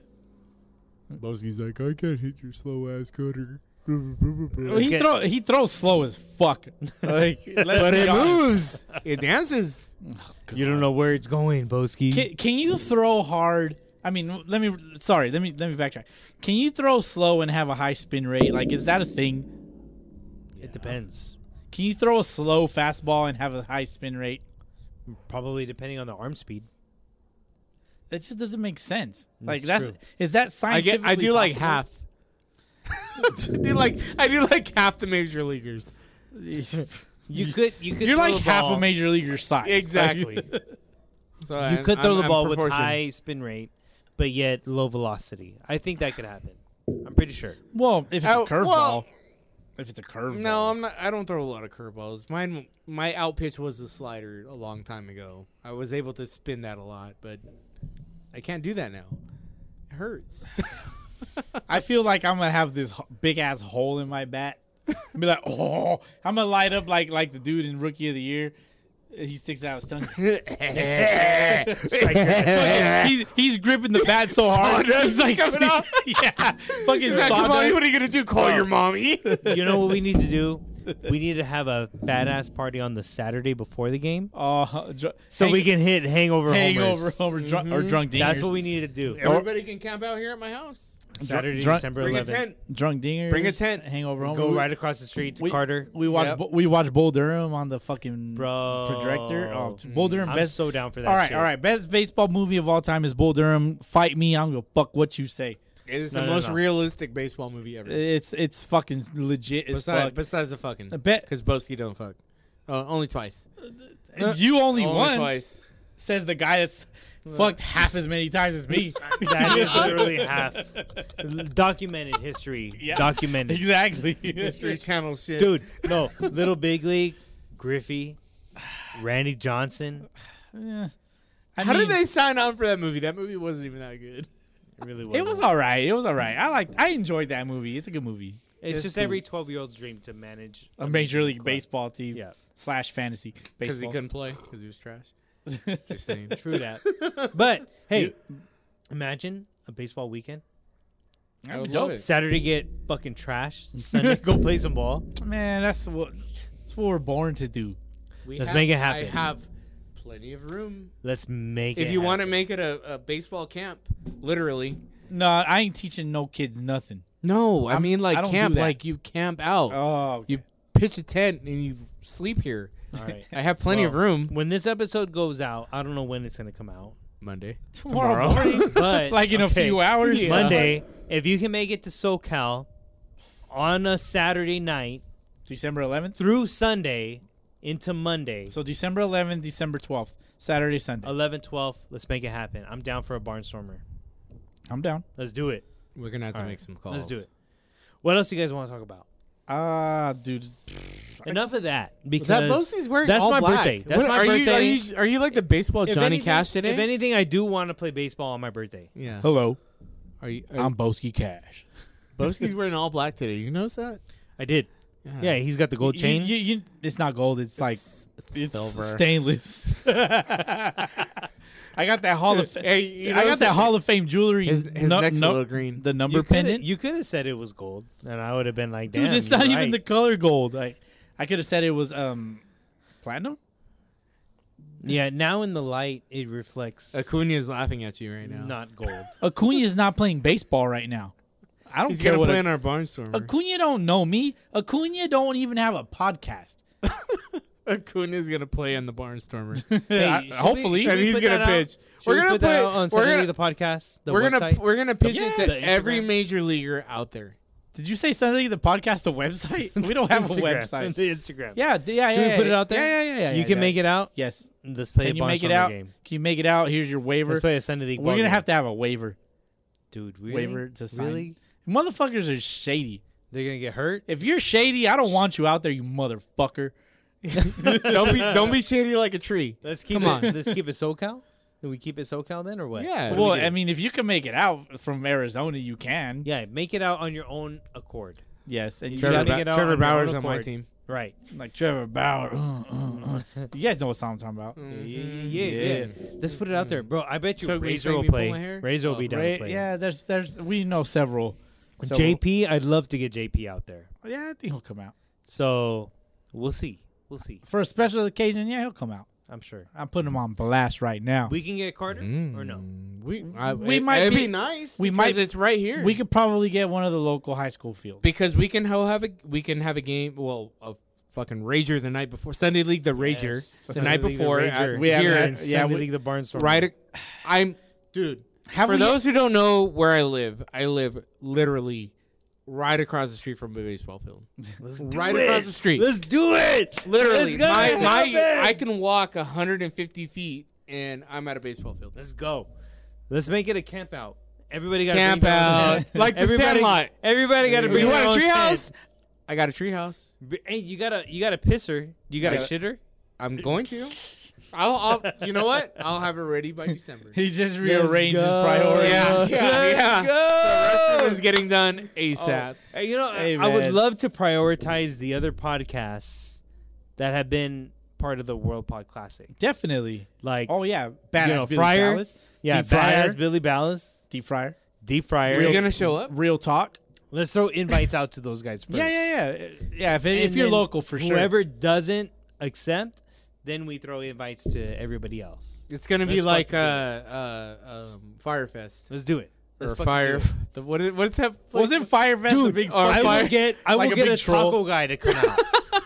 Speaker 3: Bosky's like, I can't hit your slow ass cutter. Mm,
Speaker 2: Well, he
Speaker 4: get-
Speaker 2: throw. He throws slow as fuck. Like, let's
Speaker 3: But
Speaker 2: be
Speaker 3: it
Speaker 2: honest.
Speaker 3: moves. It dances.
Speaker 4: You don't know where it's going, Boski.
Speaker 2: Can, can you throw hard? I mean, let me. Sorry, let me let me backtrack. Can you throw slow and have a high spin rate? Like, is that a thing?
Speaker 4: It depends.
Speaker 2: Can you throw a slow fastball and have a high spin rate?
Speaker 4: Probably depending on the arm speed.
Speaker 2: That just doesn't make sense. Like,
Speaker 4: That's
Speaker 2: that's is that
Speaker 3: I get.
Speaker 2: scientifically?
Speaker 3: I do like
Speaker 2: possible?
Speaker 3: half. I do like. I do like half the major leaguers.
Speaker 4: You could. You could.
Speaker 2: You're
Speaker 4: throw
Speaker 2: like
Speaker 4: the
Speaker 2: half
Speaker 4: ball.
Speaker 2: a major leaguer size.
Speaker 3: Exactly. So
Speaker 4: You
Speaker 3: I'm-
Speaker 4: could throw
Speaker 3: I'm-
Speaker 4: the
Speaker 3: I'm
Speaker 4: ball with
Speaker 3: proportioned.
Speaker 4: high spin rate, but yet low velocity. I think that could happen. I'm pretty sure.
Speaker 2: Well, if it's
Speaker 3: Oh,
Speaker 2: a curveball,
Speaker 3: well-
Speaker 2: if it's a curveball.
Speaker 3: No, I'm not. I don't throw a lot of curveballs. Mine, my out pitch was the slider a long time ago. I was able to spin that a lot, but I can't do that now. It hurts.
Speaker 2: I feel like I'm gonna have this big ass hole in my bat. And be like, oh, I'm gonna light up like like the dude in Rookie of the Year. He sticks out his tongue. Fucking- he's, he's gripping the bat so hard. He's like, yeah, fucking
Speaker 3: Yeah, come on,
Speaker 2: sawdust.
Speaker 3: what are you gonna do? Call
Speaker 4: Oh.
Speaker 3: your mommy?
Speaker 4: You know what we need to do? We need to have a fat ass party on the Saturday before the game,
Speaker 2: Oh, dr-
Speaker 4: so we
Speaker 2: hang-
Speaker 4: can hit hangover
Speaker 2: hangover
Speaker 4: homers.
Speaker 2: homer drunk
Speaker 3: Mm-hmm.
Speaker 2: or drunk dingers.
Speaker 4: That's what we need to do.
Speaker 3: Everybody can camp out here at my house.
Speaker 4: Saturday,
Speaker 2: drunk-
Speaker 4: December
Speaker 3: Bring a
Speaker 4: 11th.
Speaker 3: tent.
Speaker 2: drunk dingers.
Speaker 3: Bring a tent.
Speaker 2: Hangover homer.
Speaker 4: Go
Speaker 2: We-
Speaker 4: right across the street to
Speaker 2: we,
Speaker 4: Carter.
Speaker 2: We watch
Speaker 3: Yep.
Speaker 2: we watch Bull Durham on the fucking
Speaker 4: Bro.
Speaker 2: projector. Oh, Bull Durham
Speaker 4: I'm
Speaker 2: best
Speaker 4: so down for that.
Speaker 2: all right,
Speaker 4: shit.
Speaker 2: all right. Best baseball movie of all time is Bull Durham. Fight me, I'm gonna fuck what you say.
Speaker 3: It is
Speaker 4: No,
Speaker 3: the
Speaker 4: no,
Speaker 3: most
Speaker 4: no.
Speaker 3: realistic baseball movie ever.
Speaker 2: It's it's fucking legit as
Speaker 3: besides,
Speaker 2: fuck.
Speaker 3: besides the fucking,
Speaker 4: Uh,
Speaker 2: I bet-
Speaker 3: because Boski don't fuck. Uh, only twice.
Speaker 2: you only,
Speaker 3: Only
Speaker 2: once
Speaker 3: twice.
Speaker 2: says the guy that's fucked half as many times as me.
Speaker 4: That is literally half documented history. Documented.
Speaker 2: exactly.
Speaker 3: History Channel shit,
Speaker 4: Dude, no. Little Big League, Griffey, Randy Johnson.
Speaker 2: I
Speaker 3: How
Speaker 2: mean,
Speaker 3: did they sign on for that movie? That movie wasn't even that good.
Speaker 4: It really was.
Speaker 2: It was all right. It was all right. I like. I enjoyed that movie. It's a good movie.
Speaker 4: It's just every 12 year old's dream to manage.
Speaker 2: A major league baseball team
Speaker 4: Yeah.
Speaker 2: slash fantasy
Speaker 3: Because he
Speaker 2: baseball.
Speaker 3: couldn't play. Because he was trash. Just saying.
Speaker 4: True that. But hey, imagine a baseball weekend.
Speaker 3: I would
Speaker 2: dope.
Speaker 3: love it.
Speaker 4: Saturday get fucking trashed. Sunday go play some ball.
Speaker 2: Man, that's what that's what we're born to do.
Speaker 3: We
Speaker 4: Let's make it happen.
Speaker 3: I have plenty of room.
Speaker 4: Let's make it.
Speaker 3: if you want to
Speaker 4: happen.
Speaker 3: make it a, a baseball camp, literally.
Speaker 2: No, I ain't teaching no kids nothing.
Speaker 3: No, I
Speaker 2: I'm-
Speaker 3: mean like
Speaker 2: I don't do
Speaker 3: camp,
Speaker 2: that.
Speaker 3: like you camp out.
Speaker 2: Oh, okay.
Speaker 3: You pitch a tent and you sleep here.
Speaker 4: All right.
Speaker 3: I have plenty of
Speaker 4: Well,
Speaker 3: room.
Speaker 4: When this episode goes out, I don't know when it's going to come out.
Speaker 3: Monday.
Speaker 2: tomorrow, morning,
Speaker 4: But
Speaker 2: like in
Speaker 4: okay,
Speaker 2: a few hours.
Speaker 4: it's Monday, if you can make it to SoCal on a Saturday night
Speaker 2: December 11th.
Speaker 4: through Sunday into Monday,
Speaker 2: So December 11th, December 12th, Saturday, Sunday.
Speaker 4: 11, 12, let's make it happen. I'm down for a barnstormer.
Speaker 2: I'm down.
Speaker 4: Let's do it.
Speaker 3: We're gonna have to make some calls.
Speaker 4: Let's do it. What else do you guys want to talk about?
Speaker 2: Ah, dude.
Speaker 4: Enough of that because
Speaker 3: That Boski's wearing
Speaker 4: that's
Speaker 3: all
Speaker 4: my
Speaker 3: black.
Speaker 4: birthday. That's
Speaker 3: What-
Speaker 4: my
Speaker 3: are
Speaker 4: birthday.
Speaker 3: You, are, you, are you like the baseball
Speaker 4: If
Speaker 3: Johnny
Speaker 4: anything-
Speaker 3: Cash today?
Speaker 4: If anything, I do want to play baseball on my birthday.
Speaker 3: yeah.
Speaker 2: Hello,
Speaker 3: Are you? Are,
Speaker 2: I'm Boski Cash.
Speaker 3: Boski's wearing all black today. You notice that?
Speaker 4: I did. Yeah, he's got the gold
Speaker 2: You-
Speaker 4: chain.
Speaker 2: you- you- it's not gold. It's, like it's
Speaker 3: silver.
Speaker 2: stainless. I got that Hall of Fame.
Speaker 3: Hey, you
Speaker 2: I
Speaker 3: know
Speaker 2: got that
Speaker 3: something?
Speaker 2: Hall of Fame jewelry.
Speaker 3: His- his neck's a little green.
Speaker 2: The number
Speaker 4: you coulda-
Speaker 2: pendant.
Speaker 4: You could have said it was gold, and I would have been like, "Damn,
Speaker 2: Dude, it's
Speaker 4: you're
Speaker 2: not even
Speaker 4: right.
Speaker 2: the color gold. I, I could have said it was um, platinum.
Speaker 4: Yeah, now in the light, it reflects
Speaker 3: Acuna is laughing at you right now.
Speaker 4: not gold.
Speaker 2: Acuna is not playing baseball right now. I don't
Speaker 3: He's
Speaker 2: care
Speaker 3: gonna
Speaker 2: what.
Speaker 3: play
Speaker 2: Ac-
Speaker 3: in our barnstormer.
Speaker 2: Acuna don't know me. Acuna don't even have a podcast.
Speaker 3: Acuna is gonna play in the barnstormer.
Speaker 4: Hey,
Speaker 2: I-
Speaker 4: should
Speaker 2: hopefully.
Speaker 4: should
Speaker 3: And he's
Speaker 4: put
Speaker 3: gonna
Speaker 4: that out?
Speaker 3: pitch.
Speaker 4: Should
Speaker 3: We're
Speaker 4: we
Speaker 3: gonna
Speaker 4: put that
Speaker 3: put-
Speaker 4: out on
Speaker 3: we're
Speaker 4: Sunday
Speaker 3: gonna-
Speaker 4: the podcast. The
Speaker 3: we're
Speaker 4: website?
Speaker 3: gonna we're gonna pitch
Speaker 2: Yeah,
Speaker 3: it
Speaker 2: the
Speaker 3: to every
Speaker 4: Instagram.
Speaker 3: major leaguer out there.
Speaker 2: Did you say something? The podcast, the website. We don't have a
Speaker 4: Instagram.
Speaker 2: website.
Speaker 4: the Instagram.
Speaker 2: Yeah, th- yeah,
Speaker 4: Should
Speaker 2: yeah.
Speaker 4: we
Speaker 2: yeah,
Speaker 4: put it
Speaker 2: yeah.
Speaker 4: out there?
Speaker 2: Yeah, yeah, yeah.
Speaker 4: You can make it out.
Speaker 2: Yes.
Speaker 4: Let's play
Speaker 2: Can
Speaker 4: a
Speaker 2: you make it
Speaker 4: Barnstormer
Speaker 2: out?
Speaker 4: game.
Speaker 2: Can you make it out? Here's your waiver.
Speaker 4: Let's play a Sunday League.
Speaker 2: We're
Speaker 4: ball
Speaker 2: gonna
Speaker 4: game.
Speaker 2: have to have a waiver.
Speaker 4: dude. Really?
Speaker 2: Waiver to sign.
Speaker 4: Really?
Speaker 2: Motherfuckers are shady.
Speaker 4: They're gonna get hurt.
Speaker 2: If you're shady, I don't want you out there, you motherfucker.
Speaker 3: don't be don't be shady like a tree.
Speaker 4: Let's keep
Speaker 3: Come
Speaker 4: it. Let's keep it SoCal. Do we keep it SoCal then, or what?
Speaker 3: Yeah.
Speaker 2: well,
Speaker 3: we do.
Speaker 2: I mean, if you can make it out from Arizona, you can.
Speaker 4: Yeah. Make it out on your own accord.
Speaker 2: Yes, and you
Speaker 3: Trevor,
Speaker 2: gotta
Speaker 4: make
Speaker 3: Ba-
Speaker 4: it out
Speaker 3: Trevor
Speaker 4: on your own
Speaker 3: Bauer's on my
Speaker 4: accord.
Speaker 3: team.
Speaker 4: Right.
Speaker 2: like Trevor Bauer. uh, uh, uh. you guys know what song I'm talking about.
Speaker 4: Yeah, yeah, yeah.
Speaker 2: Mm-hmm. Yeah.
Speaker 4: Let's put it out there, bro. I bet you
Speaker 3: So,
Speaker 4: Razor
Speaker 3: make
Speaker 4: will
Speaker 3: me pull
Speaker 4: play.
Speaker 3: my hair?
Speaker 4: Razor will
Speaker 3: Oh,
Speaker 4: be down to
Speaker 2: Right?
Speaker 4: play.
Speaker 2: Yeah, there's there's we know several. So
Speaker 4: JP, I'd love to get JP out there.
Speaker 2: we'll- yeah, I think he'll come out
Speaker 4: So we'll see. We'll see.
Speaker 2: for a special occasion. Yeah, he'll come out.
Speaker 4: I'm sure.
Speaker 2: I'm putting him on blast right now. We,
Speaker 4: We can get Carter or no?
Speaker 3: Mm. We I,
Speaker 2: We
Speaker 3: it,
Speaker 2: might
Speaker 3: it'd
Speaker 2: be-
Speaker 3: be, nice.
Speaker 2: we
Speaker 3: because
Speaker 2: might-
Speaker 3: it's right here.
Speaker 2: could probably get one of the local high school fields.
Speaker 3: because we can ho- have a we can have a game. Well, a fucking rager the night before Sunday League the rager the night before at-
Speaker 2: We haven't
Speaker 3: here.
Speaker 2: had- yeah,
Speaker 4: yeah, Sunday
Speaker 2: we-
Speaker 4: League the Barnstormer.
Speaker 3: right, ac- I'm dude.
Speaker 2: Have
Speaker 3: for
Speaker 2: we-
Speaker 3: those who don't know where I live, I live literally right across the street from a baseball field. right across the street.
Speaker 4: Let's do it.
Speaker 3: literally,
Speaker 4: It's gonna
Speaker 3: my, my,
Speaker 4: happen!
Speaker 3: I can walk 150 feet and I'm at a baseball field.
Speaker 4: Let's go. Let's make it a camp out. Everybody got
Speaker 3: Camp out like the
Speaker 4: everybody,
Speaker 3: Sandlot.
Speaker 4: Everybody got to bring
Speaker 3: You
Speaker 4: their
Speaker 3: want a
Speaker 4: own
Speaker 3: treehouse?
Speaker 4: tent.
Speaker 3: I got a treehouse.
Speaker 4: B- Hey, you got to you got to pisser. You got to
Speaker 3: gotta-
Speaker 4: shitter.
Speaker 3: I'm going to. I'll, I'll, you know what? I'll have it ready by December.
Speaker 2: He just rearranged his
Speaker 4: go.
Speaker 2: priorities.
Speaker 3: yeah, yeah, yeah.
Speaker 4: Let's go.
Speaker 3: It was getting done ASAP.
Speaker 4: Hey, You know, I-
Speaker 2: Hey,
Speaker 4: I would
Speaker 2: man.
Speaker 4: love to prioritize the other podcasts that have been part of the World Pod Classic.
Speaker 2: Definitely.
Speaker 4: Like,
Speaker 2: Oh yeah, badass
Speaker 4: you know,
Speaker 2: Billy
Speaker 4: Fryer.
Speaker 2: Dallas,
Speaker 4: yeah,
Speaker 2: Deep Fryer,
Speaker 4: Badass Billy Ballas,
Speaker 2: Deep Fryer,
Speaker 4: Deep Fryer.
Speaker 3: Is he gonna show up?
Speaker 2: Real Talk.
Speaker 4: Let's throw invites out to those guys first.
Speaker 2: Yeah, yeah, yeah, yeah. If, it,
Speaker 4: And
Speaker 2: if you're
Speaker 4: then
Speaker 2: local, for sure.
Speaker 4: Whoever doesn't accept, then we throw invites to everybody else.
Speaker 3: It's gonna be
Speaker 4: Let's
Speaker 3: like uh,
Speaker 4: fucking do
Speaker 3: uh, um, Firefest
Speaker 4: Let's do it. Let's
Speaker 3: or
Speaker 4: fucking
Speaker 3: Fire.
Speaker 4: do it.
Speaker 3: The, what is what's that?
Speaker 2: was it Firefest? the big
Speaker 3: or
Speaker 2: fire-
Speaker 4: I
Speaker 3: Fire-
Speaker 4: will get I
Speaker 2: like
Speaker 4: will
Speaker 2: a
Speaker 4: get
Speaker 2: big
Speaker 4: a
Speaker 2: troll.
Speaker 4: taco guy to come out.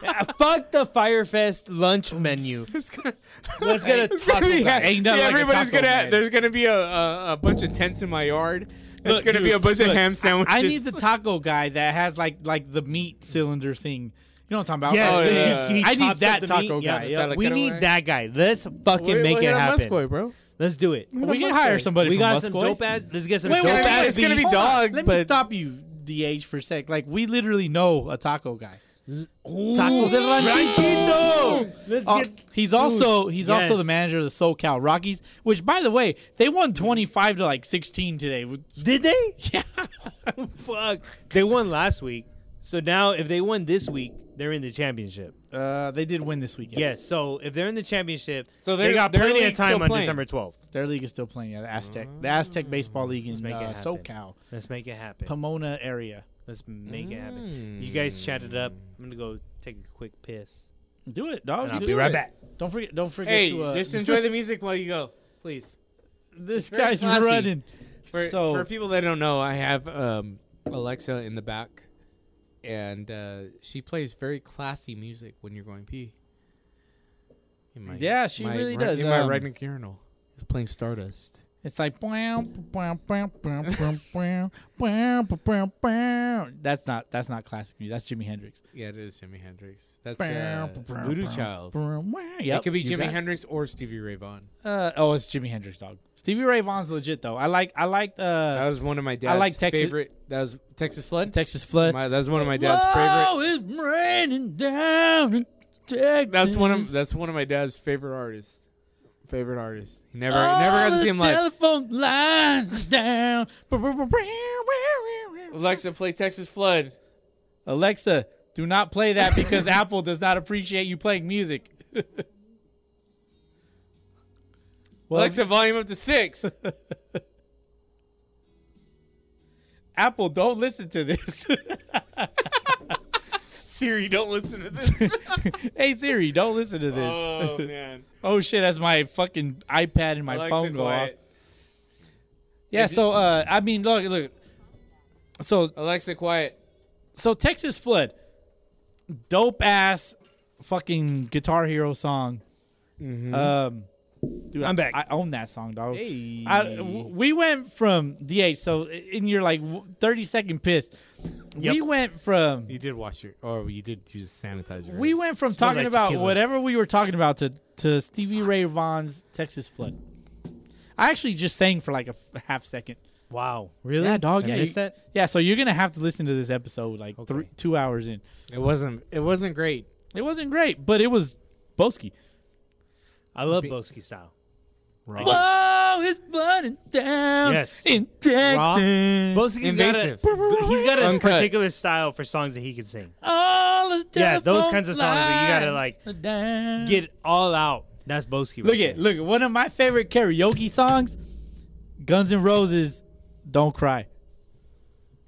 Speaker 4: Yeah, Fuck the Firefest lunch menu. Let's get a taco guy.
Speaker 3: yeah,
Speaker 2: Ain't nothing
Speaker 3: yeah,
Speaker 2: like a
Speaker 3: everybody's
Speaker 2: taco
Speaker 3: gonna.
Speaker 2: man.
Speaker 3: There's gonna be a, a a bunch of tents in my yard. It's
Speaker 2: Look,
Speaker 3: gonna be
Speaker 2: dude,
Speaker 3: a bunch of
Speaker 2: look,
Speaker 3: ham sandwiches.
Speaker 2: I need the taco guy that has like like the meat cylinder thing. You know what I'm talking about?
Speaker 4: Yes,
Speaker 3: Oh,
Speaker 4: the-
Speaker 3: yeah.
Speaker 4: he- he
Speaker 2: I need
Speaker 4: chops up
Speaker 2: that
Speaker 4: the
Speaker 2: taco
Speaker 4: meat.
Speaker 2: guy, yeah.
Speaker 4: We
Speaker 3: Like,
Speaker 4: need
Speaker 3: uh,
Speaker 4: that guy. Let's fucking
Speaker 3: Wait,
Speaker 4: make
Speaker 3: wait,
Speaker 4: it
Speaker 3: hit up
Speaker 4: happen.
Speaker 3: Musquoy, bro.
Speaker 4: Let's do it.
Speaker 2: we can hire somebody
Speaker 4: we
Speaker 2: from
Speaker 4: got
Speaker 2: Musquoy.
Speaker 4: some dope ass. Let's get some
Speaker 2: Wait,
Speaker 4: dope
Speaker 2: wait,
Speaker 4: ass.
Speaker 2: wait,
Speaker 3: It's gonna be
Speaker 4: beats.
Speaker 2: Hold on.
Speaker 3: dog,
Speaker 2: Let me
Speaker 3: but-
Speaker 2: stop you, DH, for a sec. Like we literally know a taco guy.
Speaker 4: Ooh,
Speaker 2: Tacos El Ranchito.
Speaker 4: Let's
Speaker 2: Uh,
Speaker 4: get.
Speaker 2: he's also he's also
Speaker 4: yes.
Speaker 2: the manager of the SoCal Rockies, which by the way they won twenty five to like sixteen today.
Speaker 4: Did they? Yeah. Oh, Fuck. They won last week, so now if they won this week, they're in the championship.
Speaker 2: Uh, they did win this weekend.
Speaker 4: Yes. So if they're in the championship,
Speaker 3: So
Speaker 4: they
Speaker 3: they're-
Speaker 4: got
Speaker 3: their
Speaker 4: plenty of
Speaker 3: league's still
Speaker 4: time on
Speaker 3: playing.
Speaker 4: December twelfth.
Speaker 2: their league is still playing. Yeah, the Aztec, the Aztec baseball league in
Speaker 4: Mm. make it
Speaker 2: uh,
Speaker 4: happen.
Speaker 2: SoCal,
Speaker 4: Let's make it happen.
Speaker 2: Pomona area.
Speaker 4: Let's make it happen. You
Speaker 3: Mm.
Speaker 4: guys chat it up. I'm gonna go take a quick piss.
Speaker 2: Do it, dog.
Speaker 4: And I'll
Speaker 2: Do
Speaker 4: be
Speaker 2: it.
Speaker 4: right back.
Speaker 2: Don't forget. Don't forget
Speaker 3: Hey,
Speaker 2: to uh,
Speaker 3: just enjoy the music while you go, please.
Speaker 2: this
Speaker 3: very
Speaker 2: guy's
Speaker 3: classy.
Speaker 2: running.
Speaker 3: For,
Speaker 2: So-
Speaker 3: for people that don't know, I have um, Alexa in the back, and uh, she plays very classy music when you're going pee. In my-
Speaker 2: Yeah, she
Speaker 3: my
Speaker 2: really
Speaker 3: right-
Speaker 2: does,
Speaker 3: In my
Speaker 2: um,
Speaker 3: right neck urinal, it's playing Stardust.
Speaker 2: It's like "Bow, bow, bow, bow, bow, bow, bow, bow, bow, bow." that's not that's not classic music. That's Jimi Hendrix.
Speaker 3: Yeah, it is Jimi Hendrix. That's
Speaker 2: Bow,
Speaker 3: uh,
Speaker 2: bow, bow,
Speaker 3: Voodoo
Speaker 2: bow,
Speaker 3: Child.
Speaker 2: bow, bow. Yep,
Speaker 3: it could be
Speaker 2: you got
Speaker 3: Jimi Hendrix or Stevie Ray Vaughan.
Speaker 2: Uh, oh, it's Jimi Hendrix, dog. Stevie Ray Vaughan's legit though. I like I liked
Speaker 3: That
Speaker 2: uh,
Speaker 3: was one of my dad's
Speaker 2: like Texas-
Speaker 3: favorite. That was Texas Flood.
Speaker 2: Texas Flood.
Speaker 3: My- that was one of my dad's favorite.
Speaker 2: Oh, it's raining down in Texas.
Speaker 3: That's one of that's one of my dad's favorite artists. Favorite artists. He never never got to
Speaker 2: All
Speaker 3: see him
Speaker 2: the
Speaker 3: live.
Speaker 2: Telephone lines are down. Bow, bow, bow, bow, bow, bow, bow.
Speaker 3: Alexa, play Texas Flood.
Speaker 2: Alexa, Do not play that because Apple does not appreciate you playing music. well,
Speaker 3: Alexa, volume up to six.
Speaker 2: Apple, don't listen to this.
Speaker 3: Siri, don't listen to this.
Speaker 2: hey Siri, don't listen to this.
Speaker 3: oh man,
Speaker 2: oh shit, that's my fucking iPad and my
Speaker 3: Alexa,
Speaker 2: phone go off.
Speaker 3: quiet.
Speaker 2: Yeah, so uh, I mean, look, look. So
Speaker 3: Alexa, quiet.
Speaker 2: so Texas Flood, dope ass, fucking Guitar Hero song.
Speaker 3: Mm-hmm.
Speaker 2: Um, dude, I'm back. I own that song, dog.
Speaker 3: Hey.
Speaker 2: I, w- we went from DH. So in your like w- 30 second piss, we went from
Speaker 3: You did wash your, or you did use a sanitizer.
Speaker 2: we went from talking
Speaker 4: like
Speaker 2: about
Speaker 4: tequila.
Speaker 2: whatever we were talking about to to Stevie Ray Vaughan's Texas Flood. I actually just sang for like a f- half second.
Speaker 4: Wow. Really?
Speaker 2: Yeah, dog.
Speaker 4: I
Speaker 2: yeah,
Speaker 4: missed
Speaker 2: you-
Speaker 4: that.
Speaker 2: Yeah, so you're gonna have to listen to this episode like three, two hours in.
Speaker 3: It wasn't. It wasn't great.
Speaker 2: It wasn't great, but it was Boski.
Speaker 4: I love Boski style.
Speaker 3: Raw.
Speaker 2: Oh, it's burning down
Speaker 4: Yes.
Speaker 2: in
Speaker 3: Raw.
Speaker 2: Texas.
Speaker 4: Boski's got a
Speaker 3: Invasive.
Speaker 4: he's got a
Speaker 3: Uncut.
Speaker 4: particular style for songs that he can sing.
Speaker 2: All the
Speaker 4: Yeah, those
Speaker 2: telephone
Speaker 4: kinds of songs that you gotta,
Speaker 2: lines
Speaker 4: like,
Speaker 2: are down.
Speaker 4: Get it all out. That's Boski.
Speaker 2: Look at look at one of my favorite karaoke songs, Guns N' Roses, "Don't Cry."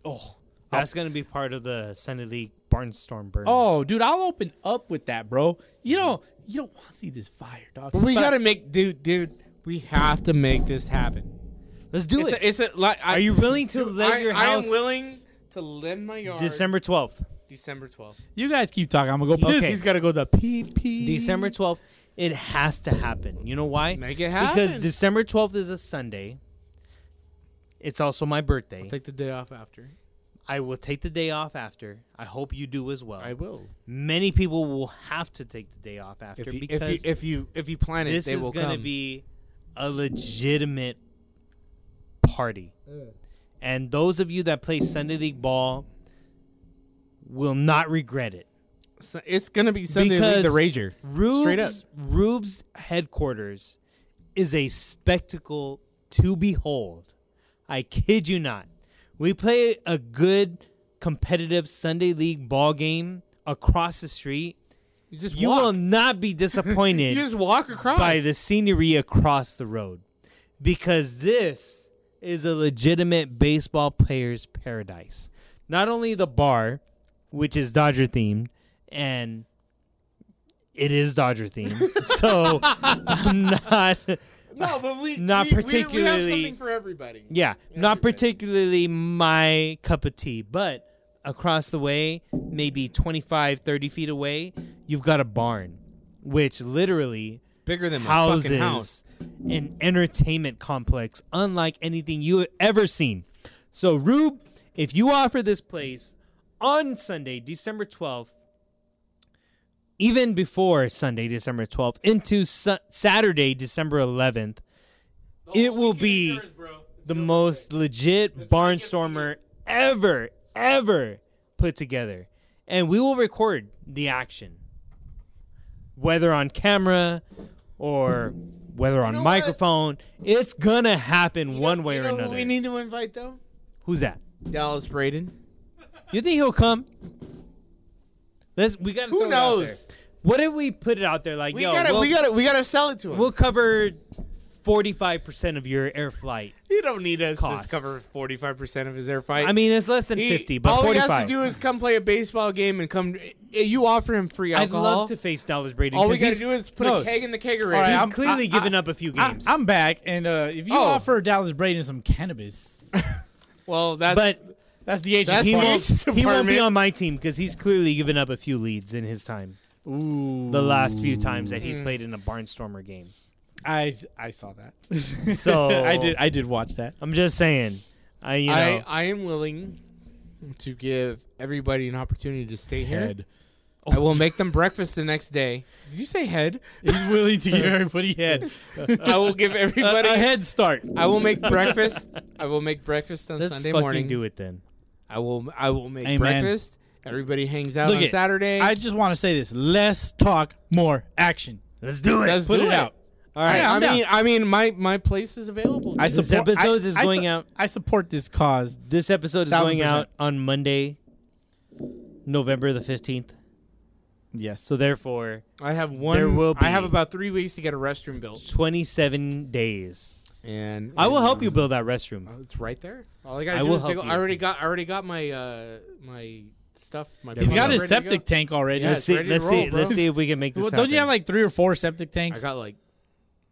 Speaker 4: Oh, that's gonna be part of the Sunday League Barnstorm burn.
Speaker 2: Oh, dude, I'll open up with that, bro. You don't you don't want to see this fire, dog.
Speaker 3: But we
Speaker 2: But-
Speaker 3: gotta make, dude, dude. We have to make this happen.
Speaker 4: let's do
Speaker 3: It's
Speaker 4: it.
Speaker 3: a, it's a. Like, I,
Speaker 4: Are you willing to
Speaker 3: dude,
Speaker 4: let
Speaker 3: I,
Speaker 4: your
Speaker 3: I
Speaker 4: house?
Speaker 3: am willing to lend my yard.
Speaker 4: December twelfth.
Speaker 3: December twelfth.
Speaker 2: you guys keep talking. I'm gonna go.
Speaker 4: Okay.
Speaker 2: piss.
Speaker 3: He's gotta go the PP.
Speaker 4: December 12th, it has to happen. You know why?
Speaker 3: Make it
Speaker 4: Because
Speaker 3: happen.
Speaker 4: December 12th is a Sunday. It's also my birthday.
Speaker 3: Take the day off after.
Speaker 4: I will take the day off after. I hope you do as well.
Speaker 3: I will.
Speaker 4: Many people will have to take the day off after
Speaker 3: If you, if
Speaker 4: because
Speaker 3: you if you if you plan it,
Speaker 4: this
Speaker 3: they
Speaker 4: is
Speaker 3: will
Speaker 4: going to
Speaker 3: come.
Speaker 4: be a legitimate party. And those of you that play Sunday League ball will not regret it.
Speaker 3: So it's gonna be Sunday League
Speaker 4: because
Speaker 3: the Rager.
Speaker 4: Rube's,
Speaker 3: Straight up.
Speaker 4: Rube's headquarters is a spectacle to behold. I kid you not. We play a good competitive Sunday league ball game across the street.
Speaker 3: You just
Speaker 4: You
Speaker 3: walk.
Speaker 4: will not be disappointed
Speaker 3: you just walk across.
Speaker 4: by the scenery across the road because this is a legitimate baseball player's paradise. Not only the bar, which is Dodger themed, and it is Dodger themed, so I'm not.
Speaker 3: no, but we
Speaker 4: Not
Speaker 3: we, we- We have
Speaker 4: particularly-
Speaker 3: something for everybody.
Speaker 4: Yeah, not particularly my cup of tea, but across the way, maybe 25, 30 feet away, you've got a barn, which literally
Speaker 3: Bigger than my
Speaker 4: houses
Speaker 3: fucking house.
Speaker 4: an entertainment complex unlike anything you have ever seen. So, Rube, if you offer this place on Sunday, December 12th, even before Sunday, December 12th, into su- Saturday, December 11th, it will be the most legit barnstormer ever, ever put together. And we will record the action, whether on camera or whether on
Speaker 3: know what?
Speaker 4: microphone. It's gonna happen
Speaker 3: You know-
Speaker 4: one way
Speaker 3: you
Speaker 4: or
Speaker 3: know who
Speaker 4: another.
Speaker 3: We need to invite though.
Speaker 4: Who's that?
Speaker 3: Dallas Braden.
Speaker 4: You think he'll come? Let's. We gotta.
Speaker 3: Who
Speaker 4: throw it out there.
Speaker 3: knows?
Speaker 4: What if we put it out there like,
Speaker 3: We
Speaker 4: yo,
Speaker 3: gotta
Speaker 4: we'll,
Speaker 3: we gotta we gotta sell it to him.
Speaker 4: we'll cover forty-five percent of your air flight.
Speaker 3: you don't need us to
Speaker 4: Cost.
Speaker 3: cover forty five percent of his air fight.
Speaker 4: I mean, it's less than
Speaker 3: He-
Speaker 4: fifty, but
Speaker 3: all
Speaker 4: forty-five.
Speaker 3: he has to do is come play a baseball game and come. eh, You offer him free
Speaker 4: I'd
Speaker 3: alcohol.
Speaker 4: love to face Dallas Brady.
Speaker 3: All we
Speaker 4: 'cause
Speaker 3: gotta
Speaker 4: he's-
Speaker 3: do is put
Speaker 2: No.
Speaker 3: a keg in the kegerator.
Speaker 2: All right,
Speaker 4: He's
Speaker 2: I'm-
Speaker 4: clearly
Speaker 2: I-
Speaker 4: given up a few
Speaker 2: I,
Speaker 4: games.
Speaker 2: I'm back, and uh, if you
Speaker 3: Oh.
Speaker 2: offer Dallas Braden some cannabis,
Speaker 3: well, that's
Speaker 4: but
Speaker 2: that's DH.
Speaker 3: That's
Speaker 4: he
Speaker 3: the
Speaker 4: won't,
Speaker 3: police
Speaker 4: he won't be
Speaker 3: department.
Speaker 4: on my team because he's clearly given up a few leads in his time. Ooh. The last few times that he's
Speaker 3: Hmm.
Speaker 4: played in a barnstormer game.
Speaker 2: I I saw that.
Speaker 4: So-
Speaker 2: I did I did watch that.
Speaker 4: I'm just saying. I you know
Speaker 3: I I am willing to give everybody an opportunity to stay here. I will make them breakfast the next day. Did you say head?
Speaker 2: He's willing to give everybody head
Speaker 3: I will give
Speaker 2: a,
Speaker 3: everybody.
Speaker 2: a head start.
Speaker 3: I will make breakfast. I will make breakfast on
Speaker 4: let's
Speaker 3: Sunday
Speaker 4: fucking
Speaker 3: morning.
Speaker 4: do it then.
Speaker 3: I will. I will make
Speaker 2: Amen.
Speaker 3: breakfast. Everybody hangs out
Speaker 2: Look
Speaker 3: on
Speaker 2: it,
Speaker 3: Saturday.
Speaker 2: I just want to say this: less talk, more action.
Speaker 4: Let's do it.
Speaker 3: Let's
Speaker 2: Put
Speaker 3: do
Speaker 2: it, out.
Speaker 3: All right.
Speaker 2: Yeah,
Speaker 3: I
Speaker 2: I'm
Speaker 3: mean,
Speaker 2: down.
Speaker 3: I mean, my my place is available.
Speaker 2: I
Speaker 3: dude.
Speaker 4: This
Speaker 2: support.
Speaker 4: episode
Speaker 2: I-
Speaker 4: is
Speaker 2: I
Speaker 4: going
Speaker 2: su-
Speaker 4: out-
Speaker 2: I support this cause.
Speaker 4: this episode is
Speaker 2: Thousand
Speaker 4: going
Speaker 2: percent.
Speaker 4: out on Monday, November the 15th.
Speaker 2: Yes.
Speaker 4: So therefore,
Speaker 3: I have one.
Speaker 4: There will
Speaker 3: I have
Speaker 4: be-
Speaker 3: about three weeks to get a restroom built,
Speaker 4: 27 days.
Speaker 3: and
Speaker 4: I will help you build that restroom.
Speaker 3: Oh, It's right there. All I gotta
Speaker 4: I
Speaker 3: do
Speaker 4: will
Speaker 3: is take,
Speaker 4: help
Speaker 3: I
Speaker 4: you.
Speaker 3: already got. I already got my uh, my stuff. My
Speaker 2: He's
Speaker 3: plumbing
Speaker 2: got his
Speaker 3: ready to go.
Speaker 2: septic tank already.
Speaker 3: Yeah,
Speaker 4: let's
Speaker 3: it's
Speaker 4: see.
Speaker 3: ready to
Speaker 4: Let's
Speaker 3: roll,
Speaker 4: see. Let's
Speaker 3: bro.
Speaker 4: see if we can make this.
Speaker 2: Well, don't you have
Speaker 4: happen.
Speaker 2: like three or four septic
Speaker 3: I
Speaker 2: tanks?
Speaker 3: got like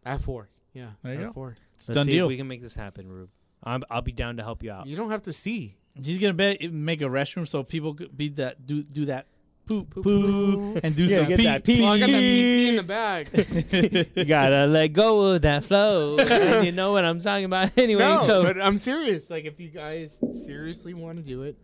Speaker 3: I have four. Yeah,
Speaker 2: There
Speaker 3: I
Speaker 2: you
Speaker 3: have
Speaker 2: go.
Speaker 3: four.
Speaker 4: Let's
Speaker 2: Done
Speaker 4: see
Speaker 2: deal.
Speaker 4: if we can make this happen, Rube. I'm, I'll be down to help you out.
Speaker 3: You don't have to see.
Speaker 2: He's gonna be, make a restroom so people could be that do do that poop poo,
Speaker 3: Poop,
Speaker 2: poo and do some
Speaker 4: get
Speaker 2: pee.
Speaker 4: that pee.
Speaker 3: Oh, I got that
Speaker 4: Pee.
Speaker 3: pee in the bag.
Speaker 4: you gotta let go of that flow. and you know what I'm talking about anyway.
Speaker 3: no,
Speaker 4: so
Speaker 3: but I'm serious. Like, if you guys seriously want to do it,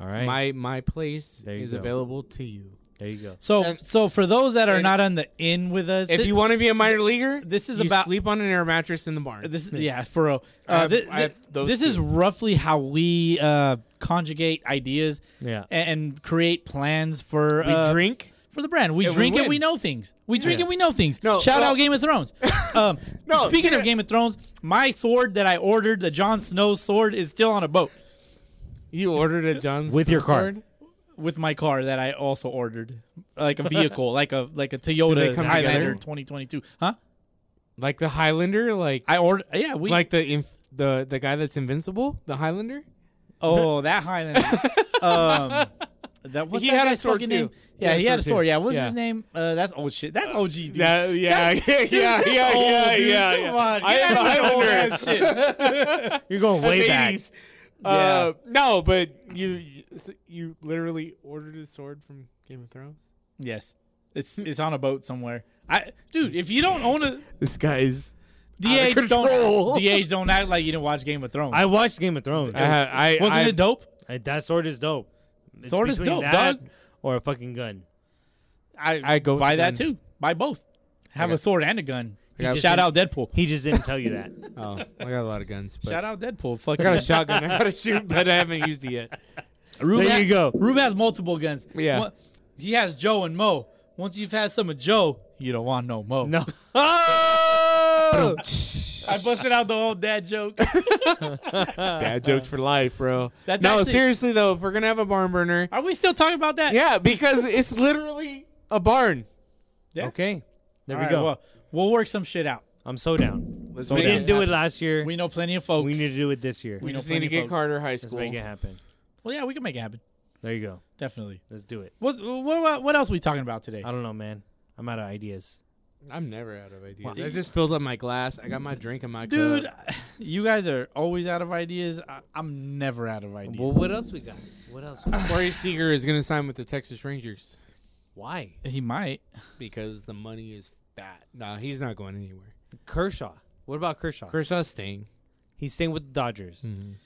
Speaker 4: all right,
Speaker 3: my my place
Speaker 4: you
Speaker 3: is
Speaker 4: go.
Speaker 3: available to you.
Speaker 4: there you go.
Speaker 2: So
Speaker 3: And-
Speaker 2: so for those that are
Speaker 3: and-
Speaker 2: not on the in with us,
Speaker 3: If
Speaker 2: thi-
Speaker 3: you want to be a minor leaguer,
Speaker 2: this is
Speaker 3: you
Speaker 2: about-
Speaker 3: sleep on an air mattress in the barn.
Speaker 2: this is- yeah for real.
Speaker 3: I
Speaker 2: Uh,
Speaker 3: have-
Speaker 2: thi-
Speaker 3: I have
Speaker 2: thi-
Speaker 3: those
Speaker 2: this is
Speaker 3: two.
Speaker 2: roughly how we uh, conjugate ideas
Speaker 4: Yeah.
Speaker 2: a- and, create plans for
Speaker 3: we
Speaker 2: uh,
Speaker 3: drink.
Speaker 2: for the brand. We
Speaker 3: and we
Speaker 2: drink and
Speaker 3: win.
Speaker 2: we know things. We drink and we
Speaker 4: Yes.
Speaker 2: know things.
Speaker 3: No,
Speaker 2: Shout
Speaker 3: well-
Speaker 2: out Game of Thrones. Um,
Speaker 3: No,
Speaker 2: speaking
Speaker 3: dude.
Speaker 2: of Game of Thrones, my sword that I ordered, the Jon Snow sword, is still on a boat.
Speaker 3: You ordered a John's
Speaker 4: With your
Speaker 3: card.
Speaker 2: with my car that I also ordered, like a vehicle, like a like a Toyota
Speaker 3: come
Speaker 2: Highlander
Speaker 3: together?
Speaker 2: 2022. Huh?
Speaker 3: like the Highlander, like
Speaker 2: I ordered. Yeah, we
Speaker 3: like the inf- the the guy that's invincible, the Highlander.
Speaker 2: Oh, that Highlander. um, that what's
Speaker 3: He
Speaker 2: that
Speaker 3: had a
Speaker 2: guy's
Speaker 3: sword,
Speaker 2: fucking
Speaker 3: too.
Speaker 2: Name? Yeah, he had a sword.
Speaker 3: too.
Speaker 2: Yeah, what's
Speaker 3: Yeah.
Speaker 2: his name? Uh, that's old shit. That's OG. Dude.
Speaker 3: Yeah, yeah, yeah, yeah, yeah, yeah, yeah,
Speaker 2: Come on,
Speaker 3: I
Speaker 2: get
Speaker 3: am the
Speaker 2: out of
Speaker 3: Highlander.
Speaker 2: this old ass shit.
Speaker 4: You're going way back.
Speaker 3: 80s. Uh, no, but you you literally ordered a sword from Game of Thrones.
Speaker 2: Yes, it's it's on a boat somewhere. I dude, if you don't own a
Speaker 3: This guy's.
Speaker 2: DH,
Speaker 3: control.
Speaker 2: don't DH, don't act like you didn't watch Game of Thrones.
Speaker 4: I watched Game of Thrones.
Speaker 3: I, ha- I
Speaker 2: Wasn't
Speaker 3: I,
Speaker 2: it dope?
Speaker 4: Uh, that sword is dope. It's
Speaker 2: Sword is
Speaker 4: between
Speaker 2: dope,
Speaker 4: that
Speaker 2: dog.
Speaker 4: Or a fucking gun.
Speaker 2: I
Speaker 3: I go with
Speaker 2: buy
Speaker 3: the
Speaker 2: that
Speaker 3: gun.
Speaker 2: too. Buy both. Have a sword and a gun.
Speaker 3: got-
Speaker 2: Shout out Deadpool.
Speaker 4: He just didn't tell you that.
Speaker 3: Oh, I got a lot of guns. But
Speaker 2: Shout out Deadpool.
Speaker 3: I
Speaker 2: Fucking
Speaker 3: got a shotgun. I got to shoot, but I haven't used it yet.
Speaker 2: Rube
Speaker 4: There
Speaker 2: ha-
Speaker 4: you go.
Speaker 2: Rube has multiple guns.
Speaker 3: Yeah.
Speaker 2: One- he has Joe and Mo. Once you've had some of Joe, you don't want no Mo.
Speaker 4: No.
Speaker 3: Oh,
Speaker 2: I busted out the old dad joke.
Speaker 3: dad jokes for life, bro.
Speaker 2: That's
Speaker 3: no,
Speaker 2: actually-
Speaker 3: seriously though, if we're gonna have a barn burner,
Speaker 2: Are we still talking about that?
Speaker 3: Yeah, because it's literally a barn.
Speaker 4: Okay. There
Speaker 2: All
Speaker 4: we
Speaker 2: right,
Speaker 4: go.
Speaker 2: well, we'll work some shit out.
Speaker 4: I'm so down.
Speaker 3: Let's
Speaker 4: we
Speaker 3: make
Speaker 4: didn't do it last year.
Speaker 2: We
Speaker 4: We,
Speaker 2: know plenty of folks.
Speaker 4: need to do it this year.
Speaker 2: We
Speaker 3: We
Speaker 4: Let's
Speaker 2: know
Speaker 3: just need
Speaker 2: plenty
Speaker 3: to get
Speaker 2: folks.
Speaker 3: Carter High School.
Speaker 4: make it happen.
Speaker 2: Well, yeah, we can make it happen.
Speaker 4: There you go.
Speaker 2: Definitely.
Speaker 4: Let's do it.
Speaker 2: What what, what else are we talking about today?
Speaker 4: I don't know, man. I'm out of ideas.
Speaker 3: I'm never out of ideas. I just filled up my glass. I got my drink in my
Speaker 2: Dude,
Speaker 3: cup.
Speaker 2: you guys are always out of ideas. I, I'm never out of ideas.
Speaker 4: Well, what else we got? What else?
Speaker 3: Corey Seager is gonna sign with the Texas Rangers
Speaker 4: Why?
Speaker 2: he might.
Speaker 3: because the money is fat. Nah, he's not going anywhere.
Speaker 4: Kershaw. What about Kershaw?
Speaker 3: Kershaw's staying.
Speaker 4: He's staying with the Dodgers.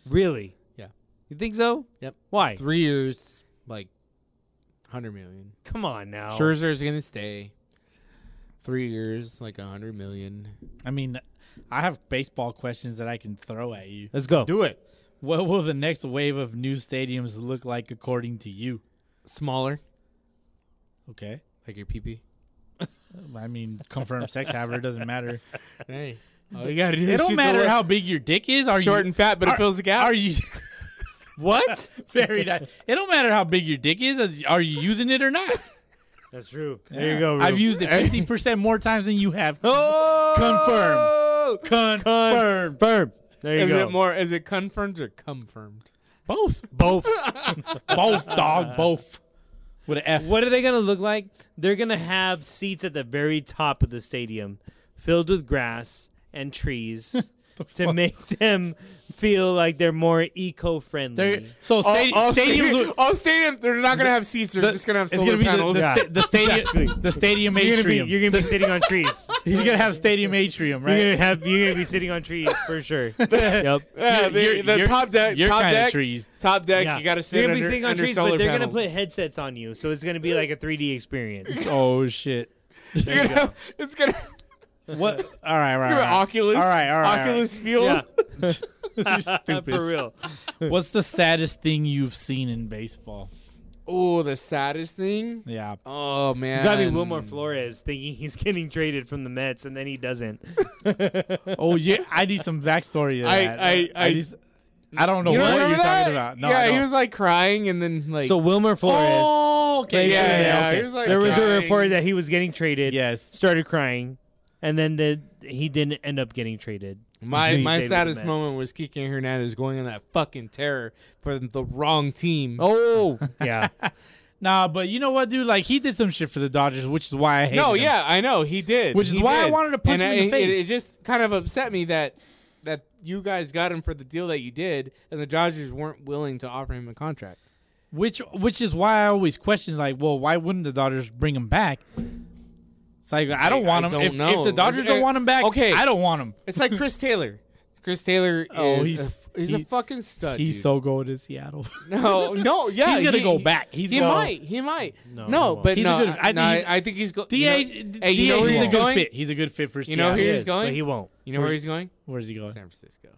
Speaker 4: Really?
Speaker 3: Yeah.
Speaker 4: You think so?
Speaker 3: Yep.
Speaker 4: Why?
Speaker 3: Three years, like hundred million.
Speaker 4: Come on now.
Speaker 3: Scherzer's gonna stay. Three years, like a hundred million.
Speaker 2: I mean, I have baseball questions that I can throw at you.
Speaker 4: Let's go.
Speaker 3: Do it.
Speaker 2: What will the next wave of new stadiums look like according to you?
Speaker 3: Smaller,
Speaker 2: Okay.
Speaker 3: like your peepee.
Speaker 2: I mean, confirmed sex haver doesn't matter.
Speaker 3: Hey, all you gotta do. is
Speaker 2: It
Speaker 3: shoot
Speaker 2: don't
Speaker 3: the
Speaker 2: matter
Speaker 3: lo-
Speaker 2: how big your dick is. Are
Speaker 3: short
Speaker 2: you,
Speaker 3: and fat, but
Speaker 2: are-
Speaker 3: it fills the gap.
Speaker 2: Are you
Speaker 4: What?
Speaker 2: very nice? It don't matter how big your dick is. as- Are you using it or not?
Speaker 4: That's true. There you go.
Speaker 2: I've
Speaker 4: Rube.
Speaker 2: used it fifty percent more times than you have.
Speaker 3: Oh!
Speaker 2: Confirmed. Confirmed.
Speaker 4: Firm. There you
Speaker 3: Is
Speaker 4: go.
Speaker 3: it more? Is it confirmed or confirmed?
Speaker 2: Both.
Speaker 4: Both.
Speaker 2: Both. Dog. Both. With an F.
Speaker 4: what are they gonna look like? They're gonna have seats at the very top of the stadium, filled with grass and trees, to make them feel like they're more eco-friendly.
Speaker 2: They're- so
Speaker 3: All,
Speaker 2: stadi-
Speaker 3: all
Speaker 2: stadiums.
Speaker 3: stadiums,
Speaker 2: with-
Speaker 3: all stadiums, they're not gonna have seats. They're just gonna have
Speaker 2: it's
Speaker 3: solar
Speaker 2: gonna be the,
Speaker 3: panels.
Speaker 2: the,
Speaker 4: Yeah.
Speaker 2: sta- the stadium. The stadium
Speaker 4: you're gonna be
Speaker 2: atrium.
Speaker 4: you're gonna be sitting on trees.
Speaker 2: He's gonna have stadium atrium, right?
Speaker 4: You're gonna have you're gonna be sitting on trees for sure. yep.
Speaker 3: yeah,
Speaker 2: you're-
Speaker 3: they're- the
Speaker 2: you're-
Speaker 3: top deck,
Speaker 2: you're
Speaker 3: top
Speaker 2: kinda
Speaker 3: deck,
Speaker 2: trees.
Speaker 3: top deck.
Speaker 4: Yeah.
Speaker 3: You gotta
Speaker 4: You're
Speaker 3: sit
Speaker 4: gonna
Speaker 3: under,
Speaker 4: be sitting on
Speaker 3: under
Speaker 4: trees,
Speaker 3: solar
Speaker 4: but they're
Speaker 3: panels.
Speaker 4: gonna put headsets on you, so it's gonna be like a 3D experience.
Speaker 2: oh shit.
Speaker 3: You're gonna have- it's gonna, it's
Speaker 2: What? All right, all right.
Speaker 3: gonna be
Speaker 2: all right.
Speaker 3: Oculus.
Speaker 2: All right, all right.
Speaker 3: Oculus Field.
Speaker 4: Yeah, for
Speaker 2: Stupid.
Speaker 4: real.
Speaker 2: What's the saddest thing you've seen in baseball?
Speaker 3: Oh, the saddest thing.
Speaker 2: Yeah.
Speaker 3: Oh man.
Speaker 4: Gotta be Wilmore Flores thinking he's getting traded from the Mets and then he doesn't.
Speaker 2: Oh yeah, I need some backstory to
Speaker 3: I-
Speaker 2: that.
Speaker 3: I- I-
Speaker 2: need s- I don't know
Speaker 3: You don't
Speaker 2: what you're
Speaker 3: remember that?
Speaker 2: talking about. No,
Speaker 3: yeah,
Speaker 2: I
Speaker 3: he
Speaker 2: don't. Oh,
Speaker 3: was like crying and then like.
Speaker 4: So Wilmer Flores
Speaker 2: played
Speaker 3: Oh, Yeah,
Speaker 2: for the
Speaker 3: yeah,
Speaker 2: Elks.
Speaker 3: he was, like,
Speaker 4: there was a
Speaker 3: crying.
Speaker 4: report that he was getting traded.
Speaker 2: Yes.
Speaker 4: started crying, and then the he didn't end up getting traded.
Speaker 3: My
Speaker 4: He
Speaker 3: my
Speaker 4: stayed with the
Speaker 3: saddest
Speaker 4: Mets.
Speaker 3: moment was Kike Hernandez going on that fucking terror for the wrong team.
Speaker 4: Oh yeah,
Speaker 2: Nah, but you know what, dude? Like he did some shit for the Dodgers, which is why I hate.
Speaker 3: no, yeah, I know he did,
Speaker 2: Which is
Speaker 3: He
Speaker 2: why I
Speaker 3: did.
Speaker 2: wanted to punch
Speaker 3: And
Speaker 2: him in the
Speaker 3: I- it-
Speaker 2: face.
Speaker 3: It, just kind of upset me that that you guys got him for the deal that you did, and the Dodgers weren't willing to offer him a contract.
Speaker 2: Which which is why I always question, like, well, why wouldn't the Dodgers bring him back? It's like I don't want him.
Speaker 3: don't
Speaker 2: if,
Speaker 3: know.
Speaker 2: if the Dodgers
Speaker 3: Is-
Speaker 2: don't want him back,
Speaker 3: okay.
Speaker 2: I don't want him.
Speaker 3: It's like Chris Taylor. Chris Taylor
Speaker 2: Oh,
Speaker 3: is
Speaker 2: he's-
Speaker 3: a f- he's a
Speaker 2: he-
Speaker 3: fucking stud.
Speaker 2: He's
Speaker 3: dude.
Speaker 2: so going to Seattle.
Speaker 3: no no yeah
Speaker 2: He's gonna
Speaker 3: he-
Speaker 2: go
Speaker 3: he-
Speaker 2: back. He's
Speaker 3: he
Speaker 2: gonna-
Speaker 3: might he might no,
Speaker 4: won't.
Speaker 3: but
Speaker 2: He's a
Speaker 3: no
Speaker 2: good-
Speaker 3: I,
Speaker 2: I think
Speaker 3: no, I-
Speaker 2: he's-
Speaker 3: I think he's going.
Speaker 2: DH,
Speaker 3: hey, you know
Speaker 2: DH
Speaker 3: where
Speaker 2: is
Speaker 3: he's
Speaker 2: a good
Speaker 3: going?
Speaker 2: fit. He's a good fit for
Speaker 3: You
Speaker 2: Seattle.
Speaker 3: know who he's
Speaker 4: is, but
Speaker 3: going?
Speaker 4: he won't.
Speaker 3: you know where he's going
Speaker 2: Where's he going?
Speaker 3: San Francisco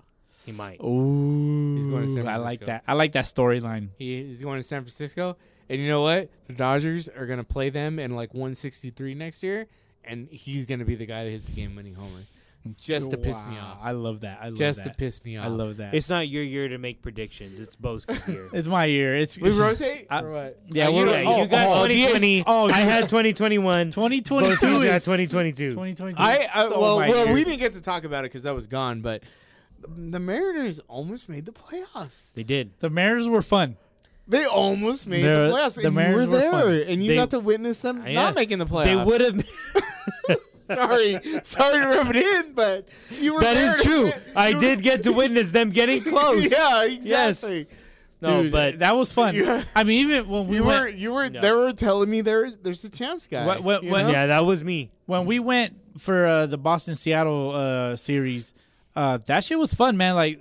Speaker 4: He might.
Speaker 3: Oh,
Speaker 2: Ooh,
Speaker 3: He's going to San
Speaker 2: I like
Speaker 3: Francisco.
Speaker 2: that. I like that storyline.
Speaker 3: he, he's going to San Francisco and you know what the Dodgers are gonna play them in like 163 next year and he's gonna be the guy that hits the game winning homer just to piss me
Speaker 2: Wow,
Speaker 3: off
Speaker 2: I love that. I love
Speaker 3: just
Speaker 2: that.
Speaker 3: to piss me off
Speaker 2: I love that.
Speaker 4: It's not your year to make predictions. It's Bo's year.
Speaker 2: It's my year. It's
Speaker 3: we
Speaker 2: it's-
Speaker 3: rotate
Speaker 2: I-
Speaker 3: or what
Speaker 2: Yeah,
Speaker 3: Are
Speaker 2: we're-
Speaker 4: Yeah,
Speaker 2: oh,
Speaker 4: you got
Speaker 2: oh,
Speaker 4: 2020.
Speaker 2: oh,
Speaker 4: I
Speaker 2: you-
Speaker 4: had 2021.
Speaker 2: 2022
Speaker 4: Both
Speaker 2: is
Speaker 4: got 2022.
Speaker 2: 2022.
Speaker 3: I,
Speaker 2: is
Speaker 3: I
Speaker 2: so
Speaker 3: well,
Speaker 2: my
Speaker 3: well
Speaker 2: year.
Speaker 3: we didn't get to talk about it because that was gone, but the Mariners almost made the playoffs.
Speaker 4: They did.
Speaker 2: the Mariners were fun.
Speaker 3: They almost made
Speaker 2: They're-
Speaker 3: the playoffs.
Speaker 2: the
Speaker 3: and you were
Speaker 2: Mariners were
Speaker 3: there,
Speaker 2: fun.
Speaker 3: and you
Speaker 4: They-
Speaker 3: got to witness them
Speaker 4: Yeah.
Speaker 3: not making the playoffs.
Speaker 4: They would have.
Speaker 3: sorry, sorry to rub it in, but you were.
Speaker 4: That
Speaker 3: there
Speaker 4: is true. I
Speaker 3: You-
Speaker 4: did get to witness them getting close.
Speaker 3: yeah, exactly.
Speaker 4: No,
Speaker 2: Dude,
Speaker 4: but
Speaker 2: that was fun. I mean, even when we
Speaker 3: You were,
Speaker 2: went,
Speaker 3: you were. They were telling me there's, there's a chance, guy.
Speaker 2: What- what-
Speaker 3: you
Speaker 2: what-
Speaker 3: know?
Speaker 4: yeah, that was me.
Speaker 2: when we went for uh, the Boston Seattle uh, series, uh, that shit was fun, man. Like,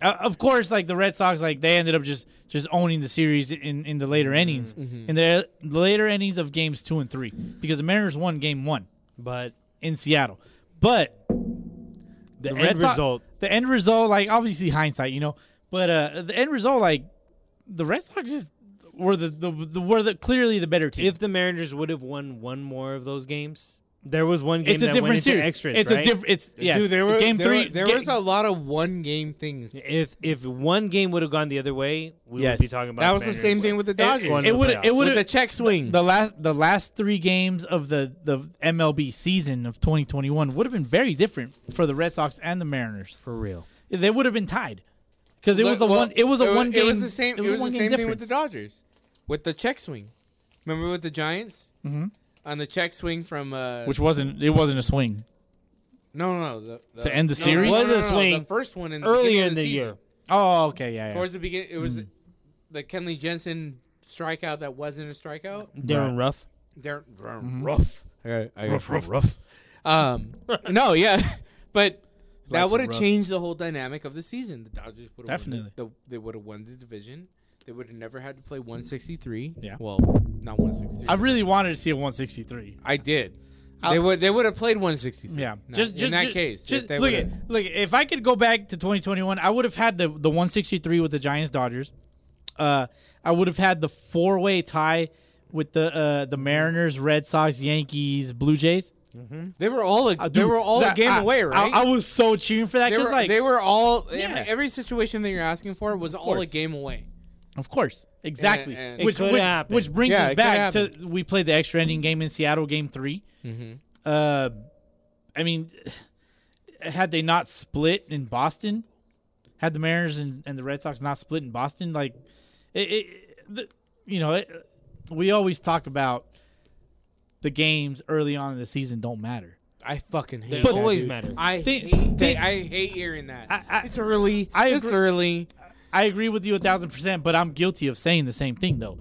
Speaker 2: uh, of course, like the Red Sox, like they ended up just just owning the series in in the later innings,
Speaker 4: Mm-hmm.
Speaker 2: in the later innings of games two and three, because the Mariners won game one
Speaker 4: But
Speaker 2: in Seattle, but
Speaker 4: the,
Speaker 2: the Red
Speaker 4: end
Speaker 2: Sox-
Speaker 4: result.
Speaker 2: the end result, like obviously hindsight, you know, but uh, the end result, like the Red Sox just were the, the, the were the clearly the better team.
Speaker 4: If the Mariners would have won one more of those games, there was one game
Speaker 2: it's
Speaker 4: that
Speaker 2: a different
Speaker 4: went into
Speaker 2: series,
Speaker 4: extras.
Speaker 2: it's a
Speaker 4: right?
Speaker 2: different. It's yeah.
Speaker 3: Dude, there were
Speaker 2: game
Speaker 3: there
Speaker 2: three.
Speaker 3: were- there
Speaker 2: ga-
Speaker 3: was a lot of one game things.
Speaker 4: If if one game would have gone the other way, we
Speaker 2: Yes.
Speaker 4: would be talking about.
Speaker 3: That was the same thing with the Dodgers.
Speaker 4: It,
Speaker 2: It would. It would.
Speaker 3: With the check swing.
Speaker 2: the last the last three games of the the MLB season of 2021 would have been very different for the Red Sox and the Mariners.
Speaker 4: for real.
Speaker 2: They would have been tied because it was the
Speaker 3: Well,
Speaker 2: one. It was a one game.
Speaker 3: It was the same. It was,
Speaker 2: a one
Speaker 3: the
Speaker 2: game
Speaker 3: same thing
Speaker 2: difference.
Speaker 3: with the Dodgers, with the check swing. Remember with the Giants mm-hmm. on the check swing from uh,
Speaker 2: which wasn't it wasn't a swing.
Speaker 3: no no no the, the,
Speaker 2: To end the
Speaker 3: no,
Speaker 2: series?
Speaker 3: no, no,
Speaker 4: Was
Speaker 3: no,
Speaker 4: a
Speaker 3: no,
Speaker 4: swing
Speaker 3: the first one in the
Speaker 4: earlier
Speaker 3: beginning
Speaker 4: in
Speaker 3: of
Speaker 4: the
Speaker 3: season.
Speaker 4: year.
Speaker 2: Oh, okay, yeah, Mm. yeah.
Speaker 3: towards the beginning it was the Kenley Jensen strikeout that wasn't a strikeout.
Speaker 2: Mm-hmm.
Speaker 4: Darren Ruff.
Speaker 3: They're, they're rough. I got, I got rough, rough, rough. Um, no, yeah, but that would have changed the whole dynamic of the season. The Dodgers would have
Speaker 2: Definitely.
Speaker 3: Won the, they would have won the division. They would have never had to play 163.
Speaker 2: Yeah.
Speaker 3: Well, not 163.
Speaker 2: I really wanted to see a 163.
Speaker 3: I did. they would. They would have played 163.
Speaker 2: Yeah,
Speaker 3: No,
Speaker 2: just
Speaker 3: in
Speaker 2: just
Speaker 3: that
Speaker 2: just-
Speaker 3: case,
Speaker 2: just
Speaker 3: if they
Speaker 2: look at
Speaker 3: would've-
Speaker 2: look. If I could go back to 2021, I would have had the the 163 with the Giants Dodgers. Uh, I would have had the four way tie with the uh, the Mariners, Red Sox, Yankees, Blue Jays.
Speaker 3: they were all. A,
Speaker 2: Uh,
Speaker 3: they
Speaker 2: dude,
Speaker 3: were all
Speaker 2: that-
Speaker 3: a game
Speaker 2: I-
Speaker 3: away, right?
Speaker 2: I, I was so cheering for that
Speaker 3: they
Speaker 2: because
Speaker 3: were.
Speaker 2: like,
Speaker 3: they were all. Every,
Speaker 2: Yeah.
Speaker 3: every situation that you're asking for was all a
Speaker 2: course.
Speaker 3: game away.
Speaker 2: of course, exactly.
Speaker 3: and-
Speaker 4: It
Speaker 2: which
Speaker 4: could
Speaker 2: which,
Speaker 4: happen.
Speaker 2: which brings
Speaker 3: Yeah,
Speaker 2: us
Speaker 3: it could
Speaker 2: back to we played the extra inning game in Seattle, game 3
Speaker 3: Mm-hmm.
Speaker 2: Uh, I mean, had they not split in Boston, had the Mariners and, and the Red Sox not split in Boston, like it, it the, you know, it, we always talk about the games early on in the season don't matter.
Speaker 3: I fucking hate.
Speaker 4: They
Speaker 3: that,
Speaker 4: always
Speaker 3: dude.
Speaker 4: matter.
Speaker 3: I
Speaker 2: Think-
Speaker 3: hate that.
Speaker 2: think-
Speaker 3: I hate hearing that.
Speaker 2: I- I-
Speaker 3: it's early.
Speaker 2: I
Speaker 3: it's
Speaker 2: agree.
Speaker 3: early.
Speaker 2: I agree with you a thousand percent, but I'm guilty of saying the same thing though.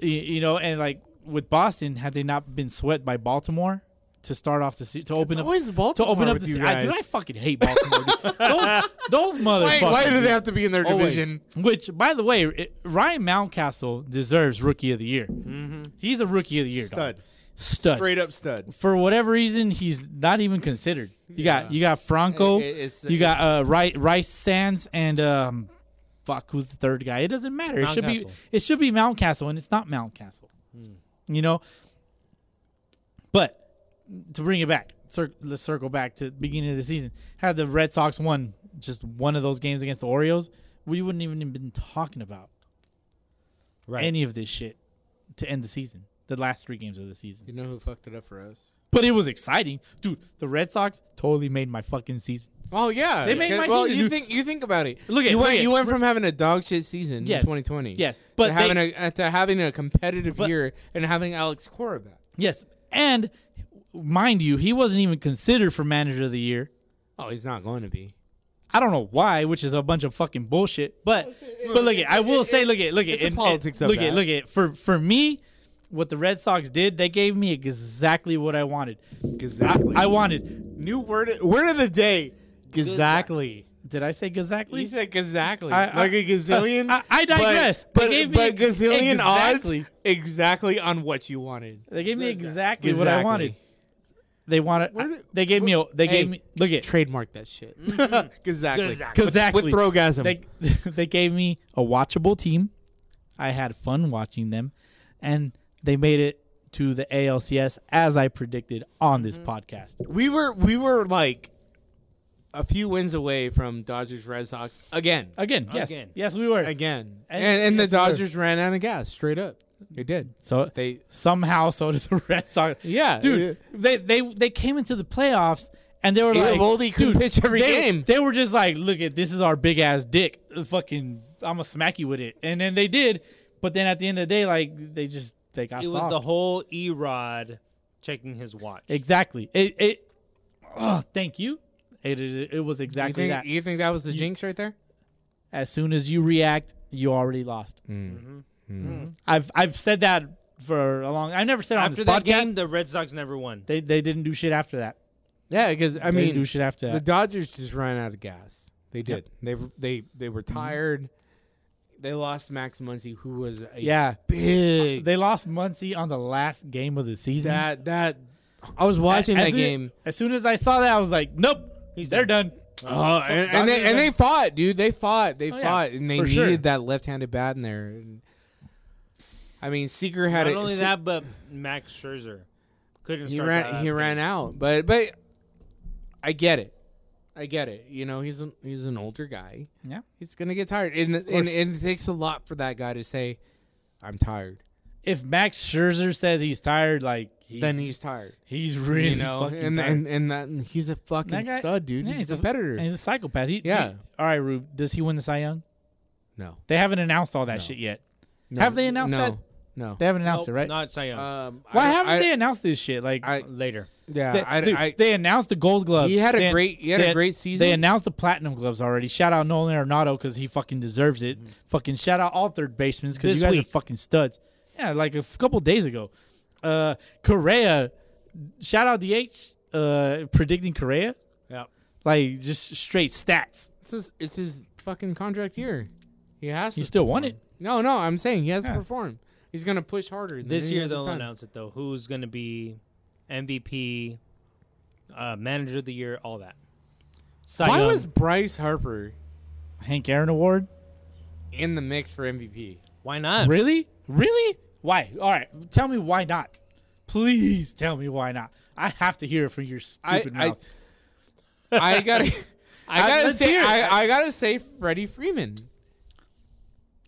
Speaker 2: You, you know, and like with Boston, had they not been swept by Baltimore to start off the se- to open up
Speaker 3: always Baltimore
Speaker 2: to open up
Speaker 3: with
Speaker 2: the
Speaker 3: you
Speaker 2: se- I,
Speaker 3: guys.
Speaker 2: dude, I fucking hate Baltimore. dude. those those motherfuckers.
Speaker 3: they have to be in their division?
Speaker 2: Which, by the way, it, Ryan Mountcastle deserves Rookie of the Year. He's a Rookie of the Year,
Speaker 3: Stud.
Speaker 2: Dog. Stud.
Speaker 3: Straight up Mm-hmm. stud.
Speaker 2: For whatever reason, he's not even considered. You got you got Franco,
Speaker 3: It- it- it's-
Speaker 2: you got uh, Ri- Rice Sands, and um, fuck, who's the third guy? It doesn't matter. It should be
Speaker 4: Mountcastle.
Speaker 2: it should be Mountcastle, and it's not Mountcastle.
Speaker 3: Hmm.
Speaker 2: You know. But to bring it back, cir- let's circle back to the beginning of the season. Had the Red Sox won just one of those games against the Orioles, we wouldn't even have been talking about
Speaker 4: Right.
Speaker 2: any of this shit. to end the season, the last three games of the season.
Speaker 3: You know who fucked it up for us?
Speaker 2: But it was exciting, dude. The Red Sox totally made my fucking season.
Speaker 3: Oh yeah,
Speaker 2: They made my
Speaker 3: well,
Speaker 2: season,
Speaker 3: you
Speaker 2: dude.
Speaker 3: think you think about it.
Speaker 2: Look at-
Speaker 3: you
Speaker 2: look
Speaker 3: went
Speaker 2: at-
Speaker 3: you went from having a dog shit season
Speaker 2: Yes.
Speaker 3: in 2020,
Speaker 2: Yes,
Speaker 3: but
Speaker 2: but
Speaker 3: to
Speaker 2: they-
Speaker 3: having a uh, to having a competitive
Speaker 2: But-
Speaker 3: year and having Alex Cora back.
Speaker 2: Yes, and mind you, he wasn't even considered for manager of the year.
Speaker 3: Oh, he's not going to be.
Speaker 2: I don't know why, which is a bunch of fucking bullshit. But but look at I will say look at look at
Speaker 3: Oh, it's the
Speaker 2: and-
Speaker 3: politics
Speaker 2: and
Speaker 3: of
Speaker 2: look at
Speaker 3: that.
Speaker 2: look at for for me, what the Red Sox did, they gave me exactly what I wanted.
Speaker 3: Exactly.
Speaker 2: I wanted.
Speaker 3: New word word of the day. Exactly.
Speaker 2: Did I say exactly?
Speaker 3: He said exactly.
Speaker 2: I- I-
Speaker 3: like a gazillion.
Speaker 2: I- I
Speaker 3: but-
Speaker 2: digress. They
Speaker 3: But,
Speaker 2: gave me
Speaker 3: but gazillion
Speaker 2: exactly.
Speaker 3: odds exactly on what you wanted.
Speaker 2: They gave me exactly, what I
Speaker 3: Exactly.
Speaker 2: wanted. They wanted.
Speaker 3: Where did-
Speaker 2: they gave me. A, they
Speaker 3: Hey,
Speaker 2: gave me. Look at
Speaker 3: Trademark that shit. exactly.
Speaker 2: because
Speaker 3: With throwgasm.
Speaker 2: They they gave me a watchable team. I had fun watching them, and they made it to the ALCS as I predicted on this
Speaker 4: Mm-hmm.
Speaker 2: podcast.
Speaker 3: we were we were like a few wins away from Dodgers Red Sox again.
Speaker 2: Again, yes,
Speaker 4: Again.
Speaker 2: yes, we were.
Speaker 3: Again. And
Speaker 2: And-
Speaker 3: and,
Speaker 2: yes,
Speaker 3: the
Speaker 2: we were.
Speaker 3: Dodgers ran out of gas straight up. They did.
Speaker 2: So
Speaker 3: They
Speaker 2: somehow so did the Red Sox.
Speaker 3: Yeah,
Speaker 2: dude,
Speaker 3: yeah.
Speaker 2: they they they came into the playoffs and they were like,
Speaker 3: Eovaldi couldn't
Speaker 2: dude,
Speaker 3: pitch every
Speaker 2: they,
Speaker 3: game.
Speaker 2: They were just like, look at this is our big ass dick. Fucking, I'm gonna smack you with it. And then they did, but then at the end of the day, like they just they got
Speaker 4: It was
Speaker 2: soft.
Speaker 4: the whole Erod checking his watch.
Speaker 2: exactly. It it. Oh, thank you. It is- it was
Speaker 3: you
Speaker 2: exactly
Speaker 3: think, e-
Speaker 2: that.
Speaker 3: you think that was the jinx right there?
Speaker 2: as soon as you react, you already lost.
Speaker 3: Mm-hmm.
Speaker 2: I've I've said that for a long. I've never said it on
Speaker 4: After
Speaker 2: this
Speaker 4: that
Speaker 2: podcast.
Speaker 4: game, the Red Sox never won.
Speaker 2: they they didn't do shit after that.
Speaker 3: Yeah, because I
Speaker 2: They
Speaker 3: mean
Speaker 2: didn't do shit after that.
Speaker 3: The Dodgers just ran out of gas. They did. They they they were
Speaker 2: Mm-hmm.
Speaker 3: tired. They lost Max Muncy, who was a
Speaker 2: Yeah.
Speaker 3: big
Speaker 2: They lost Muncie on the last game of the season.
Speaker 3: that that. I was watching
Speaker 2: As
Speaker 3: that
Speaker 2: soon-
Speaker 3: game,
Speaker 2: As soon as I saw that, I was like, "Nope, he's they're done."
Speaker 3: oh, and, and they and they fought, dude. They fought, they
Speaker 2: Oh, yeah.
Speaker 3: fought, and they
Speaker 2: For
Speaker 3: needed
Speaker 2: sure.
Speaker 3: that left-handed bat in there. And, I mean, Seeker had
Speaker 4: Not
Speaker 3: a,
Speaker 4: only
Speaker 3: Se-
Speaker 4: that, but Max Scherzer couldn't
Speaker 3: he
Speaker 4: start. that
Speaker 3: ran
Speaker 4: last
Speaker 3: he
Speaker 4: game.
Speaker 3: ran out, but but I get it, I get it. You know, he's an, he's an older guy.
Speaker 2: Yeah.
Speaker 3: he's gonna get tired, and, and and it takes a lot for that guy to say, "I'm tired."
Speaker 2: If Max Scherzer says he's tired, like he's,
Speaker 3: then he's tired,
Speaker 2: he's really
Speaker 3: you know,
Speaker 2: fucking
Speaker 3: and,
Speaker 2: tired.
Speaker 3: and and that and he's a fucking
Speaker 2: That guy-
Speaker 3: stud, dude.
Speaker 2: yeah,
Speaker 3: he's, a competitor.
Speaker 2: and he's a psychopath. He-
Speaker 3: Yeah.
Speaker 2: do- all right, Rube. Does he win the Cy Young?
Speaker 3: no.
Speaker 2: They haven't announced all that shit yet. Have they announced
Speaker 3: no,
Speaker 2: that?
Speaker 3: No.
Speaker 2: They haven't announced
Speaker 4: Nope,
Speaker 2: it, right?
Speaker 4: Not Cy Young.
Speaker 3: um, I
Speaker 2: Why
Speaker 3: don't-
Speaker 2: haven't
Speaker 3: I-
Speaker 2: they announced this shit? Like,
Speaker 3: I-
Speaker 4: Later.
Speaker 3: Yeah,
Speaker 2: they,
Speaker 3: I,
Speaker 2: dude,
Speaker 3: I,
Speaker 2: they announced the gold gloves.
Speaker 3: He had a
Speaker 2: They-
Speaker 3: great- he had
Speaker 2: they,
Speaker 3: a great season.
Speaker 2: They announced the platinum gloves already. Shout out Nolan Arenado because he fucking deserves it.
Speaker 3: Mm-hmm.
Speaker 2: Fucking shout out all third basemen because
Speaker 4: This
Speaker 2: you guys
Speaker 4: week.
Speaker 2: are fucking studs. Yeah, like a f- couple days ago, uh, Correa. Shout out DH uh, predicting Correa.
Speaker 4: Yeah.
Speaker 2: Like just straight stats.
Speaker 3: it's, his, it's his fucking contract year. He has
Speaker 2: He
Speaker 3: to
Speaker 2: still won it.
Speaker 3: perform. No, no, I'm saying he has
Speaker 2: Yeah.
Speaker 3: to perform. He's gonna push harder than
Speaker 4: This
Speaker 3: any
Speaker 4: year
Speaker 3: other
Speaker 4: they'll
Speaker 3: time.
Speaker 4: announce it though. Who's going to be MVP, uh, manager of the year, all that. Cy
Speaker 3: Why
Speaker 4: Young.
Speaker 3: was Bryce Harper
Speaker 2: Hank Aaron Award.
Speaker 3: in the mix for MVP?
Speaker 4: Why not?
Speaker 2: Really? Really? Why? All right. Tell me why not. Please tell me why not. I have to hear it from your
Speaker 3: I
Speaker 2: stupid
Speaker 3: I,
Speaker 2: mouth.
Speaker 3: I gotta I
Speaker 2: I-
Speaker 3: gotta
Speaker 2: let's
Speaker 3: say
Speaker 2: hear it.
Speaker 3: I, I gotta say Freddie Freeman.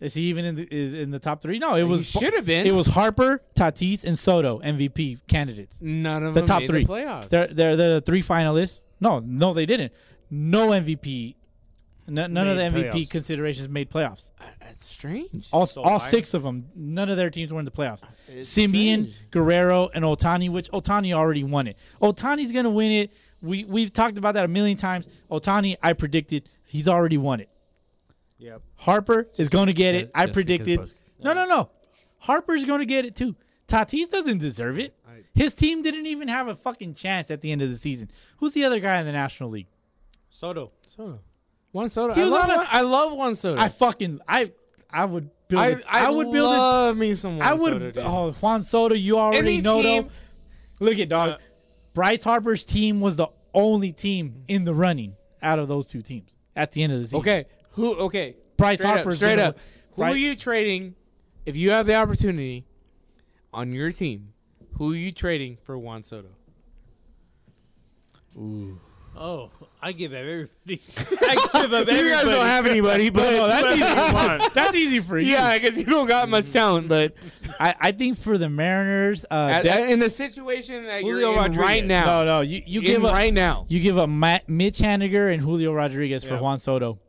Speaker 2: Is he even in the, is in the top three? No, it was
Speaker 3: should have been.
Speaker 2: It was Harper, Tatis, and Soto MVP candidates.
Speaker 3: None of
Speaker 2: The
Speaker 3: them
Speaker 2: top
Speaker 3: made
Speaker 2: three.
Speaker 3: the playoffs.
Speaker 2: They're they're they're the three finalists. No, no, they didn't. No MVP. No, none of the
Speaker 4: Made
Speaker 2: MVP
Speaker 4: playoffs.
Speaker 2: considerations made playoffs.
Speaker 3: That's strange.
Speaker 2: All, all
Speaker 4: why?
Speaker 2: six of them. None of their teams were in the playoffs. Simeon,
Speaker 3: strange.
Speaker 2: Guerrero, and Otani, which Otani already won it. Otani's gonna win it. We we've talked about that a million times. Otani, I predicted he's already won it.
Speaker 4: Yep.
Speaker 2: Harper is going to get it.
Speaker 3: just-
Speaker 2: I
Speaker 3: just because
Speaker 2: predicted.
Speaker 3: Bus-
Speaker 2: No, no, no. Harper's going to get it too. Tatis doesn't deserve it. His team didn't even have a fucking chance at the end of the season. Who's the other guy in the National League?
Speaker 4: Soto.
Speaker 3: Soto. One soda.
Speaker 2: He
Speaker 3: I
Speaker 2: was
Speaker 3: love,
Speaker 2: on a-
Speaker 3: one, I love one soda.
Speaker 2: I fucking I I would build.
Speaker 3: Uh, I,
Speaker 2: it- I, would build. it.
Speaker 3: love me some Juan
Speaker 2: I would.
Speaker 3: Soto, dude.
Speaker 2: oh, Juan Soto, you already
Speaker 3: Any
Speaker 2: know
Speaker 3: team- Uh,
Speaker 2: though. Look at dog. Bryce Harper's team was the only team in the running out of those two teams at the end of the season.
Speaker 3: Okay. Who? Okay.
Speaker 2: Bryce
Speaker 3: straight
Speaker 2: Harper's
Speaker 3: Up, straight
Speaker 2: gonna-
Speaker 3: up. Who
Speaker 2: Bryce-
Speaker 3: are you trading if you have the opportunity on your team? Who are you trading for Juan Soto?
Speaker 7: Oh, I give up everybody. I give up everybody.
Speaker 3: You guys don't have anybody, but
Speaker 2: that's easy. that's easy for you.
Speaker 3: yeah, because you don't got much talent. But
Speaker 2: I, I think for the Mariners, uh,
Speaker 3: at-
Speaker 2: that-
Speaker 3: in the situation that
Speaker 7: Julio
Speaker 3: you're in right
Speaker 7: Rodriguez.
Speaker 3: now,
Speaker 2: no, no, you, you
Speaker 3: in
Speaker 2: give up
Speaker 3: right now.
Speaker 2: you give up Ma- Mitch Haniger and Julio Rodriguez for Juan Soto.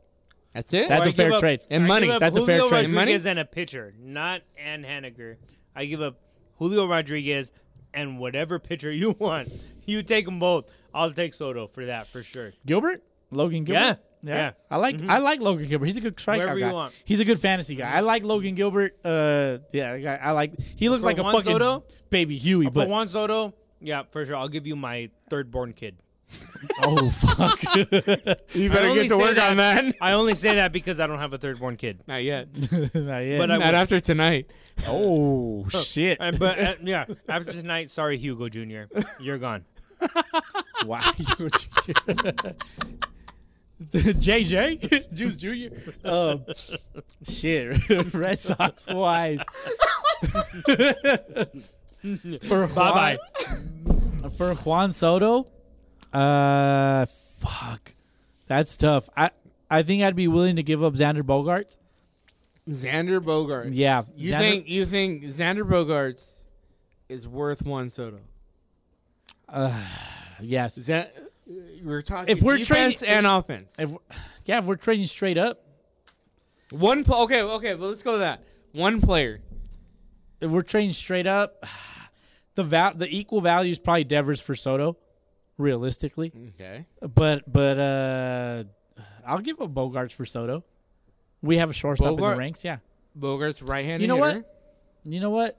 Speaker 3: That's it.
Speaker 2: That's
Speaker 7: I
Speaker 2: a fair
Speaker 7: give up-
Speaker 2: trade.
Speaker 3: and
Speaker 7: I
Speaker 3: money.
Speaker 7: give up
Speaker 2: That's a fair
Speaker 7: Julio
Speaker 2: trade.
Speaker 3: And money?
Speaker 7: Rodriguez and a pitcher, not and Haniger. I give up Julio Rodriguez and whatever pitcher you want. You take them both. I'll take Soto for that for sure.
Speaker 2: Gilbert, Logan Gilbert.
Speaker 7: Yeah, yeah.
Speaker 2: I like I like Logan Gilbert. He's a good strikeout
Speaker 7: Whoever you
Speaker 2: guy.
Speaker 7: want. Mm-hmm.
Speaker 2: He's a good fantasy guy. I like Logan Gilbert. Uh, yeah, I- I like. He looks
Speaker 7: For
Speaker 2: like a
Speaker 7: Juan
Speaker 2: fucking
Speaker 7: Soto? Oh,
Speaker 2: baby Huey,
Speaker 7: For
Speaker 2: but
Speaker 7: Juan Soto, yeah, for sure. I'll give you my third born kid.
Speaker 2: oh fuck.
Speaker 3: You
Speaker 7: I
Speaker 3: better
Speaker 7: only
Speaker 3: get
Speaker 7: say
Speaker 3: to work
Speaker 7: that-
Speaker 3: on that.
Speaker 7: I only say that because I don't have a third born kid.
Speaker 3: Not yet.
Speaker 2: Not yet.
Speaker 7: But uh, I
Speaker 3: Not
Speaker 7: will.
Speaker 3: after tonight.
Speaker 2: oh shit!
Speaker 7: Uh, but uh, yeah, after tonight, sorry, Hugo Jr., you're gone.
Speaker 2: Wow. JJ Juice Junior. Um, shit. Red Sox wise. for bye bye. For Juan Soto, uh, fuck, that's tough. I I think I'd be willing to give up Xander Bogart.
Speaker 3: Xander Bogarts.
Speaker 2: Yeah,
Speaker 3: You
Speaker 2: Xander-
Speaker 3: think you think Xander Bogarts is worth Juan Soto?
Speaker 2: Yes.
Speaker 3: Is that we're talking
Speaker 2: If we're
Speaker 3: defense
Speaker 2: trading-
Speaker 3: and offense?
Speaker 2: If, yeah, if we're trading straight up,
Speaker 3: One pl- okay, okay, well let's go with that. One player.
Speaker 2: if we're trading straight up, the val- the equal value is probably Devers for Soto, realistically.
Speaker 3: Okay.
Speaker 2: But but uh I'll give up Bogarts for Soto. We have a shortstop in
Speaker 3: Bogart?
Speaker 2: the ranks, yeah.
Speaker 3: Bogarts right handed.
Speaker 2: You know what? You know what?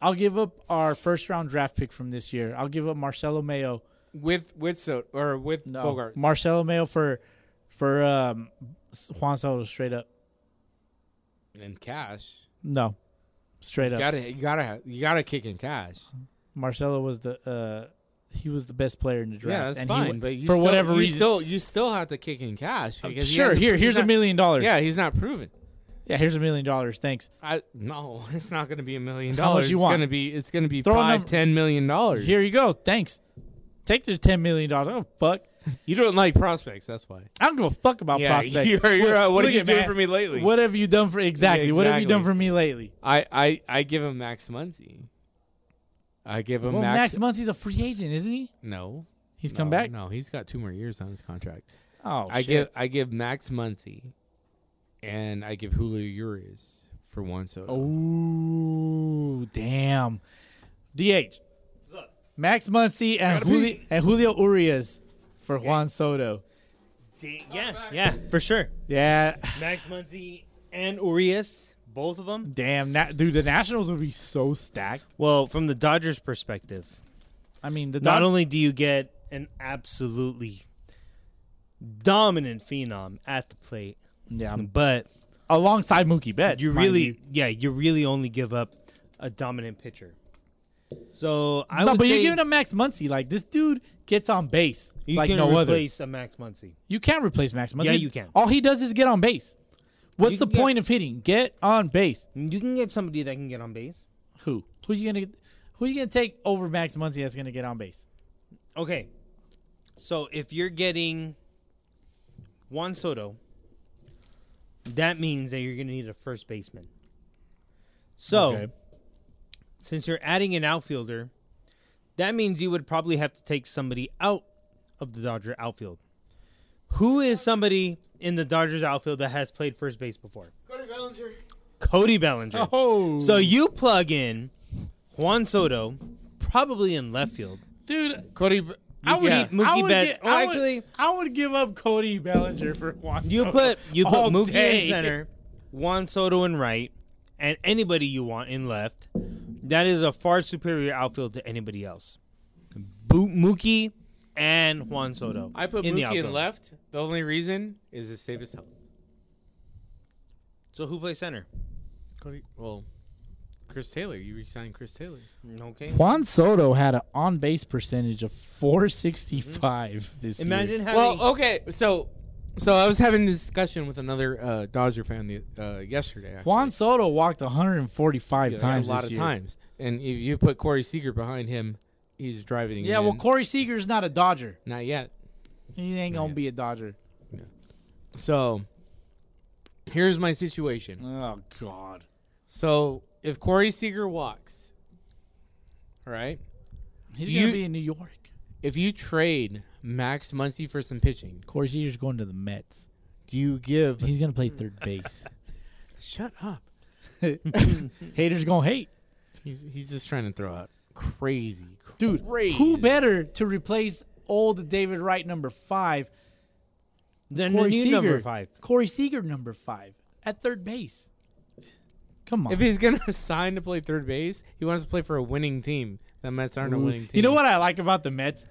Speaker 2: I'll give up our first round draft pick from this year. I'll give up Marcelo Mayo.
Speaker 3: With with Soto or with
Speaker 2: No,
Speaker 3: Bogarts.
Speaker 2: Marcelo Mayo for for um Juan Soto straight up.
Speaker 3: and cash.
Speaker 2: No. Straight up.
Speaker 3: You gotta you gotta have, you gotta kick in cash.
Speaker 2: Marcelo was the uh he was the best player in the draft.
Speaker 3: Yeah, that's
Speaker 2: and he
Speaker 3: fine.
Speaker 2: w-
Speaker 3: but you
Speaker 2: for
Speaker 3: still-
Speaker 2: whatever
Speaker 3: you
Speaker 2: reason.
Speaker 3: still you still have to kick in cash because he
Speaker 2: sure,
Speaker 3: hasn't-
Speaker 2: here,
Speaker 3: he's
Speaker 2: here's a
Speaker 3: not-
Speaker 2: million dollars.
Speaker 3: Yeah, he's not proven.
Speaker 2: yeah, here's a million dollars. Thanks.
Speaker 3: I no, it's not going to be a million
Speaker 2: How much
Speaker 3: dollars.
Speaker 2: you
Speaker 3: it's
Speaker 2: want?
Speaker 3: going to be it's going to be
Speaker 2: Throw a
Speaker 3: five
Speaker 2: number.
Speaker 3: ten million dollars.
Speaker 2: Here you go. Thanks. Take the ten million dollars. Oh fuck.
Speaker 3: you don't like prospects, that's why.
Speaker 2: I don't give a fuck about
Speaker 3: Yeah,
Speaker 2: prospects.
Speaker 3: you're- you're, uh,
Speaker 2: Look
Speaker 3: what have you
Speaker 2: at,
Speaker 3: done for me lately?
Speaker 2: What have you done for exactly? What have you done
Speaker 3: exactly.
Speaker 2: for me lately?
Speaker 3: I I I give him Max Muncy. I give him
Speaker 2: Well,
Speaker 3: Max.
Speaker 2: Max Muncy's a free agent, isn't he?
Speaker 3: no,
Speaker 2: He's
Speaker 3: no,
Speaker 2: come back.
Speaker 3: No, he's got two more years on his contract.
Speaker 2: Oh,
Speaker 3: I
Speaker 2: shit.
Speaker 3: give I give Max Muncy, and I give Julio Urias for one Soto.
Speaker 2: Oh. Ooh, damn. DH. Max Muncy and, Julio, and Julio Urias for Juan Soto.
Speaker 7: D- yeah, yeah, for sure.
Speaker 2: Yeah,
Speaker 7: Max Muncy and Urias, both of them.
Speaker 2: damn. That, dude, the Nationals would be so stacked.
Speaker 4: Well, from the Dodgers' perspective,
Speaker 2: I mean, the
Speaker 4: not
Speaker 2: Dod-
Speaker 4: only do you get an absolutely dominant phenom at the plate,
Speaker 2: yeah,
Speaker 4: but
Speaker 2: alongside Mookie Betts.
Speaker 4: you
Speaker 2: mind
Speaker 4: really,
Speaker 2: you.
Speaker 4: yeah, you really only give up a dominant pitcher. So I
Speaker 2: no,
Speaker 4: would
Speaker 2: but
Speaker 4: say
Speaker 2: you're giving him Max Muncy. Like this dude gets on base
Speaker 4: you
Speaker 2: like
Speaker 4: can
Speaker 2: no other.
Speaker 4: replace a Max Muncy.
Speaker 2: You can replace Max Muncy.
Speaker 4: Yeah, you can.
Speaker 2: All he does is get on base. What's
Speaker 4: You
Speaker 2: the
Speaker 4: can get-
Speaker 2: point of hitting? Get on base.
Speaker 4: You can get somebody that can get on base.
Speaker 2: Who? Who you gonna? Who you gonna take over Max Muncy that's gonna get on base?
Speaker 4: Okay, so if you're getting Juan Soto, that means that you're going to need a first baseman. So.
Speaker 2: Okay.
Speaker 4: since you're adding an outfielder, that means you would probably have to take somebody out of the Dodger outfield. Who is somebody in the Dodgers outfield that has played first base before? Cody Bellinger. Cody Bellinger.
Speaker 2: Oh,
Speaker 4: So you plug in Juan Soto, probably in left field.
Speaker 2: dude.
Speaker 3: Cody, B-
Speaker 2: I would,
Speaker 3: yeah.
Speaker 2: eat Mookie I would
Speaker 4: Betts.
Speaker 2: gi- I
Speaker 4: Oh,
Speaker 2: would-
Speaker 4: actually-
Speaker 2: I would give up Cody Bellinger for Juan.
Speaker 4: You
Speaker 2: Soto
Speaker 4: put you
Speaker 2: all
Speaker 4: put Mookie
Speaker 2: day.
Speaker 4: in center, Juan Soto in right, and anybody you want in left. That is a far superior outfield to anybody else. Bo- Mookie and Juan Soto.
Speaker 3: I put
Speaker 4: in the
Speaker 3: Mookie in
Speaker 4: outfield.
Speaker 3: left. The only reason is to save his health.
Speaker 4: So who plays center?
Speaker 3: Cody, well, Chris Taylor. You resigned Chris Taylor.
Speaker 4: Okay.
Speaker 2: Juan Soto had an on base percentage of 465 this
Speaker 4: Imagine having
Speaker 3: Well, uh, okay, so so I was having a discussion with another uh, Dodger fan the, uh, yesterday. Actually.
Speaker 2: Juan Soto walked 145
Speaker 3: Yeah, that's
Speaker 2: times
Speaker 3: a lot
Speaker 2: this
Speaker 3: of
Speaker 2: year.
Speaker 3: times, and if you put Corey Seager behind him, he's driving.
Speaker 2: Yeah, well,
Speaker 3: in.
Speaker 2: Corey Seager's not a Dodger.
Speaker 3: not yet.
Speaker 2: He ain't gonna be a Dodger.
Speaker 3: So here's my situation.
Speaker 2: Oh God.
Speaker 3: So if Corey Seager walks, all right,
Speaker 2: He's
Speaker 3: You-
Speaker 2: gonna be in New York.
Speaker 3: if you trade Max Muncy for some pitching,
Speaker 2: Corey Seager's going to the Mets.
Speaker 3: do you give?
Speaker 2: He's gonna play third base.
Speaker 3: Shut up.
Speaker 2: Haters gonna hate.
Speaker 3: He's he's just trying to throw out crazy,
Speaker 2: Dude,
Speaker 3: Crazy.
Speaker 2: who better to replace old David Wright number five?
Speaker 4: Then
Speaker 2: Corey
Speaker 4: the new
Speaker 2: Seager.
Speaker 4: number five.
Speaker 2: Corey Seager number five at third base. Come on.
Speaker 3: If he's gonna sign to play third base, he wants to play for a winning team. The Mets aren't a winning team.
Speaker 2: you know what I like about the Mets?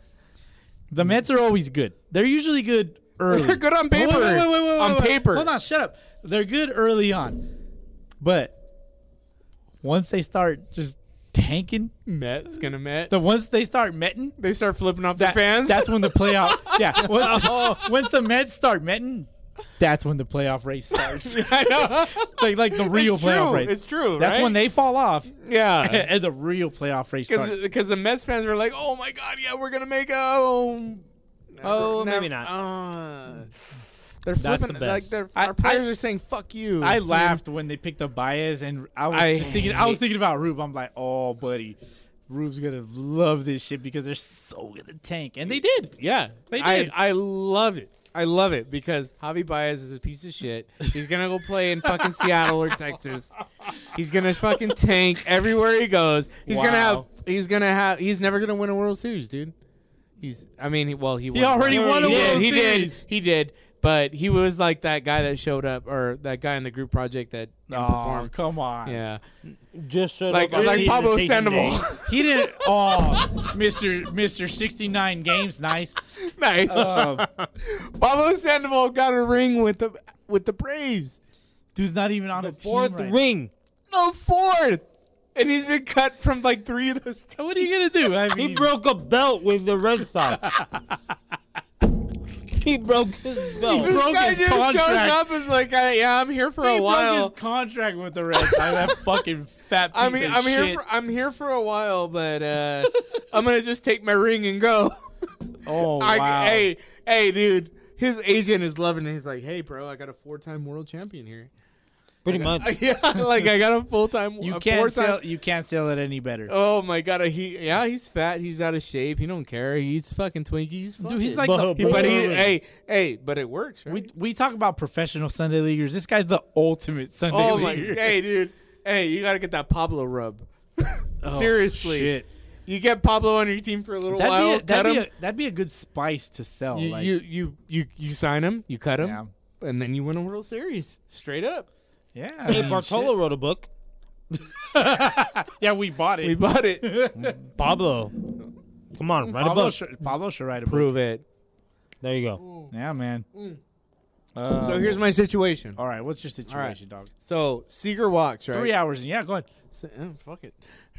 Speaker 2: The Mets are always good. They're usually good early.
Speaker 3: They're good on
Speaker 2: Wait, wait,
Speaker 3: paper.
Speaker 2: wait, wait, wait, wait,
Speaker 3: On
Speaker 2: wait.
Speaker 3: paper.
Speaker 2: Hold on, shut up. They're good early on. But once they start just tanking,
Speaker 3: Mets gonna Met.
Speaker 2: the once they start metting,
Speaker 3: they start flipping off
Speaker 2: that-
Speaker 3: the fans. Oh.
Speaker 2: That's when the playoff. yeah. Once, once the Mets start metting, that's when the playoff race starts.
Speaker 3: I know.
Speaker 2: like like the real
Speaker 3: It's
Speaker 2: playoff
Speaker 3: true.
Speaker 2: race.
Speaker 3: It's true,
Speaker 2: That's
Speaker 3: right?
Speaker 2: when they fall off,
Speaker 3: yeah.
Speaker 2: and the real playoff race starts.
Speaker 3: Because the Mets fans were like, "Oh my God, yeah, we're gonna make a oh,
Speaker 4: Oh,
Speaker 3: never-
Speaker 4: maybe not.
Speaker 3: uh." they're
Speaker 4: That's
Speaker 3: flipping
Speaker 4: the
Speaker 3: like
Speaker 4: best.
Speaker 3: they're,
Speaker 2: I-
Speaker 3: our players are saying "fuck you."
Speaker 2: I laughed when they picked up Baez, and I was
Speaker 3: I
Speaker 2: just thinking. I was
Speaker 3: hate-
Speaker 2: thinking about Rube. I'm like, oh, buddy, Rube's gonna love this shit because they're so gonna tank, and they did.
Speaker 3: Yeah,
Speaker 2: They did.
Speaker 3: I I love it. I love it because Javi Baez is a piece of shit. He's gonna go play in fucking Seattle or Texas. He's gonna fucking tank everywhere he goes. He's gonna have.
Speaker 2: Wow.
Speaker 3: He's gonna have. He's never gonna win a World Series, dude. He's. I mean, he, well, he. Won
Speaker 2: already
Speaker 3: one.
Speaker 2: won a
Speaker 3: he did,
Speaker 2: World
Speaker 3: he
Speaker 2: Series.
Speaker 3: Did, he did. But he was like that guy that showed up, or that guy in the group project that didn't
Speaker 2: Oh,
Speaker 3: perform.
Speaker 2: come on.
Speaker 3: Yeah,
Speaker 4: Just
Speaker 3: like like Pablo Sandoval.
Speaker 2: He didn't. Oh, Mister Mister 69 games, nice.
Speaker 3: nice.
Speaker 2: Uh,
Speaker 3: Pablo Sandoval got a ring with the with the Braves.
Speaker 2: dude's not even on the a team
Speaker 4: Fourth
Speaker 2: right
Speaker 4: ring.
Speaker 3: No fourth, and he's been cut from like three of those.
Speaker 2: now. What are you gonna do? I mean,
Speaker 4: He broke a belt with the Red Sox. he broke his belt.
Speaker 3: This
Speaker 2: broke
Speaker 3: guy
Speaker 2: his
Speaker 3: just shows
Speaker 2: contract.
Speaker 3: up is like, "Hey, yeah, I'm here for
Speaker 2: he
Speaker 3: a while.
Speaker 2: broke his contract with the Reds. by that fucking fat piece
Speaker 3: I mean,
Speaker 2: of
Speaker 3: I'm
Speaker 2: shit.
Speaker 3: here for I'm here for a while, but uh, I'm gonna just take my ring and go.
Speaker 2: oh wow.
Speaker 3: I, Hey, hey, dude, his agent is loving it. He's like, "Hey, bro, I got a four time world champion here.
Speaker 4: Pretty much.
Speaker 3: yeah, like I got a full time.
Speaker 2: you
Speaker 3: a
Speaker 2: can't
Speaker 3: four-time-
Speaker 2: sell. You can't sell it any better.
Speaker 3: Oh my god, he yeah, he's fat. He's out of shape. He don't care. He's fucking Twinkies.
Speaker 2: Dude, he's like the
Speaker 3: He- but he, hey, hey, but it works, right?
Speaker 2: We we talk about professional Sunday leaguers. This guy's the ultimate Sunday
Speaker 3: Oh my,
Speaker 2: leaguer.
Speaker 3: hey, dude, hey, you gotta get that Pablo rub.
Speaker 2: Oh,
Speaker 3: Seriously,
Speaker 2: shit.
Speaker 3: you get Pablo on your team for a little
Speaker 2: That'd,
Speaker 3: while,
Speaker 2: be a, that'd,
Speaker 3: cut
Speaker 2: be
Speaker 3: him.
Speaker 2: a, that'd be a good spice to sell.
Speaker 3: you,
Speaker 2: like,
Speaker 3: you you you you sign him, you cut him,
Speaker 2: Yeah.
Speaker 3: and then you win a World Series straight up.
Speaker 2: yeah, I
Speaker 4: Hey,
Speaker 2: mean,
Speaker 4: Bartolo wrote a book.
Speaker 2: shit. Yeah, we bought it.
Speaker 3: We bought it.
Speaker 4: Pablo. Come on, write a
Speaker 2: Pablo,
Speaker 4: book.
Speaker 2: should, Pablo should write a book.
Speaker 3: Prove it.
Speaker 4: There you go.
Speaker 2: Yeah, man.
Speaker 3: So here's my situation.
Speaker 2: Um, All right, what's your situation, dog?
Speaker 3: So Seager walks right.
Speaker 2: Three hours in. Yeah, go ahead.
Speaker 3: So- oh, fuck it.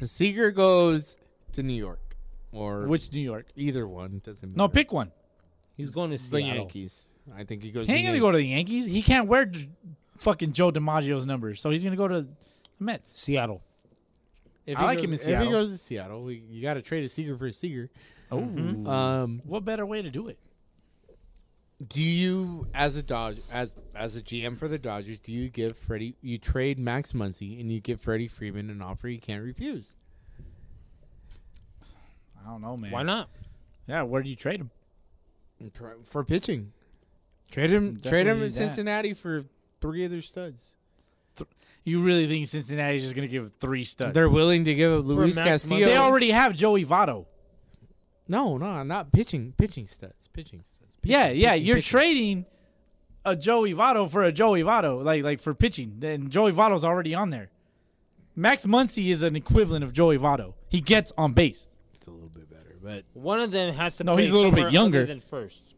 Speaker 3: Seager goes to New York or
Speaker 2: Which New York?
Speaker 3: either one doesn't
Speaker 2: No,
Speaker 3: matter.
Speaker 2: pick one.
Speaker 4: He's going to
Speaker 3: the
Speaker 4: Seattle.
Speaker 3: Yankees. I think he goes.
Speaker 2: He
Speaker 3: to
Speaker 2: ain't
Speaker 3: the
Speaker 2: gonna go to the Yankees. He can't wear d- fucking Joe DiMaggio's number, so he's gonna go to the Mets.
Speaker 4: Seattle.
Speaker 3: If
Speaker 2: I
Speaker 3: he
Speaker 2: like
Speaker 3: goes-
Speaker 2: him in
Speaker 3: If
Speaker 2: Seattle.
Speaker 3: he goes to Seattle, we, you got to trade a Seager for a Seager. Oh. Um,
Speaker 2: What better way to do it?
Speaker 3: do you, as a Dodge, as as a GM for the Dodgers, do you give Freddie? You trade Max Muncy and you give Freddie Freeman an offer he can't refuse.
Speaker 2: I don't know, man.
Speaker 4: Why not?
Speaker 2: Yeah, where do you trade him?
Speaker 3: For, for pitching, trade him. Trade him
Speaker 2: Definitely that.
Speaker 3: in Cincinnati for three other studs.
Speaker 2: You really think Cincinnati's just gonna give three studs?
Speaker 3: They're willing to give up Luis
Speaker 4: Max Muncy.
Speaker 3: Castillo.
Speaker 2: They already have Joey Votto.
Speaker 3: no, no, not pitching. Pitching studs. Pitching studs. Pitching,
Speaker 2: Yeah, yeah.
Speaker 3: pitching,
Speaker 2: You're
Speaker 3: pitching.
Speaker 2: trading a Joey Votto for a Joey Votto, like like for pitching. Then Joey Votto's already on there. Max Muncy is an equivalent of Joey Votto. He gets on base.
Speaker 3: It's a little bit better, but
Speaker 4: One of them has to.
Speaker 2: No,
Speaker 4: play
Speaker 2: he's a little bit
Speaker 4: somewhere other
Speaker 2: younger.
Speaker 4: than first.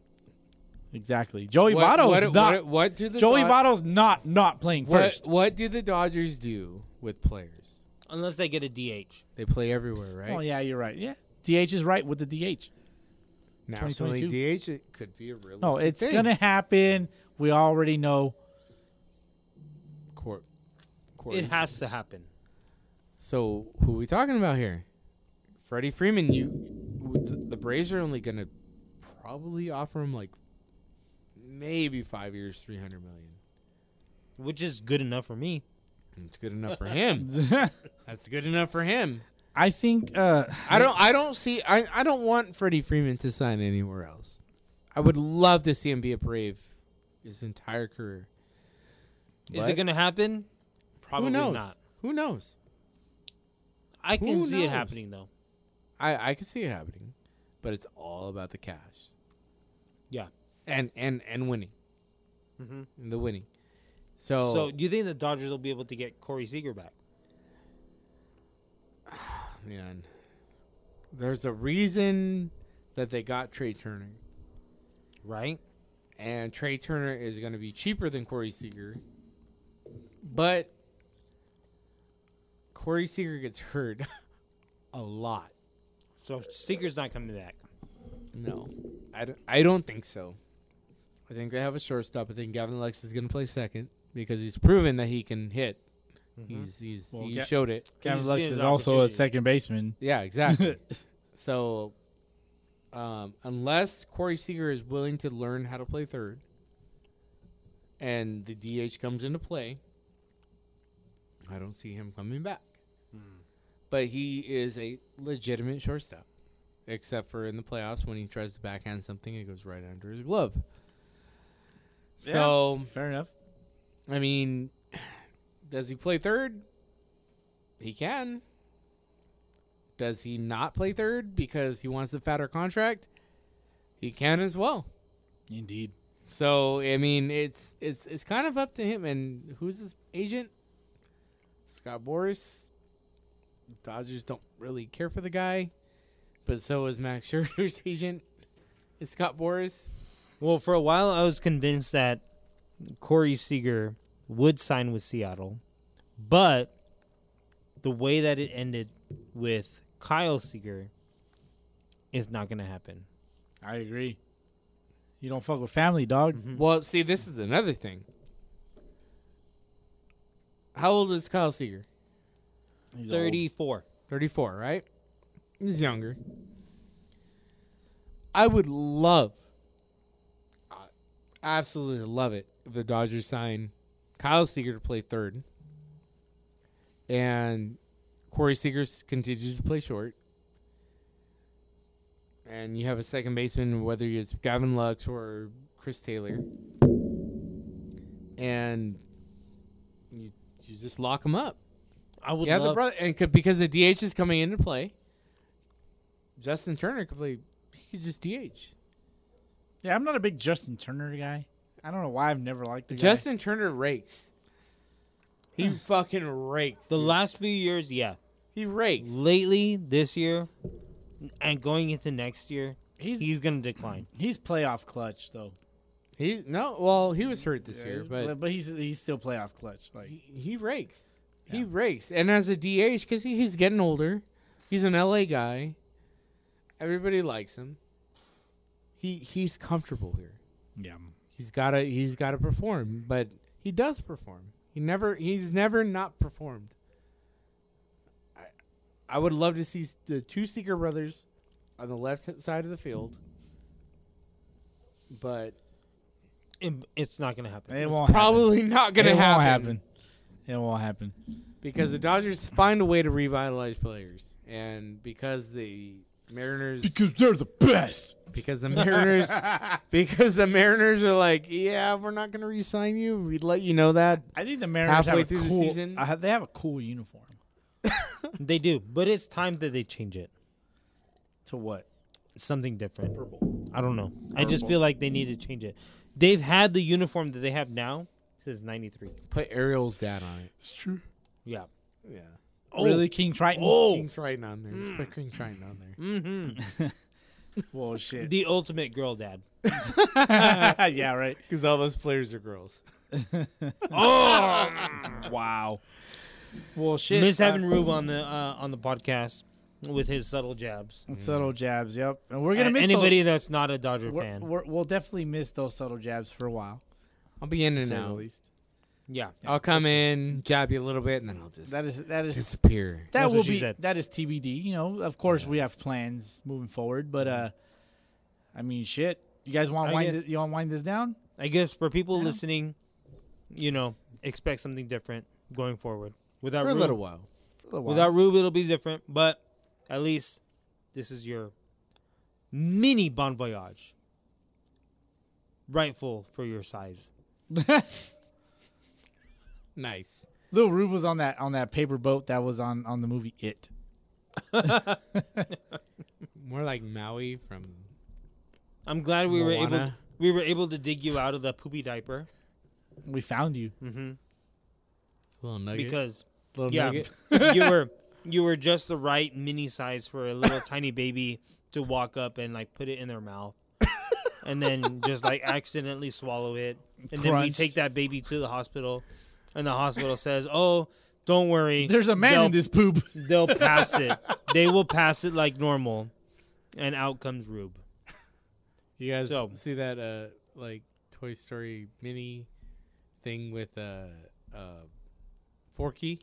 Speaker 2: Exactly. Joey
Speaker 3: What-
Speaker 2: Votto's
Speaker 3: what-
Speaker 2: not.
Speaker 3: what- what do the
Speaker 2: Joey
Speaker 3: Dod-
Speaker 2: Votto's not not playing first.
Speaker 3: What What do the Dodgers do with players?
Speaker 4: Unless they get a DH.
Speaker 3: They play everywhere, right?
Speaker 2: Oh yeah, you're right. Yeah, DH is right with the DH.
Speaker 3: National League DH it could be a realistic
Speaker 2: No, it's
Speaker 3: thing.
Speaker 2: gonna happen. We already know.
Speaker 3: Cor- Cor-
Speaker 4: It has to happen.
Speaker 3: so who are we talking about here? Freddie Freeman. You, the, the Braves are only gonna probably offer him like maybe five years, three hundred million.
Speaker 4: which is good enough for me.
Speaker 3: It's good enough for him. That's good enough for him.
Speaker 2: I think uh,
Speaker 3: I don't. I don't see. I. I don't want Freddie Freeman to sign anywhere else. I would love to see him be a Brave his entire career.
Speaker 4: Is
Speaker 3: But
Speaker 4: it going to happen? Probably
Speaker 3: Who knows?
Speaker 4: not.
Speaker 3: Who knows?
Speaker 4: I can
Speaker 3: Who
Speaker 4: see it
Speaker 3: knows?
Speaker 4: happening though.
Speaker 3: I. I can see it happening, but it's all about the cash
Speaker 4: Yeah.
Speaker 3: and and and winning. And the winning. So,
Speaker 4: Mm-hmm. So, do you think the Dodgers will be able to get Corey Seager back?
Speaker 3: man, there's a reason that they got Trey Turner,
Speaker 4: Right?
Speaker 3: and Trey Turner is going to be cheaper than Corey Seager, but Corey Seager gets hurt a lot.
Speaker 4: So Seager's not coming back.
Speaker 3: No, I don't, I don't think so. I think they have a shortstop. I think Gavin Lux is going to play second because he's proven that he can hit. He's he's
Speaker 2: Mm-hmm. Well,
Speaker 3: he
Speaker 2: Ga-
Speaker 3: showed it.
Speaker 2: Gavin
Speaker 4: He's
Speaker 2: Lux
Speaker 4: his
Speaker 2: is also a
Speaker 4: opportunity.
Speaker 2: second baseman.
Speaker 3: Yeah, exactly. so, um, unless Corey Seager is willing to learn how to play third, and the DH comes into play, I don't see him coming back. But he is a legitimate shortstop, except for in the playoffs when he tries to backhand something, it goes right under his glove. So
Speaker 2: Fair enough.
Speaker 3: I mean, does he play third? He can. Does he not play third because he wants the fatter contract? He can as well.
Speaker 2: Indeed.
Speaker 3: So I mean, it's it's it's kind of up to him. And who's his agent? Scott Boris. Dodgers don't really care for the guy, but so is Max Scherzer's agent. Is Scott Boris?
Speaker 4: Well, for a while, I was convinced that Corey Seager would sign with Seattle, but the way that it ended with Kyle Seager is not going to happen.
Speaker 2: I agree. You don't fuck with family, dog.
Speaker 3: Well, see, this is another thing. How old is Kyle Seager?
Speaker 2: He's old.
Speaker 4: Thirty-four.
Speaker 3: 34, right? He's younger. I would love, I absolutely love it, if the Dodgers sign Kyle Seager to play third and Corey Seager s- continues to play short. And you have a second baseman, whether it's Gavin Lux or Chris Taylor. And you, you just lock him up.
Speaker 4: I would
Speaker 3: Yeah, the
Speaker 4: love.
Speaker 3: brother, and could, because the DH is coming into play, Justin Turner could play. He could just DH.
Speaker 2: Yeah, I'm not a big Justin Turner guy. I don't know why I've never liked the guy.
Speaker 3: Justin Turner rakes. He fucking rakes.
Speaker 4: the
Speaker 3: dude.
Speaker 4: last few years, yeah.
Speaker 3: he rakes.
Speaker 4: Lately, this year, and going into next year,
Speaker 2: He's-
Speaker 4: he's, going to decline.
Speaker 2: He's playoff clutch though.
Speaker 3: He no. Well, he was hurt this year,
Speaker 2: He's-
Speaker 3: but
Speaker 2: he's he's still playoff clutch. Like
Speaker 3: he, he rakes. He rakes, and as a DH, because he, he's getting older, he's an LA guy. Everybody likes him. He he's comfortable here.
Speaker 2: yeah.
Speaker 3: he's gotta he's gotta perform but he does perform he never he's never not performed i i would love to see the two seeker brothers on the left side of the field but
Speaker 4: It- it's not going to happen.
Speaker 2: It won't
Speaker 3: probably not
Speaker 2: happen.
Speaker 3: gonna
Speaker 2: it
Speaker 3: happen,
Speaker 2: Won't happen. It won't happen.
Speaker 3: because the dodgers find a way to revitalize players and because the mariners
Speaker 2: they're the best.
Speaker 3: because the Mariners because the Mariners are like, yeah, we're not going to re-sign you. We'd let you know that.
Speaker 2: I think the Mariners have
Speaker 3: Halfway
Speaker 2: a
Speaker 3: through the
Speaker 2: cool.
Speaker 3: season?
Speaker 2: I- they have a cool uniform.
Speaker 4: They do, but it's time that they change it.
Speaker 2: To what?
Speaker 4: something different. I don't know. I just feel like they need to change it. They've had the uniform that they have now since '93.
Speaker 3: Put Ariel's dad on it.
Speaker 4: Yeah.
Speaker 3: Yeah.
Speaker 4: Oh,
Speaker 2: Really, King Triton?
Speaker 4: Oh,
Speaker 3: King's Triton on there. Just put King Triton on there.
Speaker 2: well, shit.
Speaker 4: the ultimate girl dad.
Speaker 2: yeah, right.
Speaker 3: Because all those players are girls.
Speaker 2: Wow. Well, shit.
Speaker 4: Miss having
Speaker 2: Uh,
Speaker 4: Rube on the uh, on the podcast with his subtle jabs.
Speaker 2: subtle jabs. Yep. And we're gonna
Speaker 4: Uh,
Speaker 2: miss those-
Speaker 4: anybody that's not a Dodger
Speaker 2: We're,
Speaker 4: fan.
Speaker 2: we're, we'll definitely miss those subtle jabs for a while,
Speaker 3: I'll be in
Speaker 2: to
Speaker 3: and
Speaker 2: say the
Speaker 3: out.
Speaker 2: least.
Speaker 4: yeah.
Speaker 3: I'll come in, jab you a little bit, and then I'll just
Speaker 2: That is that is
Speaker 3: disappear.
Speaker 2: that
Speaker 4: That's
Speaker 2: will
Speaker 4: what she
Speaker 2: be
Speaker 4: said.
Speaker 2: that is TBD. You know, of course we have plans moving forward, but uh, I mean, shit. You guys want
Speaker 4: Mm-hmm. I
Speaker 2: to wind
Speaker 4: guess-
Speaker 2: this, you want to wind this down?
Speaker 4: I guess for people listening, you know, expect something different going forward. Without
Speaker 3: for a
Speaker 4: Rube-
Speaker 3: little while.
Speaker 4: without Rube, it'll be different. But at least this is your mini bon voyage, rightful for your size.
Speaker 3: Nice.
Speaker 2: Little Rube was on that on that paper boat that was on on the movie It.
Speaker 3: More like Maui from.
Speaker 4: I'm glad we were able
Speaker 3: Moana.
Speaker 4: we were able to dig you out of the poopy diaper
Speaker 2: We found you.
Speaker 4: Mm-hmm.
Speaker 3: Little nugget.
Speaker 4: because
Speaker 3: little
Speaker 4: yeah,
Speaker 3: nugget.
Speaker 4: you were you were just the right mini size for a little tiny baby to walk up and like put it in their mouth. and then just like accidentally swallow it. And then we
Speaker 2: Crunched.
Speaker 4: take that baby to the hospital and the hospital says, "Oh, don't worry.
Speaker 2: There's a man
Speaker 4: they'll-
Speaker 2: in this poop.
Speaker 4: They'll pass it. They will pass it like normal." And out comes Rube.
Speaker 3: You guys
Speaker 4: So-
Speaker 3: see that uh like Toy Story mini thing with uh uh Forky?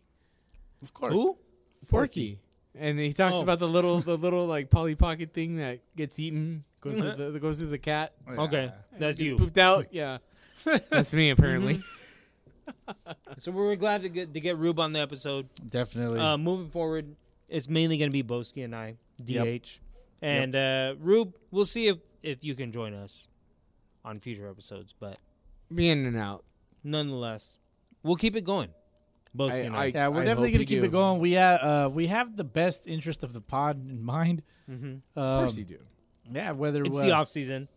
Speaker 2: Of course.
Speaker 4: Who?
Speaker 3: Forky. And he talks
Speaker 4: Oh.
Speaker 3: about the little the little like Polly Pocket thing that gets eaten, goes through the goes through the cat.
Speaker 4: Okay, that's
Speaker 3: Gets
Speaker 4: you.
Speaker 3: pooped out. Yeah. That's me apparently.
Speaker 4: Mm-hmm. So we were glad to get to get Rube on the episode.
Speaker 2: Definitely.
Speaker 4: Uh, moving forward, it's mainly going to be Boski and I, DH,
Speaker 2: Yep.
Speaker 4: and uh, Rube. We'll see if if you can join us on future episodes, but
Speaker 3: Be in and out.
Speaker 4: nonetheless, we'll keep it going. Boski and I,
Speaker 3: I-
Speaker 2: yeah, we're definitely
Speaker 3: hope
Speaker 2: gonna
Speaker 3: you
Speaker 2: keep
Speaker 3: do.
Speaker 2: it going. We uh, uh we have the best interest of the pod in mind. Mm-hmm.
Speaker 3: Of course you do.
Speaker 2: Yeah, whether
Speaker 4: it's
Speaker 2: uh,
Speaker 4: the off season.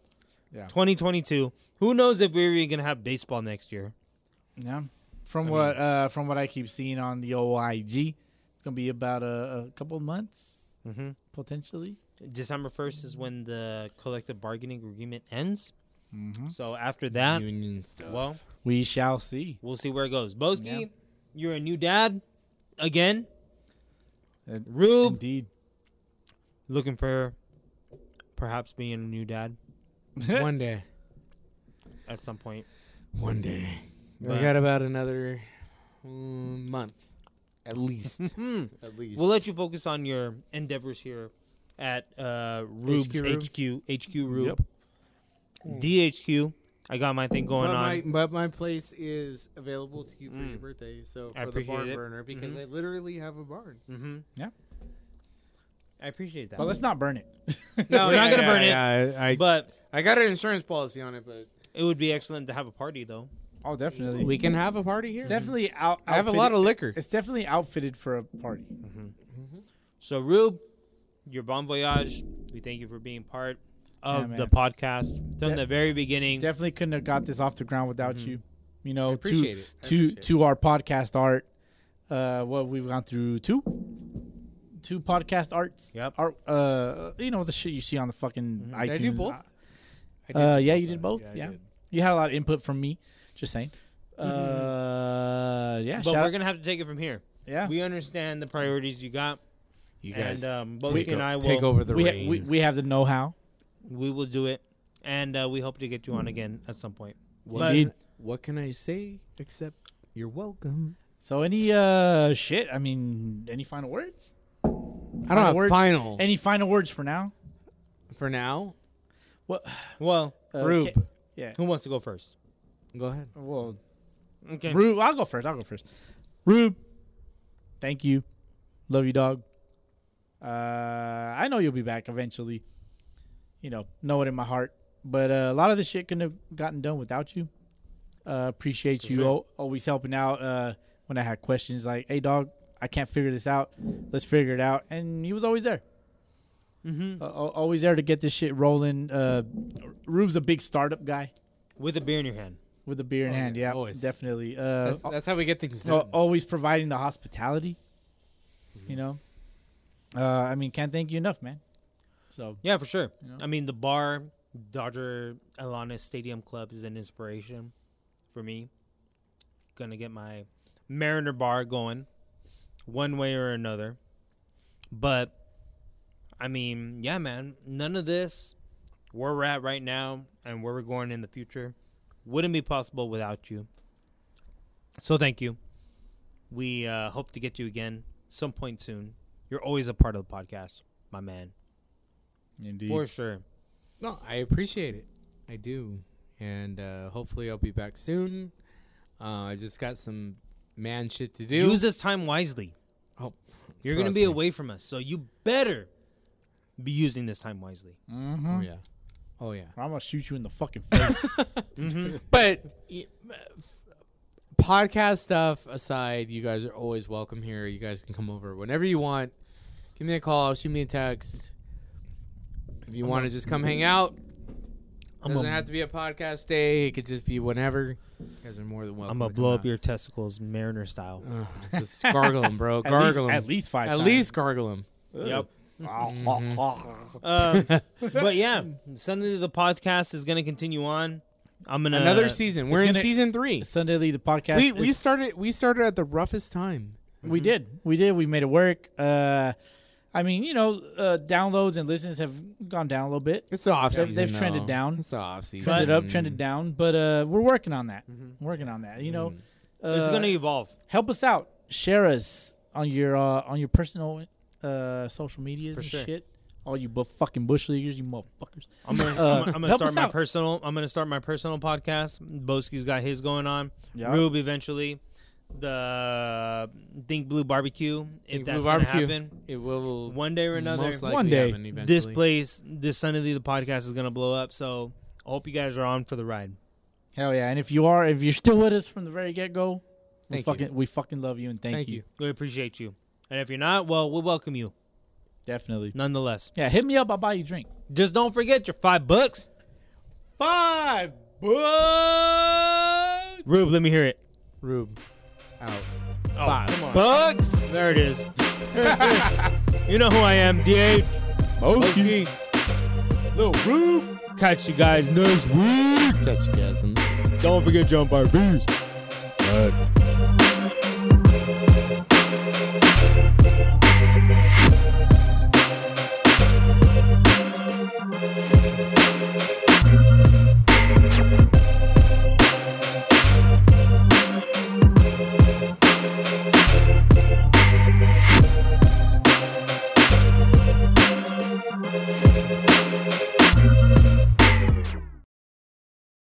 Speaker 2: Yeah.
Speaker 4: 2022. Who knows if we're even gonna have baseball next year?
Speaker 2: Yeah. From what uh, from what I keep seeing on the OIG, it's gonna be about a, a couple months
Speaker 4: Mhm.
Speaker 2: potentially.
Speaker 4: December 1st is when the collective bargaining agreement ends.
Speaker 2: Mm-hmm.
Speaker 4: So after that,
Speaker 3: Union stuff.
Speaker 4: well,
Speaker 2: We shall see.
Speaker 4: We'll see where it goes. Boski,
Speaker 2: Yeah.
Speaker 4: you're a new dad again.
Speaker 2: Uh,
Speaker 4: Rube,
Speaker 2: Indeed.
Speaker 4: looking for perhaps being a new dad
Speaker 3: One day.
Speaker 4: at some point.
Speaker 3: One day.
Speaker 4: But-
Speaker 3: we got about another mm, month. At least. At least.
Speaker 4: Hmm. We'll let you focus on your endeavors here at uh, Rube's
Speaker 3: Rube.
Speaker 4: HQ, HQ Rube,
Speaker 2: Yep. Mm.
Speaker 4: DHQ. I got my thing going
Speaker 3: but
Speaker 4: on.
Speaker 3: My, but my place is available to you for your birthday. So
Speaker 4: Mm. I
Speaker 3: for the barn
Speaker 4: appreciate it. Mm-hmm.
Speaker 3: burner because I literally have a barn.
Speaker 4: I appreciate that.
Speaker 2: But let's not burn it.
Speaker 3: No,
Speaker 4: We're not gonna burn it,
Speaker 3: I,
Speaker 4: but
Speaker 3: I got an insurance policy on it, but
Speaker 4: it would be excellent to have a party, though.
Speaker 2: oh, definitely.
Speaker 3: we can have a party here.
Speaker 2: it's definitely out.
Speaker 3: Mm. I have a lot
Speaker 2: outfitted-
Speaker 3: of liquor.
Speaker 2: It's definitely outfitted for a party.
Speaker 4: So, Rube, your bon voyage. We thank you for being part of
Speaker 2: man.
Speaker 4: the podcast from
Speaker 2: De-
Speaker 4: the very beginning.
Speaker 2: Definitely couldn't have got this off the ground without you. You know,
Speaker 3: appreciate
Speaker 2: to
Speaker 3: it. Mm-hmm. I
Speaker 2: to
Speaker 3: appreciate
Speaker 2: to our podcast art. Uh, what we've gone through two, two podcast arts.
Speaker 4: Yep.
Speaker 2: Art. Uh, you know the shit you see on the fucking iTunes.
Speaker 3: Mm-hmm. Did I do both?
Speaker 2: Uh, yeah, you did both.
Speaker 3: Yeah, I
Speaker 2: Yeah,
Speaker 3: did. Mm-hmm.
Speaker 2: you had a lot of input from me. Just saying. Uh, yeah.
Speaker 4: But
Speaker 2: shout out-
Speaker 4: we're gonna have to take it from here.
Speaker 2: yeah.
Speaker 4: We understand the priorities you got,
Speaker 3: You
Speaker 4: and um, Boski
Speaker 3: take,
Speaker 4: and
Speaker 3: o-
Speaker 4: I will
Speaker 3: take over the
Speaker 2: we, ha-
Speaker 3: reins.
Speaker 2: we we have the know-how.
Speaker 4: We will do it, and uh, we hope to get you on again at some point.
Speaker 3: What,
Speaker 2: Indeed.
Speaker 3: what can I say except you're welcome?
Speaker 2: So any uh shit? I mean, any final words?
Speaker 3: I don't have
Speaker 2: words?
Speaker 3: final
Speaker 2: Any final words for now?
Speaker 3: for now.
Speaker 2: What?
Speaker 4: Well,
Speaker 2: Uh,
Speaker 3: Rube.
Speaker 2: ca- Yeah.
Speaker 4: who wants to go first?
Speaker 3: Go ahead.
Speaker 2: Well,
Speaker 4: Okay.
Speaker 2: Rube, I'll go first. I'll go first. Rube, thank you. Love you, dog. Uh, I know you'll be back eventually. You know, know it in my heart. But uh, a lot of this shit couldn't have gotten done without you. Uh, appreciate you al- always helping out uh, when I had questions like, hey, dog, I can't figure this out. Let's figure it out. And he was always there. Mm-hmm. always there to get this shit rolling. Uh, Rube's a big startup guy
Speaker 4: With a beer in your hand.
Speaker 2: with a beer in hand. Yeah,
Speaker 3: Oh, always.
Speaker 2: definitely. Uh,
Speaker 3: That's, that's Mm-hmm. how we get things
Speaker 2: al-
Speaker 3: done.
Speaker 2: always providing the hospitality. You know, uh, I mean, can't thank you enough, man. So
Speaker 4: Yeah, for sure. I mean, the bar, Dodger Alana Stadium Club, is an inspiration for me. Gonna get my Mariner bar going, one way or another. But I mean, yeah, man. None of this, where we're at right now, and where we're going in the future, wouldn't be possible without you. So thank you. We uh, hope to get you again some point soon. You're always a part of the podcast, my man.
Speaker 2: indeed,
Speaker 4: For sure.
Speaker 3: No, I appreciate it. I do, and uh, hopefully I'll be back soon. Uh, I just got some man shit to do.
Speaker 4: Use this time wisely.
Speaker 3: oh,
Speaker 4: You're going to
Speaker 3: trust
Speaker 4: be
Speaker 3: me.
Speaker 4: away from us, so you better be using this time wisely.
Speaker 3: Oh yeah, oh yeah.
Speaker 2: I'm gonna shoot you in the fucking face.
Speaker 3: But y- podcast stuff aside, you guys are always welcome here. You guys can come over whenever you want. Give me a call, shoot me a text. If you want to just come hang out, doesn't have to be a podcast day. It could just be whenever. You guys are more than welcome.
Speaker 4: I'm going
Speaker 3: to
Speaker 4: to
Speaker 3: come
Speaker 4: blow
Speaker 3: out.
Speaker 4: up your testicles, Mariner style.
Speaker 3: Just gargle them, bro.
Speaker 2: at, least,
Speaker 3: Gargle them.
Speaker 2: at least five.
Speaker 3: At
Speaker 2: times. Ah,
Speaker 3: least Mm-hmm. gargle them.
Speaker 4: Yep. Um, but yeah, Sunday the podcast is going to continue on. I'm Uh, gonna
Speaker 3: Another season. We're in
Speaker 2: gonna-
Speaker 3: season three.
Speaker 2: Sunday League the podcast.
Speaker 3: We mm-hmm.
Speaker 2: is-
Speaker 3: we started we started at the roughest time.
Speaker 2: We did. We did. We made it work. Uh, I mean, you know, uh, downloads and listens have gone down a little bit.
Speaker 3: It's Mm-hmm. the off
Speaker 2: They've-
Speaker 3: season.
Speaker 2: they've trended
Speaker 3: though.
Speaker 2: down.
Speaker 3: It's the off season.
Speaker 2: Trended up, trended down, but uh, we're working on that.
Speaker 3: Mm-hmm.
Speaker 2: Working on that. You know, uh,
Speaker 4: It's going to evolve.
Speaker 2: help us out. Share us on your uh, on your personal uh, social medias and
Speaker 3: sure.
Speaker 2: shit. All you bu- fucking bush leaguers, you motherfuckers.
Speaker 4: I'm
Speaker 3: uh,
Speaker 4: gonna, I'm gonna, I'm gonna
Speaker 2: help
Speaker 4: start
Speaker 2: us
Speaker 4: my
Speaker 2: out.
Speaker 4: personal. I'm gonna start my personal podcast. Boski's got his going on.
Speaker 2: Yeah.
Speaker 4: Rube eventually. The Think Blue Barbecue. If that's
Speaker 3: Blue
Speaker 4: gonna
Speaker 3: barbecue.
Speaker 4: happen
Speaker 3: It will
Speaker 4: one day or another,
Speaker 3: most likely
Speaker 2: One day,
Speaker 3: happen eventually.
Speaker 4: this place, this Sunday the podcast is gonna blow up. So I hope you guys are on for the ride.
Speaker 2: Hell yeah! And if you are, if you're still with us from the very get go, we
Speaker 3: Thank you.
Speaker 2: fucking we fucking love you and thank,
Speaker 3: Thank
Speaker 2: you.
Speaker 3: you.
Speaker 4: We appreciate you. And if you're not, well, we'll welcome you
Speaker 2: definitely.
Speaker 4: nonetheless.
Speaker 2: Yeah, hit me up. I'll buy you a drink.
Speaker 4: Just don't forget your five bucks.
Speaker 2: Five bucks.
Speaker 4: Rube, let me hear it.
Speaker 3: Rube out.
Speaker 4: Five come on.
Speaker 3: Bugs.
Speaker 4: There it is. you know who I am, DH.
Speaker 2: Boski. Little Rube.
Speaker 4: Catch you guys next week.
Speaker 3: Catch you guys. in-
Speaker 4: Don't forget John Barbies.